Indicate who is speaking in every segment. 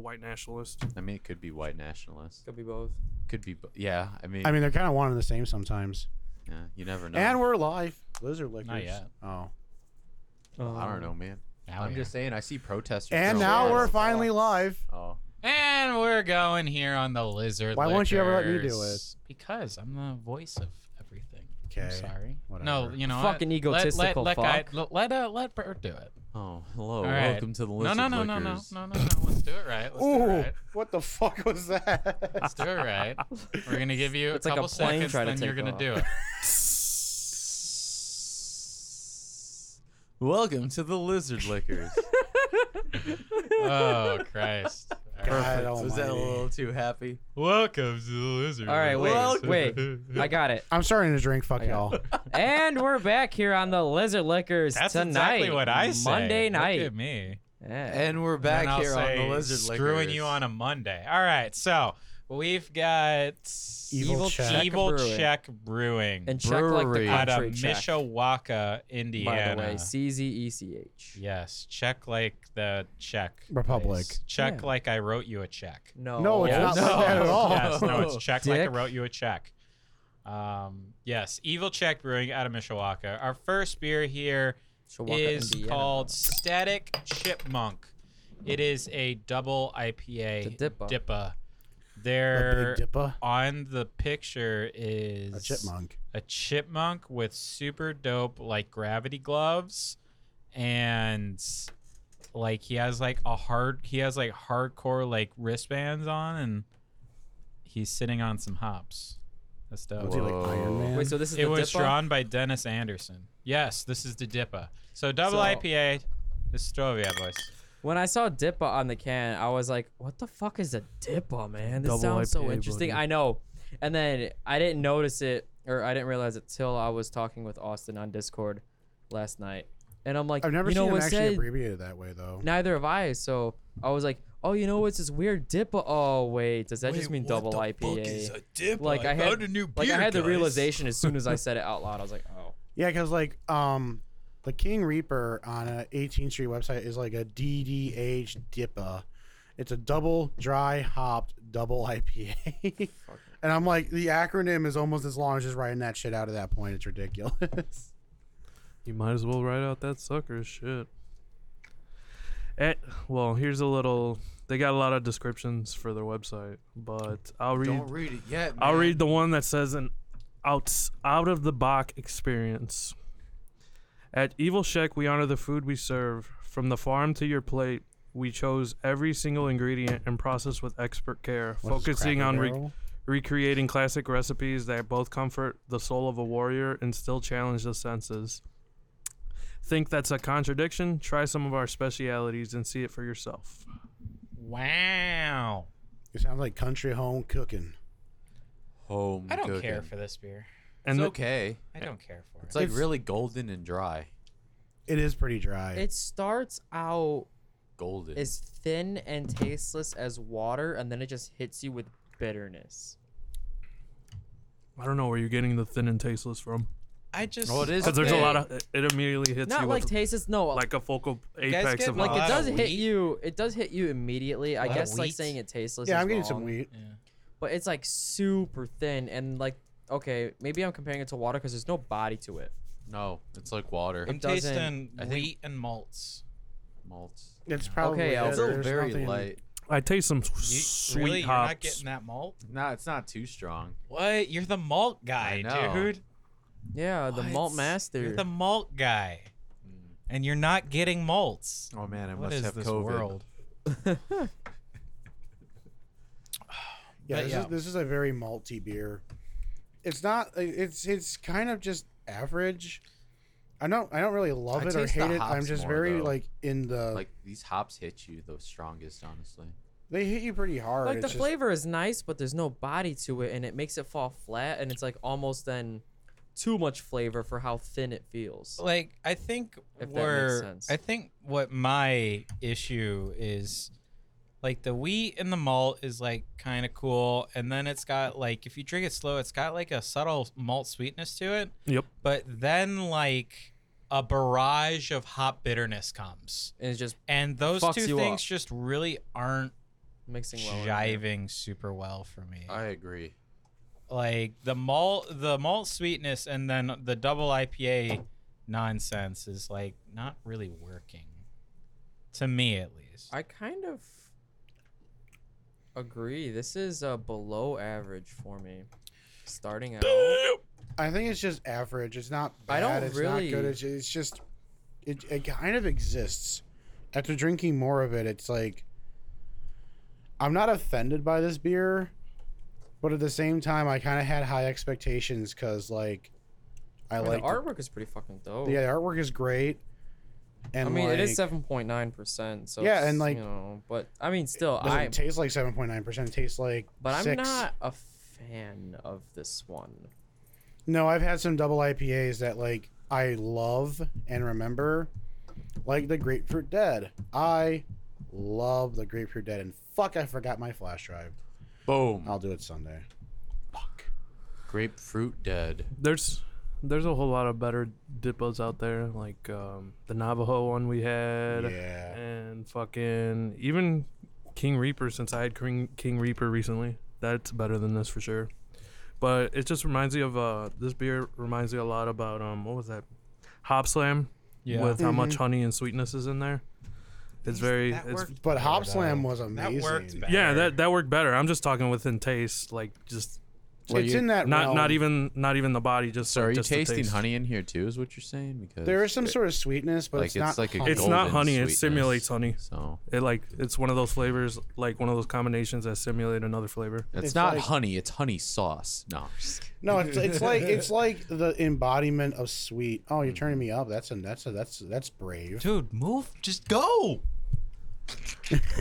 Speaker 1: white nationalist.
Speaker 2: I mean, it could be white nationalist.
Speaker 3: Could be both.
Speaker 2: Could be, bo- yeah. I mean,
Speaker 4: I mean, they're kind of one and the same sometimes.
Speaker 2: yeah, you never know.
Speaker 4: And we're live. Lizard lickers.
Speaker 5: yet.
Speaker 4: Oh.
Speaker 2: I
Speaker 3: Um,
Speaker 2: don't know, man.
Speaker 3: Oh,
Speaker 2: Oh,
Speaker 5: Now
Speaker 2: I'm
Speaker 5: we
Speaker 2: just saying. I see protesters.
Speaker 4: And
Speaker 2: throwing
Speaker 4: now
Speaker 2: bottles.
Speaker 4: we're finally live.
Speaker 2: Oh,
Speaker 5: are. And we're going here on the lizard.
Speaker 4: Why won't you ever let me do
Speaker 5: Lickers. Because I'm the voice of everything.
Speaker 4: Okay.
Speaker 5: I'm sorry. No,
Speaker 4: whatever.
Speaker 5: you know what?
Speaker 3: Fucking egotistical
Speaker 5: Let, let, let,
Speaker 3: fuck.
Speaker 5: Guy, let, let, uh, let Bert do it.
Speaker 2: oh, hello.
Speaker 5: All right.
Speaker 2: Welcome to the lizard.
Speaker 5: no, no, no, no,
Speaker 2: Lickers.
Speaker 5: no, no, no, no. Let's do it right. Let's do it
Speaker 4: Ooh,
Speaker 5: right.
Speaker 4: what the fuck was that?
Speaker 5: Let's do it right. We're gonna give you
Speaker 3: It's
Speaker 5: a
Speaker 3: like a
Speaker 5: couple
Speaker 3: plane
Speaker 5: seconds,
Speaker 3: trying to
Speaker 5: then you're
Speaker 3: take
Speaker 5: gonna
Speaker 3: off.
Speaker 5: do it.
Speaker 2: Welcome to the lizard lickers.
Speaker 5: Oh Christ! All right.
Speaker 4: God
Speaker 2: Was that a
Speaker 4: almighty.
Speaker 2: little too happy?
Speaker 5: Welcome to the lizard.
Speaker 3: All right, wait, wait. I got it.
Speaker 4: I'm starting to drink. Fuck y'all.
Speaker 3: And we're back here on the Lizard Lickers
Speaker 5: That's
Speaker 3: tonight.
Speaker 5: exactly what I say.
Speaker 3: Monday
Speaker 5: Look at
Speaker 3: night.
Speaker 5: me.
Speaker 3: Yeah.
Speaker 2: And we're
Speaker 5: Then
Speaker 2: back
Speaker 5: I'll
Speaker 2: here on
Speaker 5: say
Speaker 2: the lizard lickers.
Speaker 5: Screwing you on a Monday. All right, so we've got
Speaker 4: Evil
Speaker 3: Evil
Speaker 4: Check.
Speaker 3: Check
Speaker 5: Evil
Speaker 3: Brewing.
Speaker 5: Check Brewing
Speaker 3: And check like the
Speaker 2: Brewery.
Speaker 5: out of
Speaker 3: country check.
Speaker 5: Mishawaka,
Speaker 3: By
Speaker 5: Indiana.
Speaker 3: the way, C Z E C H.
Speaker 5: yes, check like the check.
Speaker 4: Republic.
Speaker 5: place. Check
Speaker 3: Yeah.
Speaker 5: like I wrote you a check.
Speaker 3: No.
Speaker 4: No, it's
Speaker 5: Yes.
Speaker 4: not like that at all.
Speaker 5: Yes, no, it's check like I
Speaker 3: Dick.
Speaker 5: wrote you a check. Um, yes, Evil Check Brewing out of Mishawaka. Our first beer here
Speaker 3: Chihuahua,
Speaker 5: is
Speaker 3: Indiana.
Speaker 5: called Static Chipmunk. It is a double IPA
Speaker 3: It's a dipper.
Speaker 5: dipper.
Speaker 4: A
Speaker 5: There
Speaker 4: big dipper.
Speaker 5: on the picture is
Speaker 4: A chipmunk.
Speaker 5: a chipmunk with super dope like gravity gloves and like he has like a hard he has like hardcore like wristbands on and he's sitting on some hops. That's dope.
Speaker 4: Was he like Iron
Speaker 2: Whoa.
Speaker 4: Man?
Speaker 3: Wait, so this is
Speaker 5: It
Speaker 3: the
Speaker 5: was
Speaker 3: Dippa?
Speaker 5: drawn by Dennis Anderson. Yes, this is the Dippa. So double
Speaker 3: So-
Speaker 5: IPA. This is Strovia, boys.
Speaker 3: When I saw Dippa on the can, I was like, "What the fuck is a Dippa, man? This
Speaker 1: Double
Speaker 3: sounds so
Speaker 1: IPA,
Speaker 3: interesting."
Speaker 1: buddy.
Speaker 3: I know. And then I didn't notice it, or I didn't realize it till I was talking with Austin on Discord last night, and I'm like,
Speaker 4: I've never
Speaker 3: you
Speaker 4: seen
Speaker 3: know
Speaker 4: him
Speaker 3: what's
Speaker 4: actually
Speaker 3: that?
Speaker 4: abbreviated that way though.
Speaker 3: Neither have I." So I was like, "Oh, you know what's this weird Dippa? Oh wait, does that just mean double IPA?" Like, I I found had- a
Speaker 2: new
Speaker 3: like I had the realization as soon as I said it out loud. I was like, "Oh,
Speaker 4: Yeah, because like um, the King Reaper on a 18th Street website is like a DDH DIPA. It's a double dry hopped double IPA. and I'm like, the acronym is almost as long as just writing that shit out at that point. It's ridiculous.
Speaker 1: You might as well write out that sucker shit. Eh, well, here's a little. They got a lot of descriptions for their website, but I'll read.
Speaker 2: Don't read it yet.
Speaker 1: I'll
Speaker 2: man.
Speaker 1: read the one that says an out out of the box experience. At Evil Shack, we honor the food we serve from the farm to your plate. We chose every single ingredient and process with expert care, focusing on re- recreating classic recipes that both comfort the soul of a warrior and still challenge the senses. Think that's a contradiction? Try some of our specialities and see it for yourself.
Speaker 5: Wow.
Speaker 4: It sounds like country home cooking.
Speaker 2: Home.
Speaker 5: I don't
Speaker 2: cooking.
Speaker 5: care for this beer.
Speaker 1: And
Speaker 2: Oh, it's
Speaker 1: th-
Speaker 2: okay.
Speaker 5: I don't care for
Speaker 2: It's
Speaker 5: it.
Speaker 2: like
Speaker 4: It's-
Speaker 2: really golden and dry.
Speaker 4: It is pretty dry.
Speaker 3: it starts out
Speaker 2: Golden.
Speaker 3: as thin and tasteless as water, and then it just hits you with bitterness."
Speaker 1: I don't know where you're getting the thin and tasteless from.
Speaker 5: I just
Speaker 2: Oh, it is
Speaker 1: Because there's a
Speaker 2: Okay.
Speaker 1: lot of it- it immediately hits
Speaker 3: not
Speaker 1: you
Speaker 3: like
Speaker 1: with
Speaker 3: tasteless. No, like,
Speaker 1: like a focal apex
Speaker 5: get
Speaker 1: of
Speaker 5: like
Speaker 1: like
Speaker 5: a
Speaker 3: it
Speaker 5: lot
Speaker 3: does
Speaker 5: of
Speaker 3: hit
Speaker 5: wheat.
Speaker 3: you. It does hit you immediately. I
Speaker 5: lot of
Speaker 3: guess like
Speaker 5: wheat.
Speaker 3: saying it tasteless.
Speaker 4: yeah,
Speaker 3: is
Speaker 4: I'm getting
Speaker 3: wrong,
Speaker 4: some wheat.
Speaker 5: Yeah.
Speaker 3: But it's like super thin and like okay, maybe I'm comparing it to water because there's no body to it.
Speaker 2: No, it's like water.
Speaker 3: It
Speaker 5: I'm
Speaker 3: doesn't-
Speaker 5: tasting
Speaker 2: I think-
Speaker 5: wheat and malts.
Speaker 2: Malts.
Speaker 4: It's probably
Speaker 3: Okay,
Speaker 4: it.
Speaker 3: I'll-
Speaker 2: It's still
Speaker 4: There's
Speaker 2: very
Speaker 4: nothing-
Speaker 2: light.
Speaker 1: I taste some
Speaker 5: You,
Speaker 1: sweet
Speaker 5: really, you're not
Speaker 1: hops.
Speaker 5: getting that malt?
Speaker 2: No, it's not too strong.
Speaker 5: What? You're the malt guy,
Speaker 2: I know.
Speaker 5: dude.
Speaker 3: Yeah, the malt
Speaker 5: What?
Speaker 3: master.
Speaker 5: You're the malt guy, and you're not getting malts.
Speaker 2: Oh man, I
Speaker 5: What
Speaker 2: must
Speaker 5: is
Speaker 2: have
Speaker 5: this
Speaker 2: COVID.
Speaker 5: world?
Speaker 4: Yeah,
Speaker 5: But
Speaker 4: this,
Speaker 5: yeah.
Speaker 4: Is, this is a very malty beer. It's not. uh, It's it's kind of just average. I don't I don't really love
Speaker 2: I
Speaker 4: it or
Speaker 2: taste the
Speaker 4: hate it. I'm
Speaker 2: hops
Speaker 4: just
Speaker 2: more,
Speaker 4: very
Speaker 2: though.
Speaker 4: like in the.
Speaker 2: Like these hops hit you the strongest, honestly.
Speaker 4: they hit you pretty hard.
Speaker 3: like
Speaker 4: it's
Speaker 3: the
Speaker 4: just-
Speaker 3: flavor is nice, but there's no body to it, and it makes it fall flat, and it's like almost then too much flavor for how thin it feels.
Speaker 5: Like I think
Speaker 3: If that makes
Speaker 5: where
Speaker 3: sense.
Speaker 5: I think what my issue is, like the wheat and the malt is like kind of cool, and then it's got like if you drink it slow, it's got like a subtle malt sweetness to it.
Speaker 1: Yep.
Speaker 5: But then like a barrage of hop bitterness comes.
Speaker 3: And it's just
Speaker 5: and those
Speaker 3: Fucks
Speaker 5: two
Speaker 3: you
Speaker 5: things
Speaker 3: up.
Speaker 5: just really aren't
Speaker 3: mixing well. in there.
Speaker 5: jiving super well for me.
Speaker 2: I agree.
Speaker 5: like the malt, the malt sweetness, and then the double IPA nonsense is like not really working, to me at least.
Speaker 3: I kind of agree. This is uh, below average for me. Starting out,
Speaker 4: I think it's just average. It's not bad.
Speaker 3: I don't
Speaker 4: it's
Speaker 3: really-
Speaker 4: not good. It's, it's just it, it kind of exists. After drinking more of it, it's like I'm not offended by this beer, but at the same time, I kind of had high expectations because like I
Speaker 3: I mean,
Speaker 4: like
Speaker 3: the artwork is pretty fucking dope.
Speaker 4: yeah, the artwork is great. And
Speaker 3: I mean, it is
Speaker 4: like,
Speaker 3: seven point nine percent. So
Speaker 4: Yeah,
Speaker 3: it's,
Speaker 4: and, like-
Speaker 3: you know, but I mean, still,
Speaker 4: Doesn't
Speaker 3: I
Speaker 4: taste like seven point nine percent. Tastes like
Speaker 3: but I'm
Speaker 4: six.
Speaker 3: not a fan of this one.
Speaker 4: No, I've had some double IPAs that like I love and remember, like the Grapefruit Dead. I love the Grapefruit Dead, and fuck, I forgot my flash drive.
Speaker 2: Boom.
Speaker 4: I'll do it Sunday.
Speaker 2: Grapefruit dead.
Speaker 1: There's there's a whole lot of better dippos out there, like um, the Navajo one we had,
Speaker 4: Yeah,
Speaker 1: and fucking even King Reaper. Since I had King, King Reaper recently, that's better than this for sure. But it just reminds me of uh, this beer reminds me a lot about um, what was that, Hop Slam,
Speaker 5: yeah.
Speaker 1: with how much
Speaker 4: Mhm.
Speaker 1: honey and sweetness is in there. It's very,
Speaker 5: Mm-hmm. that
Speaker 1: it's,
Speaker 5: worked
Speaker 4: but Hop
Speaker 5: better,
Speaker 4: Slam
Speaker 5: though.
Speaker 4: was amazing.
Speaker 5: That worked better.
Speaker 1: yeah, that that worked better. I'm just talking within taste, like just
Speaker 2: Well,
Speaker 4: it's
Speaker 2: you-
Speaker 4: in that
Speaker 1: not
Speaker 4: realm.
Speaker 1: not even not even the body, just
Speaker 2: So
Speaker 1: like,
Speaker 2: are you
Speaker 1: just the
Speaker 2: tasting
Speaker 1: taste.
Speaker 2: honey in here too? Is what you're saying? Because
Speaker 4: There is some sort of sweetness, but
Speaker 2: like
Speaker 4: it's not.
Speaker 2: like a
Speaker 4: honey.
Speaker 1: It's not
Speaker 2: golden
Speaker 1: honey, it
Speaker 2: sweetness,
Speaker 1: simulates honey.
Speaker 2: So
Speaker 1: It like it's one of those flavors, like one of those combinations that simulate another flavor.
Speaker 2: it's,
Speaker 4: It's
Speaker 2: not
Speaker 4: like-
Speaker 2: honey. It's honey sauce. No. I'm just kidding.
Speaker 4: No, it's, it's like it's like the embodiment of sweet. Oh, you're turning me up. That's a, that's a, that's that's brave.
Speaker 5: Dude, move. Just go.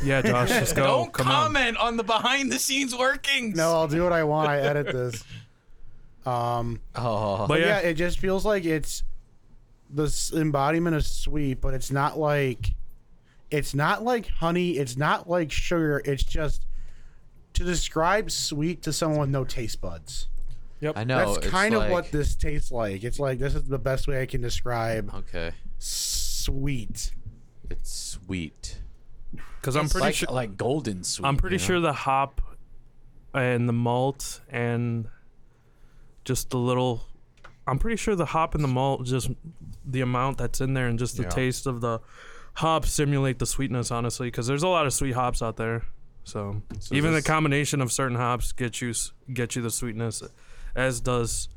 Speaker 1: Yeah, Josh, just go.
Speaker 5: Don't
Speaker 1: Oh, Come on.
Speaker 5: comment on. the behind the scenes workings.
Speaker 4: No, I'll do what I want. I edit this. Um.
Speaker 2: Oh,
Speaker 1: But
Speaker 4: But yeah,
Speaker 1: yeah,
Speaker 4: it just feels like it's the s- embodiment of sweet, but it's not like it's not like honey, it's not like sugar. It's just to describe sweet to someone with no taste buds.
Speaker 2: I know.
Speaker 4: That's
Speaker 2: it's
Speaker 4: kind of
Speaker 2: like-
Speaker 4: what this tastes like. It's like this is the best way I can describe
Speaker 2: Okay,
Speaker 4: sweet.
Speaker 2: it's sweet.
Speaker 1: because I'm pretty
Speaker 2: like,
Speaker 1: sure
Speaker 2: like golden sweet.
Speaker 1: I'm pretty
Speaker 2: you know?
Speaker 1: sure the hop and the malt and just the little. I'm pretty sure the hop and the malt, just the amount that's in there, and just the
Speaker 2: Yeah.
Speaker 1: taste of the hop simulate the sweetness. Honestly, because there's a lot of sweet hops out there, so,
Speaker 2: So
Speaker 1: even
Speaker 2: this-
Speaker 1: the combination of certain hops get you s- get you the sweetness, as does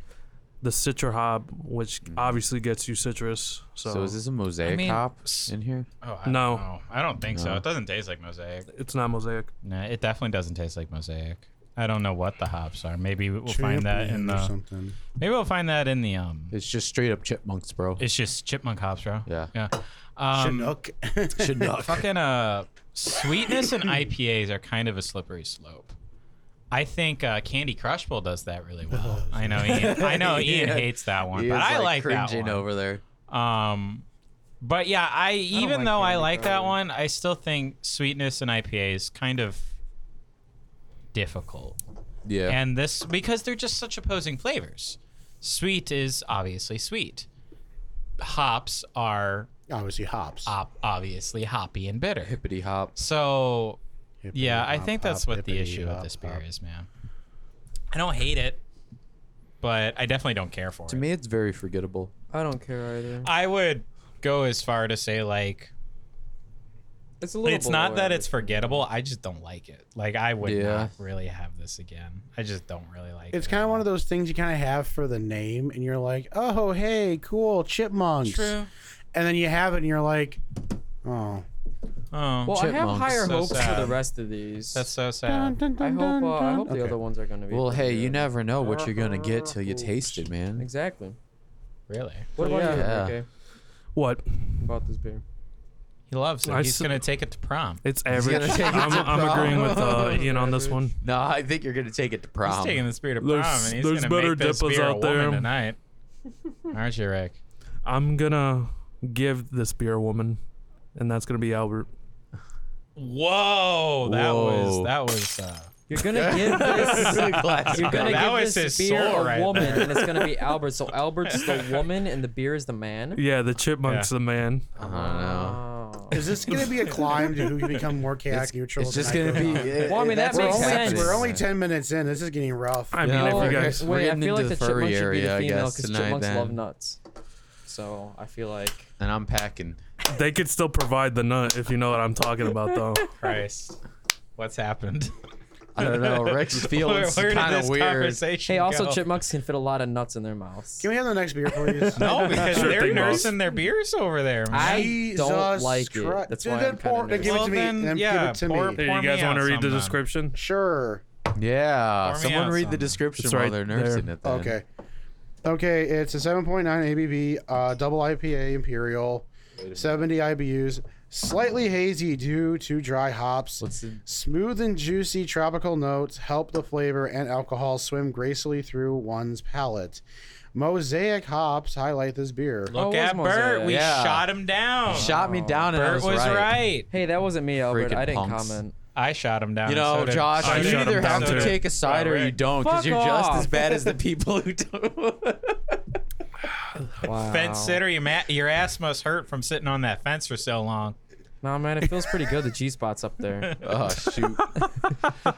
Speaker 1: the citra hop, which obviously gets you citrus. So,
Speaker 2: Mm. So, is this a mosaic
Speaker 5: mean,
Speaker 2: hop
Speaker 5: s-
Speaker 2: in here?
Speaker 5: Oh, I
Speaker 1: No.
Speaker 5: Don't know. I don't think so.
Speaker 2: No.
Speaker 5: It doesn't taste like mosaic.
Speaker 1: it's not mosaic.
Speaker 5: No, it definitely doesn't taste like mosaic. I don't know what the hops are. Maybe we'll find that in
Speaker 4: Champion or
Speaker 5: the.
Speaker 4: something.
Speaker 5: Maybe we'll find that in the um.
Speaker 2: It's just straight up chipmunks, bro.
Speaker 5: It's just chipmunk hops, bro.
Speaker 2: Yeah.
Speaker 5: Yeah. Um,
Speaker 4: Chinook.
Speaker 2: Chinook.
Speaker 5: fucking uh, sweetness and IPAs are kind of a slippery slope. I think uh, Candy Crush Bowl does that really well. I know Ian. I know Ian
Speaker 2: Oh, Yeah.
Speaker 5: hates that one,
Speaker 2: He
Speaker 5: but
Speaker 2: is,
Speaker 5: I like that
Speaker 2: cringing
Speaker 5: one.
Speaker 2: over there.
Speaker 5: Um, but yeah, I even
Speaker 3: like
Speaker 5: though I
Speaker 3: Candy
Speaker 5: like that
Speaker 3: Crush.
Speaker 5: one, I still think sweetness and IPA is kind of difficult.
Speaker 2: Yeah.
Speaker 5: And this because they're just such opposing flavors. Sweet is obviously sweet. Hops are
Speaker 4: Obviously hops.
Speaker 5: op- obviously hoppy and bitter.
Speaker 2: hippity hops.
Speaker 5: So
Speaker 4: Hippity
Speaker 5: yeah, I
Speaker 4: hop,
Speaker 5: think that's
Speaker 4: hop,
Speaker 5: what the
Speaker 4: hippity
Speaker 5: issue
Speaker 4: hop,
Speaker 5: with this beer
Speaker 4: hop.
Speaker 5: is, man. I don't hate it, but I definitely don't care for
Speaker 2: To
Speaker 5: it.
Speaker 2: me, it's very forgettable.
Speaker 3: I don't care either.
Speaker 5: I would go as far to say like
Speaker 3: It's a little.
Speaker 5: it's not
Speaker 3: below
Speaker 5: that
Speaker 3: average
Speaker 5: it's
Speaker 3: for me.
Speaker 5: forgettable. I just don't like it. Like I would
Speaker 2: Yeah.
Speaker 5: not really have this again. I just don't really like it.
Speaker 4: It's kind of one of those things you kind of have for the name, and you're like, oh, hey, cool, chipmunks.
Speaker 5: true.
Speaker 4: and then you have it and you're like oh
Speaker 5: Oh,
Speaker 3: Well, I have
Speaker 2: Chipmunks.
Speaker 3: higher
Speaker 5: So
Speaker 3: hopes for
Speaker 5: sad.
Speaker 3: the rest of these.
Speaker 5: that's so sad.
Speaker 3: I hope. Uh, I hope
Speaker 4: Okay.
Speaker 3: the other ones are gonna be.
Speaker 2: Well,
Speaker 3: pretty
Speaker 2: hey, you
Speaker 3: good.
Speaker 2: never know what you're gonna get till you taste it, man.
Speaker 3: Exactly.
Speaker 5: Really?
Speaker 3: What about you,
Speaker 2: Yeah.
Speaker 3: okay,
Speaker 1: What?
Speaker 3: about this beer?
Speaker 5: He loves it.
Speaker 1: I
Speaker 5: He's
Speaker 1: s-
Speaker 5: gonna take it to prom.
Speaker 1: It's
Speaker 2: gonna
Speaker 1: average.
Speaker 2: take it
Speaker 1: I'm,
Speaker 2: to
Speaker 1: I'm agreeing with uh,
Speaker 3: prom.
Speaker 1: Ian on this one.
Speaker 2: No, I think you're gonna take it to prom.
Speaker 5: He's taking the spirit of
Speaker 1: There's-
Speaker 5: prom, and he's
Speaker 1: there's
Speaker 5: gonna
Speaker 1: better
Speaker 5: make this
Speaker 1: dippers
Speaker 5: beer a
Speaker 1: out there.
Speaker 5: woman tonight. Aren't you, Rick?
Speaker 1: I'm gonna give this beer a woman, and that's gonna be Albert.
Speaker 5: Whoa, that
Speaker 2: Whoa.
Speaker 5: was that was uh,
Speaker 3: You're gonna give this. You're gonna
Speaker 5: That
Speaker 3: give
Speaker 5: was
Speaker 3: this
Speaker 5: his
Speaker 3: beer
Speaker 5: soul
Speaker 3: a
Speaker 5: right
Speaker 3: woman,
Speaker 5: there.
Speaker 3: and it's gonna be Albert. So Albert's the woman, and the beer is the man.
Speaker 1: Yeah, the chipmunk's the man.
Speaker 2: I don't know.
Speaker 3: Oh.
Speaker 4: Is this going to be a climb to who can become more chaotic neutral?
Speaker 2: It's
Speaker 4: as
Speaker 2: just
Speaker 4: time
Speaker 2: gonna be.
Speaker 4: goes on?
Speaker 2: it-
Speaker 3: Well, I mean,
Speaker 2: that's
Speaker 3: that
Speaker 2: what's
Speaker 3: makes
Speaker 2: happening.
Speaker 3: sense.
Speaker 4: We're only ten minutes in. This is getting rough.
Speaker 1: I mean,
Speaker 2: Yeah,
Speaker 1: if
Speaker 2: okay.
Speaker 1: you guys,
Speaker 2: We're
Speaker 3: Wait, I
Speaker 2: getting
Speaker 3: feel like
Speaker 2: into
Speaker 3: the
Speaker 2: furry
Speaker 3: chipmunks should
Speaker 2: area,
Speaker 3: be the
Speaker 2: I
Speaker 3: female
Speaker 2: guess,
Speaker 3: because
Speaker 2: tonight
Speaker 3: chipmunks
Speaker 2: then.
Speaker 3: love nuts. So I feel like
Speaker 2: And I'm packing.
Speaker 1: they could still provide the nut if you know what I'm talking about, though.
Speaker 5: Christ, what's happened?
Speaker 2: I don't know. Rex is feeling
Speaker 5: Where- where did
Speaker 2: kind of
Speaker 5: this
Speaker 2: weird.
Speaker 5: conversation
Speaker 3: hey, also
Speaker 5: go?
Speaker 3: chipmunks can fit a lot of nuts in their mouths.
Speaker 4: Can we have the next beer, please?
Speaker 5: No, because
Speaker 1: Sure
Speaker 5: they're
Speaker 1: thing, boss.
Speaker 5: nursing their beers over there, man.
Speaker 3: I don't
Speaker 4: Jesus
Speaker 3: like
Speaker 4: Christ.
Speaker 3: it. That's
Speaker 4: Dude,
Speaker 3: why
Speaker 4: then
Speaker 3: I'm kinda
Speaker 4: pour- then
Speaker 3: nervous.
Speaker 4: give it
Speaker 5: Well,
Speaker 4: to me.
Speaker 5: then,
Speaker 4: then give
Speaker 5: yeah,
Speaker 4: it to
Speaker 5: pour-
Speaker 4: me.
Speaker 1: Here,
Speaker 5: Pour
Speaker 1: you
Speaker 5: me
Speaker 1: guys
Speaker 5: out
Speaker 1: want to read the
Speaker 5: sometime.
Speaker 1: description?
Speaker 4: Sure.
Speaker 2: Yeah.
Speaker 5: Pour me
Speaker 2: Someone
Speaker 5: out
Speaker 2: read the
Speaker 5: some.
Speaker 2: description
Speaker 1: It's
Speaker 2: while
Speaker 1: right
Speaker 2: they're nursing
Speaker 1: there.
Speaker 2: it. Then.
Speaker 4: Okay. Okay, it's a 7.9 ABV, uh, double IPA Imperial, 70 IBUs, slightly hazy due to dry hops.
Speaker 2: What's the
Speaker 4: Smooth and juicy tropical notes help the flavor and alcohol swim gracefully through one's palate. Mosaic hops highlight this beer.
Speaker 5: Look
Speaker 3: Oh, it
Speaker 5: at
Speaker 3: was
Speaker 5: Bert.
Speaker 3: Mosaic.
Speaker 5: We
Speaker 2: Yeah.
Speaker 5: shot him down.
Speaker 2: shot me down and I
Speaker 5: Oh. Bert
Speaker 2: was,
Speaker 5: was right.
Speaker 3: Hey, that wasn't me, Albert.
Speaker 2: Freaking
Speaker 3: I didn't
Speaker 2: punks.
Speaker 3: comment.
Speaker 5: I shot him down.
Speaker 2: You know,
Speaker 5: so did-
Speaker 2: Josh,
Speaker 1: I
Speaker 2: you
Speaker 1: shut
Speaker 2: either
Speaker 1: him
Speaker 2: have
Speaker 1: down
Speaker 2: to
Speaker 1: too.
Speaker 2: take a side or you
Speaker 5: Rick.
Speaker 2: don't, because
Speaker 3: Fuck
Speaker 2: you're just as
Speaker 3: off.
Speaker 2: bad as the people who do.
Speaker 3: Wow.
Speaker 5: Fence sitter, your, ma- your ass must hurt from sitting on that fence for so long.
Speaker 3: Nah, man, it feels pretty good. The G spot's up there.
Speaker 2: oh shoot!
Speaker 5: Oh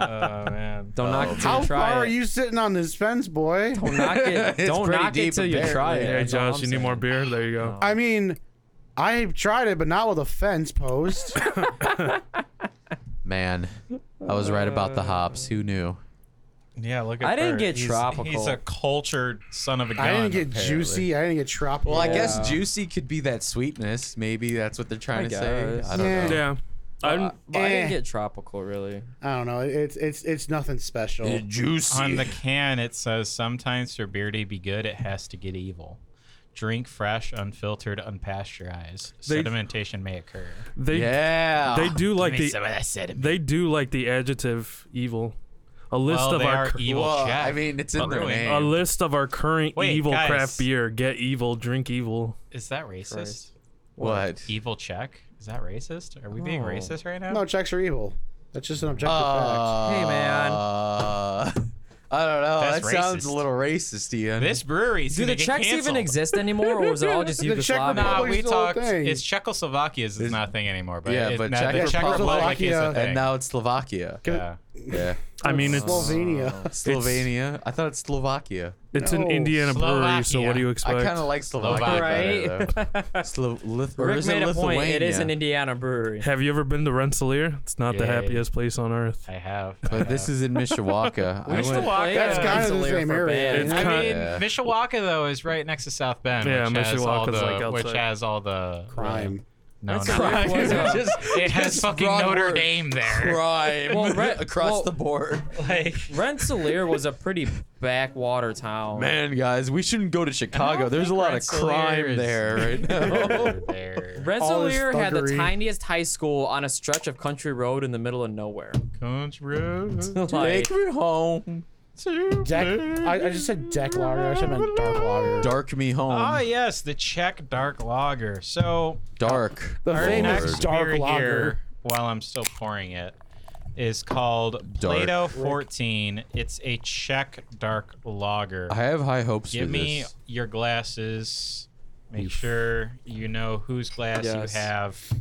Speaker 5: man.
Speaker 3: Don't knock it till
Speaker 4: How
Speaker 3: you try
Speaker 4: far
Speaker 3: it.
Speaker 4: are you sitting on this fence, boy?
Speaker 3: Don't knock it.
Speaker 2: It's
Speaker 3: Don't
Speaker 2: pretty
Speaker 3: knock
Speaker 2: deep,
Speaker 3: it till you try
Speaker 2: apparently.
Speaker 3: it.
Speaker 1: Hey,
Speaker 3: That's all
Speaker 1: Josh,
Speaker 3: I'm
Speaker 1: you need more
Speaker 3: saying.
Speaker 1: beer? There you go.
Speaker 3: No.
Speaker 4: I mean, I tried it, but not with a fence post.
Speaker 2: Man, I was right about the hops. Who knew?
Speaker 5: Yeah, look at
Speaker 3: I didn't
Speaker 5: Bert.
Speaker 3: get
Speaker 5: he's,
Speaker 3: tropical.
Speaker 5: He's a cultured son of a gun.
Speaker 4: I didn't get
Speaker 5: apparently.
Speaker 4: juicy. I didn't get tropical.
Speaker 2: Well, I
Speaker 3: Yeah.
Speaker 2: guess juicy could be that sweetness. Maybe that's what they're trying
Speaker 3: I
Speaker 2: to say.
Speaker 3: guess.
Speaker 2: I don't
Speaker 5: Oh.
Speaker 4: Yeah.
Speaker 2: know.
Speaker 1: yeah.
Speaker 3: Uh,
Speaker 1: I'm,
Speaker 3: but I
Speaker 4: eh.
Speaker 3: didn't get tropical really.
Speaker 4: I don't know. It's it's it's nothing special.
Speaker 2: juicy.
Speaker 5: On the can, it says sometimes for beer to be good, it has to get evil. Drink fresh, unfiltered, unpasteurized.
Speaker 1: They-
Speaker 5: Sedimentation may occur.
Speaker 1: they
Speaker 2: yeah.
Speaker 1: they do like
Speaker 5: Give me
Speaker 1: the
Speaker 5: some of that sediment.
Speaker 1: they do like the adjective evil. A list
Speaker 5: Well,
Speaker 1: of
Speaker 5: they
Speaker 1: our
Speaker 5: are
Speaker 1: cur-
Speaker 5: evil
Speaker 2: Well,
Speaker 5: Jack.
Speaker 2: I mean, it's in their
Speaker 5: Really?
Speaker 1: a
Speaker 2: name.
Speaker 1: list of our current
Speaker 5: Wait,
Speaker 1: evil
Speaker 5: guys.
Speaker 1: craft beer. Get evil, drink evil.
Speaker 5: Is that racist?
Speaker 3: Christ.
Speaker 2: What?
Speaker 5: Evil check? Is that racist? Are we being
Speaker 3: No.
Speaker 5: racist right now?
Speaker 4: No, checks are evil. That's just an objective
Speaker 2: Uh,
Speaker 3: Hey, man.
Speaker 2: I don't know.
Speaker 5: That's
Speaker 2: that sounds a
Speaker 5: racist.
Speaker 2: little racist, Ian.
Speaker 5: This brewery's
Speaker 3: Do
Speaker 5: gonna
Speaker 3: the
Speaker 5: get
Speaker 3: Czechs even
Speaker 5: canceled.
Speaker 3: exist anymore, or was it all just
Speaker 4: The Czech
Speaker 3: Yugoslavia?
Speaker 5: Nah,
Speaker 4: Republic-
Speaker 5: we
Speaker 4: It's the whole
Speaker 5: talked.
Speaker 4: thing.
Speaker 5: It's Czechoslovakia is not a thing anymore. But
Speaker 2: Yeah,
Speaker 5: it-
Speaker 2: but
Speaker 5: now
Speaker 2: Czech
Speaker 5: the Czech
Speaker 2: Republic-
Speaker 5: Republic is a
Speaker 4: Czechoslovakia-
Speaker 5: thing.
Speaker 2: and now it's Slovakia.
Speaker 4: fact.
Speaker 5: Yeah.
Speaker 2: Yeah.
Speaker 1: I mean, it's
Speaker 4: Slovenia.
Speaker 2: Slovenia. I thought it's Slovakia.
Speaker 1: it's
Speaker 4: No.
Speaker 1: an Indiana brewery, so what do you
Speaker 2: I
Speaker 1: expect?
Speaker 2: kind of like Slovakia better, though.
Speaker 3: right?
Speaker 2: Slo- Lith- or
Speaker 3: Rick
Speaker 2: is it
Speaker 3: made a point. It is an
Speaker 2: Lithuania?
Speaker 3: Indiana brewery.
Speaker 1: Have you ever been to Rensselaer? It's not the
Speaker 5: Yeah.
Speaker 1: happiest place on earth.
Speaker 5: I have.
Speaker 2: But this is in Mishawaka. I
Speaker 5: Where's the
Speaker 2: went-
Speaker 5: wa- Slovakia.
Speaker 3: That's
Speaker 5: That's
Speaker 4: kinda the same area,
Speaker 1: It's
Speaker 5: I
Speaker 1: kinda-
Speaker 5: mean,
Speaker 2: Yeah.
Speaker 5: Mishawaka though is right next to South Bend.
Speaker 1: Yeah,
Speaker 5: which has all
Speaker 1: Mishawaka's,
Speaker 5: the,
Speaker 1: like,
Speaker 5: which
Speaker 1: outside.
Speaker 5: has all the
Speaker 4: crime.
Speaker 5: No,
Speaker 3: That's
Speaker 5: not
Speaker 3: crime.
Speaker 5: crime.
Speaker 3: What's
Speaker 2: Just-
Speaker 5: it has
Speaker 2: just
Speaker 5: fucking
Speaker 2: broad
Speaker 5: Notre
Speaker 2: word.
Speaker 5: Dame there.
Speaker 2: Crime
Speaker 3: Well, Brett-
Speaker 2: across
Speaker 3: well-
Speaker 2: the board.
Speaker 5: Like,
Speaker 3: Rensselaer was a pretty backwater town.
Speaker 2: Man, guys, we shouldn't go to Chicago.
Speaker 5: don't
Speaker 2: There's a
Speaker 5: think
Speaker 2: lot
Speaker 5: Rensselaer
Speaker 2: of crime
Speaker 5: is-
Speaker 2: there right now.
Speaker 5: there.
Speaker 3: Rensselaer had the
Speaker 4: thuggery.
Speaker 3: tiniest high school on a stretch of country road in the middle of nowhere. Like,
Speaker 2: Take me home.
Speaker 4: Deck. I, I just said deck lager. I should have meant dark lager.
Speaker 2: Dark me home.
Speaker 5: Ah, yes, the Czech dark lager. So
Speaker 2: Dark.
Speaker 4: The
Speaker 5: our
Speaker 4: famous
Speaker 5: next
Speaker 4: dark
Speaker 5: beer
Speaker 4: lager.
Speaker 5: here, while I'm still pouring it, is called
Speaker 2: Dark.
Speaker 5: Plato 14. It's a Czech dark lager.
Speaker 2: I have high hopes
Speaker 5: Give
Speaker 2: for
Speaker 5: me
Speaker 2: this.
Speaker 5: your glasses. Make sure you know whose glass
Speaker 3: Yes.
Speaker 5: you have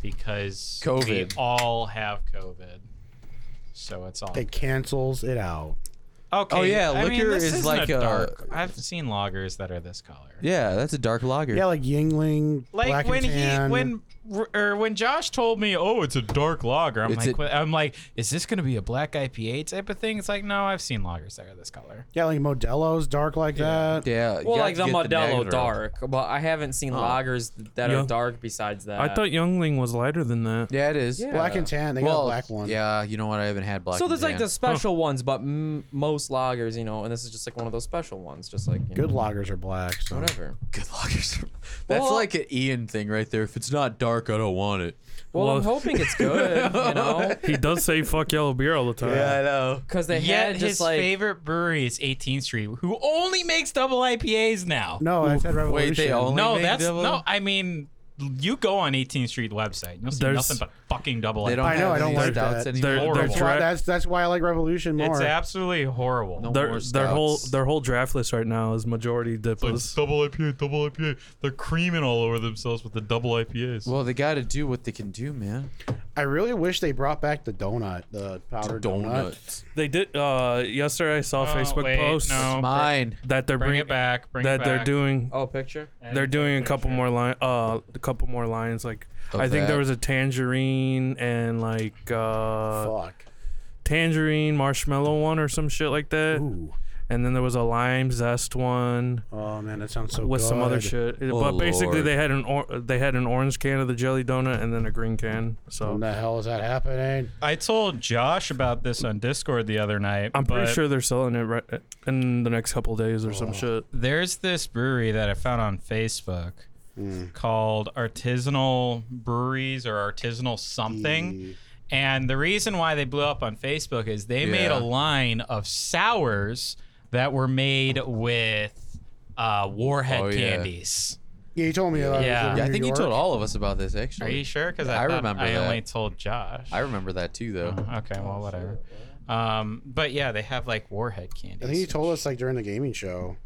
Speaker 5: because we
Speaker 2: COVID.
Speaker 5: all have COVID. So it's all
Speaker 4: It cancels it out.
Speaker 5: okay.
Speaker 2: Oh, yeah,
Speaker 5: I mean,
Speaker 2: liquor
Speaker 5: this
Speaker 2: is
Speaker 5: isn't
Speaker 2: like
Speaker 5: a
Speaker 2: a-
Speaker 5: dark. I've seen lagers that are this color.
Speaker 2: Yeah, that's a dark lager.
Speaker 4: Yeah, like Yingling,
Speaker 5: like
Speaker 4: Black
Speaker 5: when
Speaker 4: and Tan.
Speaker 5: he when r- or when Josh told me, "Oh, it's a dark lager." I'm
Speaker 2: It's
Speaker 5: like,
Speaker 2: a-
Speaker 5: "What-" I'm like, is this gonna be a black IPA type of thing? It's like, no, I've seen lagers that are this color.
Speaker 4: yeah, like Modelo's dark like that.
Speaker 2: Yeah. you
Speaker 3: well,
Speaker 2: have
Speaker 3: like
Speaker 2: to
Speaker 3: the
Speaker 2: get
Speaker 3: Modelo
Speaker 2: Niagara.
Speaker 3: dark, but I haven't seen lagers that
Speaker 1: Yeah.
Speaker 3: are dark besides that.
Speaker 1: I thought Youngling was lighter than that.
Speaker 2: Yeah, it is.
Speaker 3: Yeah.
Speaker 4: Black and tan. They got a
Speaker 2: well,
Speaker 4: black one.
Speaker 2: Yeah, you know what? I haven't had black.
Speaker 3: so there's
Speaker 2: and
Speaker 3: like
Speaker 2: tan.
Speaker 3: the special ones, but m- most lagers, you know, and this is just like one of those special ones, just like you
Speaker 4: Good
Speaker 3: know,
Speaker 4: lagers are black. So.
Speaker 3: whatever.
Speaker 2: good lagers. That's
Speaker 3: Well-
Speaker 2: like an Ian thing right there. If it's not dark, I don't want it.
Speaker 3: Well,
Speaker 1: Well-
Speaker 3: I'm hoping it's good, you know,
Speaker 1: He does say fuck yellow beer all the time.
Speaker 2: I know.
Speaker 3: because they
Speaker 5: Yet
Speaker 3: had just
Speaker 5: his
Speaker 3: like
Speaker 5: favorite brewery is 18th Street, who only makes double IPAs now.
Speaker 4: No, I said revolution.
Speaker 2: Wait, they all- Only
Speaker 5: No,
Speaker 2: make
Speaker 5: that's
Speaker 2: double-
Speaker 5: no. I mean, you go on 18th Street website, and you'll see
Speaker 1: There's-
Speaker 5: nothing but fucking double
Speaker 2: They
Speaker 5: IPA.
Speaker 2: don't
Speaker 4: I know,
Speaker 2: have
Speaker 4: I don't
Speaker 2: any
Speaker 4: like
Speaker 2: stouts
Speaker 4: that.
Speaker 2: anymore.
Speaker 1: They're- they're
Speaker 4: That's
Speaker 1: dra-
Speaker 4: why, that's that's why I like Revolution more.
Speaker 5: It's absolutely horrible.
Speaker 2: No
Speaker 1: Their
Speaker 2: more
Speaker 1: their whole
Speaker 2: stouts.
Speaker 1: their whole draft list right now is majority dippas.
Speaker 5: double IPA, double IPA. They're creaming all over themselves with the double IPAs.
Speaker 2: Well, they got to do what they can do, man.
Speaker 4: I really wish they brought back the donut, the powdered donut.
Speaker 2: Donuts.
Speaker 1: They did uh yesterday I saw a
Speaker 5: Oh,
Speaker 1: Facebook
Speaker 5: wait,
Speaker 1: post
Speaker 5: no.
Speaker 2: Mine.
Speaker 1: that they're
Speaker 5: bring
Speaker 1: bringing
Speaker 5: it back. Bring
Speaker 1: that
Speaker 5: it back.
Speaker 1: they're doing
Speaker 3: Oh, picture.
Speaker 1: they're doing a couple more line uh a couple more lines like
Speaker 2: Of
Speaker 1: I think
Speaker 2: that.
Speaker 1: there was a tangerine and like uh
Speaker 4: Fuck.
Speaker 1: tangerine marshmallow one or some shit like that.
Speaker 4: Ooh.
Speaker 1: And then there was a lime zest one
Speaker 4: Oh man, that sounds so
Speaker 1: with some other
Speaker 4: good.
Speaker 1: shit. It-
Speaker 2: Oh,
Speaker 1: but basically
Speaker 2: Lord.
Speaker 1: they had an or- they had an orange can of the jelly donut and then a green can.
Speaker 4: When
Speaker 1: So
Speaker 4: the hell is that happening?
Speaker 5: I told Josh about this on Discord the other night.
Speaker 1: I'm pretty
Speaker 5: but
Speaker 1: sure they're selling it right uh, in the next couple days or some shit.
Speaker 5: there's this brewery that I found on Facebook
Speaker 4: Mm.
Speaker 5: called Artisanal Breweries or Artisanal Something.
Speaker 4: Mm.
Speaker 5: And the reason why they blew up on Facebook is they made
Speaker 2: Yeah.
Speaker 5: a line of sours that were made with uh, warhead
Speaker 2: Oh, yeah.
Speaker 5: candies.
Speaker 4: Yeah, you told me about. it.
Speaker 5: Yeah.
Speaker 4: It was in
Speaker 2: Yeah, I
Speaker 4: New
Speaker 2: think you
Speaker 4: York.
Speaker 2: told all of us about this, actually.
Speaker 5: Are you sure? Because
Speaker 2: Yeah, I
Speaker 5: I, thought
Speaker 2: remember
Speaker 5: I
Speaker 2: that.
Speaker 5: only told Josh.
Speaker 2: I remember that too, though.
Speaker 5: Oh, okay, well, whatever. Um, but yeah, they have like warhead candies.
Speaker 4: I think you told us like during the gaming show.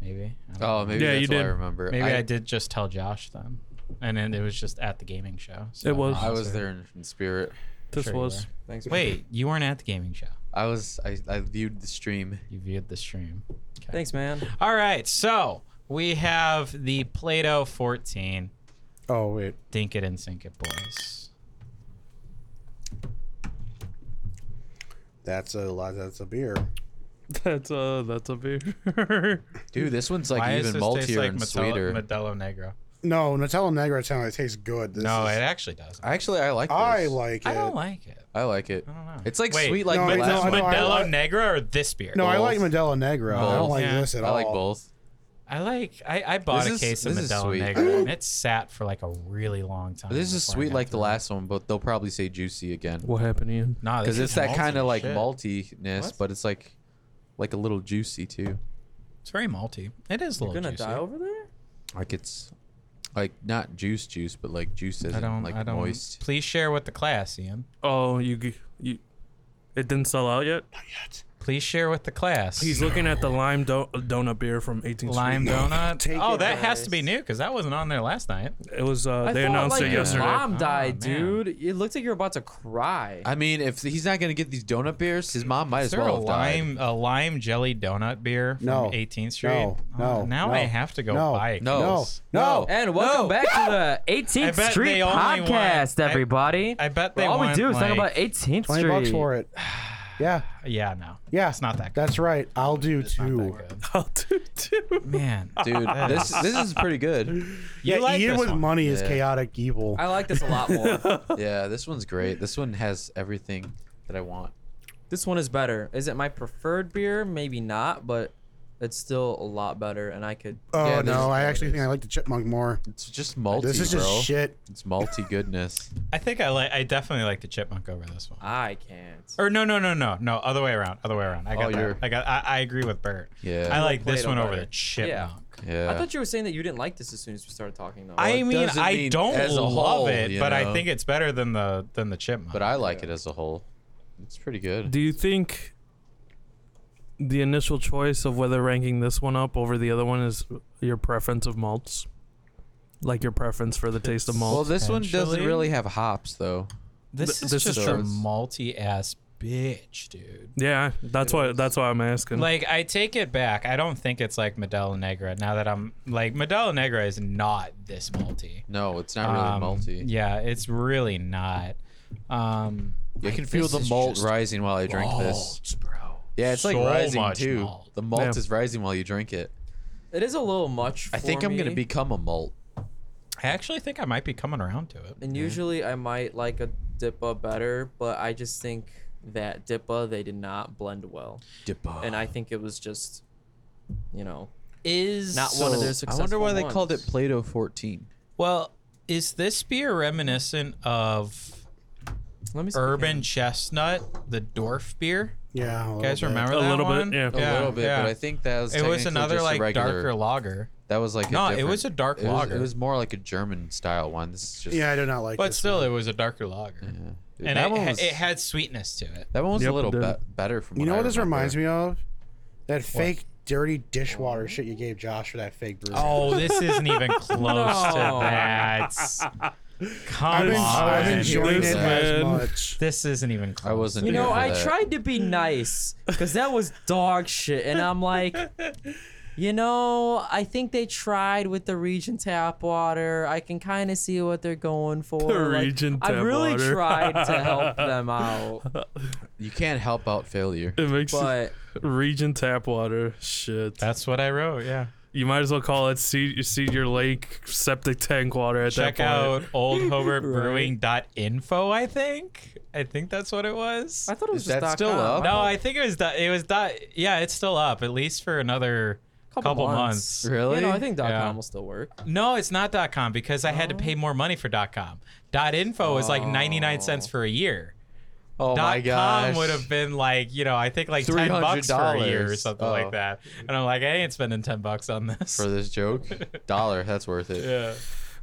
Speaker 5: Maybe. I don't
Speaker 2: Oh,
Speaker 5: know.
Speaker 2: maybe
Speaker 1: Yeah,
Speaker 2: that's
Speaker 1: you
Speaker 2: why I
Speaker 1: did.
Speaker 2: remember.
Speaker 5: maybe I, did just tell Josh then, and then it was just at the gaming show. so
Speaker 1: It
Speaker 5: I'm
Speaker 1: was.
Speaker 5: not
Speaker 2: I was
Speaker 5: sure.
Speaker 2: there in, in spirit.
Speaker 1: This
Speaker 5: Sure you
Speaker 1: was
Speaker 3: Thanks. man.
Speaker 5: Wait, you weren't at the gaming show.
Speaker 2: I was. I, I viewed the stream.
Speaker 5: You viewed the stream. Okay.
Speaker 3: Thanks, man.
Speaker 5: All right, so we have the Play-Doh 14.
Speaker 4: Oh wait,
Speaker 5: Dink it and sink it, boys.
Speaker 4: that's a lot. That's a beer.
Speaker 1: that's a that's a beer.
Speaker 2: Dude, this one's like
Speaker 5: Why does
Speaker 2: even
Speaker 5: this taste
Speaker 2: maltier
Speaker 5: like
Speaker 2: and
Speaker 5: Modelo-
Speaker 2: sweeter.
Speaker 5: Modelo Negro.
Speaker 4: No, Nutella Negra sounds like it tastes good. This
Speaker 5: no,
Speaker 4: is-
Speaker 5: it actually doesn't. I,
Speaker 2: Actually, I like. This.
Speaker 4: I like it.
Speaker 5: don't like it.
Speaker 2: like it.
Speaker 5: I don't know.
Speaker 2: It's like
Speaker 5: Oh. Wait,
Speaker 2: sweet, like
Speaker 4: No,
Speaker 2: the
Speaker 4: it's-
Speaker 2: last
Speaker 4: no,
Speaker 2: one.
Speaker 4: I
Speaker 5: Modelo
Speaker 4: like-
Speaker 5: Negra or this beer?
Speaker 4: No, I
Speaker 2: Both.
Speaker 4: like Modelo Negra. I don't
Speaker 2: Both.
Speaker 4: like
Speaker 5: Yeah.
Speaker 4: this at
Speaker 2: I
Speaker 4: all.
Speaker 2: like both.
Speaker 5: I like. I, I bought
Speaker 2: This
Speaker 5: a
Speaker 2: is-
Speaker 5: case of
Speaker 2: this is
Speaker 5: Modelo
Speaker 2: sweet.
Speaker 5: Negro, and it sat for like a really long time.
Speaker 2: This is
Speaker 5: before I
Speaker 2: sweet
Speaker 5: got
Speaker 2: like the
Speaker 5: through it.
Speaker 2: last one, but they'll probably say juicy again
Speaker 1: what happened, Ian?
Speaker 5: Nah, this
Speaker 2: because it's
Speaker 5: is
Speaker 2: that
Speaker 5: malty
Speaker 2: kind of
Speaker 5: as
Speaker 2: like
Speaker 5: shit.
Speaker 2: maltiness,
Speaker 5: What?
Speaker 2: but it's like like a little juicy too.
Speaker 5: It's very malty. It is a
Speaker 3: You're
Speaker 5: little
Speaker 3: gonna
Speaker 5: juicy.
Speaker 3: die over there?
Speaker 2: Like it's like not juice juice, but like juice as
Speaker 5: I
Speaker 2: in
Speaker 5: don't.
Speaker 2: like
Speaker 5: I don't.
Speaker 2: moist.
Speaker 5: Please share with the class, Ian.
Speaker 1: Oh, you g- you. It didn't sell out yet.
Speaker 5: Please share with the class.
Speaker 1: He's looking at the lime do- donut beer from 18th
Speaker 5: lime donut.
Speaker 4: Take
Speaker 5: oh,
Speaker 4: it,
Speaker 5: that has to be
Speaker 3: guys.
Speaker 5: new because that wasn't on there last night.
Speaker 1: Street. It was. Uh,
Speaker 3: I
Speaker 1: they
Speaker 3: thought,
Speaker 1: announced
Speaker 3: like,
Speaker 1: it
Speaker 3: your
Speaker 1: yesterday.
Speaker 3: mom died,
Speaker 5: Oh, man.
Speaker 3: dude. It looked like you were about to cry.
Speaker 2: I mean, if he's not gonna get these donut beers, his mom might
Speaker 5: Is
Speaker 2: as
Speaker 5: there a
Speaker 2: well have died.
Speaker 5: lime a lime jelly donut beer from
Speaker 4: No.
Speaker 5: 18th Street?
Speaker 4: No,
Speaker 5: Oh,
Speaker 4: no,
Speaker 5: now
Speaker 4: no,
Speaker 5: I have to go
Speaker 4: no,
Speaker 5: buy it.
Speaker 2: No,
Speaker 4: No.
Speaker 3: and welcome back to the 18th
Speaker 5: I bet
Speaker 3: Street
Speaker 5: they only want-
Speaker 3: podcast,
Speaker 5: I-
Speaker 3: everybody.
Speaker 5: I bet
Speaker 3: Well,
Speaker 5: they
Speaker 3: all
Speaker 5: want,
Speaker 3: we do is
Speaker 5: like,
Speaker 3: talk about 18th
Speaker 4: Twenty
Speaker 3: Street.
Speaker 4: bucks for it. Yeah,
Speaker 5: Yeah, no.
Speaker 4: yeah.
Speaker 5: It's not that good.
Speaker 4: That's right. I'll do
Speaker 5: It's not
Speaker 4: two.
Speaker 5: that
Speaker 1: I'll do too.
Speaker 5: good. Man.
Speaker 2: Dude, this this is pretty good.
Speaker 5: You
Speaker 4: yeah,
Speaker 5: like
Speaker 4: Ian
Speaker 5: this
Speaker 4: with
Speaker 5: one.
Speaker 4: money is
Speaker 2: Yeah.
Speaker 4: chaotic evil.
Speaker 3: I like this a lot more.
Speaker 2: Yeah, this one's great. This one has everything that I want.
Speaker 3: this one is better. Is it my preferred beer? Maybe not, but it's still a lot better, and I could.
Speaker 4: oh
Speaker 2: yeah, this is
Speaker 4: no, I
Speaker 2: what it
Speaker 4: actually think I like the chipmunk more.
Speaker 2: It's just malty,
Speaker 4: This is just
Speaker 2: bro.
Speaker 4: shit.
Speaker 2: It's malty goodness.
Speaker 5: I think I like I definitely like the chipmunk over this one.
Speaker 3: I can't.
Speaker 5: Or no, no, no, no, no. Other way around. Other way around. I got
Speaker 2: Oh,
Speaker 5: that.
Speaker 2: you're-
Speaker 5: I got. I, I agree with Bert.
Speaker 2: Yeah.
Speaker 5: I like this
Speaker 3: Play-Doh
Speaker 5: one over
Speaker 3: better.
Speaker 5: the chipmunk.
Speaker 2: Yeah.
Speaker 3: I thought you were saying that you didn't like this as soon as we started talking, though.
Speaker 5: I
Speaker 2: it
Speaker 5: mean,
Speaker 2: doesn't
Speaker 5: I
Speaker 2: mean
Speaker 5: don't
Speaker 2: as a
Speaker 5: love
Speaker 2: whole,
Speaker 5: it,
Speaker 2: you
Speaker 5: but I
Speaker 2: know?
Speaker 5: think it's better than the than the chipmunk.
Speaker 2: but I like it as a whole. It's pretty good.
Speaker 1: Do you think the initial choice of whether ranking this one up over the other one is your preference of malts, like your preference for the taste of
Speaker 2: Well,
Speaker 1: malt?
Speaker 2: this one doesn't
Speaker 5: Potentially.
Speaker 2: really have hops though.
Speaker 5: this is
Speaker 1: this is
Speaker 5: just a
Speaker 2: those.
Speaker 5: multi ass bitch, dude.
Speaker 1: Yeah, that's why. That's why I'm
Speaker 2: Mm.
Speaker 1: asking.
Speaker 5: Like I take it back. I don't think it's like Modelo Negra. Now that I'm like Modelo Negra is not this multi.
Speaker 2: No, it's not really
Speaker 5: Um,
Speaker 2: malty.
Speaker 5: Yeah, it's really not. Um,
Speaker 2: I can feel the malt rising while I drink this.
Speaker 5: bro.
Speaker 2: Yeah, it's like
Speaker 5: So
Speaker 2: rising
Speaker 5: much
Speaker 2: too.
Speaker 5: malt.
Speaker 2: The malt
Speaker 1: Yeah.
Speaker 2: is rising while you drink it.
Speaker 3: It is a little much. For
Speaker 2: I think I'm gonna
Speaker 3: me,
Speaker 2: become a malt.
Speaker 5: I actually think I might be coming around to it.
Speaker 3: And usually I might like a Dippa better, but I just think that Dippa they did not blend well,
Speaker 2: Dippa.
Speaker 3: and I think it was just, you know,
Speaker 5: Is
Speaker 3: Not one of their
Speaker 2: I wonder
Speaker 3: successful
Speaker 2: why they called it
Speaker 3: ones.
Speaker 2: Play-Doh 14.
Speaker 5: Well, is this beer reminiscent of
Speaker 3: let me. see if I can-
Speaker 5: Urban Chestnut, the dwarf beer?
Speaker 4: Yeah, a little
Speaker 5: You guys
Speaker 4: bit.
Speaker 5: remember
Speaker 1: A
Speaker 5: that
Speaker 1: little bit,
Speaker 5: one?
Speaker 1: yeah. A
Speaker 2: A little bit, but I think that was
Speaker 5: it was
Speaker 2: technically
Speaker 5: another
Speaker 2: just a
Speaker 5: like
Speaker 2: regular.
Speaker 5: darker lager.
Speaker 2: That was like
Speaker 5: No,
Speaker 2: a
Speaker 5: it was
Speaker 2: different-
Speaker 5: a dark
Speaker 2: it was-
Speaker 5: lager.
Speaker 2: It was more like a German style one. This is just
Speaker 4: yeah, I do not like.
Speaker 5: but
Speaker 4: this
Speaker 5: still,
Speaker 4: one.
Speaker 5: it was a darker lager,
Speaker 2: yeah. Dude,
Speaker 5: and
Speaker 2: that
Speaker 5: it,
Speaker 2: one
Speaker 5: ha-
Speaker 2: was
Speaker 5: it had sweetness to it.
Speaker 2: that one was
Speaker 1: Yep,
Speaker 2: a
Speaker 1: it
Speaker 2: little
Speaker 1: did.
Speaker 2: be- better from
Speaker 4: you know what this reminds
Speaker 2: me.
Speaker 4: me of? That fake dirty dishwater shit you gave Josh for that fake brew.
Speaker 5: Oh, this isn't even close
Speaker 3: No.
Speaker 5: to that. Come
Speaker 4: I've been,
Speaker 5: on.
Speaker 4: I've been enjoying
Speaker 1: This
Speaker 4: it
Speaker 1: man.
Speaker 4: as much.
Speaker 5: This isn't even close.
Speaker 2: I wasn't.
Speaker 3: You
Speaker 2: here
Speaker 3: know,
Speaker 2: for
Speaker 3: I
Speaker 2: that.
Speaker 3: tried to be nice because that was dog shit, and I'm like, you know, I think they tried with the region tap water. I can kind of see what they're going for. Like,
Speaker 1: Regent
Speaker 3: I
Speaker 1: tap
Speaker 3: really
Speaker 1: water.
Speaker 3: tried to help them out,
Speaker 2: You can't help out failure.
Speaker 1: It makes
Speaker 3: but
Speaker 1: Region tap water. Shit.
Speaker 5: That's what I wrote. Yeah.
Speaker 1: you might as well call it seed, seed your lake septic tank water at
Speaker 5: Check
Speaker 1: that point.
Speaker 5: out oldhobartbrewing.info. I think. I think that's what it was.
Speaker 3: I thought it was
Speaker 2: Is
Speaker 3: just
Speaker 2: that
Speaker 3: dot
Speaker 2: still
Speaker 3: com.
Speaker 2: up?
Speaker 5: No, I think it was. Dot, it was. Dot, yeah, it's still up at least for another couple, months.
Speaker 2: Really?
Speaker 3: You know, I think dot
Speaker 5: Yeah.
Speaker 3: com will still work.
Speaker 5: No, it's not dot .com because I had to
Speaker 3: Oh.
Speaker 5: pay more money for dot .com. Dot .info is like 99 cents for a year.
Speaker 2: oh my
Speaker 5: dot
Speaker 2: gosh.
Speaker 5: .com would have been like, you know, I think like 10 bucks for a year or
Speaker 2: $300.
Speaker 5: something like
Speaker 2: Oh.
Speaker 5: that. And I'm like, I ain't spending 10 bucks on this.
Speaker 2: for this joke. Dollar. That's worth it.
Speaker 5: yeah.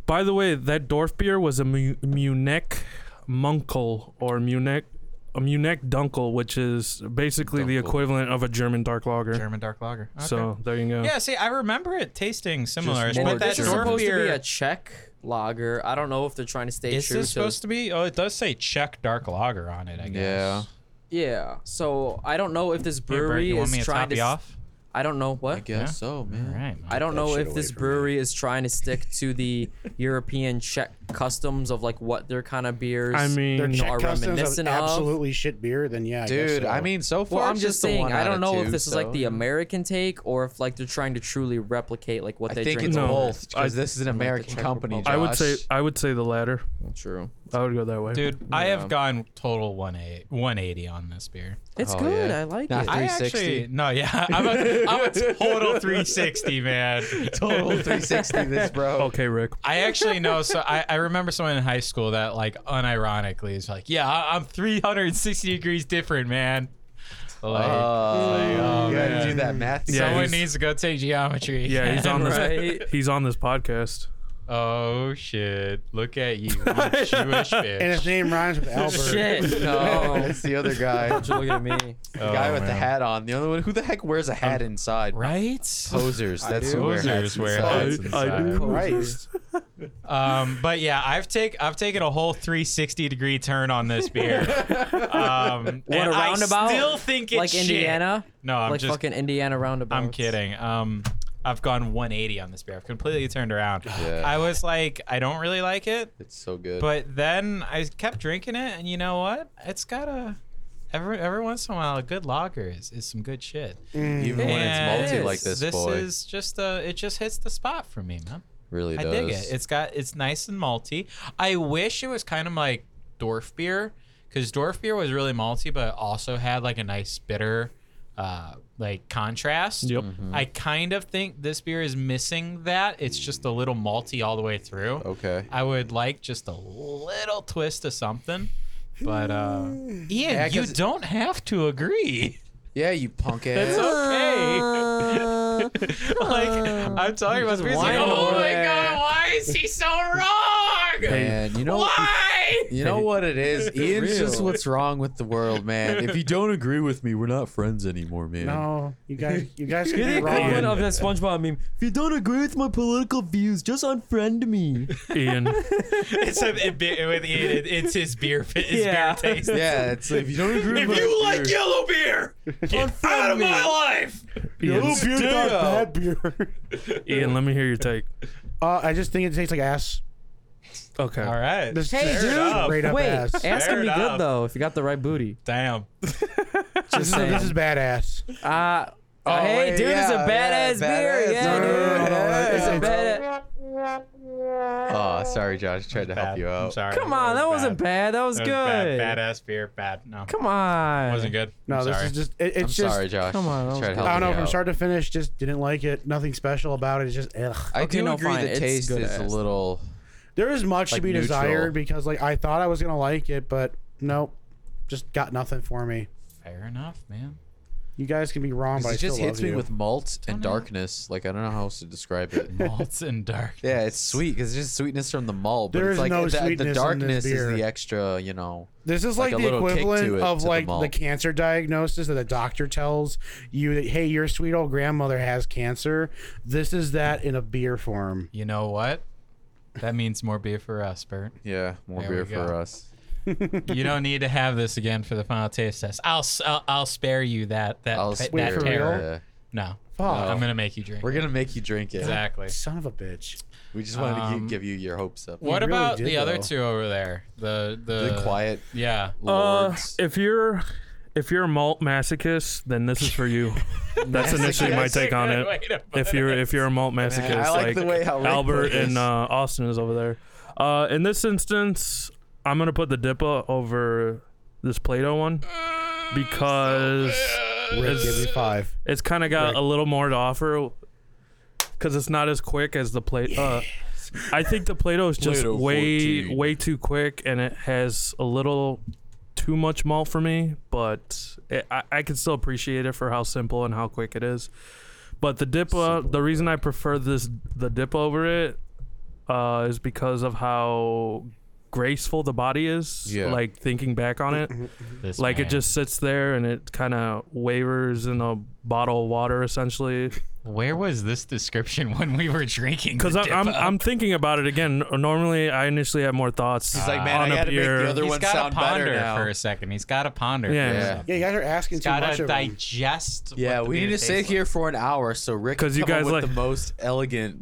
Speaker 1: By the way, that Dorf beer was a Mu- Munich Munkel or Munich a Munich Dunkel, which is basically the
Speaker 2: Dunkel.
Speaker 1: equivalent of a German dark lager.
Speaker 5: German dark lager. Okay.
Speaker 1: So there you go.
Speaker 5: yeah, see, I remember it tasting
Speaker 2: uh,
Speaker 5: similar,
Speaker 2: Just
Speaker 5: but
Speaker 2: more
Speaker 3: And
Speaker 5: that
Speaker 3: this is supposed
Speaker 5: Dorf
Speaker 3: to be
Speaker 5: beer
Speaker 3: a Czech lager. I don't know if they're trying to stay
Speaker 5: is
Speaker 3: true
Speaker 5: this
Speaker 3: to
Speaker 5: supposed to be? Oh, it does say Czech dark lager on it. I guess.
Speaker 2: Yeah.
Speaker 3: Yeah. So I don't know if this
Speaker 5: Hey, Brett,
Speaker 3: brewery
Speaker 5: you want
Speaker 3: is
Speaker 5: me to
Speaker 3: trying
Speaker 5: top
Speaker 3: to.
Speaker 5: you
Speaker 3: s-
Speaker 5: off?
Speaker 3: I don't know
Speaker 2: I
Speaker 3: what.
Speaker 2: guess
Speaker 5: Yeah.
Speaker 2: so,
Speaker 5: All
Speaker 2: man.
Speaker 5: right. man.
Speaker 3: I don't
Speaker 4: that
Speaker 3: know
Speaker 4: shit
Speaker 3: if
Speaker 4: away
Speaker 3: this
Speaker 4: from me.
Speaker 3: brewery is trying to stick to the European Czech customs of like what their kind of beers.
Speaker 1: I
Speaker 4: Their
Speaker 1: mean,
Speaker 4: check
Speaker 3: are
Speaker 4: customs of
Speaker 3: reminiscent of-
Speaker 4: absolutely shit beer. Then yeah, I guess
Speaker 2: Dude,
Speaker 4: so.
Speaker 2: I mean, so far
Speaker 3: well, I'm
Speaker 2: it's
Speaker 3: just
Speaker 2: a
Speaker 3: saying,
Speaker 2: one
Speaker 3: I
Speaker 2: out
Speaker 3: don't
Speaker 2: of
Speaker 3: know
Speaker 2: two,
Speaker 3: if this is
Speaker 2: so-
Speaker 3: like the American take or if like they're trying to truly replicate like what
Speaker 2: I
Speaker 3: they
Speaker 2: think
Speaker 3: drink.
Speaker 2: it's
Speaker 1: No.
Speaker 2: both because
Speaker 1: I-
Speaker 2: this is an
Speaker 3: the
Speaker 2: American
Speaker 3: Czech
Speaker 2: company.
Speaker 3: Republic.
Speaker 1: I would say
Speaker 2: Josh.
Speaker 1: I would say the latter.
Speaker 3: True.
Speaker 1: I would go that way.
Speaker 5: Dude, I
Speaker 3: Yeah.
Speaker 5: have gone total 180 180 on this beer.
Speaker 3: It's
Speaker 2: Oh,
Speaker 3: good.
Speaker 2: yeah.
Speaker 3: I like
Speaker 2: Nah,
Speaker 3: it.
Speaker 5: I
Speaker 2: 360?
Speaker 5: actually no, yeah, I'm a, I'm a total 360 man.
Speaker 2: total 360 this, bro.
Speaker 1: Okay, Rick.
Speaker 5: I actually know. So I, I remember someone in high school that like unironically is like, yeah, I, I'm 360 degrees different, man. Like,
Speaker 2: Uh, Oh, you gotta do that math.
Speaker 1: Yeah,
Speaker 5: someone
Speaker 1: Oh. he's-
Speaker 5: needs to go take geometry.
Speaker 1: Yeah, he's on this.
Speaker 3: Right.
Speaker 1: He's on this podcast.
Speaker 5: Oh shit! Look at you, you Jewish
Speaker 4: and
Speaker 5: bitch.
Speaker 4: his name rhymes with Albert.
Speaker 3: Shit. No.
Speaker 2: That's the other guy.
Speaker 3: Don't you look at me.
Speaker 2: The guy
Speaker 5: Oh,
Speaker 2: with the
Speaker 5: man.
Speaker 2: hat on. The only one who the heck wears a hat inside?
Speaker 5: right?
Speaker 2: Posers. That's
Speaker 3: do.
Speaker 2: who wear hats
Speaker 5: Posers wear
Speaker 2: inside.
Speaker 5: hats
Speaker 1: I- I
Speaker 5: inside.
Speaker 1: do.
Speaker 4: Christ.
Speaker 5: Um, but yeah, I've take I've taken a whole 360 degree turn on this beer. Um,
Speaker 3: What,
Speaker 5: and
Speaker 3: a roundabout?
Speaker 5: I still think it's
Speaker 3: like
Speaker 5: shit.
Speaker 3: Indiana.
Speaker 5: No, I'm
Speaker 3: like
Speaker 5: just
Speaker 3: fucking Indiana roundabout.
Speaker 5: I'm kidding. Um, I've gone 180 on this beer. I've completely turned around.
Speaker 2: Yeah.
Speaker 5: I was like, I don't really like it,
Speaker 2: It's so good.
Speaker 5: but then I kept drinking it, and you know what? It's got a every every once in a while a good lager is, is some good shit.
Speaker 2: Even when
Speaker 5: And
Speaker 2: it's
Speaker 3: it
Speaker 2: multi like
Speaker 3: is.
Speaker 2: this,
Speaker 5: this
Speaker 2: boy,
Speaker 5: is just uh it just hits the spot for me, man.
Speaker 2: really
Speaker 5: I
Speaker 2: does.
Speaker 5: dig it. It's got it's nice and malty. I wish it was kind of like Dorf beer because Dorf beer was really malty, but it also had like a nice bitter, uh, like contrast.
Speaker 1: Yep.
Speaker 2: Mm-hmm.
Speaker 5: I kind of think this beer is missing that. It's just a little malty all the way through.
Speaker 2: okay.
Speaker 5: I would like just a little twist of something. But uh, Ian,
Speaker 2: Yeah,
Speaker 5: you
Speaker 2: 'cause-
Speaker 5: don't have to agree.
Speaker 2: Yeah, you punk ass.
Speaker 5: It's okay. like
Speaker 3: Uh,
Speaker 5: I'm talking about this beer. It's like,
Speaker 3: whining
Speaker 5: oh
Speaker 3: over
Speaker 5: my
Speaker 3: there."
Speaker 5: god, why is he so wrong?
Speaker 2: Man, you know
Speaker 5: Why?
Speaker 2: You know what it is? Ian's just
Speaker 3: real.
Speaker 2: what's wrong with the world, man. If you don't agree with me, we're not friends anymore, man.
Speaker 4: No, you guys, you guys
Speaker 3: You're
Speaker 4: can
Speaker 3: the
Speaker 4: be
Speaker 3: equivalent
Speaker 4: wrong.
Speaker 3: of that SpongeBob meme. If you don't agree with my political views, just unfriend me.
Speaker 1: Ian.
Speaker 5: It's a, it, be- with Ian, it, it's his beer. His
Speaker 3: Yeah.
Speaker 5: beer taste.
Speaker 2: Yeah, it's like, if you don't agree with me, you're-
Speaker 5: yellow beer, get out of my life.
Speaker 1: Ian,
Speaker 4: beer,
Speaker 2: Damn.
Speaker 4: bad beer.
Speaker 1: Ian, let me hear your take.
Speaker 4: Uh, I just think it tastes like ass.
Speaker 1: Okay.
Speaker 5: All right.
Speaker 4: This
Speaker 3: Hey,
Speaker 4: tastes
Speaker 5: dude.
Speaker 4: straight up
Speaker 3: Wait,
Speaker 4: ass.
Speaker 3: ass
Speaker 5: Fair
Speaker 3: can be
Speaker 5: enough.
Speaker 3: good though if you got the right booty.
Speaker 5: Damn.
Speaker 4: This is,
Speaker 3: saying.
Speaker 4: this is badass.
Speaker 3: Uh,
Speaker 2: Oh,
Speaker 3: hey,
Speaker 2: wait,
Speaker 3: dude, it's a
Speaker 2: yeah,
Speaker 3: badass
Speaker 2: yeah,
Speaker 3: beer.
Speaker 2: badass.
Speaker 3: Yeah,
Speaker 2: No, no, no,
Speaker 3: dude.
Speaker 2: no, no, no,
Speaker 3: it's a
Speaker 2: it's-
Speaker 3: badass.
Speaker 2: Oh, sorry, Josh. I tried to help you
Speaker 5: I'm
Speaker 2: out.
Speaker 5: sorry.
Speaker 3: Come on, that wasn't bad. That was
Speaker 5: That
Speaker 3: good.
Speaker 5: was bad. Badass beer. Bad. No.
Speaker 3: Come on.
Speaker 5: Wasn't good.
Speaker 4: No,
Speaker 5: I'm
Speaker 4: this
Speaker 5: sorry.
Speaker 4: is just. It, it's
Speaker 2: I'm
Speaker 4: just.
Speaker 2: sorry, Josh.
Speaker 3: Come on,
Speaker 2: I
Speaker 3: that
Speaker 2: tried
Speaker 3: was
Speaker 2: helping
Speaker 4: I don't know
Speaker 2: you
Speaker 4: from
Speaker 2: out.
Speaker 4: start to finish. Just didn't like it. Nothing special about it. It's just. Ugh.
Speaker 2: I
Speaker 3: Okay,
Speaker 2: do
Speaker 3: no,
Speaker 2: agree
Speaker 3: fine,
Speaker 2: the
Speaker 3: it's
Speaker 2: taste
Speaker 3: good
Speaker 2: is a
Speaker 3: ass.
Speaker 2: little.
Speaker 4: There is much
Speaker 2: Like
Speaker 4: to be
Speaker 2: neutral.
Speaker 4: desired because like I thought I was gonna like it, but nope, just got nothing for me.
Speaker 5: Fair enough, man.
Speaker 4: You guys can be wrong, but I
Speaker 2: It
Speaker 4: still
Speaker 2: just
Speaker 4: love
Speaker 2: hits me
Speaker 4: you.
Speaker 2: with malt and
Speaker 5: know.
Speaker 2: darkness. Like I don't know how else to describe it.
Speaker 5: malts and dark.
Speaker 2: yeah, it's sweet because it's just sweetness from the malt, but
Speaker 4: There is
Speaker 2: it's like
Speaker 4: no
Speaker 2: the- the,
Speaker 4: sweetness in this
Speaker 2: darkness is the
Speaker 4: beer.
Speaker 2: extra. You know,
Speaker 4: This is
Speaker 2: like
Speaker 4: like,
Speaker 2: a
Speaker 4: the
Speaker 2: little kick to
Speaker 4: equivalent
Speaker 2: it,
Speaker 4: of
Speaker 2: to the
Speaker 4: like the,
Speaker 2: malt.
Speaker 4: cancer diagnosis that the doctor tells you that hey, your sweet old grandmother has cancer. This is that in a beer form.
Speaker 5: You know what? That means more beer for us, Bert.
Speaker 2: yeah, more
Speaker 5: There
Speaker 2: beer
Speaker 5: we go.
Speaker 2: for us.
Speaker 5: You don't need to have this again for the final taste test. I'll s- I'll, I'll spare you that that
Speaker 2: I'll
Speaker 5: that,
Speaker 2: spare-
Speaker 4: for real?
Speaker 5: terror.
Speaker 2: yeah.
Speaker 5: No,
Speaker 4: Fuck.
Speaker 5: I'm gonna make you drink.
Speaker 2: We're
Speaker 5: it.
Speaker 2: gonna make you drink it.
Speaker 5: exactly.
Speaker 4: Son of a bitch.
Speaker 2: We just wanted to
Speaker 5: Um,
Speaker 2: gi- give you your hopes up.
Speaker 5: What
Speaker 4: really
Speaker 5: about
Speaker 4: did,
Speaker 5: the other
Speaker 4: though.
Speaker 5: two over there? The the,
Speaker 2: the quiet
Speaker 5: Yeah.
Speaker 1: Uh,
Speaker 2: lords.
Speaker 1: if you're if you're a malt masochist, then this is for you. That's initially my take on it. If you're if you're a malt masochist,
Speaker 2: I like the way how Rick
Speaker 1: Albert
Speaker 2: put this.
Speaker 1: and uh, Austin is over there. Uh, in this instance, I'm gonna put the Dippa over this Play-Doh
Speaker 2: Mm,
Speaker 1: one because
Speaker 4: Rick, give me five.
Speaker 1: it's kind of got a little more to offer because it's not as quick as the play. Uh, I think the Play-Doh is just
Speaker 2: Play-Doh
Speaker 1: way
Speaker 2: 14.
Speaker 1: way too quick, and it has a little too much malt for me. But it, I, I can still appreciate it for how simple and how quick it is. But the Dippa, the reason I prefer this the dip over it uh, is because of how graceful the body is.
Speaker 2: Yeah. Mm-hmm,
Speaker 1: Like thinking back on it
Speaker 5: This
Speaker 1: like
Speaker 5: man.
Speaker 1: it just sits there and it kind of wavers in a bottle of water essentially
Speaker 5: Where was this description when we were drinking?
Speaker 1: because
Speaker 5: the
Speaker 1: I'm,
Speaker 5: Dippa?
Speaker 1: I'm thinking about it again normally i initially have more thoughts
Speaker 2: He's like, man,
Speaker 1: on
Speaker 2: I
Speaker 1: a
Speaker 2: gotta make
Speaker 1: beer.
Speaker 2: the other
Speaker 5: He's
Speaker 2: one
Speaker 5: gotta
Speaker 2: sound better
Speaker 5: ponder
Speaker 2: now.
Speaker 5: for a second. He's got to
Speaker 1: Yeah.
Speaker 5: ponder. for a
Speaker 1: Yeah.
Speaker 5: second.
Speaker 4: Yeah, you guys are asking
Speaker 5: He's
Speaker 4: too much
Speaker 5: gotta
Speaker 4: of them.
Speaker 5: digest. what
Speaker 2: Yeah,
Speaker 5: the
Speaker 2: we need
Speaker 5: beer
Speaker 2: to
Speaker 5: tastes
Speaker 2: sit
Speaker 5: like.
Speaker 2: here for an hour so Rick because
Speaker 1: you guys
Speaker 2: up with
Speaker 1: like-
Speaker 2: the most elegant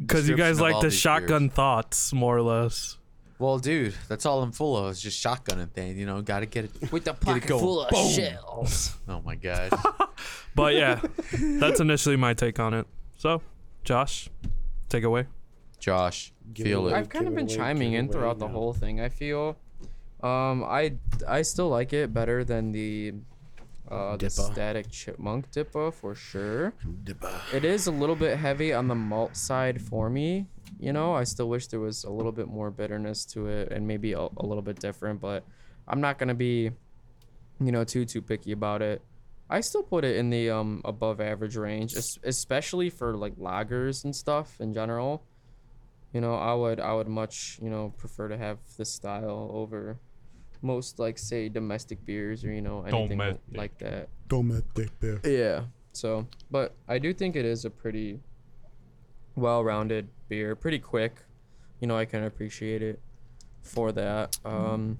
Speaker 1: because you
Speaker 2: description
Speaker 1: guys
Speaker 2: of
Speaker 1: like
Speaker 2: all
Speaker 1: the
Speaker 2: these
Speaker 1: shotgun
Speaker 2: beers.
Speaker 1: thoughts more or less
Speaker 2: Well, dude, that's all I'm full of. It's just shotgunning thing. You know, gotta get it with the pocket
Speaker 3: full of shells.
Speaker 2: Oh my god.
Speaker 1: but yeah that's initially my take on it so josh take away
Speaker 2: Josh,
Speaker 4: Give
Speaker 2: feel
Speaker 4: it
Speaker 2: it.
Speaker 4: away.
Speaker 3: I've kind of
Speaker 4: give it
Speaker 3: been
Speaker 4: away,
Speaker 3: chiming
Speaker 4: give it
Speaker 3: in
Speaker 4: away
Speaker 3: throughout the
Speaker 4: now.
Speaker 3: whole thing. I feel, um, I I still like it better than the, uh, the
Speaker 4: Dipper.
Speaker 3: static chipmunk dipper for sure.
Speaker 4: Dipper.
Speaker 3: It is a little bit heavy on the malt side for me. You know, I still wish there was a little bit more bitterness to it and maybe a, a little bit different, but I'm not gonna be, you know, too too picky about it. I still put it in the um above average range, es- especially for like lagers and stuff in general. You know, I would I would much you know prefer to have this style over most like say domestic beers or you know anything
Speaker 5: Domestic.
Speaker 3: like that.
Speaker 4: Don't make that beer.
Speaker 3: Yeah. So, but I do think it is a pretty well-rounded beer, pretty quick. You know, I can appreciate it for that. Um,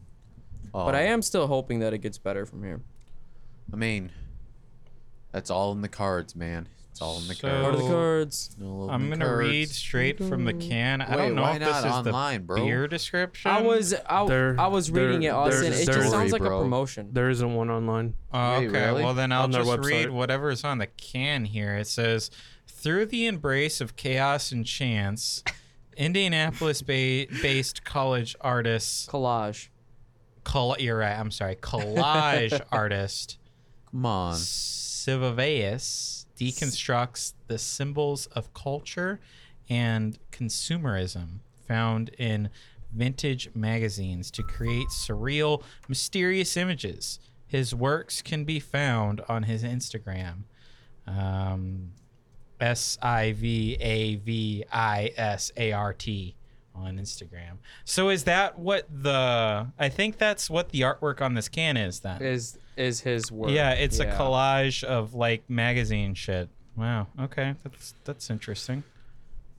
Speaker 3: But I am still hoping that it gets better from here.
Speaker 2: Oh, I mean, that's all in the cards, man. It's all in the
Speaker 5: So-
Speaker 3: Part
Speaker 2: cards.
Speaker 3: of the
Speaker 5: Oh.
Speaker 3: cards.
Speaker 2: No
Speaker 5: I'm
Speaker 2: in
Speaker 5: going
Speaker 2: the
Speaker 5: to read
Speaker 2: cards.
Speaker 5: straight from the can. I
Speaker 2: Wait,
Speaker 5: don't know
Speaker 2: why
Speaker 5: if this
Speaker 2: not
Speaker 5: is
Speaker 2: online,
Speaker 5: the
Speaker 2: bro?
Speaker 5: beer description.
Speaker 3: I was I,
Speaker 1: There-
Speaker 3: I was reading
Speaker 1: there-
Speaker 3: it, Austin.
Speaker 1: there's-
Speaker 3: It just
Speaker 1: there's-
Speaker 3: sounds like
Speaker 2: Story,
Speaker 3: a
Speaker 2: bro.
Speaker 3: promotion.
Speaker 1: there isn't one online
Speaker 5: Oh,
Speaker 2: Wait,
Speaker 5: okay.
Speaker 2: really?
Speaker 5: Well, then I'll
Speaker 1: On their
Speaker 5: just read
Speaker 1: website.
Speaker 5: whatever is on the can here. It says, "Through the embrace of chaos and chance, Indianapolis-based college artist,
Speaker 3: Collage.
Speaker 5: col- you're right. I'm sorry, collage artist
Speaker 2: Come on.
Speaker 5: Sivaveus deconstructs the symbols of culture and consumerism found in vintage magazines to create surreal, mysterious images. His works can be found on his Instagram. Um, S I V A V I S A R T on Instagram. So is that what the I think that's what the artwork on this can is then.
Speaker 3: Is is his work?
Speaker 5: Yeah, it's a collage of like magazine shit. Wow. Okay, that's that's interesting.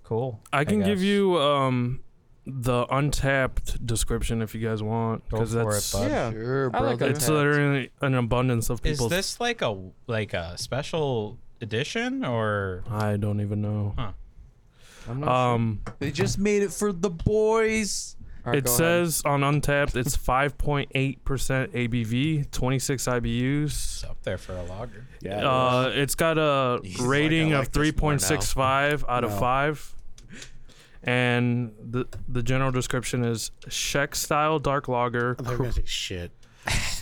Speaker 5: Cool.
Speaker 1: i can give
Speaker 5: guess.
Speaker 1: you um the untapped description if you guys want
Speaker 5: Go
Speaker 1: because
Speaker 5: for it,
Speaker 1: that's
Speaker 5: bud.
Speaker 3: Yeah.
Speaker 2: Sure,
Speaker 3: I like
Speaker 2: brother.
Speaker 1: it's
Speaker 3: Untapped.
Speaker 1: literally an abundance of
Speaker 5: Is
Speaker 1: people
Speaker 5: this like a like a special edition or
Speaker 1: i don't even know
Speaker 5: Huh.
Speaker 3: I'm not
Speaker 1: um
Speaker 2: they just made it for the boys.
Speaker 3: sure. Alright,
Speaker 1: it
Speaker 3: go ahead.
Speaker 1: says on Untapped, it's 5.8% ABV, 26
Speaker 5: it's
Speaker 1: IBUs.
Speaker 5: up there for a logger?
Speaker 4: Yeah.
Speaker 1: Uh, it's got a
Speaker 2: He's like,
Speaker 1: rating
Speaker 2: "I
Speaker 1: of
Speaker 2: like this more now."
Speaker 1: 3.65 out of
Speaker 4: No.
Speaker 1: 5. And the the general description is Czech style dark lager,
Speaker 4: I thought you were gonna say shit.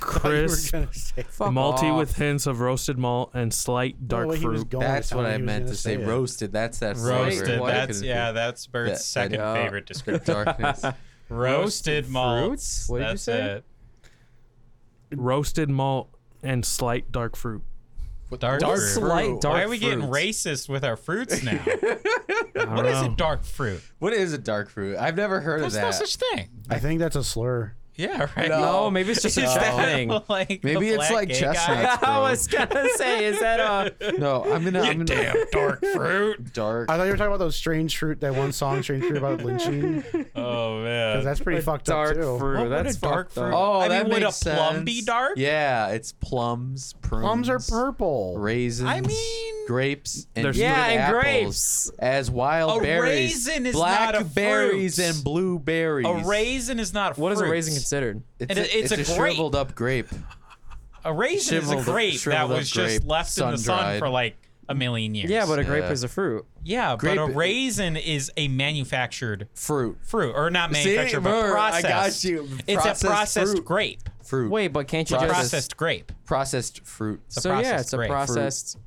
Speaker 1: crisp,
Speaker 4: I thought you were gonna say-
Speaker 3: Fuck
Speaker 1: malty
Speaker 3: off.
Speaker 1: with hints of roasted malt and slight dark
Speaker 4: the way he was
Speaker 1: fruit.
Speaker 4: going, it
Speaker 2: That's what
Speaker 4: sounded
Speaker 2: I
Speaker 4: like he was
Speaker 2: meant
Speaker 4: gonna
Speaker 2: to say.
Speaker 4: it.
Speaker 2: Roasted. That's that
Speaker 5: Roasted.
Speaker 2: flavor.
Speaker 3: what?
Speaker 5: That's yeah. That's Bert's
Speaker 2: That- that-
Speaker 5: second
Speaker 3: uh,
Speaker 5: favorite
Speaker 2: The
Speaker 5: description.
Speaker 2: darkness.
Speaker 5: Roasted malts.
Speaker 3: fruits? What did you
Speaker 5: that's
Speaker 3: say?
Speaker 5: it.
Speaker 1: Roasted malt and slight dark fruit.
Speaker 5: Dark,
Speaker 3: Dark
Speaker 5: fruit.
Speaker 3: slight dark.
Speaker 5: Why are we getting
Speaker 3: fruits.
Speaker 5: racist with our fruits now?
Speaker 1: I
Speaker 5: what
Speaker 1: don't
Speaker 5: is
Speaker 1: know.
Speaker 5: it, dark fruit?
Speaker 2: What is a dark fruit? I've never heard
Speaker 5: There's
Speaker 2: of
Speaker 5: no
Speaker 2: that.
Speaker 5: such thing.
Speaker 4: I think that's a slur.
Speaker 5: Yeah, right.
Speaker 2: No,
Speaker 3: Oh, maybe it's just a
Speaker 5: Is
Speaker 3: Czech
Speaker 5: that,
Speaker 3: thing.
Speaker 5: Like
Speaker 2: Maybe
Speaker 5: a
Speaker 2: it's
Speaker 5: black
Speaker 2: like
Speaker 5: gay
Speaker 2: chestnuts.
Speaker 5: guy?
Speaker 3: I was gonna say, is that uh, a?
Speaker 2: no, I'm gonna. I'm gonna
Speaker 5: Damn dark fruit.
Speaker 2: dark.
Speaker 4: I thought you were talking about those strange fruit. That one song, strange fruit about lynching. 'cause
Speaker 5: Oh man.
Speaker 4: that's pretty fucked
Speaker 3: dark
Speaker 4: up too.
Speaker 3: fruit.
Speaker 5: What would
Speaker 3: That's
Speaker 5: a dark
Speaker 3: fucked up.
Speaker 5: fruit-
Speaker 2: Oh,
Speaker 5: I mean,
Speaker 2: that
Speaker 5: would a
Speaker 2: makes
Speaker 5: plum be
Speaker 2: sense.
Speaker 5: dark?
Speaker 2: Yeah, it's plums, prunes,
Speaker 4: Plums are purple.
Speaker 2: raisins.
Speaker 5: I mean-
Speaker 2: grapes and
Speaker 1: There's-
Speaker 2: even
Speaker 3: Yeah, and
Speaker 2: apples
Speaker 3: grapes.
Speaker 2: as wild
Speaker 5: A
Speaker 2: berries.
Speaker 5: raisin is not a fruit.
Speaker 2: blackberries and blueberries.
Speaker 5: A raisin is not a
Speaker 3: What is a
Speaker 5: fruit.
Speaker 3: raisin considered?
Speaker 2: It's,
Speaker 5: And
Speaker 2: a,
Speaker 5: it-
Speaker 2: it's
Speaker 5: it's a
Speaker 2: a
Speaker 5: grape.
Speaker 2: shriveled up grape.
Speaker 5: A raisin is a
Speaker 2: Shriveled up-
Speaker 5: grape that
Speaker 2: shriveled up
Speaker 5: was just
Speaker 2: grape,
Speaker 5: left in the sun
Speaker 2: sun-dried.
Speaker 5: for like a million years.
Speaker 3: Yeah, but a grape
Speaker 2: Yeah.
Speaker 3: is a fruit.
Speaker 5: yeah,
Speaker 2: grape-
Speaker 5: but a raisin is a manufactured
Speaker 2: Fruit.
Speaker 5: fruit or not
Speaker 2: See,
Speaker 5: manufactured, but
Speaker 2: Mer, I
Speaker 5: processed.
Speaker 2: got you.
Speaker 5: it's
Speaker 2: Processed
Speaker 5: a processed
Speaker 2: fruit.
Speaker 5: grape.
Speaker 2: Fruit.
Speaker 3: Wait, but can't you
Speaker 2: Processed.
Speaker 3: just?
Speaker 5: Processed grape.
Speaker 2: processed fruit.
Speaker 5: a
Speaker 3: So yeah,
Speaker 5: processed
Speaker 3: it's a
Speaker 5: grape.
Speaker 3: processed.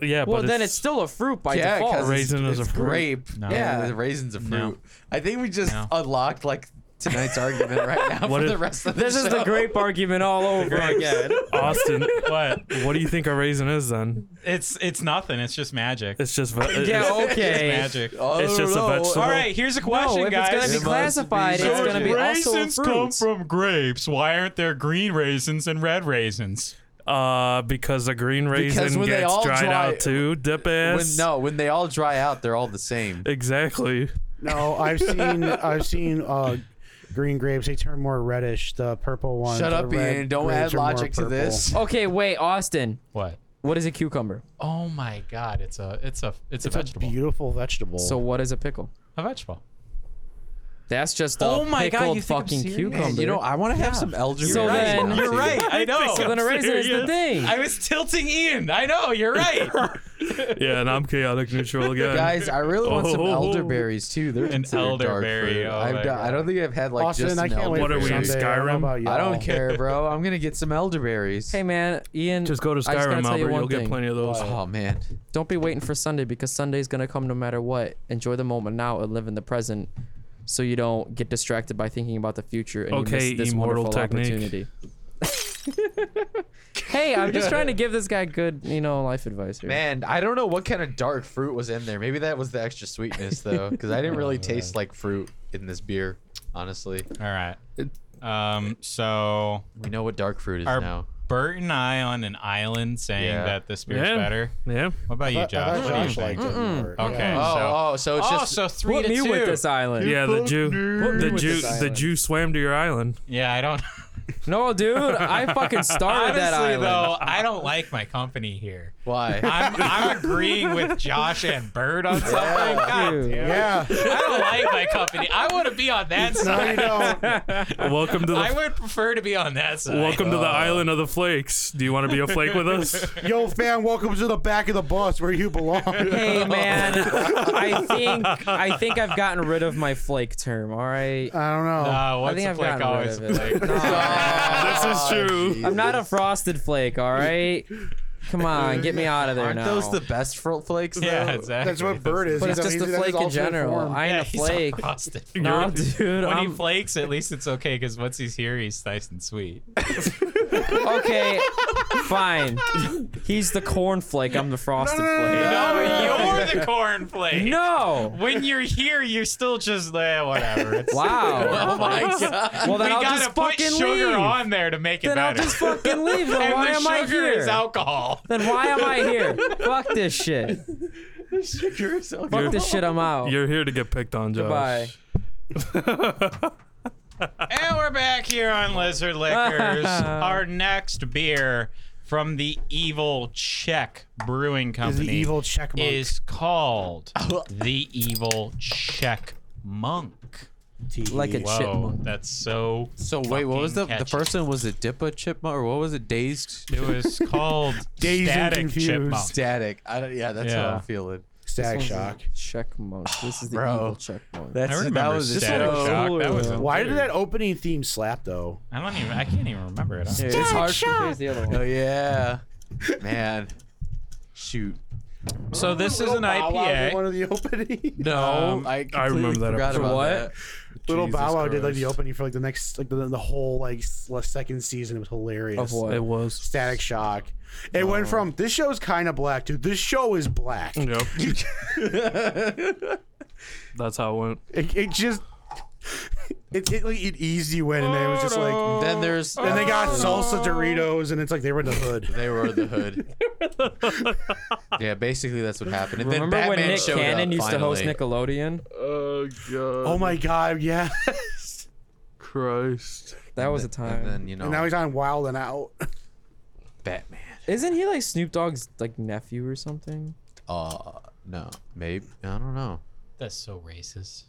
Speaker 1: Yeah,
Speaker 3: Well,
Speaker 1: but
Speaker 3: then it's still a fruit by
Speaker 2: yeah, 'cause
Speaker 3: default.
Speaker 2: it's-
Speaker 1: Raisin is
Speaker 2: it's
Speaker 1: a fruit.
Speaker 2: grape.
Speaker 5: No.
Speaker 2: Yeah, the raisin's a fruit.
Speaker 5: No.
Speaker 2: I think we just
Speaker 5: No.
Speaker 2: unlocked like tonight's argument right now
Speaker 1: What
Speaker 2: for
Speaker 1: is-
Speaker 2: the rest of the
Speaker 3: This is the
Speaker 2: show.
Speaker 3: grape argument all over again.
Speaker 1: Austin.
Speaker 5: What?
Speaker 1: what do you think a raisin is then?
Speaker 5: It's it's nothing. It's just magic. It's
Speaker 1: It's just ve-
Speaker 3: Yeah,
Speaker 1: it's-
Speaker 3: okay.
Speaker 5: magic. All
Speaker 2: I
Speaker 1: It's
Speaker 2: don't
Speaker 1: just a
Speaker 2: know.
Speaker 1: vegetable.
Speaker 2: All right.
Speaker 5: right, here's a question,
Speaker 3: No, if
Speaker 5: guys.
Speaker 3: it's gonna
Speaker 2: It
Speaker 3: be
Speaker 2: must
Speaker 3: classified,
Speaker 2: be
Speaker 3: it's
Speaker 2: so
Speaker 3: gonna be also a
Speaker 5: raisins come
Speaker 3: fruit.
Speaker 5: from grapes. Why aren't there green raisins and red raisins?
Speaker 1: Uh, because a green raisin
Speaker 2: when they
Speaker 1: gets
Speaker 2: all
Speaker 1: dried
Speaker 2: dry-
Speaker 1: out too. Dip
Speaker 2: When,
Speaker 1: ass.
Speaker 2: no, when they all dry out, they're all the same.
Speaker 1: Exactly.
Speaker 4: No, I've seen I've seen uh, green grapes. They turn more reddish. The purple one.
Speaker 2: Shut
Speaker 4: the
Speaker 2: up,
Speaker 4: red
Speaker 2: Ian. Don't add
Speaker 4: grapes are more
Speaker 2: logic to
Speaker 4: purple.
Speaker 2: this.
Speaker 3: Okay, wait, Austin.
Speaker 5: What?
Speaker 3: What is a cucumber?
Speaker 5: Oh my god, it's a it's a it's,
Speaker 4: It's
Speaker 5: a
Speaker 4: a
Speaker 5: vegetable.
Speaker 4: beautiful vegetable.
Speaker 3: So what is a pickle?
Speaker 5: a vegetable.
Speaker 3: That's just a
Speaker 5: Oh my God,
Speaker 3: pickled
Speaker 5: you think I'm
Speaker 3: fucking
Speaker 5: serious?
Speaker 3: cucumber.
Speaker 2: Man, you know, I want to have some elderberry.
Speaker 3: So then-
Speaker 2: now,
Speaker 5: You're
Speaker 2: too.
Speaker 5: right. I know.
Speaker 3: so then a raisin is the thing.
Speaker 5: I was tilting Ian. I know. You're right.
Speaker 1: Yeah, and I'm chaotic neutral again.
Speaker 2: Guys, I really want some
Speaker 1: Oh.
Speaker 2: elderberries too. They're
Speaker 5: An
Speaker 2: considered
Speaker 5: elderberry,
Speaker 2: Dark fruit.
Speaker 5: oh my
Speaker 2: I've done, I don't think I've had like
Speaker 4: Austin,
Speaker 2: just
Speaker 4: I
Speaker 2: an
Speaker 4: can't wait.
Speaker 1: What are
Speaker 2: elderberry.
Speaker 1: we,
Speaker 4: for Sunday. I don't know
Speaker 1: Skyrim?
Speaker 4: about
Speaker 2: I
Speaker 4: y'all.
Speaker 2: don't care, bro. I'm gonna get some elderberries.
Speaker 3: hey man, Ian.
Speaker 1: just go to
Speaker 3: I just gotta
Speaker 1: Skyrim,
Speaker 3: tell you
Speaker 1: Albert.
Speaker 3: one
Speaker 1: You'll get
Speaker 3: thing.
Speaker 1: plenty of those.
Speaker 2: Oh man,
Speaker 3: Don't be waiting for Sunday because Sunday's gonna come no matter what. Enjoy the moment now and live in the present, so you don't get distracted by thinking about the future and
Speaker 1: Okay,
Speaker 3: you miss this
Speaker 1: immortal
Speaker 3: wonderful
Speaker 1: technique.
Speaker 3: opportunity. hey, I'm just trying to give this guy good, you know, life advice here.
Speaker 2: man, I don't know what kind of dark fruit was in there. Maybe that was the extra sweetness though, because I didn't really taste like fruit in this beer. Honestly,
Speaker 5: All right. Um. So
Speaker 2: we know what dark fruit is
Speaker 5: Our-
Speaker 2: now.
Speaker 5: Bert and I on an island saying
Speaker 2: Yeah.
Speaker 5: that this beer's
Speaker 1: Yeah.
Speaker 5: better.
Speaker 1: Yeah.
Speaker 5: What about you,
Speaker 4: I thought
Speaker 5: Josh? What do you
Speaker 4: Josh
Speaker 5: think?
Speaker 4: liked it more.
Speaker 5: Okay.
Speaker 4: Yeah.
Speaker 2: Oh, oh,
Speaker 5: So-
Speaker 2: so it's
Speaker 5: oh,
Speaker 2: just
Speaker 5: so three
Speaker 3: Put
Speaker 5: to
Speaker 3: me
Speaker 5: two.
Speaker 3: with this island.
Speaker 1: Yeah, the Jew.
Speaker 3: Put me
Speaker 1: The
Speaker 3: with
Speaker 1: Jew.
Speaker 3: this
Speaker 1: The
Speaker 3: island.
Speaker 1: Jew swam to your island.
Speaker 5: Yeah, I don't.
Speaker 3: No, dude, I fucking started
Speaker 5: Honestly,
Speaker 3: that island.
Speaker 5: though, I don't like my company here.
Speaker 2: why?
Speaker 5: I'm, I'm agreeing with Josh and Bird on something. God
Speaker 3: Dude.
Speaker 5: damn.
Speaker 4: Yeah.
Speaker 5: I don't like my company. I want to be on that
Speaker 4: No, you
Speaker 5: side.
Speaker 4: don't.
Speaker 1: Welcome to
Speaker 5: I
Speaker 1: the
Speaker 5: would prefer to be on that side.
Speaker 1: welcome to the island of the flakes. Do you want to be a flake with us?
Speaker 4: Yo, fam, welcome to the back of the bus where you belong.
Speaker 3: Hey man, I think I think I've gotten rid of my flake term. All right,
Speaker 4: I don't know.
Speaker 5: Uh, what's
Speaker 3: I think
Speaker 5: a
Speaker 3: I've
Speaker 5: flick
Speaker 3: gotten rid
Speaker 5: always
Speaker 3: of it.
Speaker 5: like?
Speaker 1: This is
Speaker 2: Oh,
Speaker 1: true.
Speaker 2: Jesus.
Speaker 3: I'm not a frosted flake. All right, come on, get me out of there
Speaker 2: Aren't
Speaker 3: now.
Speaker 2: those the best fruit flakes?
Speaker 5: yeah,
Speaker 2: though?
Speaker 5: exactly.
Speaker 4: That's what Bird is.
Speaker 3: but it's
Speaker 4: He's
Speaker 3: just
Speaker 4: he's-
Speaker 3: a
Speaker 4: that's his
Speaker 3: flake in
Speaker 4: alternate
Speaker 3: general.
Speaker 4: form.
Speaker 3: I ain't
Speaker 5: Yeah,
Speaker 3: a
Speaker 5: he's a
Speaker 3: flake. Um,
Speaker 5: frosted-
Speaker 3: No, dude.
Speaker 5: When he
Speaker 3: I'm,
Speaker 5: flakes, at least it's okay because once he's here, he's nice and sweet.
Speaker 3: okay, fine. He's the corn flake. I'm the frosted flake.
Speaker 5: No, you're the cornflake.
Speaker 3: No.
Speaker 5: When you're here, you're still just eh, whatever. It's,
Speaker 3: Wow.
Speaker 2: Oh my god.
Speaker 3: Well,
Speaker 5: We
Speaker 3: then I'll
Speaker 5: gotta
Speaker 3: just
Speaker 5: put
Speaker 3: fucking
Speaker 5: sugar
Speaker 3: leave.
Speaker 5: on there to make it
Speaker 3: Then I'll
Speaker 5: better.
Speaker 3: just fucking leave. Then
Speaker 5: and
Speaker 3: why
Speaker 5: the
Speaker 3: am I
Speaker 5: sugar
Speaker 3: here?
Speaker 5: is alcohol.
Speaker 3: Then why am I here? Fuck this shit. Fuck this shit. I'm out.
Speaker 1: You're here to get picked on, Josh.
Speaker 3: Goodbye.
Speaker 5: And we're back here on Lizard Liquors.
Speaker 3: Uh-huh.
Speaker 5: Our next beer from the evil Czech Brewing
Speaker 4: He's
Speaker 5: Company
Speaker 4: the evil check mark.
Speaker 5: is called the evil Czech Monk.
Speaker 3: Like a
Speaker 5: Whoa,
Speaker 3: chipmunk.
Speaker 5: that's so.
Speaker 2: So wait, what was the
Speaker 5: fucking
Speaker 2: the
Speaker 5: catchy.
Speaker 2: first one? Was it Dipa Chipmunk or what was it? Dazed
Speaker 5: It was called
Speaker 4: Dazed and
Speaker 5: Static
Speaker 4: Confused.
Speaker 5: Chipmunk.
Speaker 2: Static. I don't, yeah, that's
Speaker 5: Yeah.
Speaker 2: how I'm feeling.
Speaker 4: Static shock.
Speaker 3: Check monk. This is the
Speaker 2: Bro.
Speaker 3: evil check monk.
Speaker 2: That's
Speaker 5: I remember
Speaker 2: that was
Speaker 5: Static
Speaker 2: so-
Speaker 5: Shock. That was a
Speaker 4: Why did
Speaker 5: weird-
Speaker 4: that opening theme slap though?
Speaker 5: I don't even. I can't even remember it.
Speaker 3: Here,
Speaker 5: honestly.
Speaker 3: it's hard. Here's the other
Speaker 2: Oh
Speaker 3: one.
Speaker 2: yeah, man. Shoot.
Speaker 5: So this is
Speaker 4: Little
Speaker 5: an
Speaker 4: Bow Wow did
Speaker 5: IPA.
Speaker 4: One of the opening.
Speaker 2: No,
Speaker 1: Um, I
Speaker 2: I,
Speaker 1: remember
Speaker 2: completely
Speaker 1: that
Speaker 2: Forgot
Speaker 1: episode.
Speaker 2: about
Speaker 3: What?
Speaker 2: that.
Speaker 4: Little
Speaker 2: Jesus
Speaker 4: Bow Wow did like the
Speaker 2: Christ.
Speaker 4: opening for like the next like the, the whole like s- second season. It was hilarious.
Speaker 3: Of what? Oh.
Speaker 1: It was.
Speaker 4: Static Shock. It went from this show's kind of black to this show is black.
Speaker 1: Yep. That's how it went.
Speaker 4: It, it just it it, like, it easy went, and it was just like.
Speaker 2: Then there's
Speaker 4: And they got salsa Doritos, and it's like they were in the hood.
Speaker 2: They were the hood. yeah, basically that's what happened. And
Speaker 3: Remember
Speaker 2: then
Speaker 3: when
Speaker 2: Batman
Speaker 3: Nick
Speaker 2: showed
Speaker 3: Cannon
Speaker 2: up,
Speaker 3: used to host
Speaker 2: finally.
Speaker 3: Nickelodeon?
Speaker 1: Oh god.
Speaker 4: Oh my god, yeah.
Speaker 1: Christ.
Speaker 3: That was a time.
Speaker 2: And then you know,
Speaker 4: And now he's on Wild and Out.
Speaker 2: Batman.
Speaker 3: Isn't he like Snoop Dogg's like nephew or something?
Speaker 2: Uh, no, maybe I don't know.
Speaker 5: That's so racist.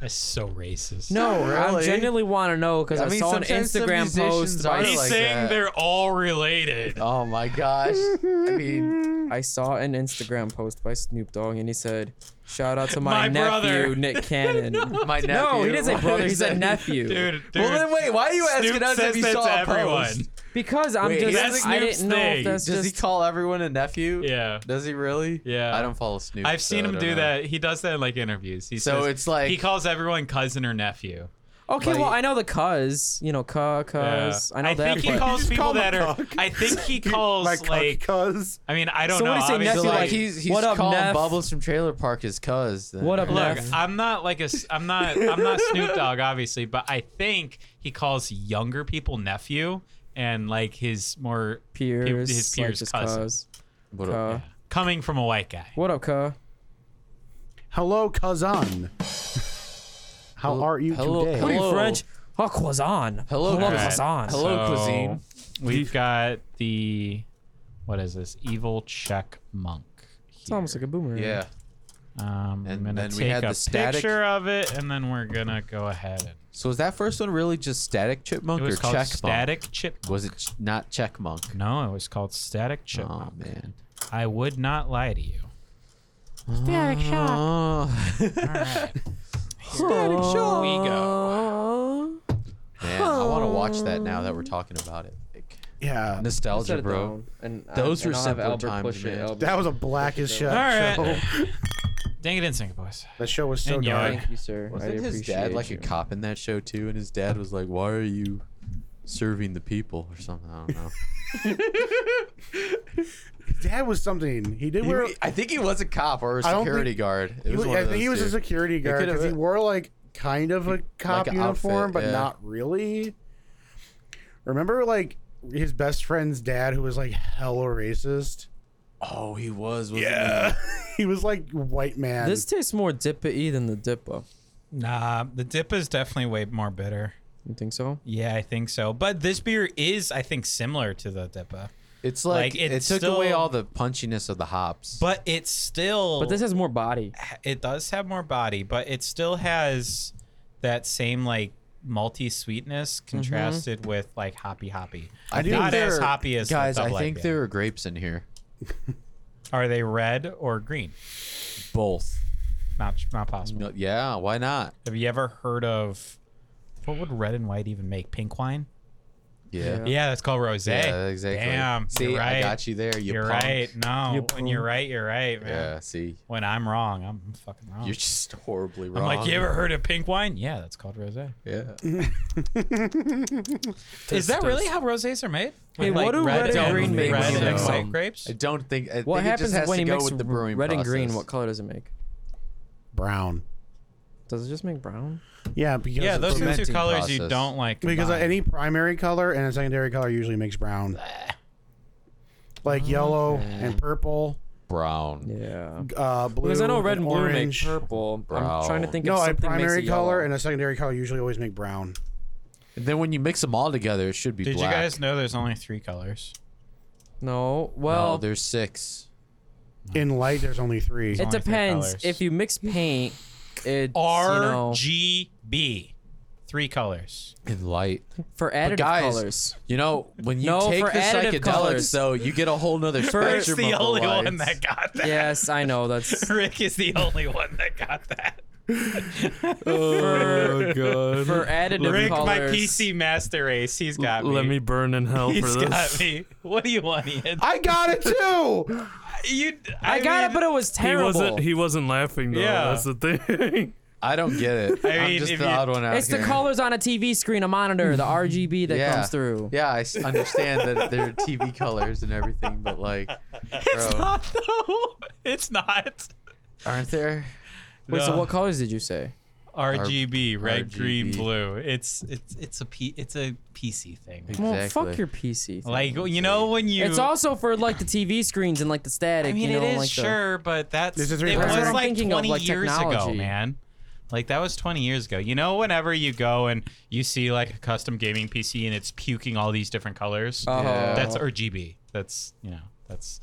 Speaker 5: That's so racist.
Speaker 3: No, I
Speaker 2: Really?
Speaker 3: genuinely want to know because I,
Speaker 2: I mean,
Speaker 3: saw an
Speaker 2: sometimes some
Speaker 3: Instagram post.
Speaker 2: musicians
Speaker 3: By,
Speaker 2: are
Speaker 5: he's
Speaker 2: like
Speaker 5: saying
Speaker 2: that.
Speaker 5: they're all related.
Speaker 2: Oh my gosh. I mean,
Speaker 3: I saw an Instagram post by Snoop Dogg, and he said, "Shout out to my,
Speaker 5: My
Speaker 3: nephew
Speaker 5: brother."
Speaker 3: Nick Cannon." no,
Speaker 2: my nephew.
Speaker 3: he didn't say brother. He said nephew.
Speaker 5: Dude, dude.
Speaker 2: Well, then wait. Why are you asking
Speaker 5: Snoop
Speaker 2: us
Speaker 5: says
Speaker 2: if you
Speaker 5: that
Speaker 2: saw
Speaker 5: to
Speaker 2: a
Speaker 5: everyone.
Speaker 2: post?
Speaker 3: Because I'm
Speaker 2: Wait,
Speaker 3: just,
Speaker 5: that's
Speaker 3: I
Speaker 5: Snoop's
Speaker 3: didn't know
Speaker 5: thing.
Speaker 3: if that's
Speaker 2: Does he
Speaker 3: just.
Speaker 2: call everyone a nephew?
Speaker 5: Yeah.
Speaker 2: Does he really?
Speaker 5: Yeah.
Speaker 2: I don't follow Snoop.
Speaker 5: I've seen
Speaker 2: so I
Speaker 5: him
Speaker 2: don't
Speaker 5: do
Speaker 2: know.
Speaker 5: that. He does that in like interviews. He
Speaker 2: So
Speaker 5: says-
Speaker 2: it's like-
Speaker 5: he calls everyone cousin or nephew.
Speaker 3: okay,
Speaker 2: but
Speaker 3: well,
Speaker 2: he-
Speaker 3: I know the cuz, you know, cu, cuz. I know
Speaker 5: I
Speaker 3: that.
Speaker 5: think he
Speaker 3: but-
Speaker 5: calls
Speaker 4: just
Speaker 5: people
Speaker 4: call him
Speaker 5: that
Speaker 4: a
Speaker 5: are.
Speaker 4: cuck.
Speaker 5: I think he
Speaker 4: my
Speaker 5: calls like.
Speaker 4: cuz.
Speaker 5: I mean, I don't
Speaker 3: So
Speaker 5: know.
Speaker 3: what do you say,
Speaker 2: So
Speaker 5: obviously,
Speaker 3: nephew,
Speaker 2: like,
Speaker 3: like,
Speaker 2: he's he's
Speaker 3: what up,
Speaker 2: calling
Speaker 3: Neff?
Speaker 2: Bubbles from Trailer Park his cuz. then.
Speaker 3: What up,
Speaker 5: Look,
Speaker 3: Neff?
Speaker 5: I'm not like a. s- I'm not. I'm not Snoop Dogg, obviously, but I think he calls younger people nephew and like his more
Speaker 3: Peers,
Speaker 5: peop- his
Speaker 3: like,
Speaker 5: peers
Speaker 3: just
Speaker 5: cousin.
Speaker 3: cuz.
Speaker 2: What
Speaker 3: Cuh.
Speaker 2: up?
Speaker 5: Coming from a white guy.
Speaker 3: What up, cuz?
Speaker 4: Hello, cousin. How are you
Speaker 2: hello-
Speaker 4: today?
Speaker 2: hello.
Speaker 3: Pretty French. Oh, croissant.
Speaker 2: Hello,
Speaker 3: Hello,
Speaker 5: Alright.
Speaker 3: croissant.
Speaker 2: Hello. cuisine.
Speaker 5: We've got the. What is this? Evil Czech monk.
Speaker 3: It's almost like a
Speaker 5: hmm.
Speaker 3: boomerang.
Speaker 2: Yeah.
Speaker 5: Um, I'm
Speaker 2: And
Speaker 5: gonna
Speaker 2: then we
Speaker 5: take
Speaker 2: had
Speaker 5: a
Speaker 2: the static-
Speaker 5: picture of it, and then we're gonna go ahead and.
Speaker 2: So was that first one really just static chipmunk
Speaker 5: It was
Speaker 2: or
Speaker 5: called
Speaker 2: check
Speaker 5: static chipmunk.
Speaker 2: Was it ch- not checkmunk?
Speaker 5: No, it was called static
Speaker 2: Oh
Speaker 5: chipmunk.
Speaker 2: man.
Speaker 5: I would not lie to you.
Speaker 2: Static shock.
Speaker 5: All right.
Speaker 3: Static shock.
Speaker 5: we
Speaker 3: go.
Speaker 2: man, I want to watch that now that we're talking about it. Like,
Speaker 4: Yeah.
Speaker 2: nostalgia, bro.
Speaker 3: And I-
Speaker 2: Those
Speaker 3: and
Speaker 2: were
Speaker 3: I'll have
Speaker 2: simpler
Speaker 3: Albert
Speaker 2: times,
Speaker 3: push it.
Speaker 2: man.
Speaker 3: Albert,
Speaker 4: That was a blackest shot
Speaker 5: All
Speaker 4: show.
Speaker 5: right. Dang it in sync, boys.
Speaker 4: That show was so
Speaker 5: And
Speaker 4: dark.
Speaker 5: yard.
Speaker 3: Thank you, sir. I
Speaker 2: Wasn't his
Speaker 3: appreciate
Speaker 2: dad like
Speaker 3: you.
Speaker 2: a cop in that show too? And his dad was like, "Why are you serving the people?" or something. I don't know.
Speaker 4: Dad was something. He did
Speaker 2: He
Speaker 4: wear.
Speaker 2: wa- I think he was a cop or a
Speaker 4: I don't
Speaker 2: security
Speaker 4: think-
Speaker 2: guard. It
Speaker 4: he
Speaker 2: was
Speaker 4: was-
Speaker 2: one
Speaker 4: I
Speaker 2: of
Speaker 4: think he
Speaker 2: those
Speaker 4: was a
Speaker 2: two.
Speaker 4: security guard
Speaker 2: could've-
Speaker 4: because he wore like kind of a cop
Speaker 2: a
Speaker 4: uniform,
Speaker 2: outfit,
Speaker 4: but
Speaker 2: yeah.
Speaker 4: not really. Remember, like his best friend's dad, who was like hella racist.
Speaker 2: Oh, he was. Wasn't
Speaker 4: he was like white man.
Speaker 3: This tastes more dippy than the dipper.
Speaker 5: Nah, the dip is definitely way more bitter.
Speaker 3: You think so?
Speaker 5: Yeah, I think so. But this beer is, I think, similar to the Dippa,
Speaker 2: he? It's like,
Speaker 5: Like, it's
Speaker 2: it took away
Speaker 5: still-
Speaker 2: all the punchiness of the hops.
Speaker 5: but it's still.
Speaker 3: But this has more body.
Speaker 5: it does have more body, but it still has that same like malty sweetness contrasted with like hoppy hoppy.
Speaker 2: I do
Speaker 5: not
Speaker 2: think
Speaker 5: as
Speaker 2: there-
Speaker 5: hoppy as the
Speaker 2: guys. I
Speaker 5: double
Speaker 2: think
Speaker 5: IPA.
Speaker 2: there are grapes in here.
Speaker 5: Are they red or green?
Speaker 2: Both.
Speaker 5: Not not possible.
Speaker 2: No- Yeah. Why not?
Speaker 5: Have you ever heard of what would red and white even make? Pink wine?
Speaker 2: Yeah.
Speaker 3: Yeah.
Speaker 5: Yeah, that's called rosé.
Speaker 2: Yeah, exactly.
Speaker 5: Damn.
Speaker 2: See,
Speaker 5: you're right.
Speaker 2: I got you there. You
Speaker 5: are
Speaker 2: punk.
Speaker 5: right. No,
Speaker 3: You
Speaker 5: when you're right, you're right, man.
Speaker 2: Yeah. See,
Speaker 5: When I'm wrong, I'm fucking wrong.
Speaker 2: you're just horribly
Speaker 5: I'm
Speaker 2: wrong.
Speaker 5: like, you ever heard of pink wine? Yeah, that's called rosé.
Speaker 3: Mm-hmm.
Speaker 2: Yeah.
Speaker 5: Is that really how rosés are made?
Speaker 3: Hey, what do red
Speaker 2: and green make
Speaker 5: red
Speaker 2: when you
Speaker 5: and
Speaker 2: mix
Speaker 5: white
Speaker 2: them?
Speaker 5: grapes?
Speaker 2: I don't think. I
Speaker 3: What
Speaker 2: think it
Speaker 3: happens
Speaker 2: just has
Speaker 3: when
Speaker 2: to
Speaker 3: you
Speaker 2: go
Speaker 3: mix
Speaker 2: with the brewing
Speaker 3: red and green?
Speaker 2: process.
Speaker 3: What color does it make?
Speaker 4: brown.
Speaker 3: Does it just make brown?
Speaker 4: Yeah, because
Speaker 5: Yeah,
Speaker 4: it's
Speaker 5: those are the two
Speaker 2: fermenting
Speaker 5: colors you
Speaker 2: process.
Speaker 5: don't like.
Speaker 4: because
Speaker 5: combined.
Speaker 4: any primary color and a secondary color usually makes brown. Like yellow and purple,
Speaker 2: Brown.
Speaker 3: Yeah.
Speaker 4: uh, blue.
Speaker 3: Because I know red and blue
Speaker 4: orange.
Speaker 3: make purple. I'm trying to
Speaker 2: Brown.
Speaker 3: think
Speaker 4: No,
Speaker 3: of
Speaker 4: a
Speaker 3: something makes
Speaker 4: primary
Speaker 3: it
Speaker 4: color
Speaker 3: yellow.
Speaker 4: and a secondary color usually always make brown.
Speaker 2: And then when you mix them all together, it should be
Speaker 5: Did
Speaker 2: black.
Speaker 5: you guys know there's only three colors?
Speaker 3: No,
Speaker 2: No,
Speaker 3: well,
Speaker 2: there's Oh, six.
Speaker 4: In light, there's only three.
Speaker 3: it
Speaker 5: only three
Speaker 3: depends.
Speaker 5: colours.
Speaker 3: If you mix paint, it's you know,
Speaker 5: RGB. Three colors.
Speaker 2: In light.
Speaker 3: for additive
Speaker 2: guys,
Speaker 3: colors.
Speaker 2: You know, when you
Speaker 3: No,
Speaker 2: take
Speaker 3: for
Speaker 2: the
Speaker 3: additive
Speaker 2: psychedelics,
Speaker 3: colours.
Speaker 2: though, you get a whole nother spectrum
Speaker 5: Rick's
Speaker 2: of
Speaker 5: the
Speaker 2: the
Speaker 5: only
Speaker 2: lights.
Speaker 5: one that got that.
Speaker 3: Yes, I know that's
Speaker 5: Rick is the only one that got that.
Speaker 3: Oh, for,
Speaker 1: god.
Speaker 3: for additive
Speaker 5: Rick,
Speaker 3: colors.
Speaker 5: my PC master race, he's got me.
Speaker 1: Let me burn in hell
Speaker 5: He's
Speaker 1: for
Speaker 5: got
Speaker 1: this.
Speaker 5: me. What do you want, Ian?
Speaker 4: I got it too.
Speaker 5: you,
Speaker 3: I, got it, but it was
Speaker 1: He
Speaker 3: terrible.
Speaker 1: wasn't he wasn't laughing though.
Speaker 5: Yeah.
Speaker 1: That's the thing.
Speaker 2: I don't get it.
Speaker 5: I
Speaker 2: I am
Speaker 5: mean,
Speaker 2: just
Speaker 5: if
Speaker 2: the
Speaker 5: you-
Speaker 2: odd one out
Speaker 3: It's the
Speaker 2: here.
Speaker 3: colors on a TV screen, a monitor, the RGB that
Speaker 2: Yeah.
Speaker 3: comes through.
Speaker 2: Yeah, I s- understand that they're TV colors and everything, but like,
Speaker 5: It's
Speaker 2: Bro.
Speaker 5: not though. It's not.
Speaker 2: aren't there?
Speaker 3: Wait, so
Speaker 5: No.
Speaker 3: what colors did you say?
Speaker 5: RGB, red, green,
Speaker 2: RGB.
Speaker 5: blue. It's it's it's a P, it's a PC thing.
Speaker 3: Well, fuck
Speaker 2: Exactly.
Speaker 3: your PC. thing.
Speaker 5: Like you know when you.
Speaker 3: it's also for like the TV screens and like the static.
Speaker 5: I mean,
Speaker 3: you know,
Speaker 5: it is
Speaker 3: like the-
Speaker 5: sure, but that's
Speaker 4: This is
Speaker 5: it
Speaker 4: what
Speaker 5: was
Speaker 4: I'm
Speaker 5: like
Speaker 3: thinking of,
Speaker 5: twenty
Speaker 3: like,
Speaker 5: years ago,
Speaker 3: technology.
Speaker 5: man. Like that was twenty years ago. You know, whenever you go and you see like a custom gaming PC and it's puking all these different colors,
Speaker 3: Oh.
Speaker 2: Yeah.
Speaker 5: that's RGB. That's you know that's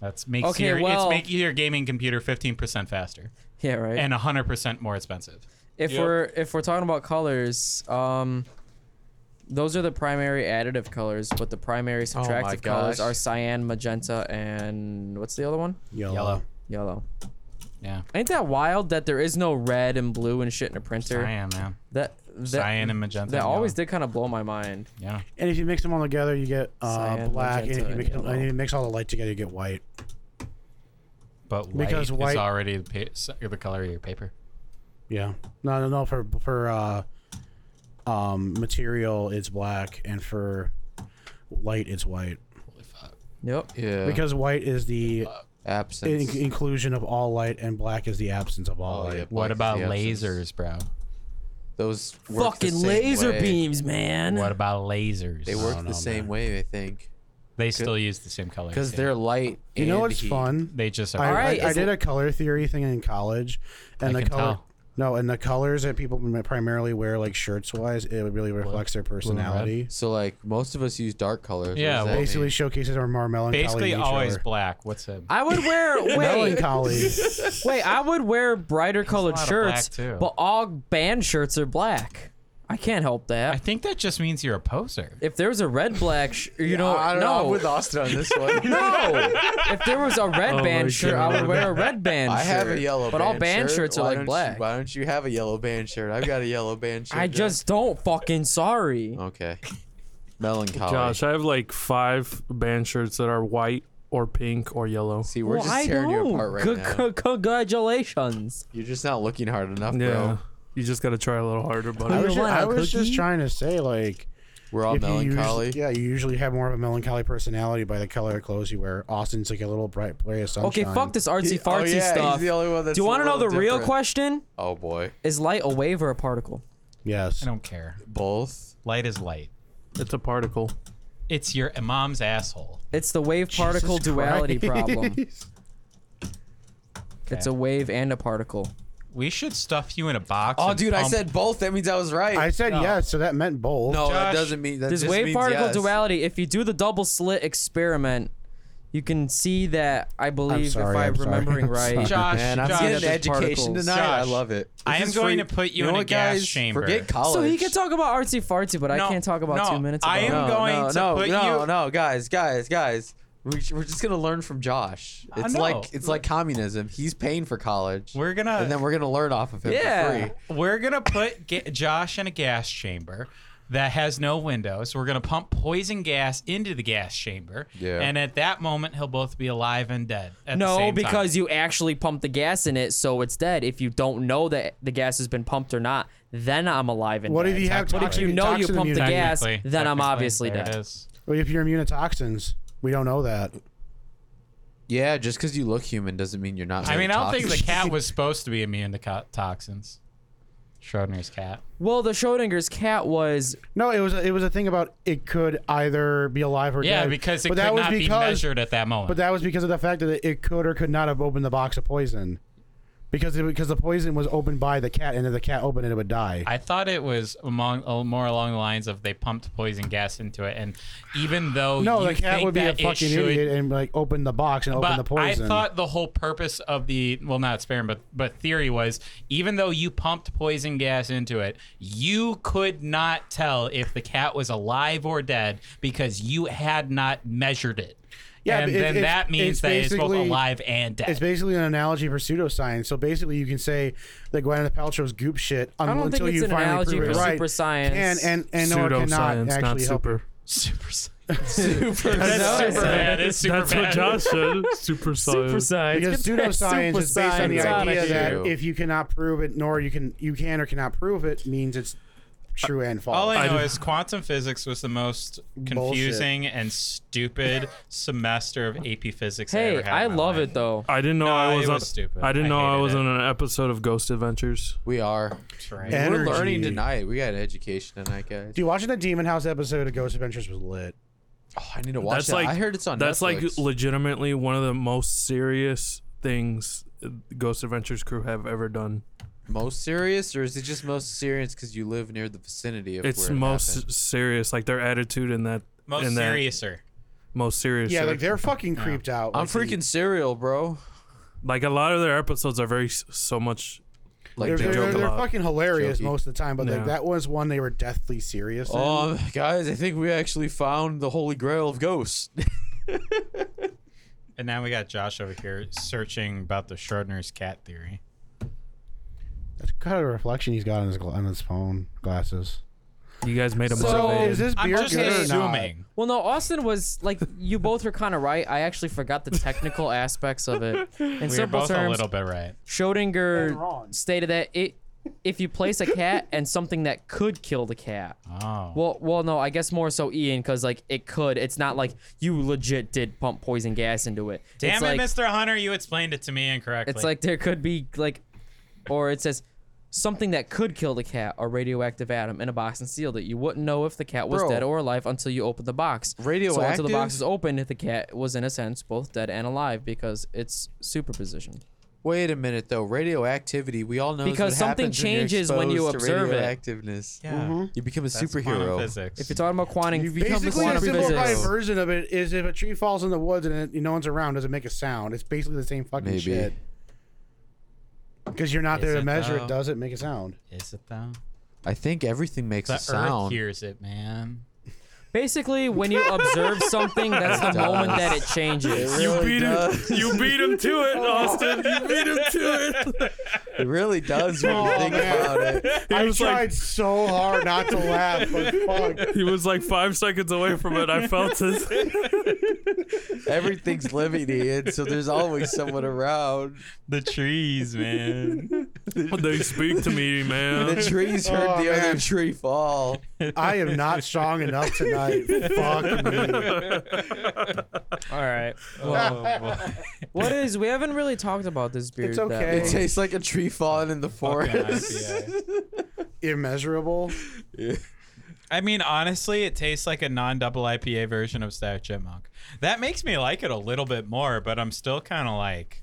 Speaker 5: that's makes
Speaker 3: Okay,
Speaker 5: your
Speaker 3: well-
Speaker 5: it's make your gaming computer fifteen percent faster
Speaker 3: Yeah, right.
Speaker 5: and hundred percent more expensive.
Speaker 3: if
Speaker 5: Yep.
Speaker 3: we're if we're talking about colors, um, those are the primary additive colors, but the
Speaker 5: Oh
Speaker 3: primary
Speaker 2: my
Speaker 3: subtractive colors
Speaker 2: gosh.
Speaker 3: are cyan, magenta, and what's the other one?
Speaker 4: Yellow.
Speaker 5: Yellow.
Speaker 3: Yellow.
Speaker 5: Yeah,
Speaker 3: Ain't that wild that there is no red and blue and shit in a printer?
Speaker 5: cyan, man.
Speaker 3: That that
Speaker 5: Cyan and magenta.
Speaker 3: that
Speaker 5: and
Speaker 3: always
Speaker 5: yellow.
Speaker 3: did kind of blow my mind.
Speaker 5: Yeah.
Speaker 4: And if you mix them all together, you get uh,
Speaker 3: Cyan,
Speaker 4: black. And if,
Speaker 3: magenta,
Speaker 4: you
Speaker 3: and
Speaker 4: mix them, and
Speaker 3: yellow.
Speaker 4: if you mix all the light together, you get white.
Speaker 5: But white
Speaker 4: Because
Speaker 5: is
Speaker 4: white-
Speaker 5: already the, pa- s- the color of your paper.
Speaker 4: Yeah. No, no, no. For for uh, um, material, it's black, and for light, it's white.
Speaker 5: Holy fuck.
Speaker 3: Yep.
Speaker 2: Yeah.
Speaker 4: Because white is the in-
Speaker 2: absence.
Speaker 4: inclusion of all light, and black is the absence of all
Speaker 2: Oh,
Speaker 4: light.
Speaker 2: yeah,
Speaker 5: What
Speaker 2: black is
Speaker 5: about
Speaker 2: the absence.
Speaker 5: lasers, bro?
Speaker 2: Those work the
Speaker 3: Fucking
Speaker 2: same
Speaker 3: laser
Speaker 2: way.
Speaker 3: beams, man.
Speaker 5: What about lasers?
Speaker 2: They
Speaker 5: They,
Speaker 2: work
Speaker 4: don't
Speaker 2: the
Speaker 4: know,
Speaker 2: same
Speaker 4: man.
Speaker 2: way, I think,
Speaker 5: still use the same colors.
Speaker 2: because
Speaker 5: yeah.
Speaker 2: they're light.
Speaker 4: You know
Speaker 2: and
Speaker 4: what's
Speaker 2: heat.
Speaker 4: fun?
Speaker 5: they just
Speaker 4: I, I-
Speaker 5: are.
Speaker 3: right,
Speaker 4: I,
Speaker 3: is
Speaker 4: did
Speaker 3: it-
Speaker 4: a color theory thing in college, and
Speaker 5: I
Speaker 4: the
Speaker 5: can
Speaker 4: color.
Speaker 5: tell.
Speaker 4: No, and the colors that people primarily wear, like shirts wise, it really reflects their personality.
Speaker 2: So like most of us use dark colors. What
Speaker 5: Yeah,
Speaker 2: does that
Speaker 4: Basically,
Speaker 2: mean?
Speaker 4: showcases our more melancholy.
Speaker 5: Basically,
Speaker 4: nature
Speaker 5: always
Speaker 4: or-
Speaker 5: black. What's it?
Speaker 3: I would wear wait
Speaker 4: melancholy.
Speaker 3: wait I would wear brighter colored
Speaker 5: lot of black,
Speaker 3: shirts,
Speaker 5: too.
Speaker 3: but all band shirts are black. I can't help that.
Speaker 5: I think that just means you're a poser.
Speaker 3: if there was a red black, sh- you know,
Speaker 2: I don't know.
Speaker 3: no,
Speaker 2: I'm with Austin on this one.
Speaker 3: no. if there was a red
Speaker 1: Oh my
Speaker 3: band shirt, I would
Speaker 1: God.
Speaker 3: wear a red band
Speaker 2: I
Speaker 3: shirt.
Speaker 2: have a yellow.
Speaker 3: but
Speaker 2: band
Speaker 3: all band
Speaker 2: shirt.
Speaker 3: shirts are
Speaker 2: Why
Speaker 3: like
Speaker 2: don't you-
Speaker 3: black.
Speaker 2: why don't you have a yellow band shirt? I've got a yellow band shirt.
Speaker 3: I
Speaker 2: Josh.
Speaker 3: just don't fucking sorry.
Speaker 2: okay. Melancholy.
Speaker 1: Josh, I have like five band shirts that are white or pink or yellow.
Speaker 2: See, we're
Speaker 3: Well,
Speaker 2: just
Speaker 3: I
Speaker 2: tearing you
Speaker 3: don't.
Speaker 2: apart right
Speaker 3: C-
Speaker 2: now.
Speaker 3: c- congratulations.
Speaker 2: You're just not looking hard enough,
Speaker 1: Yeah.
Speaker 2: bro.
Speaker 1: You just gotta try a little harder,
Speaker 4: I
Speaker 1: buddy.
Speaker 4: was,
Speaker 3: You
Speaker 4: just,
Speaker 3: want a
Speaker 4: I was just
Speaker 3: cookie?
Speaker 4: trying to say, like,
Speaker 2: We're all
Speaker 4: if you
Speaker 2: melancholy.
Speaker 4: usually, yeah, you usually have more of a melancholy personality by the color of clothes you wear. Austin's like a little bright ray of sunshine.
Speaker 3: Okay, fuck this artsy
Speaker 2: oh,
Speaker 3: fartsy
Speaker 2: yeah, he's
Speaker 3: stuff.
Speaker 2: the only one that's
Speaker 3: Do you
Speaker 2: a
Speaker 3: want to know the
Speaker 2: little
Speaker 3: real
Speaker 2: different.
Speaker 3: question?
Speaker 2: Oh boy,
Speaker 3: Is light a wave or a particle?
Speaker 4: Yes,
Speaker 5: I don't care.
Speaker 2: both.
Speaker 5: Light is light.
Speaker 1: It's a particle.
Speaker 5: It's your mom's asshole.
Speaker 3: It's the wave particle
Speaker 4: Jesus
Speaker 3: duality
Speaker 4: Christ.
Speaker 3: problem. It's a wave and a particle.
Speaker 5: We should stuff you in a box.
Speaker 2: Oh,
Speaker 5: and
Speaker 2: dude, I
Speaker 5: pump-
Speaker 2: said both. That means I was right.
Speaker 4: I said
Speaker 5: No.
Speaker 4: yes, so that meant both.
Speaker 2: no,
Speaker 5: Josh,
Speaker 2: that doesn't mean that.
Speaker 3: This
Speaker 2: just
Speaker 3: wave
Speaker 2: means
Speaker 3: particle
Speaker 2: yes.
Speaker 3: duality, if you do the double slit experiment, you can see that I believe
Speaker 4: sorry,
Speaker 3: if I'm,
Speaker 4: I'm sorry,
Speaker 3: remembering
Speaker 4: I'm
Speaker 3: right.
Speaker 4: sorry.
Speaker 5: Josh,
Speaker 2: Man, I'm
Speaker 5: Josh,
Speaker 2: getting
Speaker 3: Josh.
Speaker 2: education
Speaker 3: Particles.
Speaker 2: tonight. I
Speaker 5: Josh,
Speaker 2: love it.
Speaker 5: I
Speaker 2: This
Speaker 5: am
Speaker 2: is
Speaker 5: going
Speaker 2: free-
Speaker 5: to put you
Speaker 2: know
Speaker 5: in a
Speaker 2: what,
Speaker 5: gas
Speaker 2: guys?
Speaker 5: chamber.
Speaker 2: Forget college.
Speaker 3: So he can talk about artsy fartsy, but
Speaker 5: No,
Speaker 3: I can't talk about
Speaker 5: no,
Speaker 3: two minutes about
Speaker 5: I am
Speaker 3: it.
Speaker 2: No,
Speaker 5: going
Speaker 2: no,
Speaker 5: to
Speaker 2: no,
Speaker 5: put
Speaker 2: no,
Speaker 5: you-
Speaker 2: no, guys, guys, guys. We- We're just gonna learn from Josh.
Speaker 5: I
Speaker 2: It's
Speaker 5: know.
Speaker 2: like it's like communism. He's paying for college.
Speaker 5: We're gonna-
Speaker 2: and then we're gonna learn off of him
Speaker 3: Yeah.
Speaker 2: for free.
Speaker 5: We're gonna put ga- Josh in a gas chamber that has no windows. We're gonna pump poison gas into the gas chamber,
Speaker 2: Yeah.
Speaker 5: and at that moment, he'll both be alive and dead. At the
Speaker 3: No,
Speaker 5: same time.
Speaker 3: because you actually pump the gas in it, so it's dead. If you don't know that the gas has been pumped or not, then I'm alive and
Speaker 4: What
Speaker 3: dead.
Speaker 4: if you have
Speaker 5: What if
Speaker 4: toxin,
Speaker 3: you know you
Speaker 4: toxin
Speaker 3: pumped the
Speaker 4: immunity?
Speaker 3: gas,
Speaker 5: Technically-
Speaker 3: then I'm
Speaker 5: technically,
Speaker 3: obviously
Speaker 5: there
Speaker 3: dead.
Speaker 5: it is.
Speaker 4: What if you're immune to toxins? We don't know that.
Speaker 2: Yeah, just because you look human doesn't mean you're not.
Speaker 5: I
Speaker 2: really
Speaker 5: mean, I don't think the
Speaker 2: toxic.
Speaker 5: cat was supposed to be immune to co- toxins. Schrodinger's cat.
Speaker 3: Well, the Schrodinger's cat was
Speaker 4: No, it was a, it was a thing about it could either be alive or
Speaker 5: Yeah,
Speaker 4: dead.
Speaker 5: because it
Speaker 4: but
Speaker 5: could
Speaker 4: that was
Speaker 5: not be
Speaker 4: because,
Speaker 5: measured at that moment.
Speaker 4: But that was because of the fact that it could or could not have opened the box of poison, because it, because the poison was opened by the cat, and if the cat opened it, it would die.
Speaker 5: I thought it was among uh, more along the lines of they pumped poison gas into it, and even though
Speaker 4: no,
Speaker 5: you
Speaker 4: the cat
Speaker 5: think
Speaker 4: would be a
Speaker 5: that it
Speaker 4: fucking
Speaker 5: should-
Speaker 4: idiot and like open the box and open
Speaker 5: But
Speaker 4: the poison.
Speaker 5: I thought the whole purpose of the well, not experiment, but but theory was even though you pumped poison gas into it, you could not tell if the cat was alive or dead because you had not measured it.
Speaker 4: Yeah,
Speaker 5: and
Speaker 4: but it-
Speaker 5: then
Speaker 4: it's-
Speaker 5: that means
Speaker 4: it's
Speaker 5: that it's both
Speaker 4: basically-
Speaker 5: alive and dead.
Speaker 4: It's basically an analogy for pseudoscience. So basically, you can say that Gwyneth Paltrow's goop shit un-
Speaker 3: I don't
Speaker 4: until
Speaker 3: think it's
Speaker 4: you
Speaker 3: an
Speaker 4: finally
Speaker 3: analogy
Speaker 4: prove
Speaker 3: for
Speaker 4: it right.
Speaker 3: super science.
Speaker 4: And and and no, it cannot
Speaker 1: Pseudoscience,
Speaker 4: actually
Speaker 1: not
Speaker 4: help.
Speaker 1: super.
Speaker 5: super. science.
Speaker 3: Super
Speaker 5: That's
Speaker 3: science.
Speaker 5: super bad. It's super
Speaker 1: That's
Speaker 5: bad.
Speaker 1: what Josh said. Super
Speaker 3: Super
Speaker 1: science.
Speaker 3: science.
Speaker 4: because
Speaker 3: Get that
Speaker 4: pseudoscience
Speaker 3: super
Speaker 4: is based on the
Speaker 3: science outta
Speaker 4: idea
Speaker 3: here.
Speaker 4: that if you cannot prove it, nor you can you can or cannot prove it, means it's true and false.
Speaker 5: All I
Speaker 1: I
Speaker 5: know
Speaker 1: do-
Speaker 5: is quantum physics was the most confusing and stupid semester of AP physics. I
Speaker 3: Hey,
Speaker 5: ever had
Speaker 3: I
Speaker 5: in my
Speaker 3: love
Speaker 5: life.
Speaker 3: it though.
Speaker 1: I didn't know
Speaker 5: No,
Speaker 1: I
Speaker 5: it
Speaker 1: was,
Speaker 5: was
Speaker 1: on,
Speaker 5: stupid.
Speaker 1: I didn't
Speaker 5: I
Speaker 1: know I
Speaker 5: hated
Speaker 1: was
Speaker 5: it.
Speaker 1: on an episode of Ghost Adventures.
Speaker 2: We are.
Speaker 5: Right.
Speaker 4: And-
Speaker 2: We're learning
Speaker 4: Energy.
Speaker 2: tonight. We got an education tonight, guys.
Speaker 4: Dude, watching the Demon House episode of Ghost Adventures was lit.
Speaker 2: Oh, I need to watch
Speaker 1: That's
Speaker 2: that.
Speaker 1: like-
Speaker 2: I heard it's on
Speaker 1: That's
Speaker 2: Netflix.
Speaker 1: like legitimately one of the most serious things Ghost Adventures crew have ever done.
Speaker 2: most serious, or is it just most serious because you live near the vicinity of
Speaker 1: It's
Speaker 2: where it
Speaker 1: most
Speaker 2: happened?
Speaker 1: serious, like their attitude in that
Speaker 5: Most
Speaker 1: in that
Speaker 5: seriouser.
Speaker 1: most serious.
Speaker 4: Yeah,
Speaker 1: shit.
Speaker 4: like they're fucking creeped out.
Speaker 2: I'm
Speaker 4: Like, the-
Speaker 2: freaking serial, bro.
Speaker 1: Like, a lot of their episodes are very s- so much.
Speaker 2: Like
Speaker 4: They're,
Speaker 2: they
Speaker 4: they're,
Speaker 1: joke
Speaker 4: they're,
Speaker 1: a
Speaker 2: joke.
Speaker 1: lot.
Speaker 4: fucking hilarious
Speaker 2: Jokey.
Speaker 4: most of the time, but
Speaker 1: Yeah. Oh.
Speaker 4: like that was one they were deathly serious. in.
Speaker 2: Um, guys, I think we actually found the holy grail of ghosts.
Speaker 5: And now we got Josh over here searching about the Schrodinger's cat theory.
Speaker 4: That's kind of a reflection he's got on his gla- on his phone glasses.
Speaker 1: You guys made a
Speaker 3: So-
Speaker 1: motivated.
Speaker 4: Is this
Speaker 5: I'm
Speaker 4: beer
Speaker 5: just
Speaker 4: good or not?
Speaker 5: assuming.
Speaker 3: Well, no, Austin was like you both were kind of right. I actually forgot the technical aspects of it. In
Speaker 5: We are
Speaker 3: simple
Speaker 5: both a
Speaker 3: terms,
Speaker 5: little bit right.
Speaker 4: And wrong.
Speaker 3: Schrodinger stated that it, if you place a cat and something that could kill the cat.
Speaker 5: Oh.
Speaker 3: Well, well, no, I guess more so Ian, because like it could. It's not like you legit did pump poison gas into it.
Speaker 5: Damn
Speaker 3: it's
Speaker 5: it,
Speaker 3: like,
Speaker 5: Mr. Hunter, you explained it to me incorrectly.
Speaker 3: It's like there could be like, or it says something that could kill the cat, a radioactive atom in a box and sealed it. You wouldn't know if the cat was
Speaker 2: Bro.
Speaker 3: dead or alive until you opened the box. So until
Speaker 2: Radioactive?
Speaker 3: the box is opened, the cat was in a sense both dead and alive because it's superposition.
Speaker 2: Wait a minute, though. Radioactivity. We all know is
Speaker 3: Because
Speaker 2: what
Speaker 3: something
Speaker 2: happens when you're
Speaker 3: changes when you
Speaker 2: exposed to
Speaker 3: observe it.
Speaker 2: radioactiveness.
Speaker 5: yeah,
Speaker 2: You become a
Speaker 5: that's quantum
Speaker 2: Mm-hmm. superhero.
Speaker 5: Physics.
Speaker 3: If you're talking about quantum,
Speaker 2: You become
Speaker 4: Basically, a
Speaker 2: quantum
Speaker 4: simplified
Speaker 2: physics.
Speaker 4: version of it is if a tree falls in the woods and it, no one's around, does it make a sound? It's basically the same fucking
Speaker 2: Maybe.
Speaker 4: shit. Because you're not
Speaker 5: Is
Speaker 4: there to
Speaker 5: it
Speaker 4: measure
Speaker 5: though?
Speaker 4: it, does it make a sound?
Speaker 5: Is it though?
Speaker 2: I think everything makes
Speaker 5: The
Speaker 2: a
Speaker 5: Earth
Speaker 2: sound.
Speaker 5: hears it, man.
Speaker 3: Basically, when you observe something, that's the moment that it changes.
Speaker 1: you
Speaker 2: really
Speaker 1: beat
Speaker 2: does.
Speaker 1: him. You beat him to it,
Speaker 4: Oh,
Speaker 1: Austin. You beat him to it.
Speaker 2: It really does when
Speaker 5: Oh,
Speaker 2: you think about it.
Speaker 1: He
Speaker 4: I
Speaker 1: was
Speaker 4: tried
Speaker 1: like,
Speaker 4: so hard not to laugh, but fuck.
Speaker 1: he was like five seconds away from it. I felt it.
Speaker 2: Everything's living, Ian, so there's always someone around.
Speaker 5: The trees, man.
Speaker 1: they speak to me,
Speaker 2: The
Speaker 1: man.
Speaker 2: trees heard
Speaker 4: Oh,
Speaker 2: the
Speaker 4: man.
Speaker 2: other tree fall.
Speaker 4: I am not strong enough tonight. fuck me.
Speaker 3: All right. What is? We haven't really talked about this beard.
Speaker 4: It's
Speaker 3: that
Speaker 4: okay.
Speaker 2: It
Speaker 3: long.
Speaker 2: tastes like a tree falling in the forest.
Speaker 4: Immeasurable.
Speaker 5: I mean, honestly, it tastes like a non-double IPA version of Stack Chipmunk. That makes me like it a little bit more, but I'm still kind of like.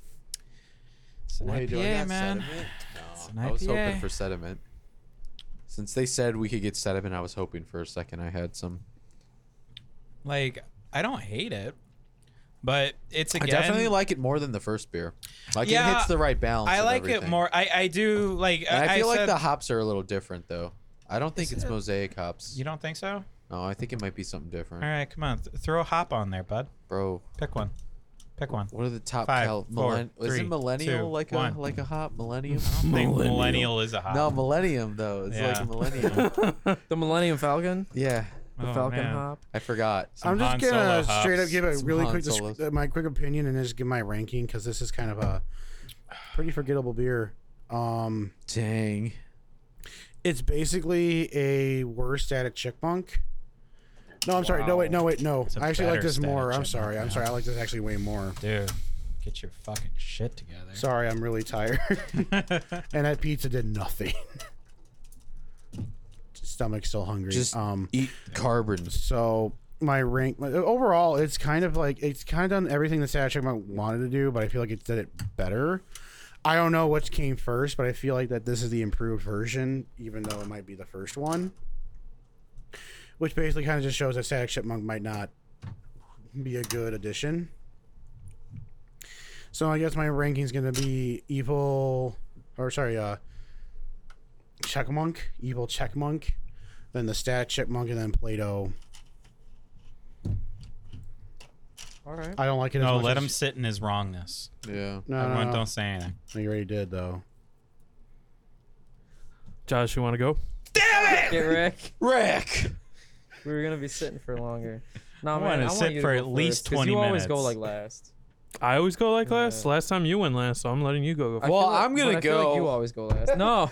Speaker 5: It's an
Speaker 2: Wait, do I
Speaker 5: IPA,
Speaker 2: got
Speaker 5: man.
Speaker 2: sediment?
Speaker 5: an
Speaker 2: No, I was hoping
Speaker 5: IPA.
Speaker 2: for sediment. Since they said we could get sediment, I was hoping for a second I had some.
Speaker 5: Like, I don't hate it, but it's
Speaker 2: I
Speaker 5: again.
Speaker 2: definitely like it more than the first beer. Like
Speaker 5: Yeah,
Speaker 2: it hits the right balance.
Speaker 5: I
Speaker 2: of
Speaker 5: like it
Speaker 2: everything.
Speaker 5: more. I I do like.
Speaker 2: And I, feel like
Speaker 5: said-
Speaker 2: the hops are a little different though. I don't think
Speaker 5: Is
Speaker 2: it's
Speaker 5: it?
Speaker 2: mosaic hops.
Speaker 5: You don't think so?
Speaker 2: No, I think it might be something different,
Speaker 5: All right, come on. Th- throw a hop on there, bud.
Speaker 2: bro.
Speaker 5: Pick one. Pick one.
Speaker 2: What are the top
Speaker 5: Five,
Speaker 2: cal-
Speaker 5: four,
Speaker 2: millen- is
Speaker 5: three,
Speaker 2: it millennial
Speaker 5: two,
Speaker 2: like
Speaker 5: one.
Speaker 2: a like a hop millennium?
Speaker 5: I think
Speaker 1: Millennial.
Speaker 5: millennial is a hop.
Speaker 2: no, millennium though. It's like
Speaker 5: Yeah.
Speaker 2: a millennium.
Speaker 3: The Millennium Falcon,
Speaker 2: yeah,
Speaker 3: the
Speaker 5: Oh,
Speaker 3: Falcon
Speaker 5: man.
Speaker 3: hop.
Speaker 2: I forgot.
Speaker 5: Some
Speaker 4: I'm
Speaker 5: Han
Speaker 4: just
Speaker 5: Solo
Speaker 4: gonna
Speaker 5: hops.
Speaker 4: straight up give a
Speaker 2: Some
Speaker 4: really
Speaker 2: Han
Speaker 4: quick dis-
Speaker 2: Solos.
Speaker 4: uh, my quick opinion and then just give my ranking because this is kind of a pretty forgettable beer. Um,
Speaker 2: Dang.
Speaker 4: it's basically a worse at a chickmunk. No, I'm sorry. No, wait, no, wait, no.
Speaker 5: a
Speaker 4: I actually like
Speaker 5: better
Speaker 4: this
Speaker 5: static
Speaker 4: more. I'm
Speaker 5: chipmunk
Speaker 4: sorry. I'm
Speaker 5: now.
Speaker 4: sorry. I like this actually way more.
Speaker 5: Dude, get your fucking shit together.
Speaker 4: Sorry, I'm really tired. and that pizza did nothing. Stomach's still hungry.
Speaker 2: Just
Speaker 4: um,
Speaker 2: Eat carbons.
Speaker 4: So my rank my- overall, it's kind of like it's kind of done everything that Sad Chickmunk wanted to do, but I feel like it did it better. I don't know what came first, but I feel like that this is the improved version, even though it might be the first one. Which basically kind of just shows that Static Chipmunk might not be a good addition. So I guess my ranking's gonna be evil, or sorry, uh, Checkmunk, evil Checkmunk, then the Stat Chipmunk, and then Play-Doh.
Speaker 3: All right.
Speaker 4: I don't like it. as
Speaker 5: No,
Speaker 4: much
Speaker 5: let
Speaker 4: as-
Speaker 5: him sit in his wrongness.
Speaker 2: Yeah.
Speaker 4: No, no,
Speaker 5: Everyone,
Speaker 4: no.
Speaker 5: don't say anything.
Speaker 4: No, you already did though.
Speaker 1: Josh, you want to go?
Speaker 3: Get Rick.
Speaker 2: Rick.
Speaker 3: We were gonna be sitting for longer. No,
Speaker 5: I
Speaker 3: man,
Speaker 5: wanna
Speaker 3: I want
Speaker 5: sit
Speaker 3: you to
Speaker 5: for
Speaker 3: go
Speaker 5: at least
Speaker 3: first, 'cause
Speaker 5: 20
Speaker 3: you always go
Speaker 5: minutes.
Speaker 3: like last.
Speaker 1: I always go like last.
Speaker 2: Uh,
Speaker 1: Last time you went last, so I'm letting you go.
Speaker 3: I
Speaker 1: go.
Speaker 2: Well,
Speaker 3: feel like-
Speaker 2: I'm gonna
Speaker 3: but I feel like you
Speaker 2: go-
Speaker 3: always go last. No.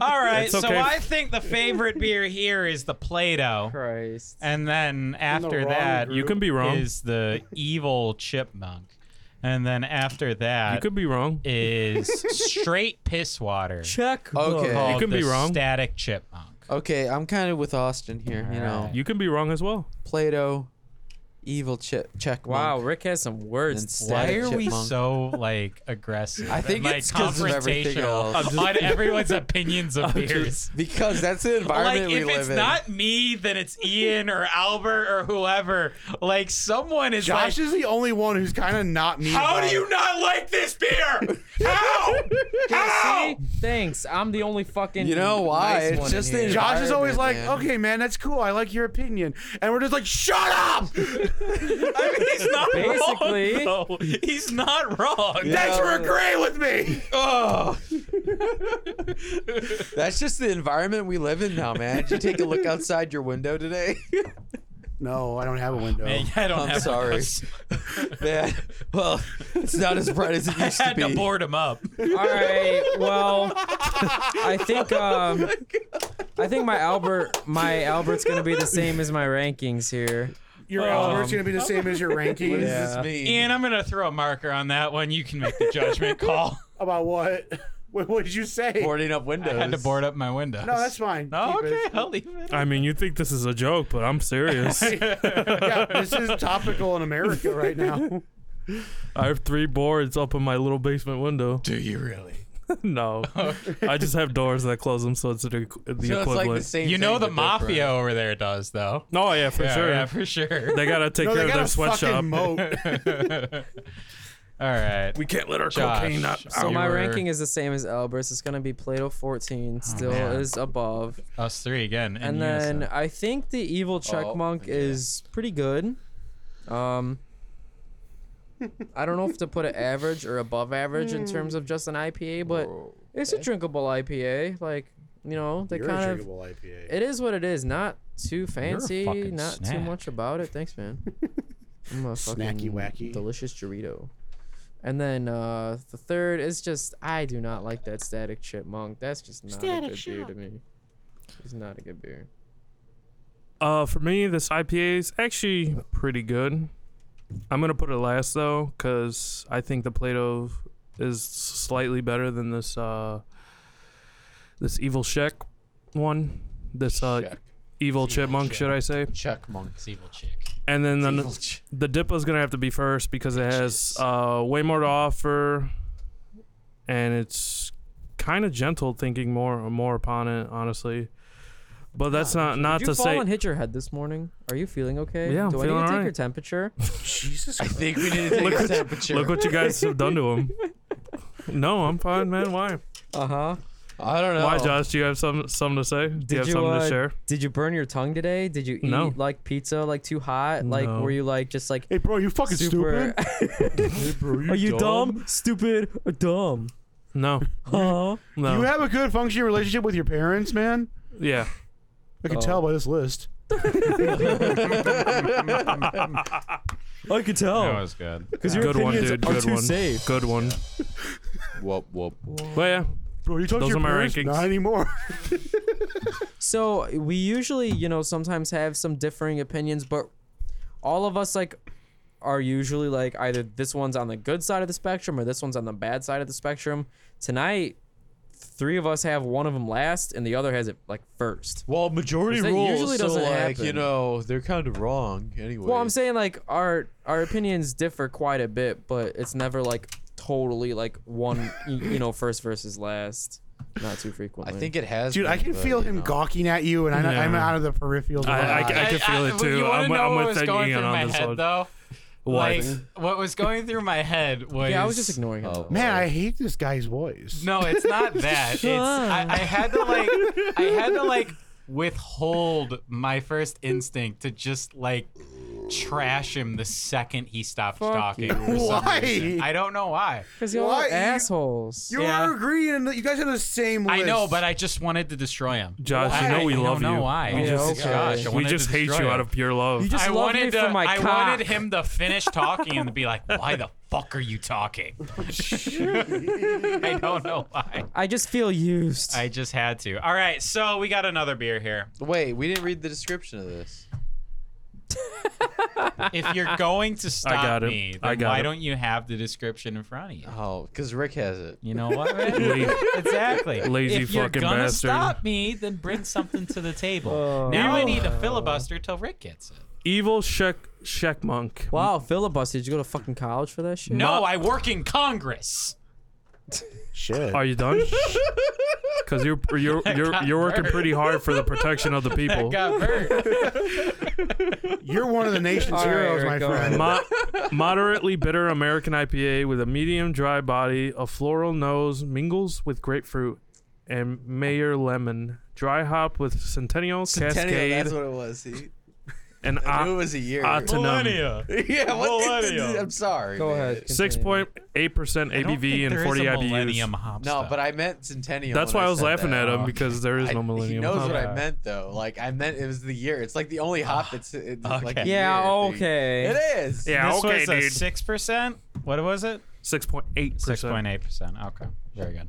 Speaker 5: All right,
Speaker 1: It's
Speaker 5: so
Speaker 1: okay.
Speaker 5: I think the favorite beer here is the Play-Doh,
Speaker 3: Christ.
Speaker 5: and then
Speaker 4: the
Speaker 5: after
Speaker 4: wrong
Speaker 5: that
Speaker 4: group.
Speaker 1: you can be wrong.
Speaker 5: is the evil chipmunk, and then after that
Speaker 1: You
Speaker 5: is
Speaker 1: could be wrong.
Speaker 5: straight piss water.
Speaker 3: Check.
Speaker 2: Okay.
Speaker 5: called
Speaker 1: You can
Speaker 5: the
Speaker 1: be wrong.
Speaker 5: Static chipmunk.
Speaker 2: Okay, I'm kind of with Austin here. You know,
Speaker 5: Alright.
Speaker 1: You can be wrong as well.
Speaker 2: Plato, evil chip check.
Speaker 3: Wow, Rick has some words.
Speaker 2: And
Speaker 3: today.
Speaker 5: Why
Speaker 2: Static
Speaker 5: are we
Speaker 2: chipmunk.
Speaker 5: so like aggressive?
Speaker 2: I think
Speaker 5: and, like,
Speaker 2: it's 'cause of everything
Speaker 5: confrontational
Speaker 2: else.
Speaker 5: on everyone's opinions
Speaker 1: just-
Speaker 5: of beers.
Speaker 2: because that's the
Speaker 5: Like
Speaker 2: environment we
Speaker 5: if
Speaker 2: live
Speaker 5: it's
Speaker 2: in.
Speaker 5: not me, then it's Ian or Albert or whoever. Like someone is like,
Speaker 4: Josh is the only one who's kind of not me.
Speaker 5: How
Speaker 4: about
Speaker 5: do
Speaker 4: it.
Speaker 5: you not like this beer? How? How?
Speaker 3: See? Thanks. I'm the only fucking.
Speaker 2: You know why?
Speaker 3: nice
Speaker 2: It's
Speaker 3: one
Speaker 2: just
Speaker 3: in here.
Speaker 2: the-
Speaker 4: Josh is always like,
Speaker 2: environment, man.
Speaker 4: okay, man, that's cool. I like your opinion. And we're just like, shut up!
Speaker 5: I mean, he's not
Speaker 3: Basically.
Speaker 5: wrong. though. He's not wrong.
Speaker 4: Thanks for agreeing with me!
Speaker 5: Ugh.
Speaker 2: That's just the environment we live in now, man. Did you take a look outside your window today?
Speaker 4: No, I don't have a window.
Speaker 5: Man, I don't
Speaker 2: I'm
Speaker 5: have
Speaker 2: sorry.
Speaker 5: those.
Speaker 2: man, well, it's not as bright as it
Speaker 5: I
Speaker 2: used to
Speaker 5: had
Speaker 2: be.
Speaker 5: to board him up.
Speaker 3: All right. Well, I
Speaker 2: Oh
Speaker 3: think um, I think my Albert, my Albert's gonna be the same as my rankings here.
Speaker 4: Your
Speaker 5: Um,
Speaker 4: Albert's gonna be the same as your rankings.
Speaker 2: What does
Speaker 3: Yeah.
Speaker 2: this mean?
Speaker 5: Ian, I'm gonna throw a marker on that one. You can make the judgment call.
Speaker 4: About what? what? What did you say?
Speaker 2: boarding up
Speaker 5: I
Speaker 2: windows.
Speaker 5: had to board up my windows.
Speaker 4: No, that's fine.
Speaker 5: No,
Speaker 4: Keep
Speaker 5: okay,
Speaker 4: it.
Speaker 5: I'll leave it.
Speaker 1: I mean, you think this is a joke, but I'm serious.
Speaker 4: Yeah, this is topical in America right now.
Speaker 1: I have three boards up in my little basement window.
Speaker 5: Do you really?
Speaker 1: no, I just have doors that close them, so it's the, equ- the
Speaker 2: So it's
Speaker 1: equivalent.
Speaker 2: like the same
Speaker 5: You know
Speaker 2: thing,
Speaker 5: the
Speaker 2: but
Speaker 5: mafia
Speaker 2: different.
Speaker 5: over there does though.
Speaker 1: oh yeah, for
Speaker 5: yeah,
Speaker 1: sure.
Speaker 5: Yeah, for sure.
Speaker 1: They gotta take
Speaker 4: No,
Speaker 1: care
Speaker 4: they
Speaker 1: of
Speaker 4: got
Speaker 1: their
Speaker 4: a
Speaker 1: sweatshop.
Speaker 4: fucking moat.
Speaker 5: All right.
Speaker 1: We can't let our
Speaker 5: Josh,
Speaker 1: cocaine out.
Speaker 5: so
Speaker 1: out.
Speaker 3: So my
Speaker 5: were- Oh,
Speaker 3: ranking is the same as Albert's. It's gonna be Plato 14. Still
Speaker 5: man.
Speaker 3: is above.
Speaker 5: Us three again. in
Speaker 3: And then
Speaker 5: unison.
Speaker 3: I think the evil checkmunk monk
Speaker 2: yeah.
Speaker 3: is pretty good. Um, I don't know if to put it average or above average
Speaker 4: Hmm.
Speaker 3: in terms of just an IPA, but it's a drinkable IPA. Like you know, they
Speaker 4: You're a
Speaker 3: kind of
Speaker 4: drinkable IPA.
Speaker 3: it is what it is. Not too fancy.
Speaker 5: fucking
Speaker 3: Not too
Speaker 5: snack.
Speaker 3: much about it. Thanks, man. I'm a
Speaker 4: Snacky
Speaker 3: fucking
Speaker 4: wacky.
Speaker 3: delicious Dorito. And then uh, the third is just I do not like that static chipmunk. That's just not a good beer to me. It's not a good beer.
Speaker 1: Uh, for me, this IPA is actually pretty good. I'm gonna put it last though, cause I think the Play-Doh is slightly better than this uh this Evil Sheck one. This uh
Speaker 2: Check.
Speaker 1: Evil Chipmunk,
Speaker 5: Sheck.
Speaker 1: should I say?
Speaker 2: Check monk.
Speaker 5: It's evil chick.
Speaker 1: And then the,
Speaker 2: Evil ch-
Speaker 1: the Dippa's gonna have to be first because it has uh way more to offer, and it's kind of gentle, thinking more more upon it, honestly. But that's not not
Speaker 3: Did you
Speaker 1: to
Speaker 3: fall
Speaker 1: say.
Speaker 3: and hit your head this morning? Are you feeling okay?
Speaker 1: Yeah, I'm
Speaker 3: Do I
Speaker 1: feeling
Speaker 3: need to take
Speaker 1: alright.
Speaker 3: your temperature?
Speaker 4: Jesus
Speaker 2: I
Speaker 4: Christ.
Speaker 2: think we need to take
Speaker 1: Look
Speaker 2: a
Speaker 1: what you-
Speaker 2: temperature.
Speaker 1: Look what you guys have done to him. No, I'm fine, man. Why?
Speaker 3: Uh
Speaker 4: Uh-huh.
Speaker 3: huh.
Speaker 2: I don't know.
Speaker 1: Why, Josh? Do you have some something to say? Do you have
Speaker 3: you,
Speaker 1: something to
Speaker 3: uh,
Speaker 1: share?
Speaker 3: Did you burn your tongue today? Did you eat
Speaker 1: No.
Speaker 3: like pizza like too hot? Like
Speaker 1: No.
Speaker 3: were you like just like
Speaker 4: Hey, bro, you fucking
Speaker 3: super?
Speaker 4: stupid. Hey, bro,
Speaker 3: Are you dumb? Stupid? Or dumb?
Speaker 1: No,
Speaker 3: Huh?
Speaker 1: no.
Speaker 4: You have a good functioning relationship with your parents, man.
Speaker 1: yeah,
Speaker 4: I can
Speaker 3: Oh.
Speaker 4: tell by this list.
Speaker 3: I could
Speaker 5: That
Speaker 3: tell.
Speaker 5: was good.
Speaker 3: Because your
Speaker 1: good one,
Speaker 3: opinions
Speaker 1: dude.
Speaker 3: are
Speaker 1: Good
Speaker 3: too
Speaker 1: one.
Speaker 3: safe.
Speaker 1: Good one.
Speaker 2: Whoop whoop. whoop.
Speaker 1: But yeah,
Speaker 4: Bro, you talk
Speaker 1: Those
Speaker 4: to your
Speaker 1: are my
Speaker 4: parents?
Speaker 1: rankings.
Speaker 4: Not anymore.
Speaker 3: So we usually, you know, sometimes have some differing opinions, but all of us like are usually like either this one's on the good side of the spectrum or this one's on the bad side of the spectrum. Tonight, three of us have one of them last, and the other has it like first.
Speaker 2: Well, majority
Speaker 3: Is that
Speaker 2: rules.
Speaker 3: usually
Speaker 2: so
Speaker 3: doesn't
Speaker 2: like you
Speaker 3: happen?
Speaker 2: know they're kind of wrong anyway.
Speaker 3: Well, I'm saying like our our opinions differ quite a bit, but it's never like totally like one, y- you know, first versus last. Not too
Speaker 2: I
Speaker 3: frequently.
Speaker 2: think it has.
Speaker 4: Dude, I
Speaker 2: been,
Speaker 4: can
Speaker 2: but,
Speaker 4: feel
Speaker 2: you
Speaker 4: him
Speaker 2: know.
Speaker 4: gawking at you, and I,
Speaker 1: Yeah.
Speaker 4: I'm out of the peripherals. of
Speaker 1: I- I-
Speaker 4: my eye.
Speaker 1: I- could feel it, too.
Speaker 5: You wanna
Speaker 1: I'm-
Speaker 5: know
Speaker 1: I'm
Speaker 5: what
Speaker 1: with
Speaker 5: was going
Speaker 1: Ian
Speaker 5: through
Speaker 1: on
Speaker 5: my
Speaker 1: this
Speaker 5: head
Speaker 1: one.
Speaker 5: though?
Speaker 1: What?
Speaker 5: Like what was going through my head was
Speaker 3: yeah, I was just ignoring him.
Speaker 2: Oh.
Speaker 4: Man, I hate this guy's voice.
Speaker 5: No, it's not that. it's I, I had to like I had to like withhold my first instinct to just like trash him the second he stopped
Speaker 3: Fuck
Speaker 5: talking.
Speaker 3: you.
Speaker 5: for some
Speaker 4: Why?
Speaker 5: reason. I don't know why.
Speaker 3: Because y'all
Speaker 4: Why
Speaker 3: are
Speaker 4: you-
Speaker 3: assholes.
Speaker 4: You
Speaker 5: Yeah.
Speaker 4: were agreeing. That you guys are the same list.
Speaker 5: I know, but I just wanted to destroy him.
Speaker 1: Josh, you
Speaker 5: Why?
Speaker 1: know we
Speaker 5: I
Speaker 1: love
Speaker 5: don't
Speaker 1: you.
Speaker 5: know why.
Speaker 3: We
Speaker 5: I
Speaker 3: just-
Speaker 5: just- gosh, I
Speaker 3: okay.
Speaker 1: we
Speaker 5: wanted to
Speaker 1: just hate
Speaker 5: destroy
Speaker 1: you out
Speaker 5: him.
Speaker 1: of pure love.
Speaker 3: You just
Speaker 5: I
Speaker 3: love
Speaker 5: wanted
Speaker 3: me
Speaker 5: to,
Speaker 3: for my
Speaker 5: I
Speaker 3: cock.
Speaker 5: wanted him to finish talking and be like, "Why the fuck are you talking?" I don't know why.
Speaker 3: I just feel used.
Speaker 5: I just had to. All right, so we got another beer here.
Speaker 2: Wait, we didn't read the description of this.
Speaker 5: If you're going to stop
Speaker 1: got it.
Speaker 5: me, then
Speaker 1: I got
Speaker 5: why
Speaker 1: it.
Speaker 5: don't you have the description in front of you?
Speaker 2: Oh, because Rick has it.
Speaker 5: You know what? man?
Speaker 1: La-
Speaker 5: exactly.
Speaker 1: lazy
Speaker 5: if you're
Speaker 1: fucking
Speaker 5: gonna
Speaker 1: bastard.
Speaker 5: stop me, then bring something to the table.
Speaker 3: Oh.
Speaker 5: now I need a filibuster till Rick gets it.
Speaker 1: Evil Shek Shek Monk.
Speaker 3: wow, filibuster. Did you go to fucking college for that shit?
Speaker 5: No, I work in Congress.
Speaker 4: shit.
Speaker 1: Are you done? Because you're you're you're you're working pretty hard for the protection of the people.
Speaker 5: Got hurt.
Speaker 4: You're one of the nation's
Speaker 3: All right,
Speaker 4: heroes, my
Speaker 3: Rick, go
Speaker 4: friend.
Speaker 3: ahead.
Speaker 1: Mo- moderately bitter American IPA with a medium dry body, a floral nose mingles with grapefruit and Mayer lemon. Dry hop with Centennial, Cascade,
Speaker 2: what it was. See?
Speaker 1: and
Speaker 2: I knew it
Speaker 1: Ot-
Speaker 2: was a year.
Speaker 1: Autumn.
Speaker 2: yeah, what?
Speaker 5: Millennium.
Speaker 2: I'm sorry.
Speaker 3: Go
Speaker 2: man.
Speaker 3: ahead.
Speaker 1: Six point eight percent
Speaker 5: I don't
Speaker 1: ABV
Speaker 5: think
Speaker 1: and
Speaker 5: there
Speaker 1: forty
Speaker 5: is a
Speaker 1: IBUs.
Speaker 5: Millennium Hops,
Speaker 2: No,
Speaker 5: though.
Speaker 2: but I meant Centennial.
Speaker 1: That's
Speaker 2: when
Speaker 1: why I was
Speaker 2: said
Speaker 1: laughing
Speaker 2: that.
Speaker 1: at him because there is
Speaker 2: I-
Speaker 1: no
Speaker 2: He
Speaker 1: Millennium.
Speaker 2: knows
Speaker 1: Hop.
Speaker 2: what I
Speaker 5: Okay.
Speaker 2: meant though. Like I meant it was the year. It's like the only hop that's it's like
Speaker 5: Okay.
Speaker 2: a
Speaker 3: Yeah,
Speaker 2: year thing.
Speaker 3: okay.
Speaker 2: It is.
Speaker 1: Yeah,
Speaker 5: this
Speaker 1: okay,
Speaker 5: was a
Speaker 1: dude.
Speaker 5: six percent. What was it?
Speaker 1: Six point eight
Speaker 5: Six
Speaker 1: percent.
Speaker 5: point eight percent. Okay, very good.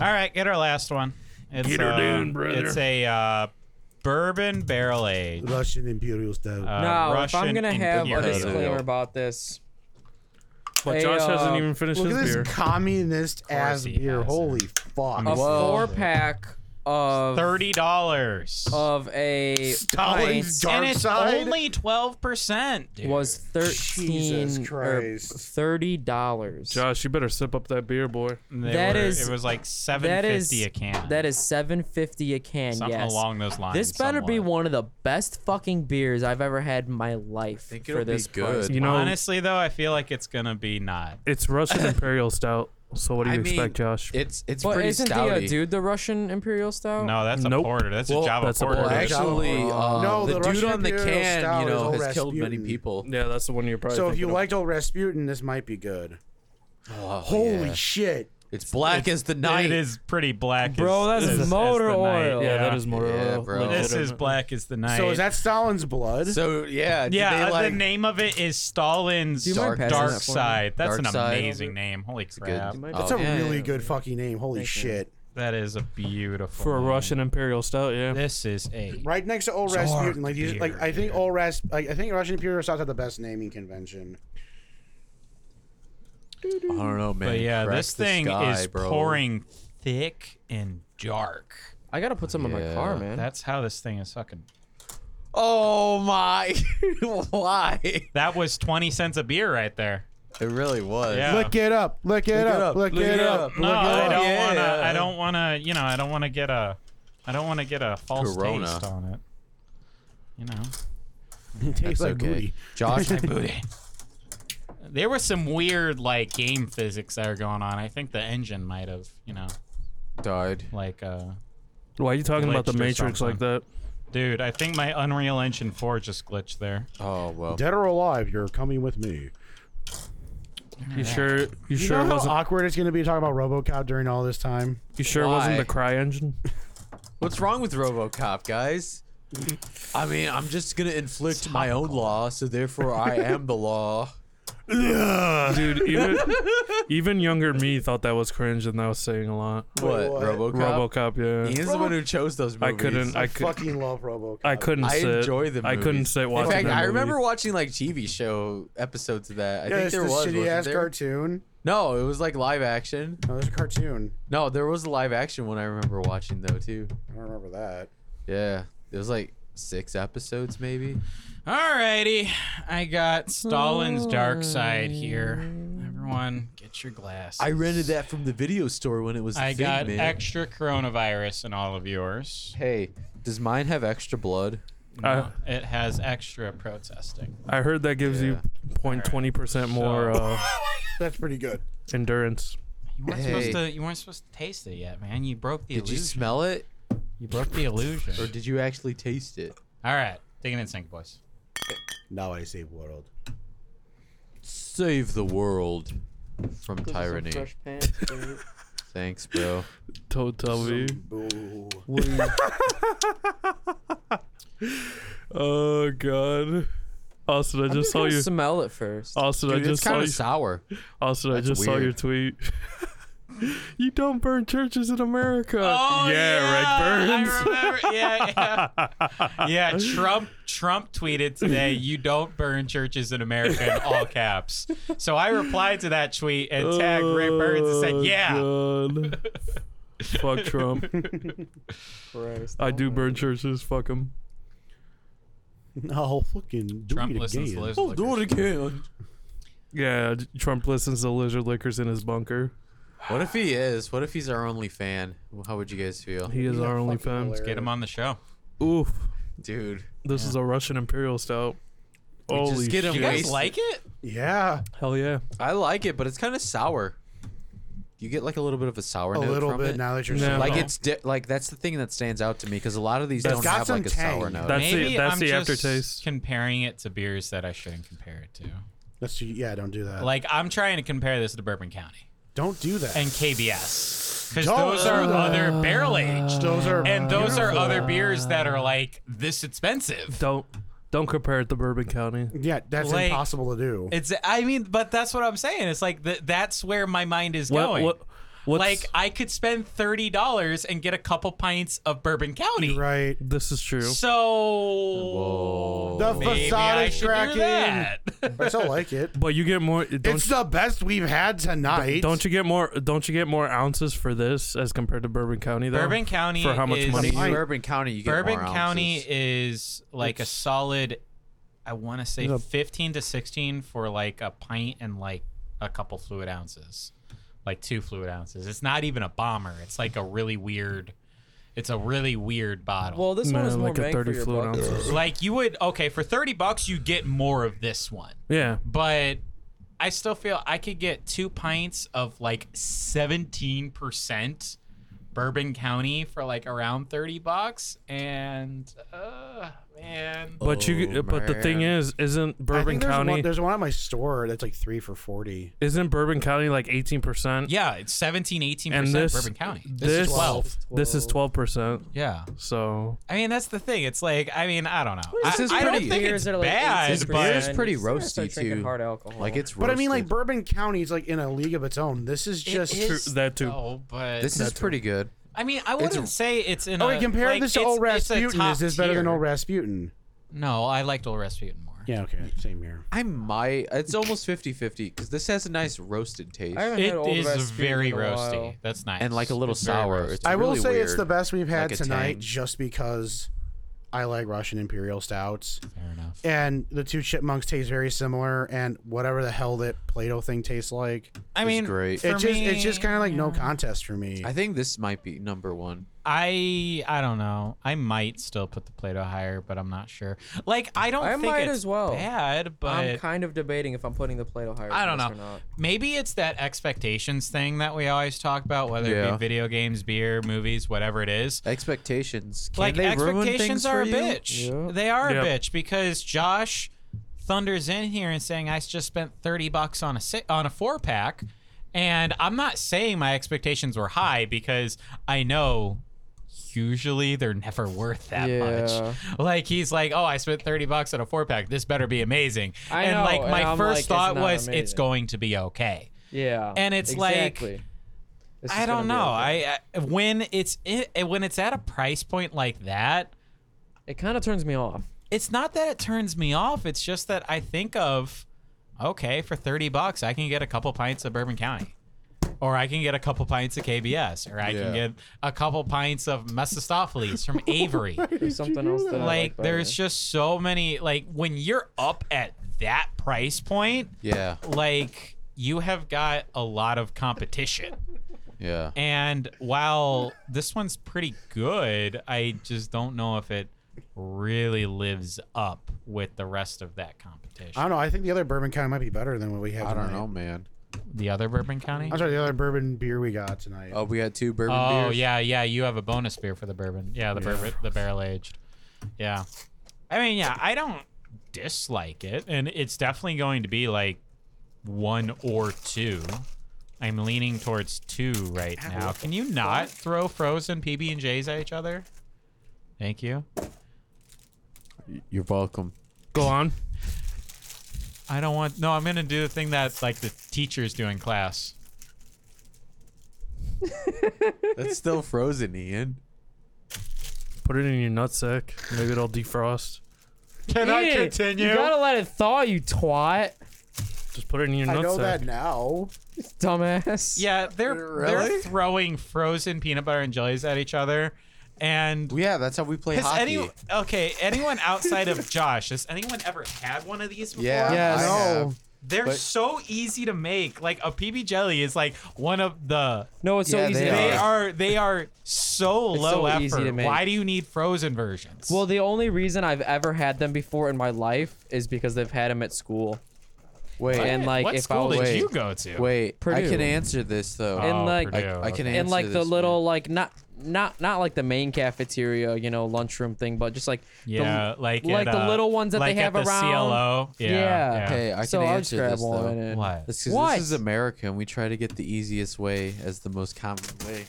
Speaker 5: All right, get our last one. It's,
Speaker 1: Get her
Speaker 5: uh,
Speaker 1: done, brother.
Speaker 5: It's a uh, bourbon barrel aged.
Speaker 4: Russian Imperial Stout.
Speaker 5: uh,
Speaker 3: no, if I'm
Speaker 5: Russian
Speaker 3: gonna have a
Speaker 5: Imperial.
Speaker 3: disclaimer about this,
Speaker 1: But
Speaker 3: Hey,
Speaker 1: Josh hasn't
Speaker 3: uh,
Speaker 1: even finished
Speaker 4: Look at
Speaker 1: his
Speaker 4: this
Speaker 1: beer.
Speaker 4: communist ass
Speaker 5: he
Speaker 4: beer.
Speaker 5: has it.
Speaker 4: Holy fuck.
Speaker 3: a
Speaker 2: Whoa.
Speaker 3: four pack of Uh,
Speaker 5: Thirty dollars.
Speaker 3: of a pint
Speaker 4: Stalin's dark
Speaker 5: and it's
Speaker 4: side?
Speaker 5: only twelve percent.
Speaker 3: was thirteen
Speaker 4: Jesus
Speaker 3: or
Speaker 4: Christ.
Speaker 3: thirty dollars.
Speaker 1: Josh, you better sip up that beer, boy.
Speaker 5: That
Speaker 3: That
Speaker 5: is.
Speaker 3: is-
Speaker 5: It was like seven
Speaker 3: That is
Speaker 5: fifty a can.
Speaker 3: That is seven fifty a can.
Speaker 5: something
Speaker 3: yes.
Speaker 5: along those lines.
Speaker 3: this better be
Speaker 5: somewhat.
Speaker 3: one of the best fucking beers I've ever had in my life
Speaker 2: think it'll
Speaker 3: for
Speaker 2: be
Speaker 3: this
Speaker 2: good.
Speaker 3: price.
Speaker 1: You know,
Speaker 5: Honestly, though, I feel like it's gonna be not.
Speaker 1: it's Russian Imperial Stout. So what do
Speaker 2: I
Speaker 1: you
Speaker 2: mean,
Speaker 1: expect, Josh?
Speaker 2: It's it's
Speaker 3: But
Speaker 2: pretty
Speaker 3: isn't
Speaker 2: stouty.
Speaker 3: the uh, dude the Russian Imperial Stout?
Speaker 5: No, that's a
Speaker 1: Nope.
Speaker 5: porter. That's
Speaker 2: Well,
Speaker 5: a Java
Speaker 1: that's a
Speaker 5: porter.
Speaker 2: Well,
Speaker 1: porter.
Speaker 2: actually, uh,
Speaker 4: No,
Speaker 2: the,
Speaker 4: the
Speaker 2: dude
Speaker 4: Russian
Speaker 2: on the
Speaker 4: Imperial
Speaker 2: can,
Speaker 4: Stout
Speaker 2: you
Speaker 4: is
Speaker 2: know,
Speaker 4: old
Speaker 2: has killed many
Speaker 4: Rasputin.
Speaker 2: people.
Speaker 1: yeah, that's the one you're probably.
Speaker 4: so if
Speaker 1: thinking
Speaker 4: you
Speaker 1: of.
Speaker 4: liked old Rasputin, this might be good.
Speaker 2: Oh,
Speaker 4: Holy
Speaker 2: yeah.
Speaker 4: shit.
Speaker 2: It's black as the night.
Speaker 5: It is pretty black.
Speaker 3: Bro,
Speaker 5: as-
Speaker 3: that's
Speaker 5: as- as
Speaker 3: motor
Speaker 5: the night.
Speaker 3: oil.
Speaker 1: yeah, that is more.
Speaker 2: Yeah,
Speaker 1: uh,
Speaker 2: bro.
Speaker 5: This is
Speaker 1: legitimate.
Speaker 5: black as the night.
Speaker 4: So is that Stalin's blood?
Speaker 2: So yeah, did
Speaker 5: Yeah,
Speaker 2: they,
Speaker 5: uh,
Speaker 2: like,
Speaker 5: the name of it is Stalin's
Speaker 3: Do you
Speaker 5: Dark,
Speaker 3: mind passing
Speaker 5: Dark
Speaker 3: that for me?
Speaker 5: Side. That's
Speaker 2: Dark
Speaker 5: an
Speaker 2: Side.
Speaker 5: amazing name. Holy crap.
Speaker 2: good.
Speaker 4: That's
Speaker 2: Oh,
Speaker 4: a
Speaker 2: yeah,
Speaker 4: really
Speaker 2: yeah.
Speaker 4: good fucking name. Holy shit.
Speaker 5: That is a beautiful
Speaker 1: for a
Speaker 5: name.
Speaker 1: Russian Imperial Stout. Yeah,
Speaker 5: This is a
Speaker 4: Right next to old
Speaker 5: Dark
Speaker 4: Rasputin, like these,
Speaker 5: beer,
Speaker 4: like I think
Speaker 5: dude.
Speaker 4: old Ras, like, I think Russian Imperial Stouts have the best naming convention.
Speaker 2: I don't know, man.
Speaker 5: But yeah, this
Speaker 2: Crack the
Speaker 5: thing
Speaker 2: sky,
Speaker 5: is
Speaker 2: bro.
Speaker 5: pouring thick and dark.
Speaker 3: I gotta put some in my
Speaker 2: Yeah.
Speaker 3: car, man.
Speaker 5: That's how this thing is fucking.
Speaker 2: Oh my! Why? It
Speaker 5: That was 20 cents a beer right there.
Speaker 2: really was.
Speaker 5: Yeah.
Speaker 4: Look it up. Look it,
Speaker 2: it
Speaker 4: up.
Speaker 2: up,
Speaker 4: Look,
Speaker 2: look it
Speaker 4: it up.
Speaker 2: up.
Speaker 3: Oh
Speaker 5: No,
Speaker 4: Look it
Speaker 5: I
Speaker 4: up.
Speaker 5: don't
Speaker 2: Yeah.
Speaker 5: want to I don't want to, you know, I don't want to get a I don't want to get a false
Speaker 2: Corona.
Speaker 5: taste on it. You know.
Speaker 4: It tastes
Speaker 2: It's
Speaker 4: like
Speaker 2: okay.
Speaker 4: booty.
Speaker 2: Josh,
Speaker 5: There was some weird like game physics that are going on. I think the engine might have, you know,
Speaker 2: died.
Speaker 5: like uh
Speaker 1: why are you talking about the
Speaker 5: Glitched or
Speaker 1: Matrix like
Speaker 5: something.
Speaker 1: that?
Speaker 5: dude, I think my Unreal Engine 4 just glitched there.
Speaker 2: Oh well.
Speaker 4: Dead or alive, you're coming with me.
Speaker 1: You sure? You,
Speaker 4: You
Speaker 1: sure it
Speaker 4: know how
Speaker 1: wasn't?
Speaker 4: awkward it's gonna be talking about RoboCop during all this time.
Speaker 1: You sure it wasn't
Speaker 2: Why?
Speaker 1: the Cry Engine?
Speaker 2: What's wrong with RoboCop, guys? I mean, I'm just gonna inflict my own law, so therefore I am the law.
Speaker 1: Dude, even even younger me thought that was cringe, and that was saying a lot.
Speaker 2: What?
Speaker 4: what?
Speaker 2: RoboCop.
Speaker 1: RoboCop, yeah.
Speaker 2: Ian's the one who chose those
Speaker 1: I
Speaker 2: movies.
Speaker 1: couldn't. I could.
Speaker 4: fucking love RoboCop.
Speaker 1: I couldn't.
Speaker 2: I
Speaker 1: sit.
Speaker 2: enjoy the.
Speaker 1: I couldn't
Speaker 2: movies.
Speaker 1: sit watching.
Speaker 2: In fact,
Speaker 1: that
Speaker 2: I
Speaker 1: movie.
Speaker 2: remember watching like TV show episodes of that. I
Speaker 4: Yeah,
Speaker 2: think
Speaker 4: it's
Speaker 2: there
Speaker 4: this
Speaker 2: was.
Speaker 4: shitty
Speaker 2: wasn't
Speaker 4: ass
Speaker 2: there?
Speaker 4: cartoon.
Speaker 2: No, it was like live action.
Speaker 4: No, there's a cartoon.
Speaker 2: No, there was a live action one I remember watching though too.
Speaker 4: I don't remember that.
Speaker 2: Yeah, it was like six episodes maybe.
Speaker 5: Alrighty, I got Stalin's Dark Side here. Everyone, get your glass.
Speaker 2: I rented that from the video store when it was. a
Speaker 5: I
Speaker 2: thing,
Speaker 5: got
Speaker 2: man.
Speaker 5: extra coronavirus in all of yours.
Speaker 2: Hey, does mine have extra blood?
Speaker 1: I,
Speaker 5: It has extra protesting.
Speaker 1: I heard that gives you
Speaker 2: Yeah.
Speaker 1: 0.20 percent more
Speaker 5: So-
Speaker 1: uh,
Speaker 4: That's pretty good.
Speaker 1: endurance.
Speaker 5: You weren't
Speaker 2: Hey.
Speaker 5: supposed to. You weren't supposed to taste it yet, man. You broke the
Speaker 2: Did you
Speaker 5: illusion.
Speaker 2: smell it,
Speaker 5: you broke the illusion.
Speaker 2: or did you actually taste it?
Speaker 5: All right, taking it in sync, boys.
Speaker 4: Now I save world.
Speaker 2: Save the world from tyranny.
Speaker 3: Fresh pants, dude.
Speaker 2: Thanks, bro.
Speaker 1: Totally.
Speaker 4: Boo.
Speaker 1: Oh god. Austin, I
Speaker 3: I'm
Speaker 1: just
Speaker 3: just
Speaker 1: saw
Speaker 3: gonna
Speaker 1: you.
Speaker 3: smell it first.
Speaker 5: Oh,
Speaker 1: Austin, I
Speaker 2: Dude, it's
Speaker 1: just saw
Speaker 2: kind
Speaker 1: you.
Speaker 2: of sour.
Speaker 1: Austin, I
Speaker 2: That's
Speaker 1: just saw your
Speaker 2: weird.
Speaker 1: tweet. you don't burn churches in America.
Speaker 5: Oh
Speaker 1: yeah, Rick Burns.
Speaker 5: I remember. Yeah, yeah. yeah, Trump Trump tweeted today, "You don't burn churches in America" in all caps. So I replied to that tweet and tagged Rick Burns and
Speaker 1: Oh,
Speaker 5: said, "Yeah."
Speaker 1: God. Fuck Trump.
Speaker 3: Christ,
Speaker 1: I do
Speaker 3: oh.
Speaker 1: burn churches. Fuck him.
Speaker 4: No, fucking do
Speaker 5: Trump
Speaker 4: it
Speaker 5: listens to
Speaker 4: again.
Speaker 5: Liz Lickers.
Speaker 2: again.
Speaker 1: Yeah, Trump listens to Lizard Lickers in his bunker.
Speaker 2: What if he is? What if he's our only fan? How would you guys feel?
Speaker 1: He is
Speaker 4: Yeah,
Speaker 1: our only
Speaker 4: fucking
Speaker 1: fan.
Speaker 4: hilarious.
Speaker 5: Get him on the show.
Speaker 1: Oof.
Speaker 2: Dude.
Speaker 1: This is a Russian Imperial Stout.
Speaker 2: We just
Speaker 1: Holy
Speaker 2: get him
Speaker 5: You
Speaker 1: shit.
Speaker 5: guys
Speaker 2: Wasted.
Speaker 5: like it?
Speaker 4: Yeah,
Speaker 1: Hell yeah.
Speaker 2: I like it, but it's kind of sour. You get like a little bit of a sour
Speaker 4: a
Speaker 2: note
Speaker 4: little
Speaker 2: from
Speaker 4: bit
Speaker 2: it.
Speaker 4: now that you're
Speaker 1: No.
Speaker 4: saying
Speaker 2: Like
Speaker 4: it.
Speaker 2: it's di- like that's the thing that stands out to me because a lot of these
Speaker 4: That's
Speaker 2: don't
Speaker 4: got
Speaker 2: have
Speaker 4: some
Speaker 2: like a sour
Speaker 4: tang.
Speaker 2: note.
Speaker 1: That's
Speaker 5: Maybe
Speaker 1: the that's
Speaker 5: I'm
Speaker 1: the
Speaker 5: just
Speaker 1: aftertaste.
Speaker 5: Comparing it to beers that I shouldn't compare it to.
Speaker 4: That's, yeah, don't do that.
Speaker 5: Like I'm trying to compare this to Bourbon County
Speaker 4: don't do that.
Speaker 5: and KBS because
Speaker 4: Don't
Speaker 5: those are
Speaker 4: do that.
Speaker 5: other barrel aged,
Speaker 4: those are
Speaker 5: and those are
Speaker 4: beautiful.
Speaker 5: other beers that are like this expensive.
Speaker 1: Don't don't compare it to Bourbon County.
Speaker 4: Yeah, that's
Speaker 5: Like-
Speaker 4: impossible to do.
Speaker 5: It's I mean, but that's what I'm saying. It's like th- that's where my mind is
Speaker 1: What
Speaker 5: going.
Speaker 1: what what's
Speaker 5: like I could spend thirty dollars and get a couple pints of Bourbon County.
Speaker 4: right.
Speaker 1: this is true.
Speaker 5: So
Speaker 4: The
Speaker 5: maybe
Speaker 4: facade
Speaker 5: I
Speaker 4: is
Speaker 5: should do
Speaker 4: cracking.
Speaker 5: that.
Speaker 4: I still like it.
Speaker 1: But you get more don't
Speaker 4: It's
Speaker 1: you-
Speaker 4: the best we've had tonight.
Speaker 1: Don't you get more? Don't you get more ounces for this as compared to Bourbon County? Though
Speaker 5: Bourbon County
Speaker 1: for how much
Speaker 5: is-
Speaker 1: money?
Speaker 2: In
Speaker 1: you-
Speaker 4: Mike.
Speaker 2: Bourbon County, you get
Speaker 5: Bourbon
Speaker 2: more
Speaker 5: County
Speaker 2: ounces.
Speaker 5: is like a solid. I want to say
Speaker 1: Yeah.
Speaker 5: fifteen to sixteen for like a pint and like a couple fluid ounces, like two fluid ounces. It's not even a bomber. It's like a really weird. It's a really weird bottle.
Speaker 3: Well, this
Speaker 1: Man,
Speaker 3: one is more
Speaker 1: like a
Speaker 3: bang
Speaker 1: thirty
Speaker 3: for your
Speaker 1: fluid
Speaker 3: buck.
Speaker 1: ounces.
Speaker 5: Like you would okay for thirty bucks, you get more of this one,
Speaker 1: Yeah,
Speaker 5: but I still feel I could get two pints of like seventeen percent Bourbon County for like around thirty bucks, and uh, man,
Speaker 1: but you.
Speaker 2: Oh,
Speaker 1: but the thing
Speaker 2: man.
Speaker 1: is, isn't
Speaker 4: I think
Speaker 1: Bourbon
Speaker 4: there's
Speaker 1: County?
Speaker 4: One, there's one at my store that's like three for forty.
Speaker 1: isn't Bourbon County like eighteen percent?
Speaker 5: yeah, it's 17, 18
Speaker 1: and
Speaker 5: percent
Speaker 1: this
Speaker 5: Bourbon County.
Speaker 1: This,
Speaker 5: is 12.
Speaker 1: This is twelve percent.
Speaker 5: Yeah,
Speaker 1: So
Speaker 5: I mean that's the thing. It's like I mean I don't know. I,
Speaker 2: This is
Speaker 5: I don't
Speaker 2: pretty-
Speaker 5: think
Speaker 3: Beers
Speaker 5: it's
Speaker 3: that are like
Speaker 5: bad,
Speaker 3: 18%.
Speaker 5: but
Speaker 2: Beer's pretty
Speaker 3: You're gonna start
Speaker 2: roasty,
Speaker 3: drinking
Speaker 2: too.
Speaker 3: Hard alcohol.
Speaker 2: like it's. Roasted.
Speaker 4: But I mean, like Bourbon County's like in a league of its own. This is just.
Speaker 5: is-
Speaker 1: true, that too.
Speaker 5: Oh, but
Speaker 2: this is pretty good.
Speaker 5: I mean, I wouldn't say it's in.
Speaker 4: Oh,
Speaker 5: a,
Speaker 4: wait, compare
Speaker 5: like,
Speaker 4: this to
Speaker 5: it's-
Speaker 4: Old
Speaker 5: it's a
Speaker 4: Rasputin. Is
Speaker 5: top
Speaker 4: this better than
Speaker 5: tier.
Speaker 4: Old Rasputin?
Speaker 5: No, I liked Old Rasputin more.
Speaker 4: Yeah, okay, same here.
Speaker 2: I might. It's almost 50-50 because this has a nice roasted taste
Speaker 3: I haven't had Old
Speaker 5: It is
Speaker 3: Rasputin
Speaker 5: very
Speaker 3: in a while.
Speaker 5: roasty. That's nice.
Speaker 2: and like a little
Speaker 5: It's very
Speaker 2: sour.
Speaker 5: roasty.
Speaker 2: It's
Speaker 4: I will
Speaker 2: really
Speaker 4: say it's
Speaker 2: weird.
Speaker 4: the best we've had
Speaker 2: Like a
Speaker 4: tonight,
Speaker 2: tang.
Speaker 4: just because I like Russian Imperial stouts,
Speaker 5: Fair enough.
Speaker 4: and the two chipmunks taste very similar, and whatever the hell that Play-Doh thing tastes like,
Speaker 5: I
Speaker 2: It's
Speaker 5: mean,
Speaker 2: great.
Speaker 5: for
Speaker 4: it's just
Speaker 5: me,
Speaker 4: it's just kind of like no contest for me.
Speaker 2: I think this might be number one.
Speaker 5: I I don't know. I might still put the Play-Doh higher, but I'm not sure. Like I don't.
Speaker 3: I
Speaker 5: think
Speaker 3: might
Speaker 5: it's
Speaker 3: as well.
Speaker 5: Bad, but
Speaker 3: I'm kind of debating if I'm putting the Play-Doh higher.
Speaker 5: I don't
Speaker 3: than
Speaker 5: know.
Speaker 3: this Or not.
Speaker 5: Maybe it's that expectations thing that we always talk about, whether it
Speaker 2: Yeah.
Speaker 5: be video games, beer, movies, whatever it is.
Speaker 2: Expectations. Can
Speaker 5: like
Speaker 2: they ruin
Speaker 5: expectations
Speaker 2: things
Speaker 5: are
Speaker 2: for
Speaker 5: a
Speaker 2: you?
Speaker 5: bitch.
Speaker 3: Yeah.
Speaker 5: They are
Speaker 1: Yep.
Speaker 5: a bitch because Josh thunders in here and saying I s- just spent thirty bucks on a si- on a four pack, and I'm not saying my expectations were high because I know usually they're never worth that
Speaker 3: Yeah.
Speaker 5: much. Like he's like, oh, I spent thirty bucks on a four pack. This better be amazing.
Speaker 3: I
Speaker 5: and
Speaker 3: know,
Speaker 5: like
Speaker 3: and
Speaker 5: my
Speaker 3: I'm like,
Speaker 5: first
Speaker 3: it's
Speaker 5: thought
Speaker 3: not
Speaker 5: was, it's
Speaker 3: amazing.
Speaker 5: going to be okay.
Speaker 3: Yeah.
Speaker 5: And it's like-
Speaker 3: exactly. This is
Speaker 5: I
Speaker 3: gonna
Speaker 5: don't
Speaker 3: be
Speaker 5: know.
Speaker 3: okay.
Speaker 5: I, I when it's it, when it's at a price point like that,
Speaker 3: It kind of turns me off.
Speaker 5: it's not that it turns me off. It's just that I think of, okay, for thirty bucks, I can get a couple pints of Bourbon County, or I can get a couple pints of KBS, or I
Speaker 2: Yeah.
Speaker 5: can get a couple pints of Mephistopheles from Avery.
Speaker 3: There's something else that I
Speaker 5: like,
Speaker 3: better.
Speaker 5: there's just so many. Like, when you're up at that price point,
Speaker 2: Yeah,
Speaker 5: like you have got a lot of competition.
Speaker 2: yeah.
Speaker 5: And while this one's pretty good, I just don't know if it really lives up with the rest of that
Speaker 4: I
Speaker 5: competition.
Speaker 4: don't know. I think the other bourbon kind of might be better than what we had.
Speaker 2: I don't
Speaker 4: tonight.
Speaker 2: know, man.
Speaker 5: The other Bourbon County?
Speaker 4: I'm sorry, the other bourbon beer we got tonight.
Speaker 2: Oh, we had two bourbon
Speaker 5: Oh
Speaker 2: beers.
Speaker 5: yeah, yeah. You have a bonus beer for the bourbon. Yeah, the bourbon, the barrel aged. Yeah. I mean, yeah. I don't dislike it, and it's definitely going to be like one or two. I'm leaning towards two right now. Can you not throw frozen PB and J's at each other? Thank you.
Speaker 2: You're welcome.
Speaker 1: Go on.
Speaker 5: I don't want. No, I'm gonna do the thing that like the teachers do in class.
Speaker 2: That's still frozen, Ian.
Speaker 1: Put it in your nutsack. Maybe it'll defrost.
Speaker 5: Can
Speaker 3: Eat
Speaker 5: I
Speaker 3: it.
Speaker 5: continue?
Speaker 3: You gotta let it thaw, you twat,
Speaker 1: Just put it in your
Speaker 4: I know
Speaker 1: nutsack.
Speaker 4: that now.
Speaker 3: dumbass.
Speaker 5: Yeah, they're
Speaker 2: Really?
Speaker 5: they're throwing frozen peanut butter and jellies at each other, and
Speaker 2: Well, yeah, that's how we play
Speaker 5: has
Speaker 2: hockey.
Speaker 5: any okay anyone outside of Josh has anyone ever had one of these before?
Speaker 2: yeah,
Speaker 3: Yes. Oh.
Speaker 2: I
Speaker 3: No.
Speaker 2: have.
Speaker 5: they're
Speaker 2: but-
Speaker 5: so easy to make. Like a PB jelly is like one of the
Speaker 3: No, it's so
Speaker 2: Yeah,
Speaker 3: easy.
Speaker 2: they
Speaker 3: to
Speaker 5: they
Speaker 3: make.
Speaker 5: are they are so
Speaker 3: It's
Speaker 5: low
Speaker 3: so
Speaker 5: effort.
Speaker 3: easy to make.
Speaker 5: Why do you need frozen versions?
Speaker 3: Well, the only reason I've ever had them before in my life is because they've had them at school.
Speaker 2: Wait,
Speaker 3: and, like,
Speaker 5: what
Speaker 3: if I
Speaker 5: school
Speaker 3: was-
Speaker 5: did
Speaker 2: Wait.
Speaker 5: you go to? Oh,
Speaker 2: wait. I can
Speaker 3: Purdue.
Speaker 2: answer this though.
Speaker 3: And, like-
Speaker 5: Purdue,
Speaker 2: I, I can
Speaker 5: okay.
Speaker 2: answer
Speaker 3: and like the
Speaker 2: this,
Speaker 3: little like not not not like the main cafeteria, you know, lunchroom thing, but just like the-
Speaker 5: yeah, like
Speaker 3: like
Speaker 5: at,
Speaker 3: the
Speaker 5: uh,
Speaker 3: little ones that they
Speaker 5: like
Speaker 3: have
Speaker 5: at the
Speaker 3: around.
Speaker 5: CLO. Yeah,
Speaker 3: Yeah.
Speaker 5: yeah.
Speaker 2: Man. Hey, I
Speaker 3: so
Speaker 2: can
Speaker 3: I'll just
Speaker 2: answer
Speaker 3: grab
Speaker 2: this
Speaker 3: one.
Speaker 2: though.
Speaker 3: And,
Speaker 5: What?
Speaker 2: That's 'cause
Speaker 3: What?
Speaker 2: this is America, and we try to get the easiest way as the most common way.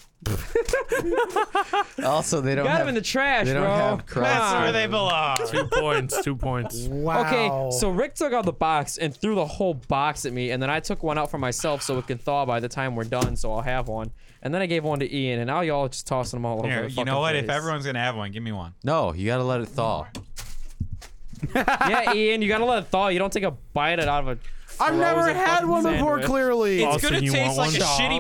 Speaker 2: also, they don't
Speaker 3: Got
Speaker 2: have
Speaker 3: him in the trash,
Speaker 2: they don't
Speaker 3: bro.
Speaker 2: have
Speaker 3: Come
Speaker 5: That's
Speaker 3: on.
Speaker 5: where they belong.
Speaker 1: Two points. Two points.
Speaker 4: Wow.
Speaker 3: Okay, so Rick took out the box and threw the whole box at me, and then I took one out for myself so it can thaw by the time we're done, so I'll have one. And then I gave one to Ian, and now y'all just tossing them all over.
Speaker 5: Here,
Speaker 3: the
Speaker 5: you
Speaker 3: fucking
Speaker 5: know what? If
Speaker 3: place.
Speaker 5: everyone's gonna have one, give me one.
Speaker 2: no, you gotta let it thaw.
Speaker 3: yeah, Ian, you gotta let it thaw. You don't take a bite it out of a.
Speaker 4: I've never
Speaker 3: frozen
Speaker 4: had
Speaker 3: fucking
Speaker 4: one before.
Speaker 3: sandwich.
Speaker 4: Clearly,
Speaker 1: It's- Austin, you want one?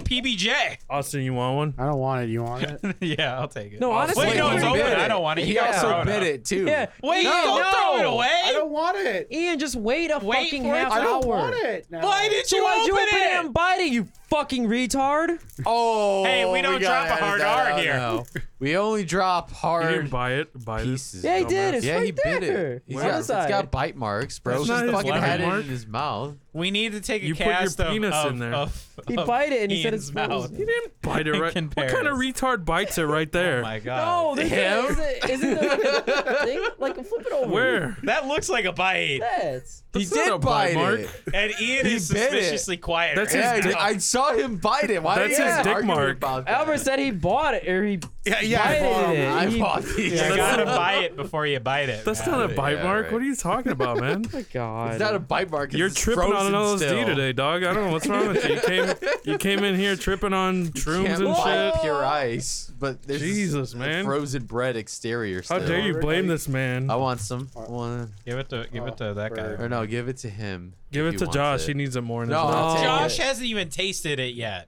Speaker 5: PBJ.
Speaker 1: Austin, you want one?
Speaker 4: I don't want it. You want it?
Speaker 5: yeah, I'll take it.
Speaker 3: No, honestly,
Speaker 5: wait, no,
Speaker 3: Ian-
Speaker 5: it's
Speaker 2: you
Speaker 5: open.
Speaker 2: bit
Speaker 5: I don't want it. You gotta throw
Speaker 2: also
Speaker 5: it
Speaker 2: bit
Speaker 5: out.
Speaker 2: it too.
Speaker 3: Yeah.
Speaker 5: Wait,
Speaker 3: No,
Speaker 5: don't
Speaker 3: no.
Speaker 5: throw it
Speaker 4: I
Speaker 5: away.
Speaker 4: don't want it.
Speaker 3: Ian, just wait a
Speaker 5: Wait
Speaker 3: fucking
Speaker 5: for it.
Speaker 3: half
Speaker 4: I don't
Speaker 3: hour.
Speaker 4: want it. now.
Speaker 5: Why did
Speaker 3: So
Speaker 5: you
Speaker 3: why'd
Speaker 5: open,
Speaker 3: you open it?
Speaker 5: it?
Speaker 3: and bite it, you fucking retard?
Speaker 2: Oh.
Speaker 5: Hey, we don't
Speaker 2: gotta
Speaker 5: drop
Speaker 2: edit
Speaker 5: a hard
Speaker 2: that
Speaker 5: R
Speaker 2: out
Speaker 5: here.
Speaker 2: now. We only drop
Speaker 1: You didn't
Speaker 2: hard
Speaker 1: buy it. Buy this.
Speaker 2: pieces.
Speaker 3: Yeah, he
Speaker 1: Dumbass.
Speaker 3: did. It's
Speaker 2: Yeah,
Speaker 3: right
Speaker 2: he
Speaker 3: there.
Speaker 2: bit it. He's
Speaker 3: It's on
Speaker 2: got,
Speaker 3: the
Speaker 2: it's
Speaker 3: side.
Speaker 2: got bite marks, bro.
Speaker 1: That's
Speaker 2: It's
Speaker 1: not
Speaker 2: just
Speaker 1: his
Speaker 2: fucking
Speaker 1: lemon
Speaker 2: had it
Speaker 1: mark.
Speaker 2: in his mouth.
Speaker 5: We need to take a
Speaker 1: You put your
Speaker 5: cast of,
Speaker 1: penis
Speaker 5: of,
Speaker 1: in there.
Speaker 5: Of,
Speaker 3: He
Speaker 5: of
Speaker 3: bite it and he
Speaker 5: Ian's
Speaker 3: said it's
Speaker 5: mouth.
Speaker 3: frozen.
Speaker 1: Bite it
Speaker 5: It
Speaker 1: right. What
Speaker 5: compares.
Speaker 1: kind of retard bites it right there?
Speaker 5: Oh my
Speaker 3: No,
Speaker 5: god.
Speaker 3: there's a, is it, is it like a thing? Like flip it over.
Speaker 1: Where?
Speaker 5: that looks like a bite.
Speaker 3: That's.
Speaker 2: He
Speaker 1: That's not a
Speaker 2: did bite
Speaker 1: bite mark.
Speaker 2: it.
Speaker 5: And Ian
Speaker 2: He
Speaker 5: is
Speaker 2: bit it.
Speaker 5: suspiciously quiet.
Speaker 1: That's
Speaker 5: right
Speaker 1: his
Speaker 2: Yeah,
Speaker 5: now.
Speaker 1: dick-
Speaker 2: I saw him bite it. Why
Speaker 1: That's
Speaker 2: did you
Speaker 1: his
Speaker 2: guys
Speaker 1: dick
Speaker 2: argue
Speaker 1: mark.
Speaker 2: About that?
Speaker 3: Albert said he bought it or he.
Speaker 4: Yeah, yeah.
Speaker 3: Why
Speaker 4: I
Speaker 3: did
Speaker 4: bought
Speaker 3: it?
Speaker 4: it.
Speaker 2: I
Speaker 3: He-
Speaker 2: bought these.
Speaker 5: You gotta
Speaker 2: It's
Speaker 5: buy it before you bite it.
Speaker 1: That's
Speaker 5: man.
Speaker 1: not a bite
Speaker 2: Yeah,
Speaker 1: mark.
Speaker 2: right.
Speaker 1: What are you talking about, man?
Speaker 3: God.
Speaker 2: not a bite mark.
Speaker 1: You're tripping on an
Speaker 2: those
Speaker 1: LSD today, dog. I don't know what's wrong with you. You came, you came in here tripping on shrooms
Speaker 2: Can't
Speaker 1: and
Speaker 2: buy
Speaker 1: shit.
Speaker 2: pure ice, but there's
Speaker 1: Jesus,
Speaker 2: a
Speaker 1: man.
Speaker 2: frozen bread exterior.
Speaker 1: How
Speaker 2: Still.
Speaker 1: dare you blame this man?
Speaker 2: I want some. I want-
Speaker 5: Give it to give it to that guy.
Speaker 2: or no, give it to him.
Speaker 1: Give it
Speaker 2: if he
Speaker 1: to
Speaker 2: wants
Speaker 1: Josh. He
Speaker 2: It.
Speaker 1: needs it more. in his
Speaker 2: No,
Speaker 1: life.
Speaker 2: I'll take
Speaker 5: Josh
Speaker 2: it.
Speaker 5: hasn't even tasted it yet.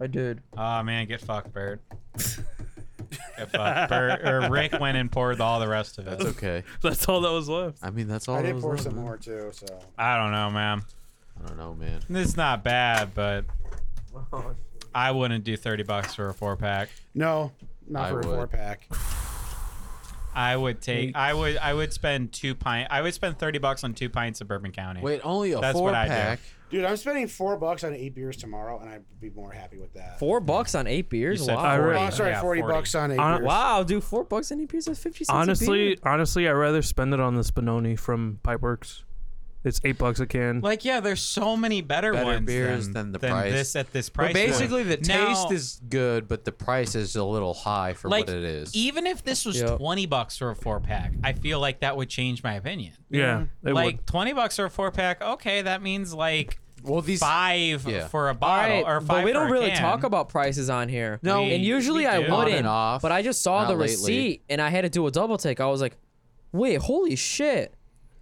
Speaker 3: I did.
Speaker 5: Oh man, get fucked, Bert. Get fucked. Bert or Rick went and poured all the rest of it.
Speaker 2: That's okay.
Speaker 1: That's all that was left.
Speaker 2: I mean, that's all.
Speaker 4: I
Speaker 2: that
Speaker 4: did
Speaker 2: was
Speaker 4: pour
Speaker 2: left,
Speaker 4: some
Speaker 2: man.
Speaker 4: more too. So
Speaker 5: I don't know, man.
Speaker 2: I don't know, man.
Speaker 5: It's not bad, but I wouldn't do thirty bucks for a four pack.
Speaker 4: no, not
Speaker 2: I
Speaker 4: for a
Speaker 2: would.
Speaker 4: four pack.
Speaker 5: I would take. I would. I would spend two pint. I would spend thirty bucks on two pints of Bourbon County.
Speaker 2: Wait, only a
Speaker 5: That's
Speaker 2: four
Speaker 5: what I do.
Speaker 2: pack.
Speaker 4: Dude, I'm spending four bucks on eight beers tomorrow, and I'd be more happy with that.
Speaker 3: Four bucks on eight beers?
Speaker 5: You said
Speaker 3: Wow.
Speaker 1: I
Speaker 4: Oh,
Speaker 1: re-
Speaker 4: I'm sorry,
Speaker 5: Yeah,
Speaker 4: 40,
Speaker 5: 40.
Speaker 4: bucks on eight
Speaker 1: Uh,
Speaker 4: beers.
Speaker 3: Wow, dude, four bucks on eight beers? That's 50 cents. a beer.
Speaker 1: Honestly, honestly, I'd rather spend it on the Spinoni from Pipeworks. It's eight bucks a can.
Speaker 5: Like yeah, there's so many better,
Speaker 2: Better
Speaker 5: ones
Speaker 2: beers than
Speaker 5: than,
Speaker 2: the price.
Speaker 5: this at this
Speaker 2: But
Speaker 5: price.
Speaker 2: basically,
Speaker 5: point.
Speaker 2: the taste
Speaker 5: Now,
Speaker 2: is good, but the price is a little high for
Speaker 5: like
Speaker 2: what it is.
Speaker 5: even if this was
Speaker 3: Yep.
Speaker 5: twenty bucks for a four pack, I feel like that would change my opinion.
Speaker 1: yeah, it
Speaker 5: like
Speaker 1: would.
Speaker 5: twenty bucks for a four pack, okay, that means like
Speaker 2: well, these
Speaker 5: five
Speaker 2: Yeah.
Speaker 5: for a
Speaker 3: All
Speaker 5: bottle
Speaker 3: right,
Speaker 5: or five.
Speaker 3: but we
Speaker 5: for
Speaker 3: don't
Speaker 5: a
Speaker 3: really
Speaker 5: can.
Speaker 3: talk about prices on here.
Speaker 2: No,
Speaker 5: We-
Speaker 3: and usually
Speaker 5: we
Speaker 3: I
Speaker 5: do.
Speaker 2: On
Speaker 3: wouldn't,
Speaker 2: and off.
Speaker 3: but I just saw
Speaker 2: Not
Speaker 3: the
Speaker 2: lately.
Speaker 3: receipt and I had to do a double take. I was like, wait, holy shit.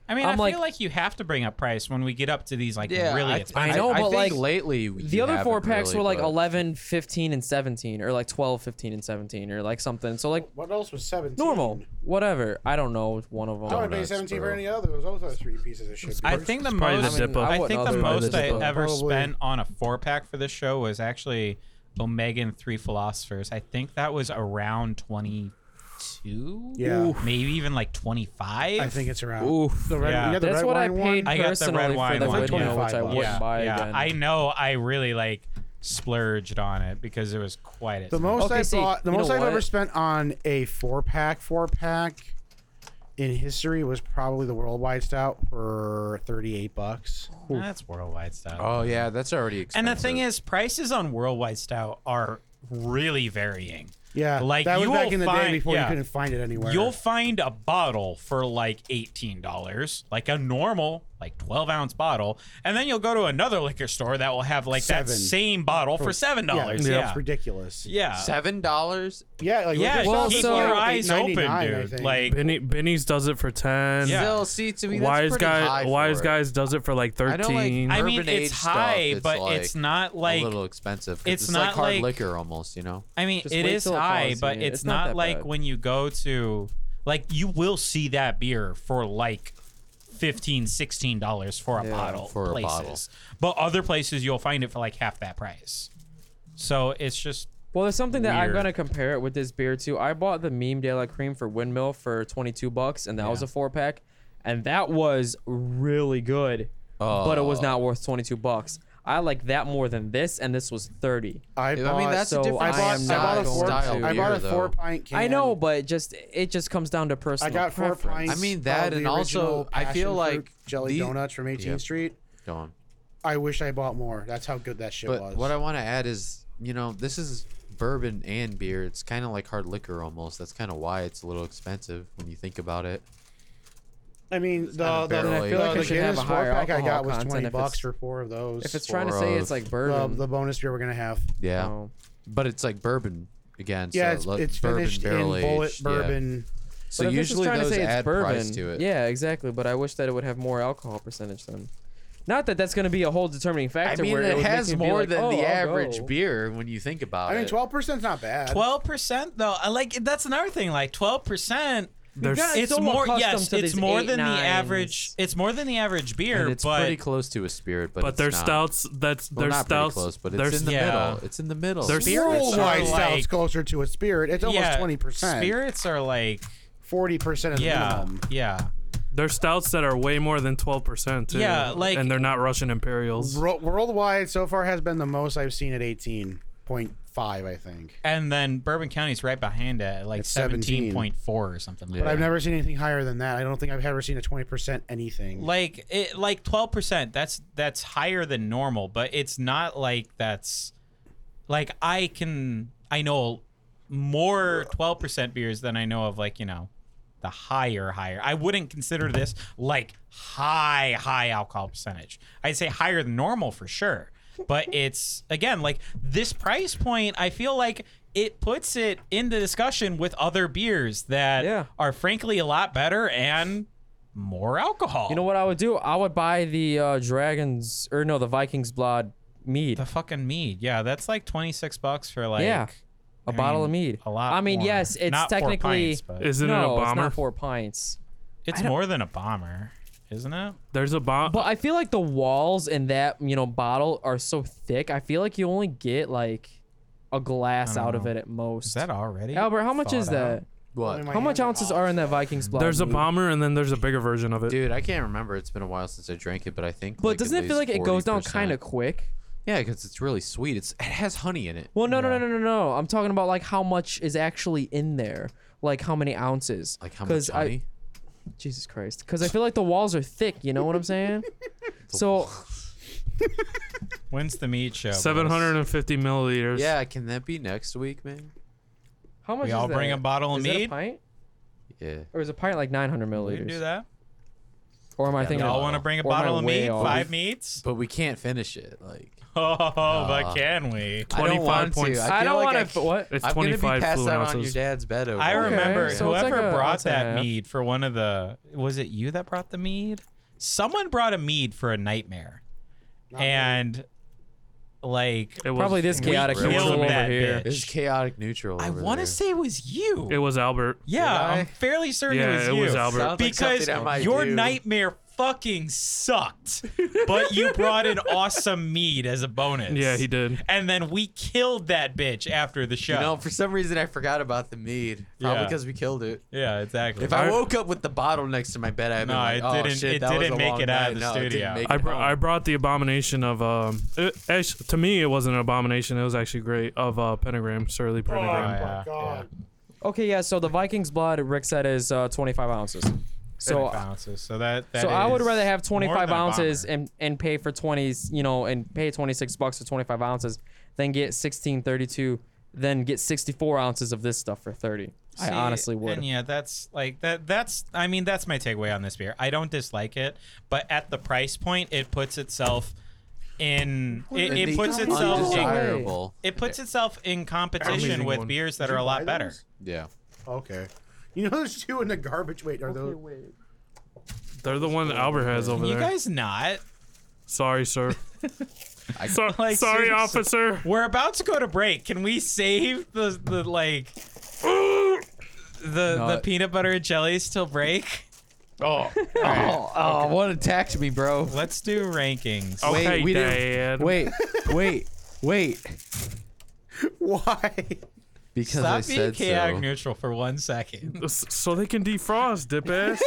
Speaker 5: I mean, i
Speaker 3: I'm like-
Speaker 5: feel like you have to bring up price when we get up to these like
Speaker 2: yeah,
Speaker 5: really.
Speaker 2: I,
Speaker 5: expensive.
Speaker 3: I know,
Speaker 2: I
Speaker 3: but,
Speaker 2: think
Speaker 3: like,
Speaker 2: lately
Speaker 3: The other four packs were like 11, 15, and 17, or like 12, 15, and 17, or like something. So, like,
Speaker 4: What else was 17?
Speaker 3: normal, whatever. I don't know one of them.
Speaker 4: I would pay
Speaker 2: Donuts,
Speaker 4: 17 for
Speaker 2: bro.
Speaker 4: any other. Those other three pieces of shit.
Speaker 5: I
Speaker 4: beers.
Speaker 5: think the
Speaker 1: probably the
Speaker 5: most.
Speaker 1: Dipper.
Speaker 5: I,
Speaker 1: I
Speaker 3: wouldn't
Speaker 5: think the
Speaker 3: other than
Speaker 5: most
Speaker 1: the
Speaker 5: I
Speaker 1: Dipper.
Speaker 5: ever
Speaker 4: Probably.
Speaker 5: spent on a four pack for this show was actually Omega and Three Philosophers. I think that was around twenty two.
Speaker 4: Yeah. Oof.
Speaker 5: Maybe even like twenty five.
Speaker 4: I think it's around.
Speaker 1: Oof.
Speaker 4: The red,
Speaker 5: Yeah.
Speaker 4: you got the
Speaker 3: That's
Speaker 4: red
Speaker 3: what I
Speaker 4: wine one?
Speaker 3: paid
Speaker 5: I got the
Speaker 3: personally
Speaker 5: red
Speaker 3: for
Speaker 5: wine
Speaker 3: the
Speaker 5: one,
Speaker 3: Vino,
Speaker 4: yeah.
Speaker 3: which I
Speaker 4: Yeah.
Speaker 3: wouldn't
Speaker 5: yeah,
Speaker 3: buy
Speaker 5: yeah.
Speaker 3: again.
Speaker 5: I know. I really like splurged on it because it was quite.
Speaker 4: The most
Speaker 3: Okay,
Speaker 4: I
Speaker 3: see,
Speaker 4: bought, the
Speaker 3: you
Speaker 4: most
Speaker 3: know
Speaker 4: I've ever
Speaker 3: what?
Speaker 4: spent on a four pack, four pack in history was probably the worldwide stout for 38 bucks.
Speaker 5: That's worldwide stout.
Speaker 2: Oh yeah, that's already
Speaker 5: and
Speaker 2: expensive.
Speaker 5: the thing is, prices on worldwide stout are really varying.
Speaker 4: Yeah,
Speaker 5: Like,
Speaker 4: that was
Speaker 5: you
Speaker 4: back
Speaker 5: will
Speaker 4: in the day
Speaker 5: find-
Speaker 4: before
Speaker 5: yeah.
Speaker 4: you couldn't find it anywhere.
Speaker 5: You'll find a bottle for like eighteen dollars, like a normal like twelve ounce bottle, and then you'll go to another liquor store that will have like that
Speaker 4: Seven.
Speaker 5: same bottle for seven
Speaker 4: yeah,
Speaker 5: dollars.
Speaker 4: yeah,
Speaker 5: Yeah,
Speaker 4: it's ridiculous.
Speaker 5: yeah, yeah.
Speaker 2: seven dollars.
Speaker 4: Yeah, like
Speaker 5: yeah
Speaker 3: Well,
Speaker 5: keep
Speaker 3: so-
Speaker 5: your eyes open,
Speaker 4: $8.99, I
Speaker 5: dude.
Speaker 4: think.
Speaker 5: Like,
Speaker 1: Benny Benny's does it for ten.
Speaker 5: Yeah.
Speaker 2: Still, see to me, that's
Speaker 1: Wise
Speaker 2: pretty
Speaker 1: guy,
Speaker 2: high
Speaker 1: wise
Speaker 2: for it.
Speaker 1: guys does it for like
Speaker 2: I don't like-
Speaker 1: thirteen.
Speaker 5: I
Speaker 2: urban
Speaker 5: mean,
Speaker 2: age
Speaker 5: it's
Speaker 2: stuff,
Speaker 5: high,
Speaker 2: it's
Speaker 5: but
Speaker 2: like
Speaker 5: it's not
Speaker 2: a
Speaker 5: like
Speaker 2: little expensive. 'cause
Speaker 5: it's
Speaker 2: It's, like
Speaker 5: not
Speaker 2: hard
Speaker 5: like-
Speaker 2: liquor almost, you know.
Speaker 5: I mean,
Speaker 3: Just
Speaker 5: it
Speaker 3: wait
Speaker 5: is
Speaker 3: till it
Speaker 5: high,
Speaker 3: falls,
Speaker 5: but
Speaker 3: man.
Speaker 5: it's,
Speaker 3: It's not
Speaker 5: not,
Speaker 3: that
Speaker 5: like
Speaker 3: bad.
Speaker 5: when you go to, like, you will see that beer for like 15 dollars for a
Speaker 2: Yeah,
Speaker 5: bottle.
Speaker 2: for a
Speaker 5: places.
Speaker 2: bottle.
Speaker 5: but other places you'll find it for like half that price. So it's just
Speaker 3: Well, there's something that I'm
Speaker 5: Weird.
Speaker 3: gonna compare it with this beer to. I bought the Meme De La Cream for Windmill for 22 bucks, and that was a four pack, and that was really good, but it was
Speaker 2: Oh.
Speaker 3: not worth 22 bucks. I like that more than this, and this was 30.
Speaker 4: I,
Speaker 2: I mean,
Speaker 4: bought-
Speaker 2: that's
Speaker 3: so
Speaker 2: a different
Speaker 4: I bought,
Speaker 3: am
Speaker 4: I
Speaker 3: not
Speaker 4: bought a
Speaker 3: going
Speaker 4: four,
Speaker 3: to.
Speaker 4: I bought a
Speaker 2: beer,
Speaker 4: four
Speaker 2: though.
Speaker 4: pint can.
Speaker 3: I know, but just it just comes down to
Speaker 4: I
Speaker 3: personal.
Speaker 4: got four
Speaker 3: preference.
Speaker 4: pints.
Speaker 2: I mean,
Speaker 4: of
Speaker 2: that
Speaker 4: the
Speaker 2: and also,
Speaker 4: original
Speaker 2: I feel
Speaker 4: passion fruit
Speaker 2: like
Speaker 4: jelly
Speaker 2: the-
Speaker 4: donuts from 18th
Speaker 2: Yep.
Speaker 4: Street.
Speaker 2: Go on.
Speaker 4: I wish I bought more. That's how good that shit
Speaker 2: But
Speaker 4: was.
Speaker 2: what I want to add is, you know, this is bourbon and beer. It's kind of like hard liquor almost. That's kind of why it's a little expensive when you think about it.
Speaker 4: I mean, the,
Speaker 2: kinda
Speaker 4: the, the,
Speaker 2: barrel aged.
Speaker 4: the,
Speaker 2: I feel like
Speaker 3: it
Speaker 4: the
Speaker 3: should have
Speaker 4: Guinness
Speaker 3: a higher
Speaker 4: four pack I
Speaker 3: alcohol
Speaker 4: got was
Speaker 3: content
Speaker 4: 20
Speaker 3: if it's-
Speaker 4: bucks for four of those.
Speaker 3: If it's trying to
Speaker 2: for
Speaker 3: say
Speaker 2: a-
Speaker 3: it's like
Speaker 4: the,
Speaker 3: bourbon,
Speaker 4: the bonus beer we're gonna have.
Speaker 2: Yeah,
Speaker 3: no.
Speaker 2: but it's like bourbon again.
Speaker 4: Yeah,
Speaker 2: so
Speaker 4: it's,
Speaker 2: like
Speaker 4: it's
Speaker 2: bourbon
Speaker 4: finished in
Speaker 2: barrel
Speaker 4: bullet
Speaker 2: aged, yeah.
Speaker 4: bourbon.
Speaker 2: So
Speaker 3: But if this is
Speaker 2: usually
Speaker 3: trying to
Speaker 2: those
Speaker 3: say it's
Speaker 2: add price
Speaker 3: bourbon,
Speaker 2: to it.
Speaker 3: Yeah, exactly. But I wish that it would have more alcohol percentage than. Not that that's going to be a whole determining
Speaker 2: I
Speaker 3: factor.
Speaker 2: mean,
Speaker 3: where
Speaker 2: it,
Speaker 3: would make
Speaker 2: has
Speaker 3: me be
Speaker 2: more
Speaker 3: like,
Speaker 2: than
Speaker 3: "Oh,
Speaker 2: the
Speaker 3: I'll
Speaker 2: average
Speaker 3: go."
Speaker 2: beer when you think about
Speaker 4: I mean,
Speaker 2: it.
Speaker 4: 12% is not bad.
Speaker 5: twelve percent though. I like that's another thing. Like twelve percent.
Speaker 1: There's-
Speaker 3: got-
Speaker 5: It's
Speaker 3: so
Speaker 5: more.
Speaker 3: accustomed
Speaker 5: Yes,
Speaker 3: to
Speaker 5: it's
Speaker 3: these
Speaker 5: more
Speaker 3: eight
Speaker 5: than the
Speaker 3: nines.
Speaker 5: average. It's more than the average beer,
Speaker 2: and it's
Speaker 5: but
Speaker 2: pretty close to a spirit, but,
Speaker 1: but
Speaker 2: it's
Speaker 1: their
Speaker 2: not.
Speaker 1: stouts, that's
Speaker 2: Well,
Speaker 1: their
Speaker 2: not pretty
Speaker 1: stouts.
Speaker 2: close, but
Speaker 1: their
Speaker 2: it's in the
Speaker 1: stout-
Speaker 5: yeah.
Speaker 2: middle. It's in the middle.
Speaker 1: There's-
Speaker 5: Spirits are
Speaker 4: Worldwide stout's
Speaker 5: like-
Speaker 4: closer to a spirit. It's almost
Speaker 5: yeah,
Speaker 4: 20%.
Speaker 5: Spirits are like
Speaker 4: 40% is
Speaker 5: yeah,
Speaker 4: minimum.
Speaker 5: yeah.
Speaker 1: They're stouts that are way more than twelve percent too.
Speaker 5: Yeah, like-
Speaker 1: and they're not Russian Imperials.
Speaker 4: Ro- worldwide so far has been the most I've seen at 18.5, I think.
Speaker 5: And then Bourbon County's right behind it, at, like
Speaker 4: It's 17.
Speaker 5: seventeen point four or something like
Speaker 2: Yeah.
Speaker 4: But
Speaker 5: that.
Speaker 4: I've never seen anything higher than that. I don't think I've ever seen a 20% anything.
Speaker 5: Like it, like twelve percent. That's that's higher than normal, but it's not like that's like I can I know more twelve percent beers than I know of like you know the higher higher. I wouldn't consider this like high high alcohol percentage. I'd say higher than normal for sure. But it's again like this price point. I feel like it puts it in the discussion with other beers that
Speaker 3: Yeah.
Speaker 5: are frankly a lot better and more alcohol.
Speaker 3: You know what I would do? I would buy the uh, dragons or no, the Vikings blood mead.
Speaker 5: The fucking mead. Yeah, that's like twenty six bucks for like
Speaker 3: Yeah. A
Speaker 5: I
Speaker 3: bottle of
Speaker 5: mean,
Speaker 3: mead.
Speaker 5: A lot.
Speaker 3: I mean,
Speaker 5: more.
Speaker 3: yes, it's
Speaker 5: Not four
Speaker 3: technically.
Speaker 5: pints, but
Speaker 1: Isn't
Speaker 3: no,
Speaker 1: it a
Speaker 3: it's
Speaker 1: bomber?
Speaker 3: not four pints.
Speaker 5: it's more than a bomber, isn't it?
Speaker 1: There's a bomb.
Speaker 3: But I feel like the walls in that you know bottle are so thick. I feel like you only get like a glass
Speaker 5: don't
Speaker 3: out of
Speaker 5: know.
Speaker 3: it at most.
Speaker 5: Uh-huh. Is that already?
Speaker 3: Albert, how much is
Speaker 5: thought out?
Speaker 3: that?
Speaker 2: what?
Speaker 4: My
Speaker 3: How much
Speaker 4: hand-
Speaker 3: ounces are in that Vikings blood?
Speaker 1: there's a
Speaker 3: mead?
Speaker 1: bomber, and then there's a bigger version of it.
Speaker 2: Dude, I can't remember. It's been a while since I drank it, but I think.
Speaker 3: But
Speaker 2: like, at
Speaker 3: doesn't it feel like
Speaker 2: least
Speaker 3: it goes down
Speaker 2: 40%.
Speaker 3: kind of quick?
Speaker 2: Yeah, because it's really sweet. It's it has honey in it.
Speaker 3: Well, no, no, no, no, no, no. I'm talking about like how much is actually in there, like how many ounces.
Speaker 2: Like how much
Speaker 3: 'Cause I-
Speaker 2: honey?
Speaker 3: Jesus Christ. Because I feel like the walls are thick. You know what I'm saying? so
Speaker 5: When's the mead show? boys?
Speaker 1: Seven hundred and fifty milliliters.
Speaker 2: yeah, can that be next week, man?
Speaker 3: how much?
Speaker 5: We
Speaker 3: is
Speaker 5: all bring
Speaker 3: that?
Speaker 5: a bottle of
Speaker 3: Is that a
Speaker 5: mead.
Speaker 3: pint?
Speaker 2: Yeah.
Speaker 3: Or is a pint like 900
Speaker 5: We can do
Speaker 3: milliliters?
Speaker 5: that.
Speaker 3: Or am I
Speaker 2: Yeah,
Speaker 3: thinking?
Speaker 5: Y'all
Speaker 2: no.
Speaker 5: want to bring a
Speaker 3: Or am I
Speaker 5: bottle of
Speaker 3: way
Speaker 5: mead?
Speaker 3: off?
Speaker 5: Five meads?
Speaker 2: But we can't finish it. Like
Speaker 5: Oh, but
Speaker 2: Uh,
Speaker 5: can we?
Speaker 2: I don't
Speaker 1: 25
Speaker 2: want to.
Speaker 1: points.
Speaker 2: I,
Speaker 3: I
Speaker 2: feel
Speaker 3: don't
Speaker 2: like
Speaker 3: want
Speaker 2: I
Speaker 3: to. What?
Speaker 1: it's
Speaker 2: I'm gonna
Speaker 1: twenty
Speaker 2: be
Speaker 1: five
Speaker 2: passed
Speaker 1: fluid
Speaker 2: out on your
Speaker 1: ounces.
Speaker 2: dad's bed over.
Speaker 5: I
Speaker 2: there.
Speaker 5: remember
Speaker 3: so it's
Speaker 5: whoever
Speaker 3: like a-
Speaker 5: brought
Speaker 3: that's a
Speaker 5: that
Speaker 3: half.
Speaker 5: mead for one of the was it you that brought the mead? Someone brought a mead for a nightmare. and like
Speaker 1: It was,
Speaker 3: Probably this
Speaker 5: We
Speaker 3: chaotic
Speaker 2: killed
Speaker 3: neutral over
Speaker 5: that
Speaker 3: here.
Speaker 5: bitch.
Speaker 2: It's chaotic neutral.
Speaker 5: I
Speaker 2: over
Speaker 5: want
Speaker 2: there.
Speaker 5: to say it was you.
Speaker 1: It was Albert.
Speaker 5: yeah,
Speaker 2: Did I?
Speaker 5: I'm fairly certain
Speaker 1: Yeah,
Speaker 5: it was
Speaker 1: it
Speaker 5: you.
Speaker 1: was Albert.
Speaker 2: Sounds like
Speaker 5: because
Speaker 2: something I might
Speaker 5: your
Speaker 2: do.
Speaker 5: nightmare fucking sucked, but you brought an awesome mead as a bonus.
Speaker 1: Yeah, he did.
Speaker 5: And then we killed that bitch after the show.
Speaker 2: You know, for some reason I forgot about the mead. Probably
Speaker 5: Yeah.
Speaker 2: because we killed it.
Speaker 5: yeah, exactly. Oh,
Speaker 2: If I woke up with the bottle next to my bed, I'd be
Speaker 5: No,
Speaker 2: like,
Speaker 5: it
Speaker 2: "Oh
Speaker 5: didn't-
Speaker 2: shit,
Speaker 5: it
Speaker 2: that was
Speaker 5: didn't
Speaker 2: a
Speaker 5: make
Speaker 2: long
Speaker 5: it out
Speaker 2: night."
Speaker 5: of the
Speaker 2: No, it didn't
Speaker 5: studio.
Speaker 2: make
Speaker 1: I,
Speaker 2: it
Speaker 1: br-
Speaker 2: home.
Speaker 1: I brought the abomination of um. It, actu- to me, it wasn't an abomination. It was actually great of uh pentagram, surly
Speaker 4: Oh,
Speaker 1: pentagram.
Speaker 5: yeah,
Speaker 4: my God.
Speaker 3: Okay, yeah. So the Vikings blood, Rick said, is uh, 25 ounces. So,
Speaker 5: ounces. So that, that
Speaker 3: so I would
Speaker 5: is
Speaker 3: rather have
Speaker 5: more
Speaker 3: 25
Speaker 5: than a
Speaker 3: ounces
Speaker 5: bomber.
Speaker 3: and, and pay for 20s, you know, and pay 26 bucks for 25 ounces, than get 16, 32, then get 64 ounces of this stuff for 30. I
Speaker 5: See,
Speaker 3: honestly would.
Speaker 5: And yeah, that's like that. That's I mean, that's my takeaway on this beer. I don't dislike it, but at the price point, it puts itself in. It, it
Speaker 2: The
Speaker 5: puts itself. In,
Speaker 2: undesirable.
Speaker 5: it puts itself in competition
Speaker 1: Amazing
Speaker 5: with
Speaker 1: one.
Speaker 5: beers that are a lot better.
Speaker 2: Yeah.
Speaker 4: Okay. You know, there's two in the garbage. Wait, are those?
Speaker 1: They're the one Albert has over
Speaker 5: You
Speaker 1: there.
Speaker 5: guys not.
Speaker 1: Sorry, sir.
Speaker 2: I-
Speaker 1: So-
Speaker 5: Like,
Speaker 1: sorry,
Speaker 5: seriously.
Speaker 1: officer.
Speaker 5: We're about to go to break. Can we save the the like the the peanut butter and jellies till break?
Speaker 2: Oh, oh, what attacked me, bro?
Speaker 5: Let's do
Speaker 2: Wait,
Speaker 5: rankings.
Speaker 1: Oh, Okay,
Speaker 2: we
Speaker 1: Dad.
Speaker 2: didn't. Wait, wait, wait.
Speaker 4: Why?
Speaker 2: Because I
Speaker 5: Stop being
Speaker 2: said
Speaker 5: chaotic
Speaker 2: so.
Speaker 5: neutral for one second.
Speaker 1: S- So they can defrost, dip ass.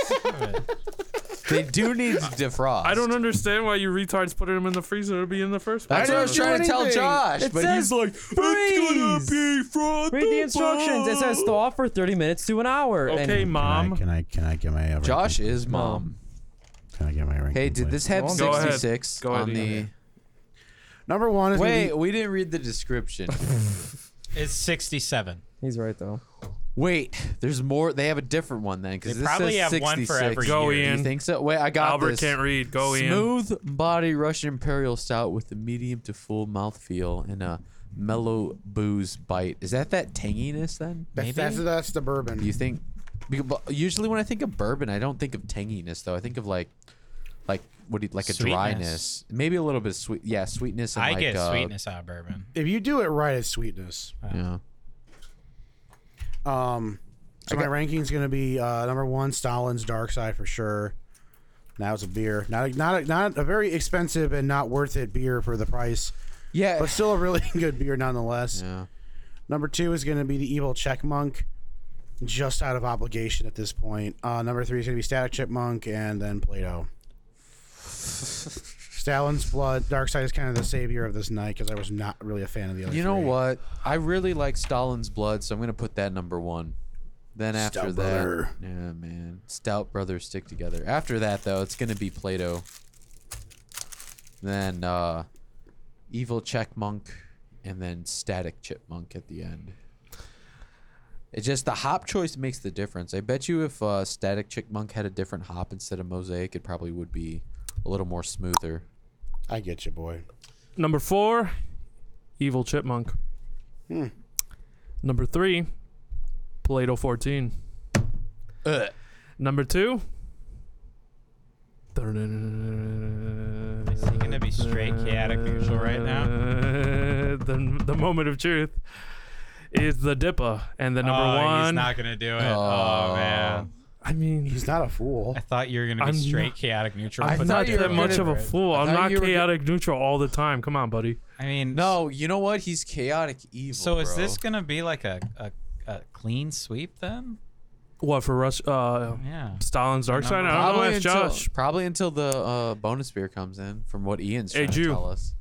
Speaker 2: They do need to defrost.
Speaker 1: I don't understand why you retards put them in the freezer to be in the first place.
Speaker 2: That's what I was
Speaker 3: do
Speaker 2: trying to tell
Speaker 3: anything.
Speaker 2: Josh,
Speaker 3: It
Speaker 2: but
Speaker 3: says
Speaker 2: he's like, it's gonna
Speaker 3: freeze."
Speaker 2: be frothy.
Speaker 3: Read the instructions. It says thaw for 30 minutes to an hour. and-
Speaker 1: Okay, mom.
Speaker 4: Can I? Can I get my? Uh,
Speaker 2: Josh is mom.
Speaker 4: Can I get my ranking?
Speaker 2: Hey, did this have
Speaker 1: Go ahead.
Speaker 2: 66
Speaker 1: Go ahead, Ian.
Speaker 2: on the?
Speaker 4: number one? Is gonna be-
Speaker 2: Wait, we didn't read the description.
Speaker 5: It's sixty-seven.
Speaker 3: He's right, though.
Speaker 2: Wait, there's more. They have a different one then, because
Speaker 5: They
Speaker 2: this
Speaker 5: probably
Speaker 2: says
Speaker 5: have one for
Speaker 2: 66.
Speaker 5: every
Speaker 1: Go
Speaker 5: year.
Speaker 1: in.
Speaker 2: You think so? Wait, I got
Speaker 1: Albert
Speaker 2: this.
Speaker 1: can't read. Go in.
Speaker 2: Smooth body Russian Imperial Stout with a medium to full mouthfeel and a mellow booze bite. Is that that tanginess then?
Speaker 4: that's, that's that's the bourbon.
Speaker 2: Do you think? because- but Usually when I think of bourbon, I don't think of tanginess though. I think of like, like what? Do you, like a
Speaker 5: Sweetness.
Speaker 2: dryness, maybe a little bit of sweet. Yeah, sweetness. And
Speaker 5: I
Speaker 2: like,
Speaker 5: get
Speaker 2: uh,
Speaker 5: sweetness out of bourbon.
Speaker 4: if you do it right, it's sweetness.
Speaker 2: Yeah.
Speaker 4: Um, so my ranking's gonna be uh, number one, Stalin's Dark Side for sure. Now it's a beer, not a, not a, not a very expensive and not worth it beer for the price,
Speaker 2: Yeah.
Speaker 4: but still a really good beer nonetheless.
Speaker 2: yeah.
Speaker 4: Number two is gonna be the Evil Check Monk, just out of obligation at this point. Uh, number three is gonna be Static Chipmunk, and then Plato. Stalin's Blood, Dark Side is kind of the savior of this night because I was not really a fan of the other.
Speaker 2: You know
Speaker 4: three.
Speaker 2: what? I really like Stalin's Blood, so I'm gonna put that number one. Then after
Speaker 4: Stout
Speaker 2: that,
Speaker 4: Brother.
Speaker 2: yeah, man, Stout brothers stick together. After that, though, it's gonna be Plato. Then uh, Evil Check Monk, and then Static Chipmunk at the end. It's just the hop choice makes the difference. I bet you if uh, Static Chipmunk had a different hop instead of Mosaic, it probably would be a little more smoother.
Speaker 4: I get you, boy.
Speaker 1: Number four, Evil Chipmunk. Number three, Plato 14.
Speaker 2: Ugh.
Speaker 1: Number two,
Speaker 5: Is he gonna be straight chaotic neutral right now?
Speaker 1: the, the moment of truth is the Dippa. And the number
Speaker 5: oh,
Speaker 1: one.
Speaker 5: He's not gonna do it. Oh,
Speaker 2: Oh.
Speaker 5: man.
Speaker 1: I mean,
Speaker 4: He's not a fool.
Speaker 5: I thought you were gonna be
Speaker 1: I'm
Speaker 5: straight
Speaker 1: not-
Speaker 5: chaotic neutral.
Speaker 1: I'm
Speaker 5: but
Speaker 1: not
Speaker 5: you were
Speaker 1: that much of
Speaker 5: gonna-
Speaker 1: a fool.
Speaker 2: I
Speaker 1: I'm
Speaker 2: thought
Speaker 1: not
Speaker 2: you were gonna-
Speaker 1: chaotic neutral all the time. Come on, buddy.
Speaker 5: I mean,
Speaker 2: No, you know what? He's chaotic evil.
Speaker 5: So is
Speaker 2: bro.
Speaker 5: this gonna be like a, a a clean sweep then?
Speaker 1: What for Russ? Uh,
Speaker 5: Yeah.
Speaker 1: Stalin's dark side. I don't know. Ask
Speaker 2: until,
Speaker 1: Josh.
Speaker 2: Probably until the uh, bonus beer comes in, from what Ian's
Speaker 1: Hey,
Speaker 2: trying to
Speaker 1: Jew.
Speaker 2: tell us.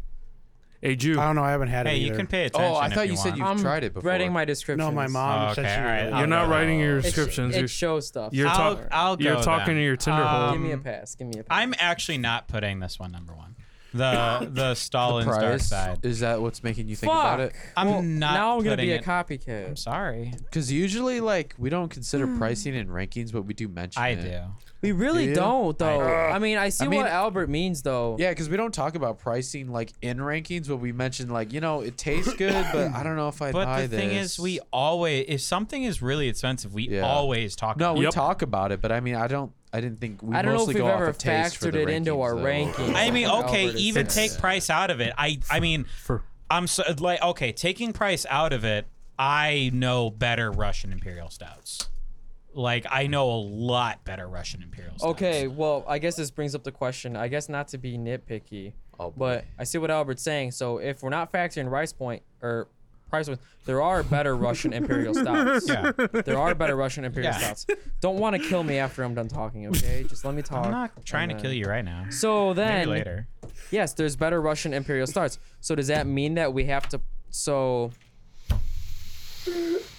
Speaker 1: Hey, Jew.
Speaker 4: I don't know. I haven't had it.
Speaker 5: Hey, you
Speaker 4: either.
Speaker 5: can pay attention.
Speaker 2: Oh, I
Speaker 5: if
Speaker 2: thought you said you
Speaker 5: want.
Speaker 3: I'm
Speaker 2: tried it before.
Speaker 3: reading my description.
Speaker 4: No, my mom
Speaker 5: Oh,
Speaker 4: said
Speaker 5: okay,
Speaker 4: she.
Speaker 5: all right.
Speaker 4: really-
Speaker 5: I'll
Speaker 1: You're not
Speaker 5: go.
Speaker 1: writing your
Speaker 3: It's,
Speaker 1: descriptions.
Speaker 3: it
Speaker 1: You're,
Speaker 3: shows stuff.
Speaker 1: you're
Speaker 5: I'll,
Speaker 1: talk-
Speaker 5: I'll go.
Speaker 1: you're talking
Speaker 5: then.
Speaker 1: to your Tinder hole.
Speaker 3: Give me a
Speaker 5: Um,
Speaker 3: pass. Give me a pass.
Speaker 5: I'm actually not putting this one number one. The the Stalin's dark
Speaker 2: price.
Speaker 5: side.
Speaker 2: Is that what's making you think
Speaker 3: Fuck.
Speaker 2: about it?
Speaker 5: I'm
Speaker 3: Well,
Speaker 5: not
Speaker 3: Now I'm gonna
Speaker 5: putting
Speaker 3: be a
Speaker 5: it- I'm
Speaker 3: copycat.
Speaker 5: sorry.
Speaker 2: Because usually, like, we don't consider pricing and rankings, but we do mention
Speaker 5: I
Speaker 2: it.
Speaker 5: do.
Speaker 3: We really
Speaker 2: Yeah.
Speaker 3: don't though. I mean, I see
Speaker 2: I mean-
Speaker 3: what Albert means though.
Speaker 2: Yeah, because we don't talk about pricing like in rankings, but we mention like you know it tastes good, but I don't know if I buy
Speaker 5: But the
Speaker 2: this.
Speaker 5: thing is, we always if something is really expensive, we
Speaker 2: Yeah.
Speaker 5: always talk.
Speaker 2: no
Speaker 5: about
Speaker 2: we
Speaker 1: Yep.
Speaker 2: talk about it, but I mean I don't I didn't think we
Speaker 3: I don't know
Speaker 2: mostly
Speaker 3: if
Speaker 2: go
Speaker 3: we've
Speaker 2: off
Speaker 3: ever
Speaker 2: of taste for the
Speaker 3: factored it into our
Speaker 2: rankings, though.
Speaker 3: rankings.
Speaker 5: I mean,
Speaker 3: What
Speaker 5: okay,
Speaker 3: Albert is
Speaker 5: even
Speaker 3: saying.
Speaker 5: take price out of it. I I mean,
Speaker 1: For
Speaker 5: I'm so like okay, taking price out of it. I know better Russian Imperial Stouts. Like I know a lot better Russian Imperial Stouts.
Speaker 3: Okay, well, I guess this brings up the question. I guess not to be nitpicky,
Speaker 2: Oh, boy.
Speaker 3: but I see what Albert's saying. So if we're not factoring Rice Point or Price Point, there are better Russian Imperial stouts.
Speaker 5: Yeah.
Speaker 3: There are better Russian Imperial
Speaker 5: Yeah.
Speaker 3: stouts. Don't want to kill me after I'm done talking, okay? Just let me talk.
Speaker 5: I'm not trying to
Speaker 3: and
Speaker 5: kill
Speaker 3: then-
Speaker 5: you right now.
Speaker 3: So
Speaker 5: Maybe
Speaker 3: then,
Speaker 5: later.
Speaker 3: yes, there's better Russian Imperial stouts. So does that mean that we have to? So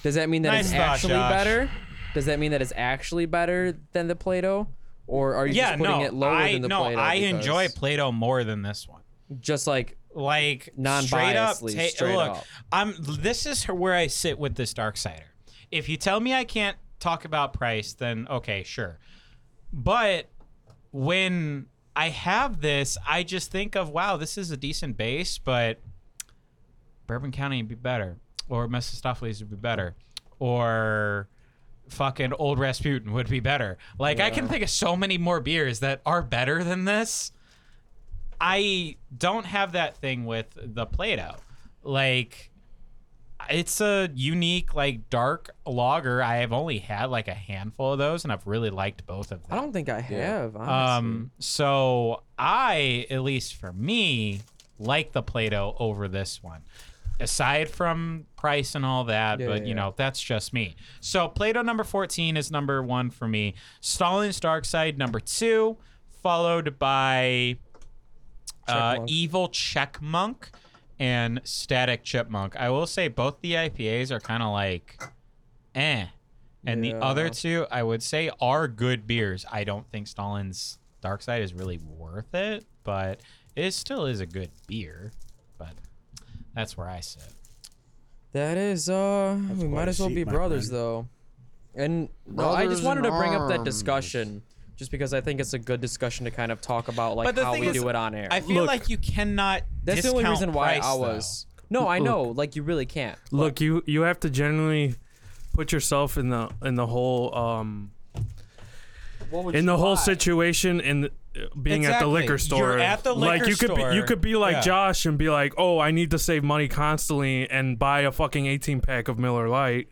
Speaker 3: Does that mean that
Speaker 5: Nice
Speaker 3: it's
Speaker 5: thought,
Speaker 3: actually
Speaker 5: Josh.
Speaker 3: better? Does that mean that it's actually better than the Play-Doh? Or are you
Speaker 5: yeah,
Speaker 3: just putting
Speaker 5: no,
Speaker 3: it lower
Speaker 5: I
Speaker 3: than the
Speaker 5: no,
Speaker 3: Play-Doh?
Speaker 5: I
Speaker 3: because-
Speaker 5: enjoy Play-Doh more than this one.
Speaker 3: just like
Speaker 5: Like straight up,
Speaker 3: Non-biasedly,
Speaker 5: ta-
Speaker 3: straight
Speaker 5: look,
Speaker 3: up.
Speaker 5: I'm. This is where I sit with this dark cider. If you tell me I can't talk about price, then okay, sure. But when I have this, I just think of wow, this is a decent base, but Bourbon County would be better, or Mephistopheles would be better, or fucking Old Rasputin would be better. Like I can think of so many more beers that are better than this. I don't have that thing with the Play-Doh. Like it's a unique like dark lager. I have only had like a handful of those and I've really liked both of them.
Speaker 3: I don't think I have. Honestly.
Speaker 5: Um, so I, at least for me, like the Play-Doh over this one. Aside from price and all that,
Speaker 2: Yeah,
Speaker 5: but
Speaker 2: yeah,
Speaker 5: you
Speaker 2: yeah.
Speaker 5: know, that's just me. So Play-Doh number 14 is number one for me. Stalin's Dark Side number two, followed by uh,
Speaker 3: Checkmunk.
Speaker 5: Evil Check Monk and Static Chipmunk. I will say both the IPAs are kind of like eh. And
Speaker 3: Yeah.
Speaker 5: the other two, I would say, are good beers. I don't think Stalin's Dark Side is really worth it, but it still is a good beer. But that's where I sit.
Speaker 3: that is uh, we
Speaker 4: quite
Speaker 3: might
Speaker 4: a
Speaker 3: as well
Speaker 4: seat,
Speaker 3: be
Speaker 4: my
Speaker 3: brothers
Speaker 4: friend.
Speaker 3: though. And no, I
Speaker 2: Brothers
Speaker 3: just
Speaker 2: in
Speaker 3: wanted to bring up that
Speaker 2: arms.
Speaker 3: discussion, just because I think it's a good discussion to kind of talk about like
Speaker 5: But the
Speaker 3: how
Speaker 5: thing
Speaker 3: we
Speaker 5: is,
Speaker 3: do it on air.
Speaker 5: I feel like you cannot.
Speaker 3: That's the only
Speaker 5: discount
Speaker 3: reason why I
Speaker 5: price,
Speaker 3: was. No, I know. Like you really can't.
Speaker 1: Look, you you have to generally put yourself in the in the whole um in the whole situation and being at the
Speaker 5: Exactly.
Speaker 1: liquor
Speaker 5: You're
Speaker 1: store.
Speaker 5: at the
Speaker 1: like
Speaker 5: liquor
Speaker 1: you could
Speaker 5: store.
Speaker 1: be you could be like
Speaker 5: Yeah.
Speaker 1: Josh and be like, "Oh, I need to save money constantly and buy a fucking 18 pack of Miller Lite."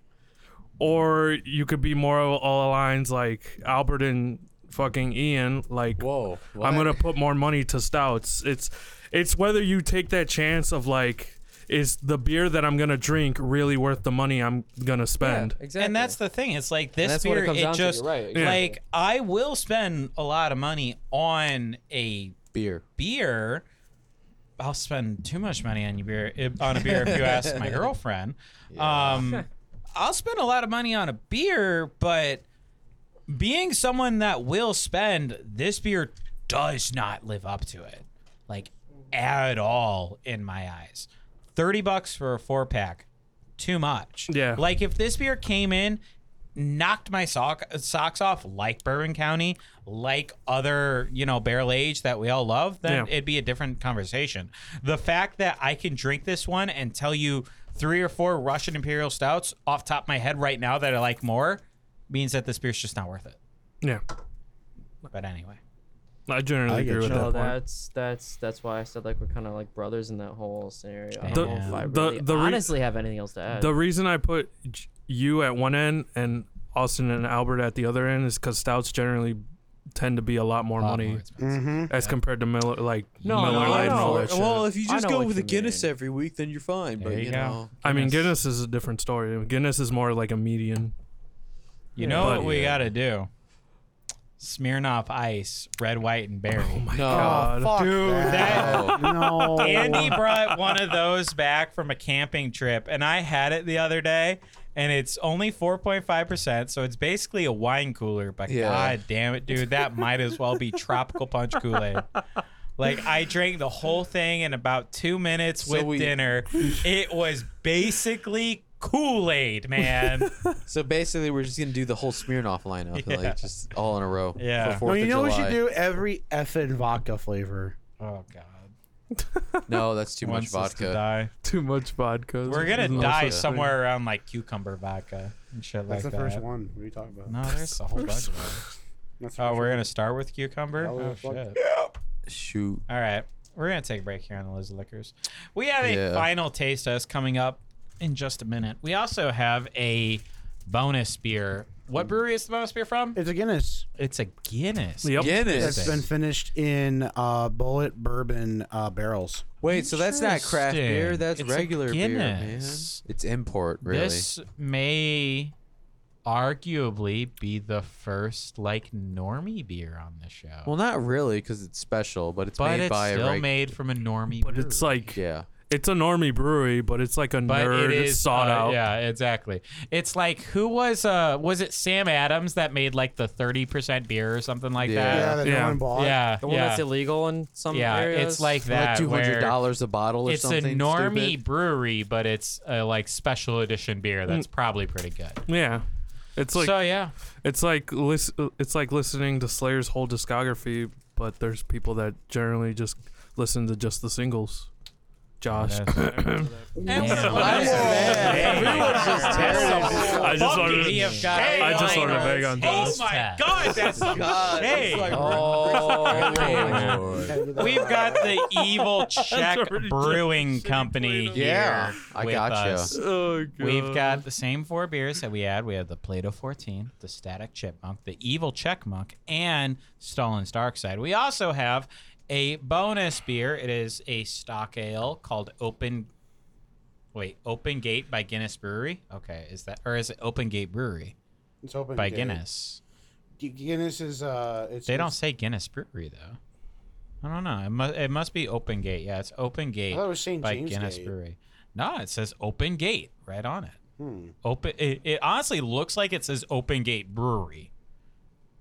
Speaker 1: Or you could be more al- all lines like Albert and fucking Ian like
Speaker 2: Whoa.
Speaker 1: I'm gonna put more money to stouts. It's it's whether you take that chance of like, is the beer that I'm gonna drink really worth the money I'm gonna
Speaker 3: Yeah,
Speaker 1: spend?
Speaker 3: exactly.
Speaker 5: And that's the thing. It's like this
Speaker 3: that's what it
Speaker 5: beer.
Speaker 3: comes
Speaker 5: It,
Speaker 3: down to,
Speaker 5: just
Speaker 3: you're right,
Speaker 1: Yeah.
Speaker 5: like I will spend a lot of money on a
Speaker 2: beer.
Speaker 5: beer. I'll spend too much money on your beer if- on a beer if you ask my girlfriend. Um, I'll spend a lot of money on a beer, but being someone that will spend, this beer does not live up to it, like at all in my eyes. Thirty bucks for a four pack, too much.
Speaker 1: Yeah.
Speaker 5: Like if this beer came in, knocked my sock socks off, like Bourbon County, like other you know barrel age that we all love, then
Speaker 1: Yeah.
Speaker 5: it'd be a different conversation. The fact that I can drink this one and tell you three or four Russian Imperial stouts off top of my head right now that I like more means that this beer's just not worth it.
Speaker 1: Yeah,
Speaker 5: But anyway,
Speaker 1: I generally
Speaker 4: I get
Speaker 1: agree with that.
Speaker 4: you. No,
Speaker 1: point.
Speaker 3: that's that's that's why I said like we're kind of like brothers in that whole scenario. I
Speaker 5: The-
Speaker 3: don't know if I
Speaker 1: the-
Speaker 3: really
Speaker 1: the re-
Speaker 3: honestly have anything else to add.
Speaker 1: The reason I put j- you at one end and Austin and Albert at the other end is because stouts generally tend to be a lot more money
Speaker 4: Mm-hmm.
Speaker 1: as compared to Miller, like
Speaker 3: No,
Speaker 1: Miller
Speaker 3: no, I
Speaker 1: Lite and all
Speaker 3: know.
Speaker 1: that shit.
Speaker 2: Well, if you
Speaker 3: I
Speaker 2: just
Speaker 3: know
Speaker 2: go
Speaker 3: what
Speaker 2: with a
Speaker 3: you
Speaker 2: Guinness
Speaker 3: mean.
Speaker 2: every week, then you're fine.
Speaker 5: There
Speaker 2: but
Speaker 5: you
Speaker 2: you
Speaker 5: go.
Speaker 2: know,
Speaker 1: I mean, Guinness is a different story. Guinness is more like a median.
Speaker 5: You know
Speaker 1: But-
Speaker 5: what we gotta do? Smirnoff Ice, red, white, and berry.
Speaker 2: no.
Speaker 1: God.
Speaker 4: Oh, fuck
Speaker 5: Oh, Dude,
Speaker 4: that. Mm-hmm. no.
Speaker 5: Andy brought one of those back from a camping trip, and I had it the other day, and it's only 4.5%, so it's basically a wine cooler, but
Speaker 2: Yeah.
Speaker 5: god damn it, dude, that might as well be Tropical Punch Kool Aid. Like, I drank the whole thing in about two minutes
Speaker 2: So
Speaker 5: with
Speaker 2: we-
Speaker 5: dinner. It was basically Kool Aid, man.
Speaker 2: So basically, we're just gonna do the whole Smirnoff lineup,
Speaker 5: Yeah.
Speaker 2: like just all in a row. For
Speaker 5: Yeah.
Speaker 4: No,
Speaker 2: Fourth
Speaker 4: you
Speaker 2: of
Speaker 4: know we
Speaker 2: July.
Speaker 4: should do every effing vodka flavor.
Speaker 5: oh, God.
Speaker 2: No, that's too much
Speaker 5: Wants us to
Speaker 2: vodka.
Speaker 5: die.
Speaker 1: Too much vodka.
Speaker 5: We're gonna
Speaker 1: Isn't
Speaker 5: die
Speaker 1: also-
Speaker 5: somewhere around like cucumber vodka and shit
Speaker 4: That's
Speaker 5: like
Speaker 4: the
Speaker 5: that.
Speaker 4: first one. What are you talking about?
Speaker 5: No, there's a whole bunch of them.
Speaker 4: That's the
Speaker 5: Oh,
Speaker 4: first
Speaker 5: we're
Speaker 4: one.
Speaker 5: gonna start with cucumber.
Speaker 4: Oh,
Speaker 5: Oh
Speaker 4: fuck.
Speaker 5: shit!
Speaker 2: Shoot.
Speaker 5: All right, we're gonna take a break here on the Liz Liquors. We have a
Speaker 2: Yeah.
Speaker 5: final taste test coming up in just a minute. We also have a bonus beer. What brewery is the bonus beer from?
Speaker 4: It's a Guinness.
Speaker 5: It's a Guinness.
Speaker 1: Yep.
Speaker 2: Guinness.
Speaker 4: It's been finished in uh, bullet bourbon uh, barrels.
Speaker 2: Wait, so that's not craft beer.
Speaker 5: Interesting.
Speaker 2: That's
Speaker 5: It's a
Speaker 2: regular beer, man.
Speaker 5: Guinness.
Speaker 2: It's import, really.
Speaker 5: This may arguably be the first like normie beer on the show.
Speaker 2: well, not really, because it's special, but it's
Speaker 5: but
Speaker 2: made
Speaker 5: it's
Speaker 2: by
Speaker 5: still
Speaker 2: a reg-
Speaker 5: made from a normie.
Speaker 1: But it's
Speaker 5: brewery.
Speaker 1: like
Speaker 2: Yeah.
Speaker 1: It's a normie brewery, but it's like a
Speaker 5: But
Speaker 1: nerd
Speaker 5: it is
Speaker 1: sought
Speaker 5: uh,
Speaker 1: out.
Speaker 5: Yeah, exactly. It's like who was uh was it Sam Adams that made like the thirty percent beer or something like
Speaker 2: Yeah.
Speaker 4: yeah,
Speaker 5: that?
Speaker 4: that
Speaker 1: Yeah.
Speaker 4: no one bought.
Speaker 5: Yeah,
Speaker 3: The one
Speaker 5: yeah,
Speaker 3: that's illegal in some
Speaker 5: yeah.
Speaker 3: areas.
Speaker 5: It's like
Speaker 2: like
Speaker 5: that.
Speaker 2: two hundred
Speaker 5: where-
Speaker 2: dollars a bottle or
Speaker 5: it's a
Speaker 2: something.
Speaker 5: normie
Speaker 2: stupid.
Speaker 5: brewery, but it's a like special edition beer that's probably pretty good.
Speaker 1: Yeah. Mm. It's like
Speaker 5: so yeah,
Speaker 1: it's like lis- it's like listening to Slayer's whole discography, but there's people that generally just listen to just the singles. Josh,
Speaker 2: Everyone's just
Speaker 1: I just wanted to-
Speaker 5: We have got
Speaker 1: I just wanted to
Speaker 5: minors.
Speaker 1: beg on
Speaker 5: Oh
Speaker 1: this.
Speaker 5: my god, that's
Speaker 2: God, it's
Speaker 5: Hey.
Speaker 2: like-
Speaker 3: Oh,
Speaker 5: man. We've got the evil Czech
Speaker 1: already
Speaker 5: Brewing
Speaker 1: just
Speaker 5: Company
Speaker 1: Play-Doh.
Speaker 5: here.
Speaker 2: Yeah, I
Speaker 5: with
Speaker 2: gotcha.
Speaker 5: us.
Speaker 1: Oh,
Speaker 5: We've
Speaker 1: God.
Speaker 5: got the same four beers that we had. We had the Plato 14, the Static Chipmunk, the Evil Checkmunk, and Stalin's Dark Side. We also have a bonus beer. It is a stock ale called Open. Wait, Open Gate by Guinness Brewery. Okay, is that or is it Open Gate Brewery
Speaker 4: It's open
Speaker 5: by
Speaker 4: to-
Speaker 5: Guinness?
Speaker 4: Gu- Guinness is uh, it's
Speaker 5: They don't
Speaker 4: it's-
Speaker 5: say Guinness Brewery though. I don't know. It must it must be Open Gate. Yeah, it's Open Gate
Speaker 4: I thought it was St.
Speaker 5: by
Speaker 4: James
Speaker 5: Guinness
Speaker 4: Gate.
Speaker 5: Brewery. No, it says Open Gate right on it.
Speaker 4: Hmm.
Speaker 5: Open. It, it honestly looks like it says Open Gate Brewery,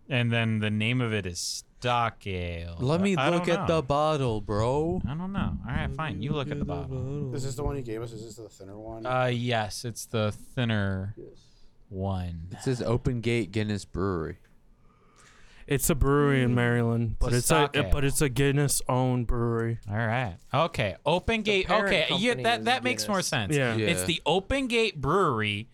Speaker 5: and then the name of it is Stock Ale.
Speaker 2: Let me
Speaker 5: I
Speaker 2: look
Speaker 5: don't
Speaker 2: at
Speaker 5: know.
Speaker 2: the bottle, bro.
Speaker 5: I don't know. All right, fine. You look at the bottle.
Speaker 4: Is this the one you gave us? Is this the thinner one?
Speaker 5: Uh, yes, it's the thinner one.
Speaker 2: It says Open Gate Guinness Brewery.
Speaker 1: It's a brewery in Maryland, but
Speaker 5: a
Speaker 1: it's,
Speaker 5: stock
Speaker 1: a
Speaker 5: ale.
Speaker 1: but it's a Guinness owned brewery.
Speaker 5: All right. Okay. Open Gate.
Speaker 3: parent
Speaker 5: Okay. Yeah.
Speaker 3: company
Speaker 5: That
Speaker 3: is
Speaker 5: that makes more
Speaker 3: Guinness.
Speaker 5: sense.
Speaker 1: Yeah.
Speaker 2: Yeah.
Speaker 5: It's the Open Gate Brewery,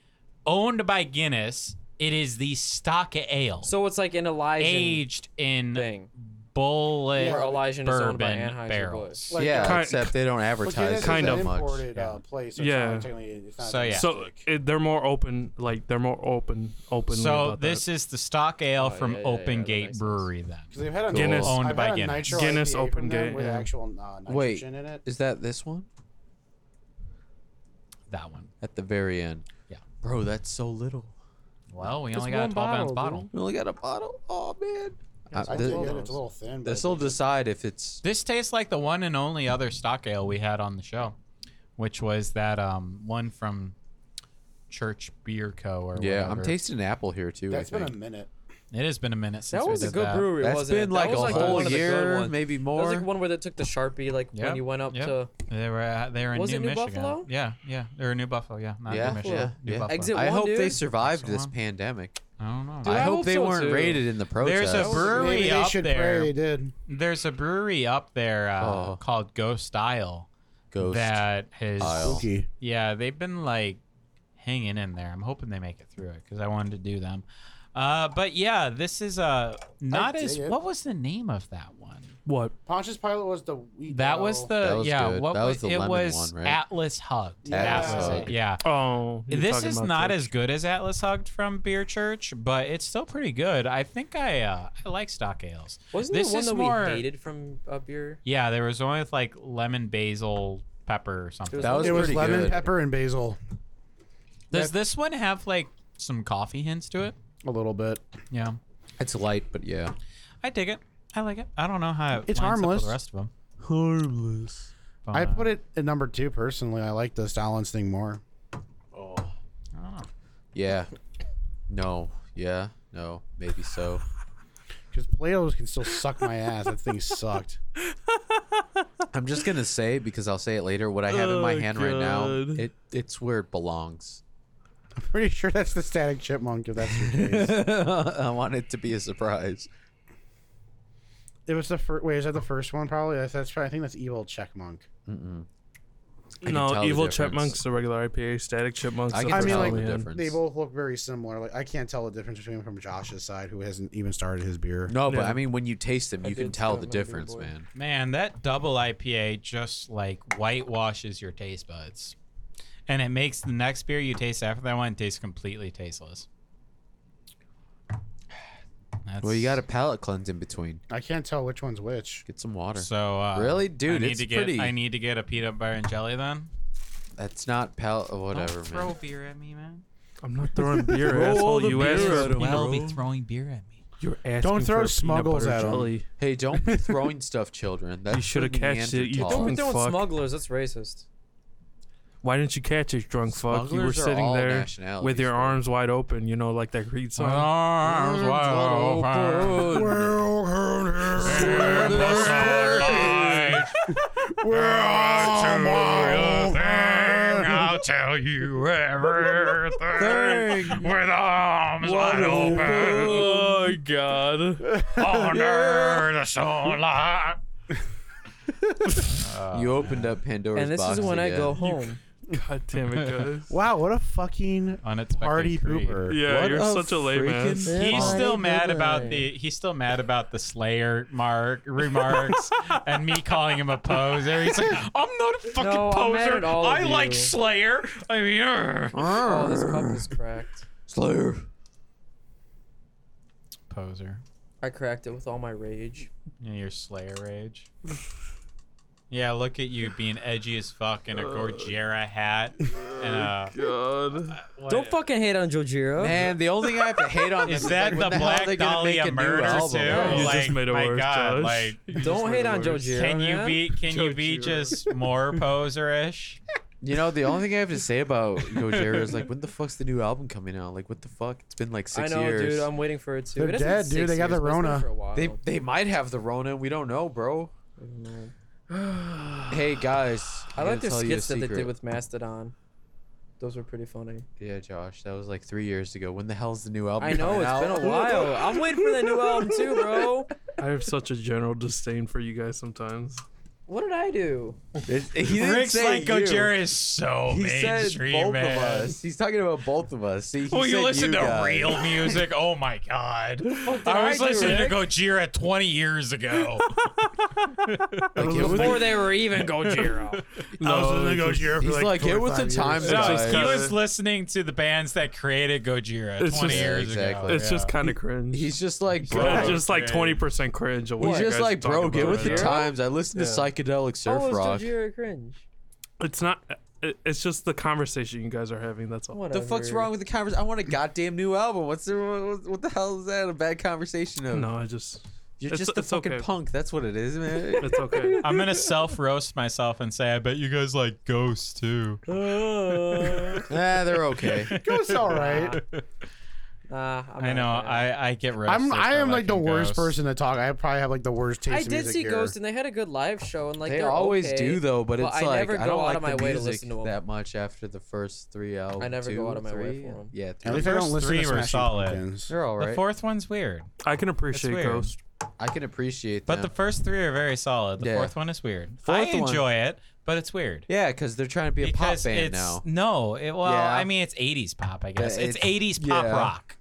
Speaker 5: owned by Guinness. It is the Stock Ale,
Speaker 3: So it's like an Elijah
Speaker 5: aged in
Speaker 3: thing.
Speaker 5: bullet
Speaker 4: Where
Speaker 3: Elijah is owned by
Speaker 5: bourbon
Speaker 3: Anheuser-Busch.
Speaker 5: barrels.
Speaker 4: Like,
Speaker 2: yeah,
Speaker 4: uh,
Speaker 1: Kind-
Speaker 2: except they don't
Speaker 4: but Guinness
Speaker 2: advertise
Speaker 4: is
Speaker 1: kind
Speaker 4: an
Speaker 1: of.
Speaker 2: much.
Speaker 4: imported uh, place. So
Speaker 1: Yeah.
Speaker 4: It's not technically, it's not
Speaker 5: So, yeah.
Speaker 1: So it, they're more open, like they're more open, open.
Speaker 5: So this is the stock ale
Speaker 3: Oh,
Speaker 5: from
Speaker 3: yeah, yeah,
Speaker 5: Open
Speaker 3: yeah, that
Speaker 5: Gate
Speaker 3: makes sense.
Speaker 5: Brewery. Then
Speaker 4: because they've had a
Speaker 1: Guinness-
Speaker 4: I've
Speaker 5: Owned
Speaker 4: had
Speaker 5: by
Speaker 4: a
Speaker 5: Guinness.
Speaker 4: nitro
Speaker 1: Guinness
Speaker 4: IPA
Speaker 1: Open
Speaker 4: from them
Speaker 1: Gate,
Speaker 4: with
Speaker 1: yeah.
Speaker 4: actual uh,
Speaker 2: Wait.
Speaker 4: nitrogen in it.
Speaker 2: Is that this one
Speaker 5: that one.
Speaker 2: at the very end?
Speaker 5: Yeah.
Speaker 2: bro, that's so little.
Speaker 5: Well, we
Speaker 3: It's
Speaker 5: only got
Speaker 3: one
Speaker 5: a 12 ounce
Speaker 3: bottle,
Speaker 5: bottle.
Speaker 2: We only got a bottle. Oh man,
Speaker 4: I
Speaker 2: thi-
Speaker 4: think it's a little thin. but
Speaker 2: this will decide if it's
Speaker 5: This tastes like the one and only other stock ale we had on the show, which was that um one from Church Beer Co. Or
Speaker 2: Yeah,
Speaker 5: whatever.
Speaker 2: I'm tasting an apple here too.
Speaker 4: That's
Speaker 2: I
Speaker 4: been
Speaker 2: think.
Speaker 4: a minute.
Speaker 5: It has been a minute since
Speaker 3: That
Speaker 5: we
Speaker 3: was a
Speaker 5: did
Speaker 3: good
Speaker 5: that.
Speaker 3: brewery,
Speaker 2: That's
Speaker 3: wasn't
Speaker 2: been
Speaker 3: it?
Speaker 2: like
Speaker 3: that was
Speaker 2: a
Speaker 3: like
Speaker 2: whole
Speaker 3: one of the good
Speaker 2: year,
Speaker 3: ones.
Speaker 2: maybe
Speaker 3: That
Speaker 2: more.
Speaker 3: was like one where they took the sharpie, like
Speaker 5: Yep,
Speaker 3: when you went up
Speaker 5: yep.
Speaker 3: to
Speaker 5: They were at, they were in
Speaker 3: Was
Speaker 5: New
Speaker 3: it New
Speaker 5: Michigan.
Speaker 3: Buffalo?
Speaker 5: Yeah, yeah, they were in New Buffalo. Yeah, not
Speaker 2: Yeah.
Speaker 5: New Michigan.
Speaker 2: Yeah.
Speaker 5: New
Speaker 2: Yeah.
Speaker 5: Buffalo.
Speaker 3: Exit
Speaker 2: I
Speaker 3: one,
Speaker 2: hope they
Speaker 3: dude.
Speaker 2: survived this
Speaker 5: Someone.
Speaker 2: pandemic.
Speaker 5: I don't know.
Speaker 3: Dude,
Speaker 2: I,
Speaker 3: I
Speaker 2: hope,
Speaker 3: hope
Speaker 2: they
Speaker 3: so,
Speaker 2: weren't
Speaker 3: too.
Speaker 2: raided in the protest.
Speaker 5: There's a brewery
Speaker 4: Maybe they
Speaker 5: up
Speaker 4: should
Speaker 5: there.
Speaker 4: pray they did.
Speaker 5: There's a brewery up there uh,
Speaker 2: Oh.
Speaker 5: called Ghost Isle
Speaker 2: Ghost.
Speaker 5: that has
Speaker 2: Isle.
Speaker 4: Spooky.
Speaker 5: yeah they've been like hanging in there. I'm hoping they make it through it because I wanted to do them. Uh, but yeah, this is uh, not
Speaker 4: dig
Speaker 5: as
Speaker 4: it.
Speaker 5: what was the name of that one?
Speaker 1: what
Speaker 4: Pontius Pilate was the wheat.
Speaker 5: That was
Speaker 4: dough.
Speaker 5: the
Speaker 2: That was
Speaker 5: yeah.
Speaker 2: good.
Speaker 5: What
Speaker 2: That
Speaker 5: was,
Speaker 2: was the
Speaker 5: it?
Speaker 2: lemon
Speaker 5: Was
Speaker 2: one, right?
Speaker 5: Atlas Hugged?
Speaker 4: Atlas
Speaker 5: that was
Speaker 2: Hugged.
Speaker 5: it. Yeah.
Speaker 1: Oh, you're
Speaker 5: this
Speaker 1: talking
Speaker 5: is
Speaker 1: about
Speaker 5: not
Speaker 1: the-
Speaker 5: as good as Atlas Hugged from Beer Church, but it's still pretty good. I think I uh, I like stock ales.
Speaker 3: Wasn't
Speaker 5: this
Speaker 3: there one
Speaker 5: is
Speaker 3: that
Speaker 5: more,
Speaker 3: we hated from a beer?
Speaker 5: Yeah, there was one with like lemon basil pepper or something.
Speaker 2: That was
Speaker 4: It was
Speaker 2: pretty
Speaker 4: lemon,
Speaker 2: good.
Speaker 4: pepper, and basil.
Speaker 5: Does this one have like some coffee hints to it?
Speaker 4: A little bit.
Speaker 5: Yeah,
Speaker 2: It's light, but yeah.
Speaker 5: I dig it. I like it. I don't know how it
Speaker 4: It's
Speaker 5: lines up with
Speaker 4: harmless.
Speaker 5: the rest of them.
Speaker 2: Harmless.
Speaker 4: I put it at number two personally. I like the Stalin's thing more.
Speaker 2: Yeah. No. Yeah. No. Maybe so.
Speaker 4: Because Play-Dohs can still suck my ass. That thing sucked.
Speaker 2: I'm just gonna say because I'll say it later. What I have in my
Speaker 1: Oh,
Speaker 2: hand right now,
Speaker 1: God.
Speaker 2: it it's where it belongs.
Speaker 4: I'm pretty sure that's the static chipmunk if that's your case.
Speaker 2: I want it to be a surprise.
Speaker 4: it was the first. Wait, is
Speaker 3: Oh.
Speaker 4: that the first one? Probably. That's, that's probably- I think that's evil checkmunk.
Speaker 2: can tell
Speaker 1: no
Speaker 2: the
Speaker 1: evil
Speaker 2: difference.
Speaker 1: chipmunks, the regular IPA, static chipmunks.
Speaker 2: I
Speaker 1: the
Speaker 2: can
Speaker 4: I mean,
Speaker 2: tell
Speaker 1: personal
Speaker 4: like,
Speaker 2: the
Speaker 1: man.
Speaker 2: difference.
Speaker 4: They both look very similar. Like I can't tell the difference between from Josh's side, who hasn't even started his beer.
Speaker 2: No, but
Speaker 1: Yeah.
Speaker 2: I mean, when you taste them, you can
Speaker 3: did
Speaker 2: tell
Speaker 3: try
Speaker 2: the
Speaker 3: my Beer
Speaker 2: difference,
Speaker 3: Boy.
Speaker 2: man.
Speaker 5: Man, that double IPA just like whitewashes your taste buds. And it makes the next beer you taste after that one taste completely tasteless. That's,
Speaker 2: Well, you got a palate cleanse in between.
Speaker 4: I can't tell which one's which.
Speaker 2: Get some water.
Speaker 5: So uh,
Speaker 2: Really?
Speaker 5: I
Speaker 2: Dude,
Speaker 5: need
Speaker 2: it's
Speaker 5: to get,
Speaker 2: pretty-
Speaker 5: I need to get a peanut butter and jelly then.
Speaker 2: That's not palate. Oh,
Speaker 5: Don't
Speaker 2: whatever,
Speaker 5: throw
Speaker 2: man.
Speaker 5: beer at me, man.
Speaker 1: I'm not throwing beer,
Speaker 2: Roll
Speaker 1: asshole.
Speaker 2: the
Speaker 1: You
Speaker 2: beer
Speaker 1: asked for
Speaker 2: at 'em.
Speaker 1: a
Speaker 5: You
Speaker 2: Wow.
Speaker 5: will be throwing beer at me.
Speaker 1: You're asking
Speaker 4: Don't throw
Speaker 1: for a peanut
Speaker 4: smuggles
Speaker 1: butter
Speaker 4: at 'em.
Speaker 1: jelly.
Speaker 2: Hey, don't be throwing stuff, children. That's
Speaker 1: shoulda
Speaker 2: for
Speaker 1: catched it, you
Speaker 2: Neanderthals.
Speaker 3: Don't
Speaker 1: Oh,
Speaker 3: be throwing
Speaker 1: fuck.
Speaker 3: smugglers. That's racist.
Speaker 1: Why didn't you catch it, drunk fuck? You were
Speaker 2: Smugglers are
Speaker 1: sitting
Speaker 2: all
Speaker 1: there
Speaker 2: nationalities,
Speaker 1: with your
Speaker 2: though.
Speaker 1: arms wide open, you know, like that Creed song.
Speaker 5: Arms wide open. I'll tell you everything with arms wide open
Speaker 1: Oh God!
Speaker 5: under the sunlight. Uh,
Speaker 2: You opened up Pandora's
Speaker 3: and this
Speaker 2: box
Speaker 3: is when I
Speaker 2: again.
Speaker 3: go home.
Speaker 1: God damn it, guys!
Speaker 4: Wow, what a fucking
Speaker 5: Unexpected
Speaker 4: party
Speaker 5: creed.
Speaker 4: pooper.
Speaker 1: Yeah,
Speaker 2: What
Speaker 1: you're
Speaker 2: a
Speaker 1: such a lame
Speaker 2: freaking
Speaker 1: ass.
Speaker 3: Yeah.
Speaker 5: He's
Speaker 3: Oh.
Speaker 5: still mad about
Speaker 3: Good.
Speaker 5: the he's still mad about the Slayer mark remarks and me calling him a poser. He's like, I'm not a fucking
Speaker 3: No, I'm mad
Speaker 5: poser.
Speaker 3: at all of
Speaker 5: I like
Speaker 3: you."
Speaker 5: Slayer. I mean, er.
Speaker 3: Oh, this cup is cracked.
Speaker 2: Slayer.
Speaker 5: poser.
Speaker 3: I cracked it with all my rage.
Speaker 5: Yeah, your Slayer rage. Yeah, look at you being edgy as fuck in a Gorgera
Speaker 2: Uh,
Speaker 5: hat and uh, a.
Speaker 1: God.
Speaker 5: what-
Speaker 3: Don't fucking hate on Jojiro.
Speaker 2: Man, the only thing I have to hate on
Speaker 5: Is
Speaker 2: this
Speaker 5: that
Speaker 2: like, when
Speaker 5: the
Speaker 2: hell are
Speaker 5: Black
Speaker 2: they gonna
Speaker 5: Dolly
Speaker 2: make
Speaker 5: of
Speaker 2: new
Speaker 5: murder
Speaker 2: album?
Speaker 5: too?
Speaker 1: You
Speaker 2: Yeah.
Speaker 1: just
Speaker 5: Like,
Speaker 1: made it
Speaker 5: my
Speaker 1: worse,
Speaker 5: God,
Speaker 1: Josh.
Speaker 5: like-
Speaker 1: You just
Speaker 3: Don't
Speaker 1: made
Speaker 3: hate
Speaker 1: it
Speaker 3: on
Speaker 1: worse.
Speaker 3: Jojiro.
Speaker 5: Can you
Speaker 3: man.
Speaker 5: be can you be
Speaker 1: Gojira.
Speaker 5: just more poserish?
Speaker 2: You know, the only thing I have to say about Gojira is like, when the fuck's the new album coming out? Like, what the fuck? It's been like
Speaker 3: I
Speaker 2: six
Speaker 3: know,
Speaker 2: years.
Speaker 3: dude. I'm waiting for it too.
Speaker 4: They're
Speaker 3: It hasn't been
Speaker 4: dead, dude.
Speaker 3: six
Speaker 4: They got the
Speaker 3: years, but it's been
Speaker 4: Rona.
Speaker 3: For a while.
Speaker 2: they they might have the Rona. We don't know, bro.
Speaker 3: I don't know.
Speaker 2: Hey guys,
Speaker 3: I like
Speaker 2: to
Speaker 3: their
Speaker 2: tell you a
Speaker 3: skits that they
Speaker 2: secret.
Speaker 3: did with Mastodon. Those were pretty funny.
Speaker 2: Yeah, Josh, that was like three years ago. When the hell's the new album?
Speaker 3: I know
Speaker 2: coming
Speaker 3: it's
Speaker 2: out?
Speaker 3: been a while. I'm waiting for the new album too, bro.
Speaker 1: I have such a general disdain for you guys sometimes.
Speaker 3: What did I do?
Speaker 2: It's- he didn't
Speaker 5: Rick's
Speaker 2: say
Speaker 5: like
Speaker 2: you.
Speaker 5: Gojira is so
Speaker 2: He said
Speaker 5: mainstream,
Speaker 2: both
Speaker 5: man.
Speaker 2: of us. He's talking about both of us. See, he
Speaker 5: Well, you
Speaker 2: said
Speaker 5: listen to
Speaker 2: guys.
Speaker 5: real music. Oh my god,
Speaker 3: I
Speaker 5: I was
Speaker 3: do,
Speaker 5: listening
Speaker 3: Rick?
Speaker 5: to Gojira 20 years ago.
Speaker 2: Like, it was,
Speaker 3: Before they were even Gojiro.
Speaker 4: I was gonna
Speaker 1: it's
Speaker 4: go
Speaker 1: just-
Speaker 4: Europe
Speaker 2: he's
Speaker 4: for
Speaker 2: like,
Speaker 4: like,
Speaker 2: it was a
Speaker 4: 45
Speaker 2: time
Speaker 4: years.
Speaker 5: no,
Speaker 2: Guys.
Speaker 5: he was listening to the bands that created Gojira
Speaker 1: It's
Speaker 5: 20
Speaker 1: just-
Speaker 5: years
Speaker 2: Exactly.
Speaker 5: ago.
Speaker 1: It's just
Speaker 5: Yeah.
Speaker 1: kind of cringe.
Speaker 2: he's just like,
Speaker 5: Yeah,
Speaker 2: bro.
Speaker 1: It's just like
Speaker 5: Cringe.
Speaker 1: twenty percent cringe. Of what
Speaker 2: he's
Speaker 1: you
Speaker 2: just
Speaker 1: guys are
Speaker 2: like, bro.
Speaker 1: talking
Speaker 2: Get
Speaker 1: about right
Speaker 2: with the
Speaker 1: now.
Speaker 3: time.
Speaker 2: times. I listen
Speaker 3: Yeah.
Speaker 2: to psychedelic surf
Speaker 3: How is
Speaker 2: rock.
Speaker 3: Gojira cringe?
Speaker 1: It's not. it- It's just the conversation you guys are having. That's all.
Speaker 2: The fuck's wrong with the conversation? I want a goddamn new album. What's the what, what the hell is that? A bad conversation? Of?
Speaker 1: No, I just.
Speaker 2: you're
Speaker 1: it's-
Speaker 2: just a
Speaker 1: it's
Speaker 2: fucking
Speaker 1: okay.
Speaker 2: punk. That's what it is, man.
Speaker 1: It's okay.
Speaker 5: I'm gonna self roast myself and say I bet you guys like Ghosts too.
Speaker 3: Uh,
Speaker 2: nah, Eh, they're okay.
Speaker 4: Ghosts, all right.
Speaker 3: nah, I'm
Speaker 5: I
Speaker 3: not
Speaker 5: know.
Speaker 3: a fan.
Speaker 5: I I get roasted.
Speaker 4: I'm I
Speaker 5: for
Speaker 4: am like the
Speaker 5: liking
Speaker 4: worst
Speaker 5: Ghosts.
Speaker 4: person to talk. I probably have like the worst taste.
Speaker 3: I
Speaker 4: in
Speaker 3: did
Speaker 4: music
Speaker 3: see
Speaker 4: here.
Speaker 3: Ghost, and they had a good live show, and like
Speaker 2: they
Speaker 3: they're
Speaker 2: always
Speaker 3: okay,
Speaker 2: do though, but it's
Speaker 3: I
Speaker 2: like
Speaker 3: never
Speaker 2: I
Speaker 3: go
Speaker 2: don't
Speaker 3: out
Speaker 2: like
Speaker 3: of my
Speaker 2: the
Speaker 3: way to
Speaker 2: music
Speaker 3: listen to 'em.
Speaker 2: that much after the first three albums.
Speaker 3: never go
Speaker 2: two,
Speaker 3: out of my way
Speaker 2: three?
Speaker 3: for 'em.
Speaker 2: Yeah,
Speaker 4: At
Speaker 2: three.
Speaker 4: least I
Speaker 5: first
Speaker 4: don't listen
Speaker 5: three
Speaker 4: to
Speaker 5: were
Speaker 4: Smashing
Speaker 5: solid.
Speaker 4: Pumpkins.
Speaker 2: they're all
Speaker 5: The
Speaker 2: right.
Speaker 5: fourth one's weird,
Speaker 1: I can appreciate
Speaker 5: weird.
Speaker 1: Ghost.
Speaker 2: I can appreciate
Speaker 5: but
Speaker 2: them.
Speaker 5: the first three are very solid. The
Speaker 2: Yeah.
Speaker 5: fourth one is weird. I
Speaker 2: Fourth one-
Speaker 5: enjoy it, but it's weird.
Speaker 2: yeah, because they're trying to be a pop band now.
Speaker 5: No, it, well,
Speaker 2: Yeah.
Speaker 5: I mean, it's 80s pop, I guess.
Speaker 2: Yeah,
Speaker 5: it's,
Speaker 2: it's-
Speaker 5: 80s pop
Speaker 2: yeah.
Speaker 5: rock.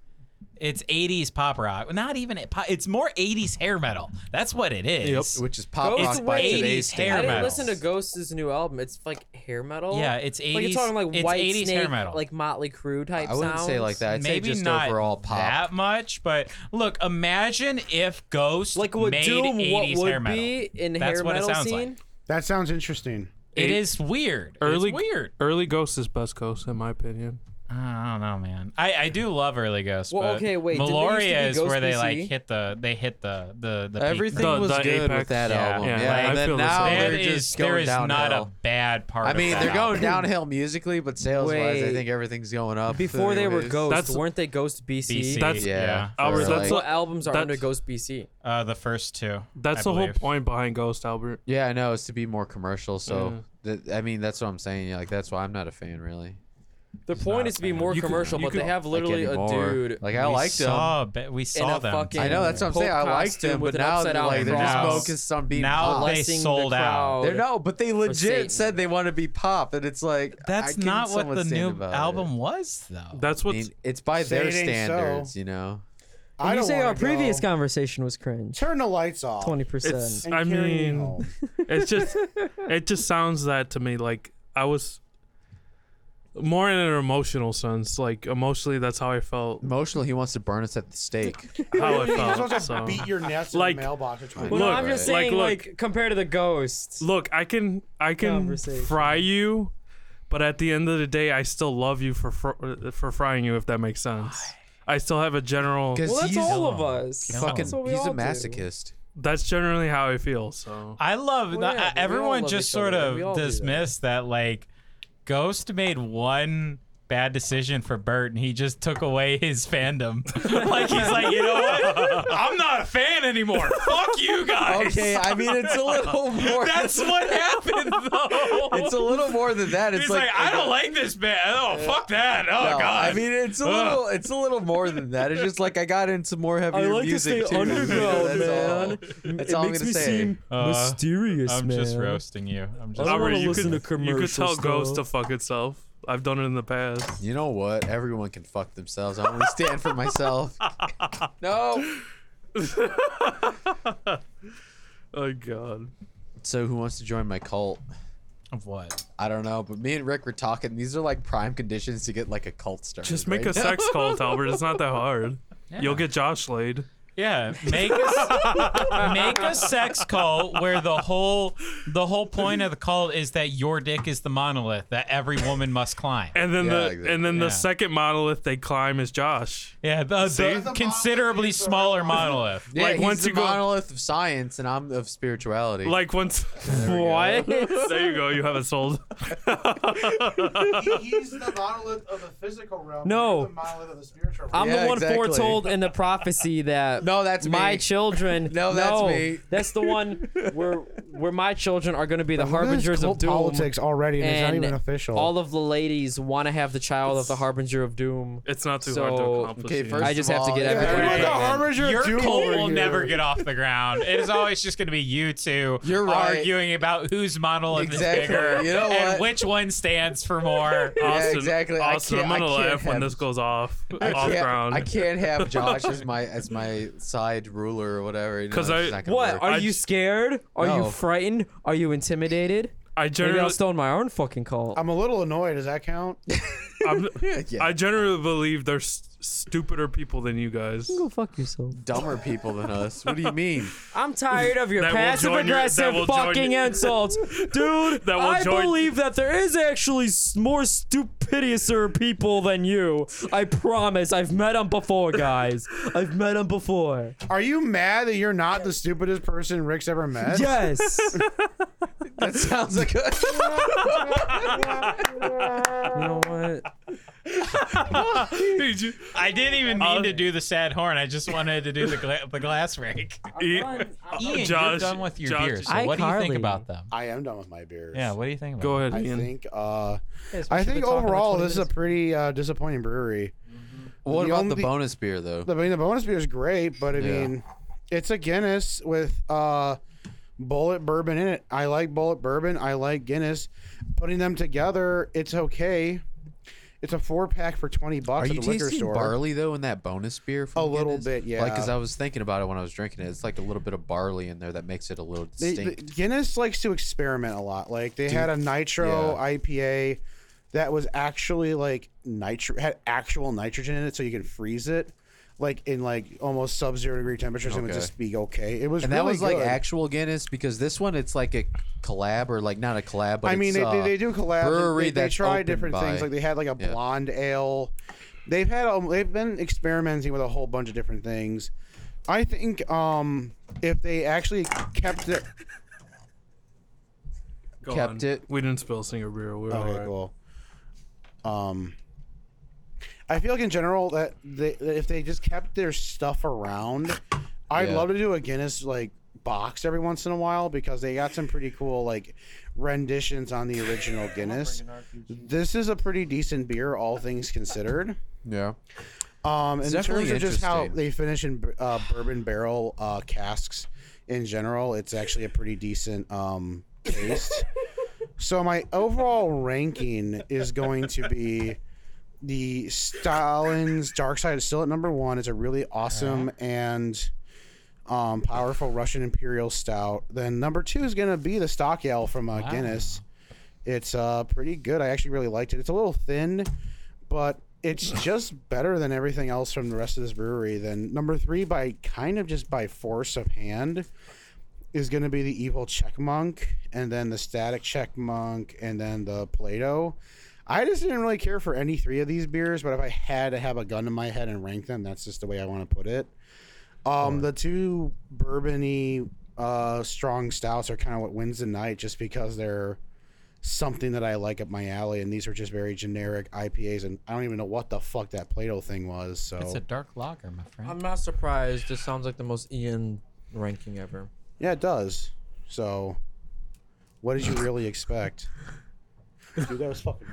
Speaker 5: It's 80s pop rock. Not even it- pop. It's more 80s hair metal. That's what it is.
Speaker 2: Which is pop
Speaker 3: Ghost
Speaker 2: rock by
Speaker 3: was
Speaker 2: today's
Speaker 5: 80s
Speaker 2: standards.
Speaker 3: I
Speaker 5: hair
Speaker 3: didn't
Speaker 5: metal.
Speaker 3: listen to Ghost's new album. It's like hair metal.
Speaker 5: Yeah, it's 80s.
Speaker 3: Like you're talking like
Speaker 5: it's
Speaker 3: White
Speaker 5: 80s
Speaker 3: Snake,
Speaker 5: hair metal.
Speaker 3: like Motley Crue type.
Speaker 2: I wouldn't say like
Speaker 3: sounds.
Speaker 2: that. I'd
Speaker 5: Maybe
Speaker 2: say just
Speaker 5: not
Speaker 2: overall pop.
Speaker 5: that much, but look, imagine if Ghost
Speaker 3: Like what
Speaker 5: made
Speaker 3: Doom,
Speaker 5: 80s
Speaker 3: what
Speaker 5: hair
Speaker 3: would
Speaker 5: metal.
Speaker 3: be in
Speaker 5: That's
Speaker 3: hair
Speaker 5: what it
Speaker 3: metal
Speaker 5: sounds
Speaker 3: scene?
Speaker 5: like.
Speaker 4: That sounds interesting.
Speaker 5: It
Speaker 1: Eight-
Speaker 5: is weird.
Speaker 1: Early
Speaker 5: it's weird.
Speaker 1: Early Ghost is best Ghost in my opinion.
Speaker 5: I don't know, man. I, I do love early Ghost.
Speaker 3: Well,
Speaker 5: but
Speaker 3: okay, wait, didn't there used to be
Speaker 5: Meloria is
Speaker 3: Ghost
Speaker 5: where they
Speaker 3: PC?
Speaker 5: like hit the they hit the the the peak.
Speaker 2: Everything
Speaker 1: The-
Speaker 2: was
Speaker 1: the
Speaker 2: good
Speaker 1: Apex.
Speaker 2: with that
Speaker 5: Yeah.
Speaker 2: album.
Speaker 5: Yeah,
Speaker 2: Yeah,
Speaker 1: like, I
Speaker 2: and
Speaker 1: feel
Speaker 2: then
Speaker 1: the
Speaker 2: now
Speaker 1: same.
Speaker 5: There
Speaker 2: they're
Speaker 5: is
Speaker 2: just going
Speaker 5: there is
Speaker 2: downhill.
Speaker 5: not a bad part.
Speaker 2: I mean,
Speaker 5: of
Speaker 2: they're
Speaker 5: that
Speaker 2: going
Speaker 5: album.
Speaker 2: downhill musically, but sales wise, I
Speaker 3: Wait.
Speaker 2: think everything's going up.
Speaker 3: Before they were
Speaker 2: anyways.
Speaker 3: Ghost,
Speaker 1: That's-
Speaker 3: weren't they Ghost BC?
Speaker 5: BC.
Speaker 1: That's-
Speaker 5: yeah.
Speaker 2: Yeah.
Speaker 1: Albert,
Speaker 2: Or,
Speaker 1: that's
Speaker 2: like-
Speaker 1: what-
Speaker 3: what albums are
Speaker 1: that's-
Speaker 3: under Ghost BC?
Speaker 5: Uh, the first two.
Speaker 1: That's
Speaker 5: I
Speaker 1: the whole
Speaker 5: believe.
Speaker 1: point behind Ghost, Albert.
Speaker 2: Yeah, I know it's to be more commercial.
Speaker 5: Mm.
Speaker 2: So th- I mean, that's what I'm saying. Like that's why I'm not a fan, really.
Speaker 3: The
Speaker 5: not
Speaker 3: point is
Speaker 5: a
Speaker 3: to be
Speaker 5: fan.
Speaker 3: more
Speaker 1: You could-
Speaker 3: commercial,
Speaker 1: you
Speaker 3: but they
Speaker 1: could-
Speaker 3: have literally
Speaker 2: like
Speaker 3: a
Speaker 2: anymore.
Speaker 3: dude.
Speaker 2: Like I
Speaker 5: we
Speaker 2: liked them.
Speaker 5: saw, them. We saw
Speaker 3: a
Speaker 5: them.
Speaker 3: fucking-
Speaker 2: I know that's what I'm saying. I
Speaker 3: Pope
Speaker 2: liked them,
Speaker 3: costume
Speaker 2: but
Speaker 3: with an
Speaker 2: now they're,
Speaker 3: upside-down
Speaker 2: like they're just
Speaker 5: cross.
Speaker 2: focused on being
Speaker 5: Now
Speaker 2: pop.
Speaker 5: they
Speaker 3: Blessing the
Speaker 5: sold out.
Speaker 3: crowd.
Speaker 2: They're no, but they
Speaker 3: Satan.
Speaker 2: legit said they want to be pop, and it's like I
Speaker 5: That's
Speaker 2: can
Speaker 5: not what
Speaker 2: somewhat
Speaker 5: the
Speaker 2: stand
Speaker 5: new
Speaker 2: about it.
Speaker 5: album was, though.
Speaker 1: That's
Speaker 2: I
Speaker 1: what.
Speaker 2: mean, it's by their
Speaker 4: Say it ain't so.
Speaker 2: standards, you know.
Speaker 4: I
Speaker 3: you
Speaker 4: don't
Speaker 3: say our
Speaker 4: wanna
Speaker 3: previous
Speaker 4: go.
Speaker 3: conversation was cringe.
Speaker 4: Turn the lights off.
Speaker 3: Twenty
Speaker 1: it's.
Speaker 3: percent.
Speaker 4: And
Speaker 1: I
Speaker 4: carry it
Speaker 1: mean,
Speaker 4: home.
Speaker 1: it's just. It just sounds that to me like I was. More in an emotional sense, like emotionally, that's how I felt.
Speaker 2: Emotional, he wants to burn us at the stake.
Speaker 1: How I
Speaker 4: You're supposed
Speaker 1: felt.
Speaker 4: to
Speaker 1: so.
Speaker 4: beat your nest
Speaker 1: Like-
Speaker 4: in the mailbox. at 20.
Speaker 2: Well,
Speaker 3: Well,
Speaker 2: no,
Speaker 3: no,
Speaker 2: Look,
Speaker 3: I'm just
Speaker 1: like,
Speaker 3: saying,
Speaker 1: look.
Speaker 3: like, compared to the Ghost.
Speaker 1: Look, I can I can
Speaker 3: Conversation.
Speaker 1: fry you, but at the end of the day, I still love you for fr- for frying you. If that makes sense, I still have a general.
Speaker 2: Because
Speaker 3: Well, that's
Speaker 2: he's
Speaker 3: all
Speaker 5: Kill
Speaker 3: of
Speaker 5: him.
Speaker 3: us.
Speaker 5: Kill him.
Speaker 2: fucking,
Speaker 5: That's
Speaker 3: what we
Speaker 2: he's a
Speaker 3: all do.
Speaker 2: masochist.
Speaker 1: That's generally how I feel. So
Speaker 5: I love
Speaker 3: Well,
Speaker 5: that
Speaker 3: yeah, we all
Speaker 5: everyone
Speaker 3: love
Speaker 5: just
Speaker 3: each
Speaker 5: sort
Speaker 3: other. We all
Speaker 5: of
Speaker 3: do that.
Speaker 5: dismissed that. like Ghost made one bad decision for Bert, and he just took away his fandom. like he's like, you know what? I'm not a fan anymore. Fuck you guys.
Speaker 2: Okay, I mean it's a little more.
Speaker 5: That's what happened though.
Speaker 2: it's a little more than that. It's
Speaker 5: He's like, I don't like this band. Oh, fuck that. Oh
Speaker 2: No,
Speaker 5: god.
Speaker 2: I mean, it's a
Speaker 5: Ugh.
Speaker 2: little, it's a little more than that. It's just like I got into more heavier
Speaker 3: like to
Speaker 2: music
Speaker 3: stay
Speaker 2: too.
Speaker 3: underground,
Speaker 2: that's All.
Speaker 3: man.
Speaker 2: That's all I'm gonna say.
Speaker 5: Uh,
Speaker 3: mysterious,
Speaker 5: I'm just roasting you. I'm just
Speaker 3: I don't
Speaker 1: Robert,
Speaker 3: wanna
Speaker 1: you
Speaker 3: listen
Speaker 1: could,
Speaker 3: to
Speaker 1: You could tell
Speaker 3: commercials,
Speaker 1: Ghost
Speaker 3: though.
Speaker 1: to fuck itself. I've done it in the past.
Speaker 2: You know what? Everyone can fuck themselves. I'm gonna stand for myself. no.
Speaker 1: Oh god.
Speaker 2: So who wants to join my cult?
Speaker 5: of what?
Speaker 2: I don't know, but me and Rick were talking. These are like prime conditions to get like a cult started.
Speaker 1: Just make a
Speaker 2: right?
Speaker 1: sex cult, Albert. It's not that hard. You'll get Josh laid.
Speaker 5: Yeah, make a, make a sex cult where the whole the whole point of the cult is that your dick is the monolith that every woman must climb.
Speaker 1: And then
Speaker 2: Yeah,
Speaker 1: the
Speaker 2: exactly.
Speaker 1: and then
Speaker 5: Yeah.
Speaker 1: the second monolith they climb is Josh.
Speaker 5: Yeah, the, the considerably smaller monolith.
Speaker 2: Yeah,
Speaker 1: like,
Speaker 2: he's
Speaker 1: once
Speaker 2: the
Speaker 1: you go-
Speaker 2: monolith of science, and I'm of spirituality.
Speaker 1: Like once
Speaker 2: What?
Speaker 1: there you go, you have it sold.
Speaker 4: he's the monolith of the physical realm.
Speaker 3: No.
Speaker 4: you're the monolith of the spiritual
Speaker 3: I'm
Speaker 4: realm.
Speaker 2: Yeah,
Speaker 3: the one
Speaker 2: exactly.
Speaker 3: foretold in the prophecy that
Speaker 2: No, that's
Speaker 3: my
Speaker 2: me.
Speaker 3: children.
Speaker 2: No, that's me.
Speaker 3: That's the one where where my children are going to be the harbingers of doom.
Speaker 4: politics already, and, it's not
Speaker 3: and
Speaker 4: even official.
Speaker 3: All of the ladies want to have the child of the harbinger of doom.
Speaker 1: It's not too hard to
Speaker 3: So-
Speaker 1: accomplish.
Speaker 2: okay,
Speaker 1: you
Speaker 2: first
Speaker 1: know.
Speaker 3: I just
Speaker 2: of
Speaker 3: have to
Speaker 2: all,
Speaker 3: get
Speaker 2: yeah,
Speaker 3: everything
Speaker 2: everyone
Speaker 4: Everyone
Speaker 3: right,
Speaker 4: the
Speaker 3: man.
Speaker 4: harbinger of
Speaker 5: Your
Speaker 4: doom
Speaker 5: cult
Speaker 4: over
Speaker 5: will
Speaker 4: here.
Speaker 5: never get off the ground. It is always just going to be you two
Speaker 2: You're right.
Speaker 5: arguing about whose monolith
Speaker 2: Exactly.
Speaker 5: is bigger
Speaker 2: You know
Speaker 5: and
Speaker 2: what?
Speaker 5: which one stands for more.
Speaker 2: Yeah,
Speaker 1: Austin,
Speaker 2: exactly. I
Speaker 1: Austin,
Speaker 2: can't-
Speaker 1: I'm gonna
Speaker 2: I can't
Speaker 1: laugh when
Speaker 2: have-
Speaker 1: this goes off
Speaker 2: I
Speaker 1: off
Speaker 2: can't,
Speaker 1: ground.
Speaker 2: I can't have Josh as my as my side ruler or whatever. you know,
Speaker 1: 'Cause
Speaker 2: it's
Speaker 1: I-
Speaker 2: just not gonna
Speaker 3: What?
Speaker 2: work.
Speaker 3: Are
Speaker 1: I
Speaker 3: you
Speaker 1: just-
Speaker 3: scared? Are
Speaker 2: No.
Speaker 3: you frightened? Are you intimidated?
Speaker 1: I
Speaker 3: Maybe I'll
Speaker 1: generally
Speaker 3: stone my own fucking cult.
Speaker 4: I'm a little annoyed. Does that count?
Speaker 1: I'm,
Speaker 2: yeah,
Speaker 1: I generally believe there's s- stupider people than you guys.
Speaker 3: Go fuck yourself.
Speaker 2: dumber people than us. What do you mean?
Speaker 3: I'm tired of your
Speaker 1: That will
Speaker 3: passive
Speaker 1: join your- that
Speaker 3: aggressive
Speaker 1: will join
Speaker 3: fucking
Speaker 1: your-
Speaker 3: insults, dude.
Speaker 1: That will
Speaker 3: I
Speaker 1: join-
Speaker 3: believe that there is actually s- more stupidiouser people than you. I promise. I've met them before, guys. I've met them before.
Speaker 4: Are you mad that you're not the stupidest person Rick's ever met?
Speaker 3: Yes.
Speaker 2: That sounds like a.
Speaker 3: you know what?
Speaker 1: Did you-
Speaker 5: I didn't even mean
Speaker 2: Um,
Speaker 5: to do the sad horn. I just wanted to do the, gla- the glass break.
Speaker 1: Ian-
Speaker 5: Ian, you're
Speaker 1: Josh-
Speaker 5: done with your
Speaker 1: Josh-
Speaker 5: beer. So
Speaker 3: I,
Speaker 5: what do you think
Speaker 3: Carly.
Speaker 5: about them?
Speaker 4: I am done with my beer.
Speaker 5: Yeah, what do you think about
Speaker 1: Go
Speaker 5: them?
Speaker 1: ahead,
Speaker 4: I
Speaker 1: Ian.
Speaker 4: think. Uh,
Speaker 3: Yes, we
Speaker 4: I
Speaker 3: should've been
Speaker 4: think
Speaker 3: talking for
Speaker 4: overall
Speaker 3: 20
Speaker 4: this is a
Speaker 3: minutes.
Speaker 4: pretty uh, disappointing brewery.
Speaker 2: What
Speaker 4: The
Speaker 2: about
Speaker 4: only-
Speaker 2: the bonus beer though?
Speaker 4: I mean, the bonus beer is great, but I
Speaker 2: Yeah.
Speaker 4: mean, it's a Guinness with uh, bullet bourbon in it. I like bullet bourbon. I like Guinness. Putting them together, it's okay. It's a four pack for twenty
Speaker 2: Are
Speaker 4: bucks
Speaker 2: you
Speaker 4: at the liquor
Speaker 2: tasting
Speaker 4: store.
Speaker 2: barley though in that bonus beer? From
Speaker 4: A little
Speaker 2: Guinness?
Speaker 4: bit, yeah.
Speaker 2: Like, cause I was thinking about it when I was drinking it. It's like a little bit of barley in there that makes it a little
Speaker 4: They-
Speaker 2: distinct.
Speaker 4: the- Guinness likes to experiment a lot. Like they had a nitro
Speaker 2: yeah.
Speaker 4: IPA that was actually like nitro had actual nitrogen in it, so you could freeze it, like in like almost sub zero degree temperatures, and it
Speaker 2: Okay.
Speaker 4: would just be okay. It was
Speaker 2: and that
Speaker 4: really
Speaker 2: was like
Speaker 4: good.
Speaker 2: actual Guinness because this one it's like a collab or like not a collab, but
Speaker 4: I mean,
Speaker 2: it's,
Speaker 4: they,
Speaker 2: uh,
Speaker 4: they, they do collab.
Speaker 2: brewery
Speaker 4: They, they,
Speaker 2: that's
Speaker 4: try
Speaker 2: opened
Speaker 4: different
Speaker 2: by-
Speaker 4: things. Like they had like a
Speaker 2: Yeah.
Speaker 4: blonde ale. They've had um, they've been experimenting with a whole bunch of different things. I think um if they actually kept it.
Speaker 1: Go
Speaker 2: kept
Speaker 1: on.
Speaker 2: it.
Speaker 1: We didn't spill singer beer. We're all
Speaker 4: Okay,
Speaker 1: right.
Speaker 4: cool. Um, I feel like in general that they, that if they just kept their stuff around, I'd
Speaker 2: Yeah.
Speaker 4: love to do a Guinness like box every once in a while because they got some pretty cool like renditions on the original Guinness. This is a pretty decent beer, all things considered.
Speaker 2: yeah.
Speaker 4: Um, in terms
Speaker 2: definitely
Speaker 4: of just how
Speaker 2: interesting.
Speaker 4: they finish in uh, bourbon barrel uh, casks in general, it's actually a pretty decent um, taste. so my overall ranking is going to be the Stalin's Dark Side is still at number one. It's a really
Speaker 2: Uh-huh.
Speaker 4: awesome and um, powerful Russian Imperial Stout. Then number two is going to be the Stock Ale from uh, Guinness. It's uh, pretty good. I actually really liked it. It's a little thin, but it's just better than everything else from the rest of this brewery. Then number three, by kind of just by force of hand, is going to be the Evil Check Monk, and then the Static Check Monk, and then the Play-Doh. I just didn't really care for any three of these beers, but if I had to have a gun to my head and rank them, that's just the way I want to put it. Um, the two bourbony uh, strong stouts are kind of what wins the night, just because they're something that I like up my alley. And these were just very generic IPAs, and I don't even know what the fuck that Play-Doh thing was. So
Speaker 5: It's a dark lager, my friend.
Speaker 3: I'm not surprised. This sounds like the most Ian ranking ever.
Speaker 4: yeah, it does. So, what did you really expect? Dude, that was fucking.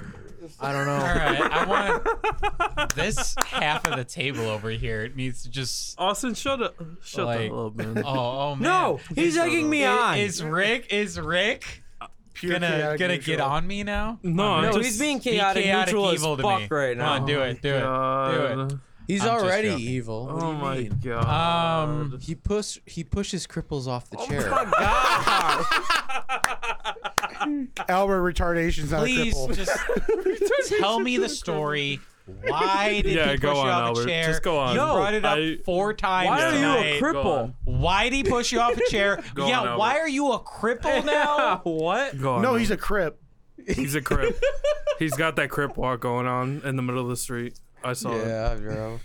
Speaker 3: I don't
Speaker 5: All
Speaker 3: know.
Speaker 5: right, I want this half of the table over here. It needs to just.
Speaker 1: Austin, shut up. Shut
Speaker 5: Like-
Speaker 1: the up, man.
Speaker 5: Oh, oh man!
Speaker 6: No, he's egging me on.
Speaker 5: Is Rick? Is Rick
Speaker 4: Pure
Speaker 5: gonna
Speaker 4: chaotic
Speaker 5: gonna
Speaker 4: neutral.
Speaker 5: get on me now?
Speaker 1: No, I'm
Speaker 3: No,
Speaker 1: just,
Speaker 3: he's being
Speaker 5: Be
Speaker 3: chaotic, neutral as
Speaker 5: evil to
Speaker 3: fuck
Speaker 5: me.
Speaker 3: right now.
Speaker 5: Come on, do it, do it, do
Speaker 1: God.
Speaker 5: it.
Speaker 2: He's
Speaker 5: I'm just
Speaker 2: already
Speaker 5: joking.
Speaker 2: evil. What do
Speaker 1: Oh
Speaker 2: you
Speaker 1: my
Speaker 2: mean?
Speaker 1: god. Oh,
Speaker 5: Um,
Speaker 2: He push he pushes cripples off the chair.
Speaker 4: Albert retardation's not
Speaker 5: please
Speaker 4: a cripple.
Speaker 5: just tell me the story. Why did
Speaker 1: Yeah,
Speaker 5: he push
Speaker 1: go
Speaker 5: you
Speaker 1: on,
Speaker 5: off
Speaker 1: Albert.
Speaker 5: the chair?
Speaker 1: Just go on.
Speaker 5: You
Speaker 1: No,
Speaker 5: brought it up
Speaker 1: I-
Speaker 5: four times.
Speaker 3: Why are you
Speaker 5: tonight.
Speaker 3: a cripple?
Speaker 5: Why did he push you off a chair?
Speaker 1: Go
Speaker 5: yeah,
Speaker 1: on, Albert.
Speaker 5: why are you a cripple now?
Speaker 3: what?
Speaker 1: Go
Speaker 2: Oh,
Speaker 1: on,
Speaker 4: No,
Speaker 1: man.
Speaker 4: he's a crip.
Speaker 1: He's a crip. He's got that crip walk going on in the middle of the street. I saw it.
Speaker 2: yeah, bro.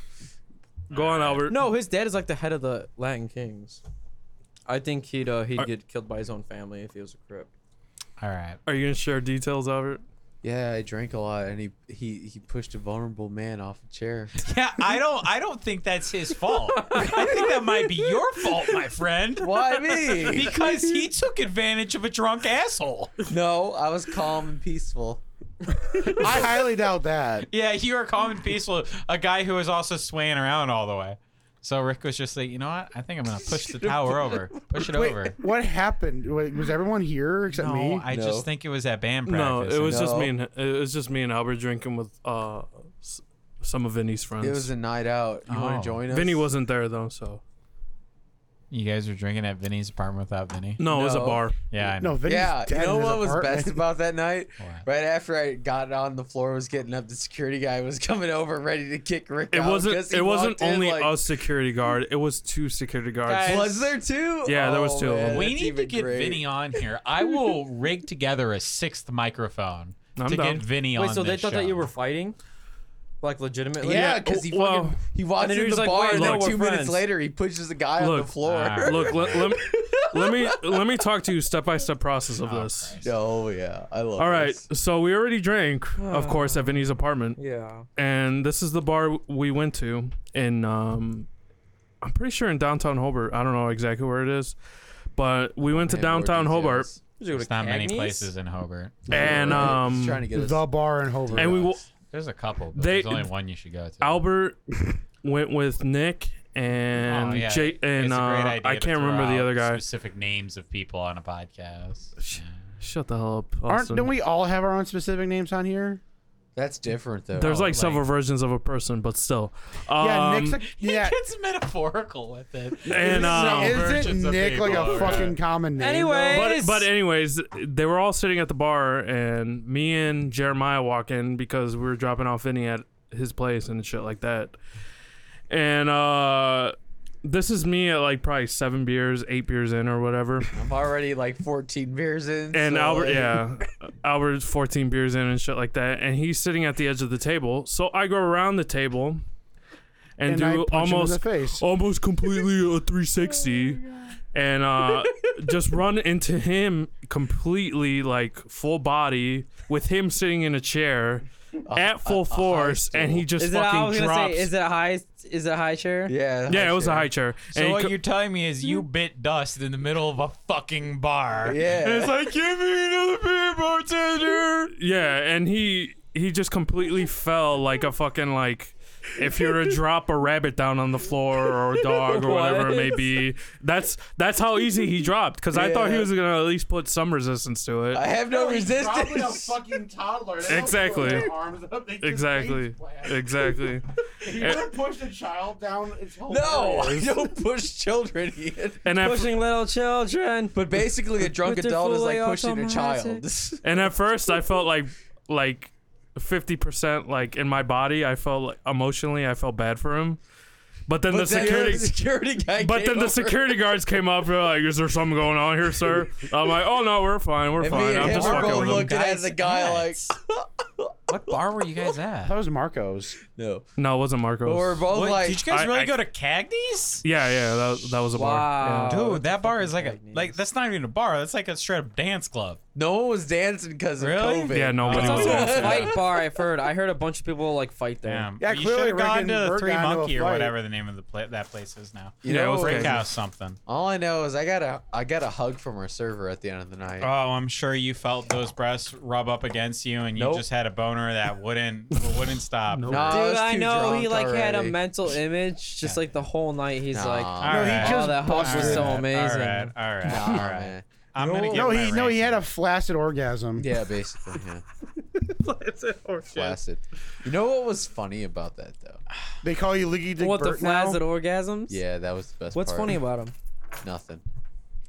Speaker 1: Go on, Albert.
Speaker 3: No, his dad is like the head of the Latin Kings. I think he'd uh, he'd get killed by his own family if he was a crip.
Speaker 5: All right.
Speaker 1: Are you gonna share details, Albert?
Speaker 2: Yeah, I drank a lot, and he he he pushed a vulnerable man off a chair.
Speaker 5: Yeah, I don't. I don't think that's his fault. I think that might be your fault, my friend.
Speaker 2: Why me?
Speaker 5: Because he took advantage of a drunk asshole.
Speaker 2: no, I was calm and peaceful.
Speaker 4: I highly doubt that.
Speaker 5: Yeah, you are calm and peaceful. A guy who was also swaying around all the way. So Rick was just like, you know what? I think I'm gonna push the tower over. Push it over.
Speaker 4: What happened? Wait, Was everyone here except
Speaker 5: No,
Speaker 4: me?
Speaker 5: I
Speaker 2: No.
Speaker 5: just think it was at band
Speaker 1: No,
Speaker 5: practice.
Speaker 1: it was just
Speaker 2: No.
Speaker 1: me and it was just me and Albert drinking with uh s- some of Vinny's friends.
Speaker 2: It was a night out. You
Speaker 5: Oh.
Speaker 2: want to join us?
Speaker 1: Vinny wasn't there though, so
Speaker 5: You guys were drinking at Vinny's apartment without Vinny.
Speaker 1: no, it was a
Speaker 2: No.
Speaker 1: bar.
Speaker 5: Yeah, I know.
Speaker 4: no, Vinny's
Speaker 2: Yeah, you
Speaker 4: dead
Speaker 2: know
Speaker 4: in his
Speaker 2: what was
Speaker 4: apartment.
Speaker 2: best about that night?
Speaker 5: What?
Speaker 2: Right after I got on the floor, was getting up, the security guy was coming over, ready to kick Rick
Speaker 1: It
Speaker 2: out. 'cause
Speaker 1: wasn't.
Speaker 2: he
Speaker 1: It wasn't
Speaker 2: walked in
Speaker 1: only
Speaker 2: like-
Speaker 1: a security guard. It was two security guards.
Speaker 5: Guys,
Speaker 2: Was there Oh, two?
Speaker 1: Yeah, there was two
Speaker 2: two.
Speaker 1: of them.
Speaker 5: We need to get
Speaker 2: great.
Speaker 5: Vinny on here. I will rig together a sixth microphone
Speaker 1: I'm
Speaker 5: to
Speaker 1: down.
Speaker 5: get Vinny on.
Speaker 3: Wait, so they
Speaker 5: this
Speaker 3: thought that
Speaker 5: show.
Speaker 3: you were fighting, like legitimately?
Speaker 2: Yeah, because he
Speaker 1: well-
Speaker 2: fucking, he walks
Speaker 3: And then
Speaker 2: in
Speaker 3: he
Speaker 2: the
Speaker 3: was like,
Speaker 2: bar
Speaker 3: "Wait,
Speaker 2: and
Speaker 1: no,
Speaker 2: like
Speaker 1: we're
Speaker 2: two minutes
Speaker 3: friends."
Speaker 2: later he pushes the guy on
Speaker 1: Look,
Speaker 2: the floor.
Speaker 5: ah.
Speaker 1: Look, let, let, me, let me let me talk to you step by step process of this.
Speaker 2: oh yeah, I love.
Speaker 1: All right,
Speaker 2: this.
Speaker 1: so we already drank, of course, at Vinny's apartment.
Speaker 3: Yeah.
Speaker 1: and this is the bar we went to in um I'm pretty sure in downtown Hobart. I don't know exactly where it is, but we went to
Speaker 2: Man, more
Speaker 1: downtown Hobart
Speaker 2: details.
Speaker 5: There's not many places in Hobart.
Speaker 1: and
Speaker 2: Right,
Speaker 1: um
Speaker 2: he's trying to get us.
Speaker 4: the bar in Hobart.
Speaker 1: and we w-
Speaker 5: There's a couple, but
Speaker 1: They-
Speaker 5: there's only one you should go to.
Speaker 1: Albert went with Nick and
Speaker 5: Oh, yeah.
Speaker 1: Jay and
Speaker 5: It's
Speaker 1: uh,
Speaker 5: a great idea
Speaker 1: I
Speaker 5: to
Speaker 1: can't
Speaker 5: throw
Speaker 1: remember the
Speaker 5: out
Speaker 1: other guy.
Speaker 5: Specific names of people on a podcast. Yeah.
Speaker 1: Shut the hell up.
Speaker 4: Aren't
Speaker 1: Austin.
Speaker 4: don't we all have our own specific names on here?
Speaker 2: That's different though.
Speaker 1: There's
Speaker 5: Oh,
Speaker 1: like,
Speaker 5: like-
Speaker 1: several versions of a person, but still. Um,
Speaker 4: yeah, Nick's like yeah.
Speaker 5: It's metaphorical with it.
Speaker 1: and um,
Speaker 4: Isn't
Speaker 5: versions of
Speaker 4: Nick like
Speaker 5: people,
Speaker 4: a fucking common name?
Speaker 3: Anyway.
Speaker 1: But, but anyways, they were all sitting at the bar, and me and Jeremiah walk in because we were dropping off Vinny at his place and shit like that. And uh, this is me at like probably seven beers, eight beers in or whatever.
Speaker 2: I'm already like 14 beers in.
Speaker 1: And
Speaker 2: so,
Speaker 1: Albert,
Speaker 2: like-
Speaker 1: yeah, Albert's 14 beers in and shit like that, and he's sitting at the edge of the table. So I go around the table and,
Speaker 4: And I
Speaker 1: do
Speaker 4: punch him in
Speaker 1: almost
Speaker 4: the face.
Speaker 1: almost completely a 360, and uh, just run into him completely, like full body, with him sitting in a chair at full force, and he just
Speaker 3: Is it? I was
Speaker 1: fucking
Speaker 3: gonna
Speaker 1: drops.
Speaker 3: say, is it a high? Is it a high chair?
Speaker 2: yeah,
Speaker 1: yeah, it was a
Speaker 2: sure.
Speaker 1: high chair.
Speaker 5: So
Speaker 1: and he
Speaker 5: what
Speaker 1: co-
Speaker 5: you're telling me is you bit dust in the middle of a fucking bar.
Speaker 1: and it's
Speaker 2: Yeah,
Speaker 1: like, give me another beer, bartender. Yeah, and he he just completely fell like a fucking like if you were to drop a rabbit down on the floor or a dog or whatever it may be. That's that's how easy he dropped because I thought he
Speaker 2: Yeah.
Speaker 1: was gonna at least put some resistance to it.
Speaker 2: I have no resistance.
Speaker 4: fucking toddler.
Speaker 1: Exactly. their exactly, eh. exactly.
Speaker 4: You push a child down. It's
Speaker 2: No, I don't push children. Ian.
Speaker 1: And at,
Speaker 3: Pushing little children.
Speaker 2: But basically, a drunk
Speaker 3: With the
Speaker 2: adult is
Speaker 3: fully
Speaker 2: like pushing a child.
Speaker 1: and at first I felt like like. 50% like in my body i felt like emotionally i felt bad for him but then the
Speaker 2: But then
Speaker 1: security
Speaker 2: the security guy.
Speaker 1: But
Speaker 2: came
Speaker 1: then the
Speaker 2: over.
Speaker 1: security guards came up. They're like, "Is there something going on here, sir?" I'm like, "Oh no, we're fine. We're
Speaker 2: And me
Speaker 1: fine.
Speaker 2: and
Speaker 1: I'm
Speaker 2: him
Speaker 1: just
Speaker 2: were
Speaker 1: fucking
Speaker 2: both
Speaker 1: with
Speaker 2: looking
Speaker 1: him."
Speaker 2: at the guy like,
Speaker 5: Guys, What bar were you guys at?
Speaker 4: That was Marcos.
Speaker 2: no.
Speaker 1: No, it wasn't
Speaker 2: But we're
Speaker 1: Marcos.
Speaker 2: both
Speaker 5: What,
Speaker 2: like,
Speaker 5: did you guys
Speaker 1: I-
Speaker 5: really
Speaker 1: I-
Speaker 5: go to Cagney's?
Speaker 1: yeah, yeah, that, that was a bar.
Speaker 3: Wow.
Speaker 5: Dude,
Speaker 3: Oh,
Speaker 5: that bar is like a
Speaker 3: Cagney's.
Speaker 5: like that's not even a bar. That's like a straight up dance club.
Speaker 2: No one was dancing because
Speaker 5: Really?
Speaker 2: of COVID.
Speaker 1: Yeah, nobody
Speaker 6: It's
Speaker 1: was
Speaker 6: also a
Speaker 1: dancing.
Speaker 6: fight bar. I've heard. I heard a bunch of people like fight there.
Speaker 5: Damn.
Speaker 4: Yeah,
Speaker 5: you
Speaker 4: clearly
Speaker 5: should have gone
Speaker 4: Reagan-
Speaker 5: to
Speaker 4: we're
Speaker 5: Three
Speaker 4: gone to a
Speaker 5: Monkey or
Speaker 4: fight.
Speaker 5: whatever the name of the pla- that place is now.
Speaker 2: You
Speaker 1: Yeah, it
Speaker 2: know,
Speaker 1: was
Speaker 5: Break
Speaker 1: crazy.
Speaker 5: out something.
Speaker 2: all I know is I got a I got a hug from our server at the end of the night.
Speaker 5: Oh, I'm sure you felt those breasts rub up against you, and you
Speaker 2: Nope.
Speaker 5: just had a boner that wouldn't wouldn't stop.
Speaker 1: Nope.
Speaker 2: no,
Speaker 1: Dude,
Speaker 2: I,
Speaker 3: Uh,
Speaker 6: Dude,
Speaker 2: was
Speaker 6: I
Speaker 2: too
Speaker 6: know he
Speaker 2: drunk
Speaker 6: like had a
Speaker 2: already.
Speaker 6: mental image, just like the whole night. He's
Speaker 2: Nah.
Speaker 6: like,
Speaker 2: All
Speaker 5: No, he
Speaker 6: "Oh,
Speaker 4: just
Speaker 6: that hug was
Speaker 4: busted
Speaker 6: so
Speaker 4: it.
Speaker 6: amazing."
Speaker 5: All right, all right,
Speaker 2: Nah,
Speaker 5: all right.
Speaker 2: man.
Speaker 5: I'm
Speaker 1: No,
Speaker 5: gonna get
Speaker 4: No,
Speaker 5: my
Speaker 4: he no, he
Speaker 5: ranking.
Speaker 4: had a flaccid orgasm.
Speaker 2: Yeah, basically, yeah.
Speaker 1: Oh,
Speaker 2: Flaccid. You know what was funny about that though?
Speaker 4: They call you Liggy Dick
Speaker 6: What the
Speaker 4: Bert now.
Speaker 6: flaccid orgasms?
Speaker 2: Yeah, that was the best.
Speaker 6: What's
Speaker 2: part.
Speaker 6: funny about him?
Speaker 2: Nothing.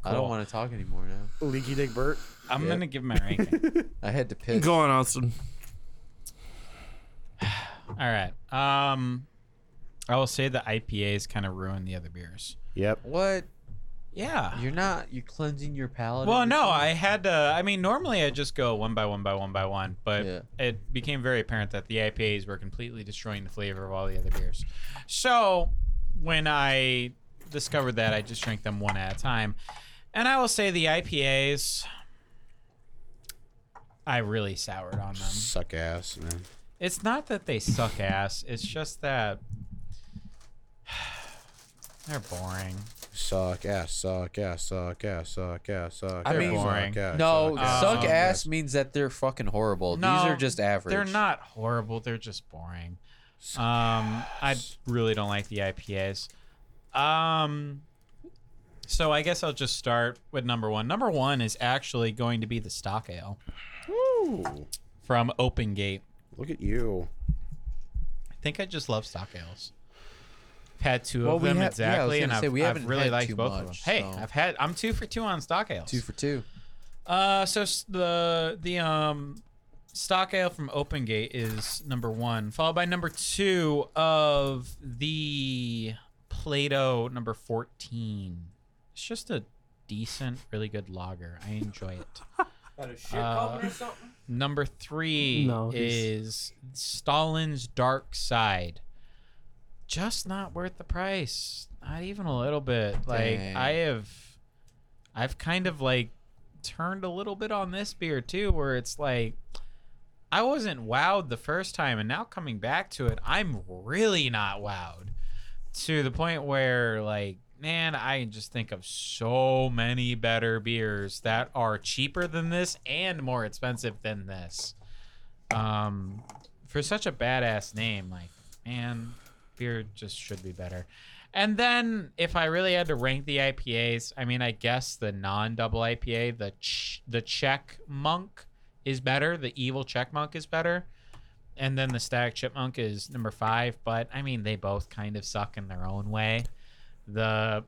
Speaker 2: I don't
Speaker 5: Cool.
Speaker 2: want to talk anymore now.
Speaker 4: Leaky Dick Bert.
Speaker 5: I'm
Speaker 2: Yeah.
Speaker 5: gonna give my ranking.
Speaker 2: I had to piss.
Speaker 1: Go on, Austin.
Speaker 5: all right. Um, I will say the IPAs kind of ruined the other beers.
Speaker 4: Yep.
Speaker 2: What?
Speaker 5: Yeah.
Speaker 2: You're not. You're cleansing your palate.
Speaker 5: Well,
Speaker 2: every
Speaker 5: no,
Speaker 2: time?
Speaker 5: I had to. I mean, normally I just go one by one by one by one, but
Speaker 2: Yeah.
Speaker 5: it became very apparent that the IPAs were completely destroying the flavor of all the other beers. So when I discovered that, I just drank them one at a time. And I will say the IPAs, I really soured on them.
Speaker 4: Suck ass, man.
Speaker 5: It's not that they suck ass, it's just that they're boring.
Speaker 4: Suck ass, suck ass, suck ass, suck ass, suck
Speaker 2: I
Speaker 4: ass,
Speaker 2: mean-
Speaker 5: Boring.
Speaker 4: ass,
Speaker 2: No,
Speaker 5: ass.
Speaker 2: suck
Speaker 5: Um,
Speaker 2: ass means that they're fucking horrible.
Speaker 5: No,
Speaker 2: These are just average.
Speaker 5: They're not horrible. They're just boring. Um, I really don't like the IPAs. Um, so I guess I'll just start with number one. Number one is actually going to be the stock ale
Speaker 4: Ooh,
Speaker 5: from Open Gate.
Speaker 4: look at you.
Speaker 5: I think I just love stock ales. I've had two
Speaker 2: Well,
Speaker 5: of
Speaker 2: we
Speaker 5: them
Speaker 2: ha- yeah, I was
Speaker 5: exactly,
Speaker 2: gonna
Speaker 5: and I've,
Speaker 2: say, we
Speaker 5: I've
Speaker 2: haven't
Speaker 5: really
Speaker 2: had
Speaker 5: liked
Speaker 2: too
Speaker 5: both of them.
Speaker 2: much,
Speaker 5: Hey,
Speaker 2: so-
Speaker 5: I've had I'm two for two on stock ales.
Speaker 2: two for two.
Speaker 5: Uh, so s- the the um stock ale from Open Gate is number one, followed by number two of the Plato number fourteen. It's just a decent, really good lager. I enjoy it. Uh, number three
Speaker 1: No,
Speaker 5: is Stalin's Dark Side. Just not worth the price. Not even a little bit. Like
Speaker 2: Dang.
Speaker 5: I have I've kind of like turned a little bit on this beer too, where it's like I wasn't wowed the first time, and now coming back to it, I'm really not wowed to the point where like. Man, I just think of so many better beers that are cheaper than this and more expensive than this. Um, for such a badass name, like, man, beer just should be better. And then if I really had to rank the IPAs, I mean, I guess the non-double IPA, the ch- the Czech Monk is better. The Evil Czech Monk is better. And then the Static Chipmunk is number five. But I mean, they both kind of suck in their own way. The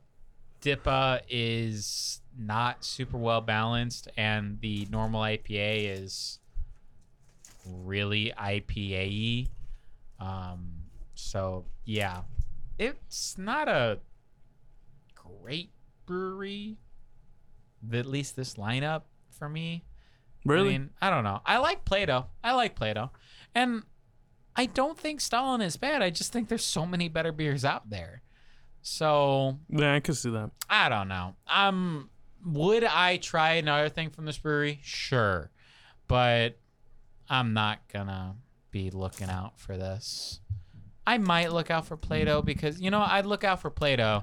Speaker 5: Dipa is not super well balanced, and the normal IPA is really IPA y. Um, so, yeah, it's not a great brewery, th- at least this lineup for me.
Speaker 1: Really?
Speaker 5: I mean, I don't know. I like Plato. I like Plato. And I don't think Stalin is bad. I just think there's so many better beers out there. So
Speaker 1: yeah, I can see that.
Speaker 5: I don't know. Um, would I try another thing from this brewery? Sure, but I'm not gonna be looking out for this. I might look out for Play-Doh because you know I'd look out for Play-Doh,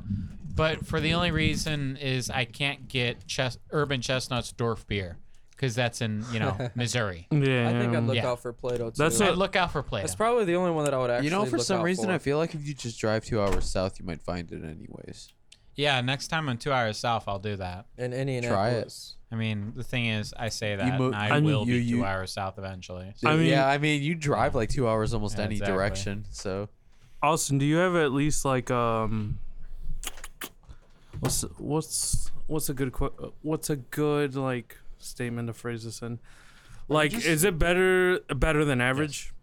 Speaker 5: but for the only reason is I can't get chest, Urban Chestnuts Dorf beer because that's in you know Missouri.
Speaker 1: Yeah.
Speaker 6: I
Speaker 2: Um,
Speaker 6: think I'd look
Speaker 5: Yeah.
Speaker 6: out for Play-Doh too.
Speaker 1: That's
Speaker 6: That's,
Speaker 1: So-
Speaker 5: I'd look out for Play-Doh.
Speaker 6: probably the only one that I would actually.
Speaker 2: You know, for
Speaker 6: look
Speaker 2: some
Speaker 6: out
Speaker 2: reason,
Speaker 6: for.
Speaker 2: I feel like if you just drive two hours south, you might find it anyways.
Speaker 5: yeah, next time I'm two hours south, I'll do that.
Speaker 6: in Indianapolis.
Speaker 5: I mean, the thing is, I say that
Speaker 2: mo-
Speaker 5: and I,
Speaker 1: I mean,
Speaker 5: will
Speaker 2: you-
Speaker 5: be two
Speaker 2: you-
Speaker 5: hours south eventually.
Speaker 1: I mean-
Speaker 2: yeah, I mean, you drive like two hours almost
Speaker 5: Yeah,
Speaker 2: any
Speaker 5: exactly.
Speaker 2: direction. So
Speaker 1: Austin, do you have at least like um, what's what's what's a good qu- what's a good like statement to phrase this in? Like,
Speaker 4: just-
Speaker 1: is it better better than average?